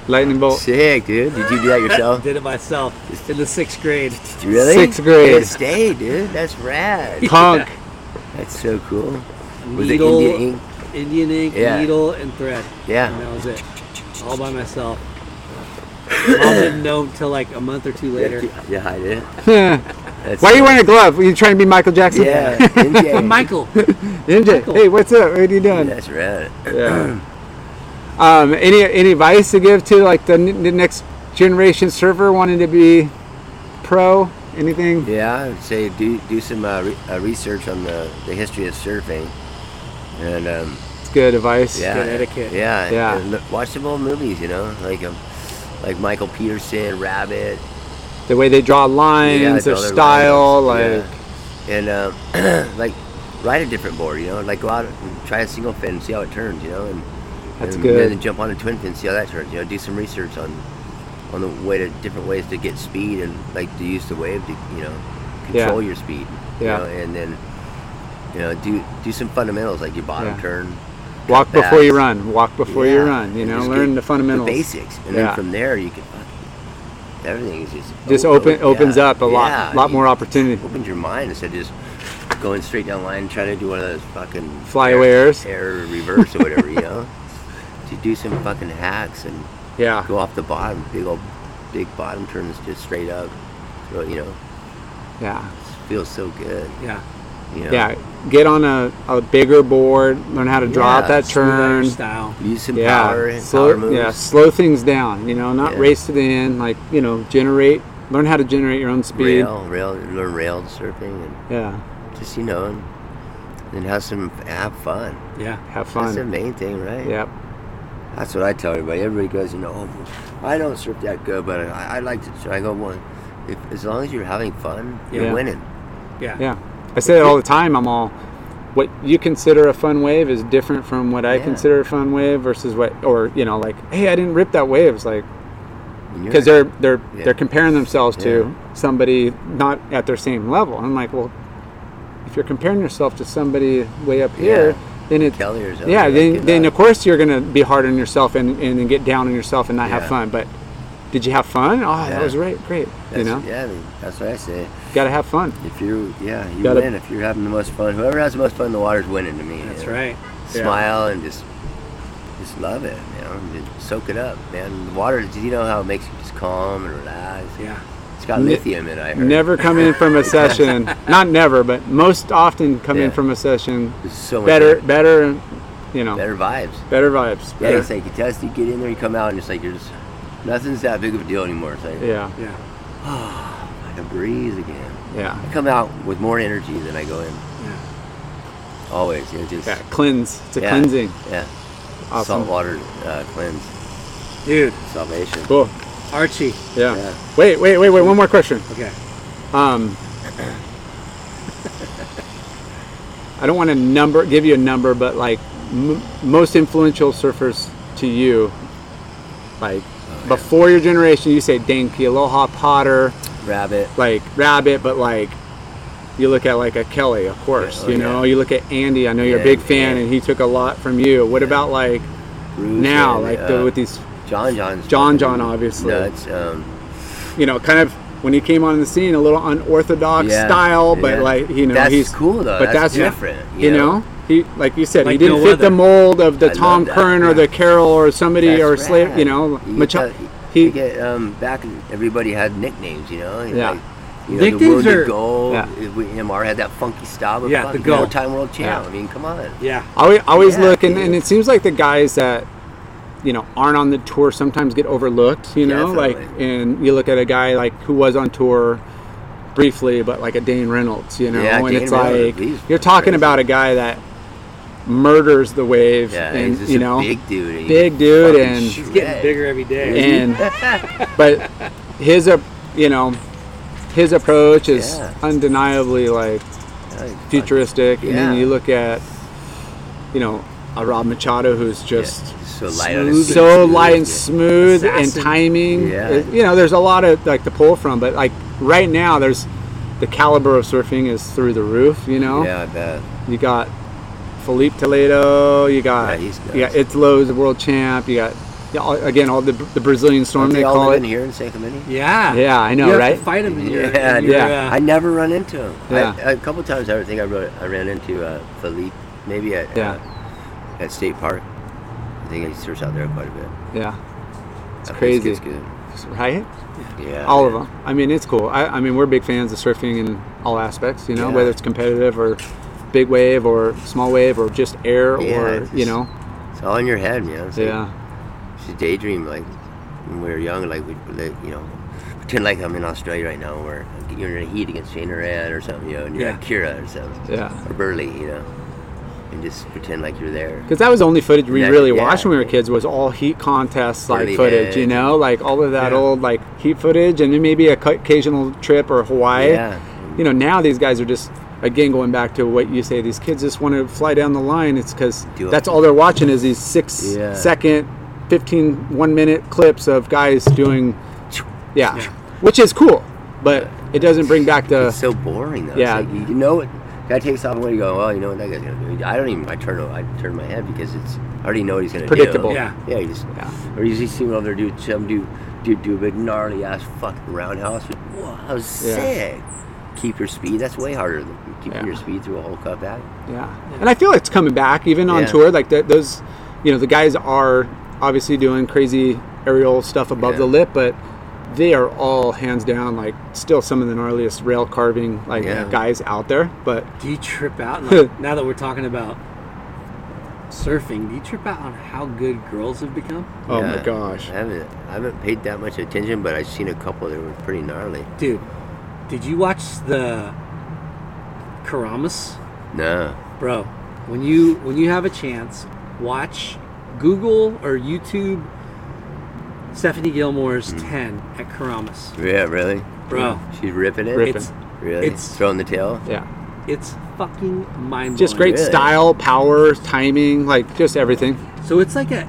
S3: Lightning bolt.
S5: Sick, dude. Did you do that yourself?
S6: Did it myself in the sixth grade.
S5: Really?
S3: Sixth grade.
S5: It stayed, dude. That's rad.
S3: Punk.
S5: That's so cool. Was it
S6: Needle,
S5: Indian ink?
S6: Indian ink,
S5: Yeah.
S6: needle, and thread.
S5: Yeah.
S6: And that was it. All by myself. Mom didn't know until like a month or two later.
S5: Yeah, I did. That's
S3: Why are you
S5: sick.
S3: wearing a glove? Are you trying to be Michael Jackson?
S5: Yeah, MJ.
S6: Michael,
S3: MJ. Hey, what's up? What are you doing?
S5: That's rad.
S3: Um, any any advice to give to like the, n- the next generation server wanting to be pro? Anything?
S5: Yeah, I would say do do some uh, re- uh, research on the, the history of surfing, and um,
S3: It's good advice.
S5: yeah,
S6: good etiquette.
S5: Yeah,
S3: Yeah.
S5: and look- watch some old movies, you know, like um, like Michael Peterson, Rabbit,
S3: The way they draw lines,
S5: yeah,
S3: their
S5: all their
S3: style,
S5: lines,
S3: like
S5: yeah. and um, like ride a different board, you know, like go out and try a single fin, and see how it turns, you know, and
S3: That's
S5: and
S3: good.
S5: Then jump on a twin fin, see how that turns, you know, do some research on on the way to different ways to get speed and like to use the wave to you know
S3: Yeah.
S5: control your speed, you
S3: Yeah.
S5: know, and then you know do do some fundamentals like your bottom
S3: Yeah.
S5: turn.
S3: walk
S5: cut
S3: before you
S5: backs.
S3: run. Walk before you
S5: Yeah.
S3: run. You
S5: And
S3: know,
S5: just
S3: learn
S5: get
S3: the fundamentals.
S5: basics, and
S3: Yeah.
S5: then from there you can fucking everything is just
S3: Just
S5: oh,
S3: open
S5: oh,
S3: opens
S5: yeah,
S3: up a lot
S5: yeah,
S3: lot
S5: you-
S3: more opportunity.
S5: Opens your mind instead of just going straight down line trying to do one of those fucking
S3: Flyaway airs.
S5: air reverse or whatever, you know. To do some fucking hacks and
S3: Yeah.
S5: go off the bottom, big old big bottom turns just straight up. So, you know,
S3: Yeah.
S5: it feels so good.
S6: yeah,
S5: You know?
S3: Yeah. Get on a, a bigger board. Learn how to draw out
S5: Yeah,
S3: that
S6: smooth out
S3: turn.
S6: your style.
S5: Use some
S3: yeah,
S5: power and
S3: slow,
S5: power moves.
S3: yeah, slow things down. You know, not
S5: Yeah.
S3: race to the end. Like you know, generate, learn how to generate your own speed.
S5: Rail, rail, learn rail and surfing and
S3: Yeah,
S5: just, you know, and then have some, have fun.
S6: Yeah,
S3: have
S5: That's the
S3: fun.
S5: main thing, right?
S3: Yep.
S5: That's what I tell everybody. Everybody goes, you know, oh, I don't surf that good, but I, I like to. So I go, well, if, as long as you're having fun, you're
S3: Yeah.
S5: winning.
S6: yeah,
S3: Yeah, I say it all the time. I'm all, what you consider a fun wave is different from what I
S5: Yeah.
S3: consider a fun wave versus what, or you know, like, hey, I didn't rip that wave. It's like
S5: And you're-
S3: because they're they're
S5: Yeah.
S3: they're comparing themselves to somebody not at their same level. I'm like, well, if you're comparing yourself to somebody way up here,
S5: Yeah.
S3: then it
S5: Kelly or something.
S3: yeah,
S5: like,
S3: then,
S5: good
S3: then of
S5: luck.
S3: course you're gonna be hard on yourself and, and, then get down on yourself and not have
S5: Yeah.
S3: fun. But did you have fun? Oh, that
S5: Yeah.
S3: was great, great. you
S5: That's,
S3: know,
S5: Yeah, I mean, that's what I say.
S3: gotta have fun.
S5: If you, yeah, you
S3: Gotta-
S5: win. If you're having the most fun, whoever has the most fun in the water's winning to me.
S6: That's
S5: you know?
S6: right.
S5: Smile and just, just love it. You know, and just soak it up, man. The water, you know how it makes you just calm and relaxed.
S6: Yeah,
S5: It's got
S3: Ne-
S5: lithium in it. I heard.
S3: Never come in from a session, not never, but most often come in
S5: Yeah.
S3: from a session
S5: It's so much
S3: better, better, you know, better,
S5: better vibes.
S3: vibes.
S5: Yeah,
S3: better-
S5: it's like you test, you get in there, you come out, and it's like you're just nothing's that big of a deal anymore. It's like
S3: yeah,
S6: yeah.
S5: I can breathe again.
S3: yeah,
S5: I come out with more energy than I go in. Always, you know, just
S3: yeah. Cleanse. It's a
S5: yeah,
S3: cleansing.
S5: Yeah,
S3: Awesome.
S5: salt water uh, cleanse,
S6: Dude,
S5: salvation.
S3: Cool.
S6: Archie.
S3: Yeah.
S5: Yeah.
S3: Wait, wait, wait, wait. One more question.
S6: Okay.
S3: Um, I don't want to number give you a number, but like m- most influential surfers to you,
S5: Oh,
S3: like before your generation, you say Dane Kealoha, Potter,
S5: Rabbit.
S3: like Rabbit, but like you look at like a Kelly, of course.
S5: Yeah, oh,
S3: you know, you look at Andy. I know you're a
S5: Yeah,
S3: big fan,
S5: yeah.
S3: and he took a lot from you. What about like
S5: Bruce
S3: now,
S5: and,
S3: like
S5: uh,
S3: the, with these
S5: John John's
S3: John John, obviously.
S5: nuts. Um,
S3: You know, kind of when he came on the scene, a little unorthodox
S5: Yeah,
S3: style, but
S5: yeah.
S3: like you know,
S5: That's
S3: he's
S5: cool, though.
S3: But that's,
S5: That's different, you
S3: You, know?
S5: know?
S3: he like you said, he
S1: Like
S3: didn't
S1: no
S3: fit
S1: other.
S3: the mold of
S5: I
S3: the
S5: love
S3: Tom
S5: that,
S3: Curran
S5: yeah.
S3: or the Carroll or somebody
S5: That's
S3: or Slave.
S5: rad.
S3: You know,
S5: You
S3: Macha-
S5: got-
S3: he
S5: you get, um, back everybody had nicknames, you know.
S3: Yeah.
S5: Like, you know,
S6: Nicknames
S5: the Wounded
S6: are-
S5: Gold.
S3: Yeah.
S5: we- MR had that funky style. But
S6: Yeah,
S5: fuck,
S6: the
S5: he's an
S6: gold.
S5: all-time world champ.
S3: Yeah.
S5: I mean, come on.
S6: Yeah.
S3: I always, I always
S5: Yeah,
S3: look, and,
S5: dude.
S3: and it seems like the guys that you know aren't on the tour sometimes get overlooked. You know, like
S5: Definitely.
S3: and you look at a guy like who was on tour briefly, but like a Dane Reynolds. You know,
S5: Yeah,
S3: and
S5: Dane
S3: it's
S5: Reynolds,
S3: like
S5: he's
S3: you're talking
S5: crazy.
S3: about a guy that murders the wave,
S5: Yeah,
S3: and
S5: he's just
S3: you
S5: a
S3: know,
S5: big dude. and
S3: big
S5: he's
S3: dude,
S5: fucking
S3: and
S5: shredded.
S6: Getting bigger every day.
S3: and but his uh, you know his approach is
S5: Yeah.
S3: undeniably like
S5: Yeah, he's fucking-
S3: futuristic, and then
S5: Yeah.
S3: you look at, you know, a Rob Machado who's just
S5: Yeah, so light on his feet,
S3: so
S5: smooth,
S3: light and
S5: yeah.
S3: smooth
S6: Assassin.
S3: and timing.
S5: Yeah.
S3: It- you know, there's a lot of like to pull from, but like right now, there's the caliber of surfing is through the roof. You know,
S5: Yeah, I bet.
S3: you got Felipe Toledo, you
S5: Yeah,
S3: got
S5: he's nuts.
S3: you got Italo, the world champ, you got yeah, all, again all the, the Brazilian storm
S5: Aren't
S3: they,
S5: they all
S3: call
S5: live in
S3: it.
S5: here in San Clemente?
S6: Yeah.
S3: Yeah, I know,
S6: you
S3: right?
S6: Have to fight him in your,
S5: Yeah,
S6: in your,
S3: yeah.
S6: uh,
S5: I never run into him.
S3: Yeah.
S5: I, a couple times I think I wrote, I ran into uh, Philippe, maybe at
S3: Yeah.
S5: uh, at State Park. I think he surfs out there quite a bit.
S3: Yeah, it's
S5: That place
S3: crazy,
S5: gets good.
S3: right?
S5: Yeah,
S3: all of
S5: man.
S3: them. I mean, it's cool. I, I mean, we're big fans of surfing in all aspects. You know,
S5: Yeah.
S3: whether it's competitive or big wave or small wave or just air
S5: Yeah,
S3: or
S5: it's
S3: you
S5: just-
S3: know,
S5: It's all in your head, man. It's like-
S3: yeah,
S5: It's a daydream. Like when we were young, like we, like, you know, pretend like I'm in Australia right now, where you're in a heat against Shane Red or something, you know, and you're at Kira or something,
S3: yeah.
S5: or Burley, you know, and just pretend like you're there.
S3: Because that was the only footage we
S5: Yeah,
S3: really
S5: yeah.
S3: watched when we were kids was all heat contests like
S5: Really
S3: footage. You
S5: big.
S3: know, like all of that
S6: Yeah.
S3: old like heat footage, and then maybe a c- occasional trip or Hawaii.
S5: Yeah.
S3: You know, now these guys are just. Again, going back to what you say, these kids just want to fly down the line. It's because
S5: Do it.
S3: that's all they're watching is these six
S5: Yeah.
S3: second, fifteen, one 15, one minute clips of guys doing Yeah. Which is cool, but it doesn't bring back the.
S5: It's so boring though.
S3: yeah.
S5: Yeah, like, you know what? Guy takes off and you go, well, you know what that guy's gonna do. I don't even. I turn. I turn my head because it's. I already know what he's gonna
S3: Predictable.
S5: do.
S6: Yeah.
S5: Yeah. You just.
S3: Yeah.
S5: Or you just see over there do some do do do a big gnarly ass fucking roundhouse. Whoa, that was
S3: Yeah.
S5: sick. Keep your speed. That's way harder than keeping
S3: Yeah.
S5: your speed through a whole cup out.
S3: Yeah. And I feel it's coming back, even on
S5: Yeah.
S3: tour. Like that, those, you know, the guys are obviously doing crazy aerial stuff above
S5: Yeah.
S3: the lip, but they are all hands down, like still some of the gnarliest rail carving like
S5: Yeah.
S3: guys out there. But
S6: Do you trip out? and, like, now that we're talking about surfing, do you trip out on how good girls have become?
S3: oh
S5: Yeah.
S3: my gosh,
S5: I haven't. I haven't paid that much attention, but I've seen a couple that were pretty gnarly.
S6: Dude, did you watch the Karamas?
S5: No.
S6: Bro, when you when you have a chance, watch Google or YouTube Stephanie Gilmore's
S3: Mm-hmm.
S6: 10 at Karamas.
S5: Yeah. Really.
S6: Bro.
S5: She's ripping it.
S3: Ripping.
S6: It's
S5: Really.
S6: it's-
S5: throwing the tail.
S3: yeah,
S6: it's fucking mind blowing.
S3: just great
S5: Really?
S3: style, power, timing, like just everything.
S6: So it's like a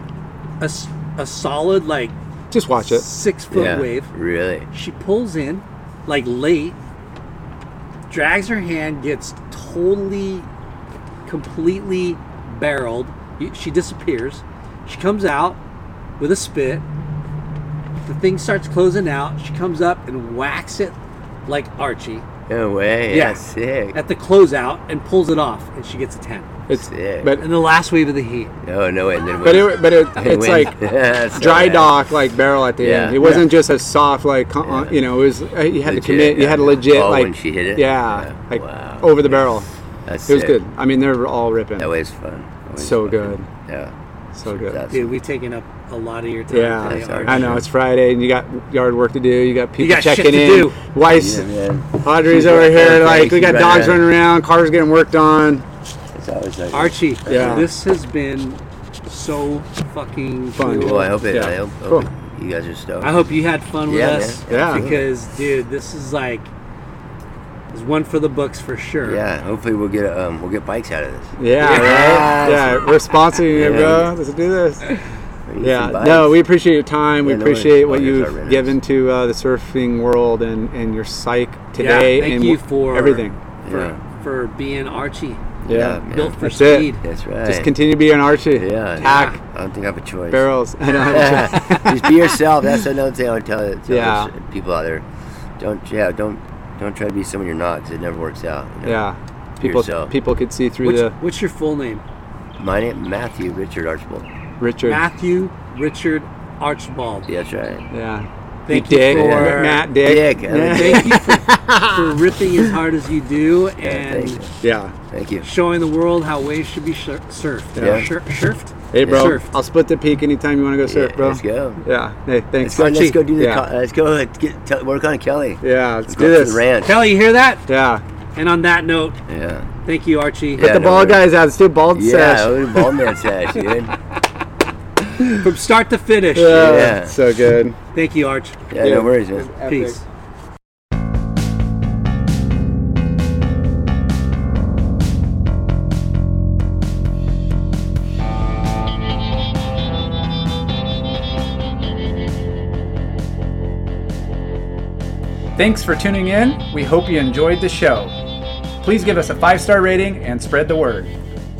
S6: a, s- a solid like
S3: Just watch it.
S6: six foot
S5: yeah.
S6: wave.
S5: Really.
S6: She pulls in, like late, drags her hand, gets totally, completely barreled. You- She disappears. She comes out with a spit. The thing starts closing out. She comes up and whacks it like Archie
S5: No way.
S6: Yeah.
S5: Yeah. Sick.
S6: at the closeout and pulls it off, and she gets a 10.
S3: It's
S5: Sick.
S3: but
S6: And the last wave of the heat.
S5: No, no, and then
S3: but it but it, it's like. dry
S5: dog.
S3: dock like barrel at the
S5: Yeah.
S3: end. It wasn't just a soft like con-
S5: Yeah.
S3: you know. It was uh, you had
S5: Legit,
S3: to commit. You
S5: yeah,
S3: had to
S5: yeah.
S3: legit
S5: Oh,
S3: like
S5: when she hit it?
S3: Yeah,
S5: Yeah.
S3: like
S5: Wow.
S3: over the barrel.
S5: That's
S3: It was
S5: sick.
S3: good. I mean, they're all ripping.
S5: That was fun. That was
S3: So
S5: fun.
S3: good.
S5: Yeah.
S3: so good.
S5: That's
S6: Dude, we've taken up a lot of your time.
S3: yeah,
S6: today,
S5: That's
S6: Archie.
S3: I know it's Friday and you got yard work to do. You got people
S6: got shit
S3: checking
S6: to
S3: in.
S6: do.
S3: Wife's
S5: yeah, man.
S3: Audrey's
S5: She's
S3: over
S5: right
S3: here.
S5: there,
S3: Like we
S5: she's
S3: got
S5: right
S3: dogs
S5: there.
S3: running around, cars getting worked on.
S5: It's always like
S6: Archie,
S3: Yeah.
S6: this has been so fucking
S3: Fun.
S6: cool.
S5: Well, I hope it.
S3: Yeah.
S5: I hope,
S3: Cool.
S5: hope it- you guys are stoked.
S6: I hope you had fun with
S5: Yeah,
S6: us.
S5: man.
S3: Yeah.
S6: Because, dude, this is like, is one for the books for sure.
S5: Yeah. Hopefully, we'll get um, we'll get bikes out of this.
S3: Yeah, right? yeah. We're sponsoring you,
S5: Yeah.
S3: bro. Let's do this.
S5: We need some
S3: Yeah,
S5: bikes.
S3: no, we appreciate your time.
S5: Yeah,
S3: we
S5: no worries.
S3: appreciate what
S5: Fuckers are
S3: you've
S5: renters.
S3: given to uh, the surfing world and, and your psych today
S6: thank
S3: and
S6: you
S3: wh-
S6: for
S3: everything.
S6: for,
S5: Yeah.
S6: for being Archie.
S3: Yeah,
S6: built for
S3: That's it.
S6: speed.
S5: That's right.
S3: Just continue being Archie. Yeah,
S5: Hack. I don't think I have a choice.
S3: Barrels. I don't have a choice.
S5: Just be yourself. That's another thing I would tell, tell
S3: Yeah.
S5: people out there. Don't yeah. Don't don't try to be someone you're not because it never works out. you know.
S3: Yeah.
S5: Be
S3: People
S5: yourself.
S3: people could see through
S5: Which-
S3: the
S6: What's your full name?
S5: My name Matthew Richard Archibald.
S3: Richard.
S6: Matthew Richard Archibald.
S5: Yeah, that's right.
S3: Yeah.
S6: Thank
S3: You
S6: you
S3: dig?
S6: for
S3: Matt, dig?
S5: Dig, I like
S6: Thank you for, for ripping as hard as you do and
S5: thank you.
S3: Yeah.
S5: Thank you.
S6: showing the world how waves should be shir- surfed.
S3: Yeah.
S6: Shir- surfed.
S3: Hey, bro.
S6: Surfed.
S3: I'll split the peak anytime you want to go surf,
S5: Yeah,
S3: bro.
S5: let's go.
S3: Yeah. Hey,
S5: Let's
S3: thanks.
S5: go. Let's go do the.
S3: yeah.
S5: co- let's go. uh, Get, t- work on Kelly.
S3: Yeah, let's
S5: go
S3: do
S5: up to
S3: this.
S5: the ranch.
S6: Kelly, you hear that?
S3: Yeah.
S6: And on that note,
S5: Yeah.
S6: thank you, Archie.
S5: Yeah,
S3: The
S5: no,
S3: ball
S5: we're-
S3: guys out. Let's do a bald
S5: Yeah, oh,
S3: sesh.
S5: we're bald man sash, dude.
S6: From start to finish.
S3: Yeah.
S5: Yeah.
S3: So good.
S6: Thank you, Arch.
S5: Yeah,
S3: Yeah.
S5: no worries, man.
S3: Epic.
S6: Peace.
S2: Thanks for tuning in. We hope you enjoyed the show. Please give us a five star rating and spread the word.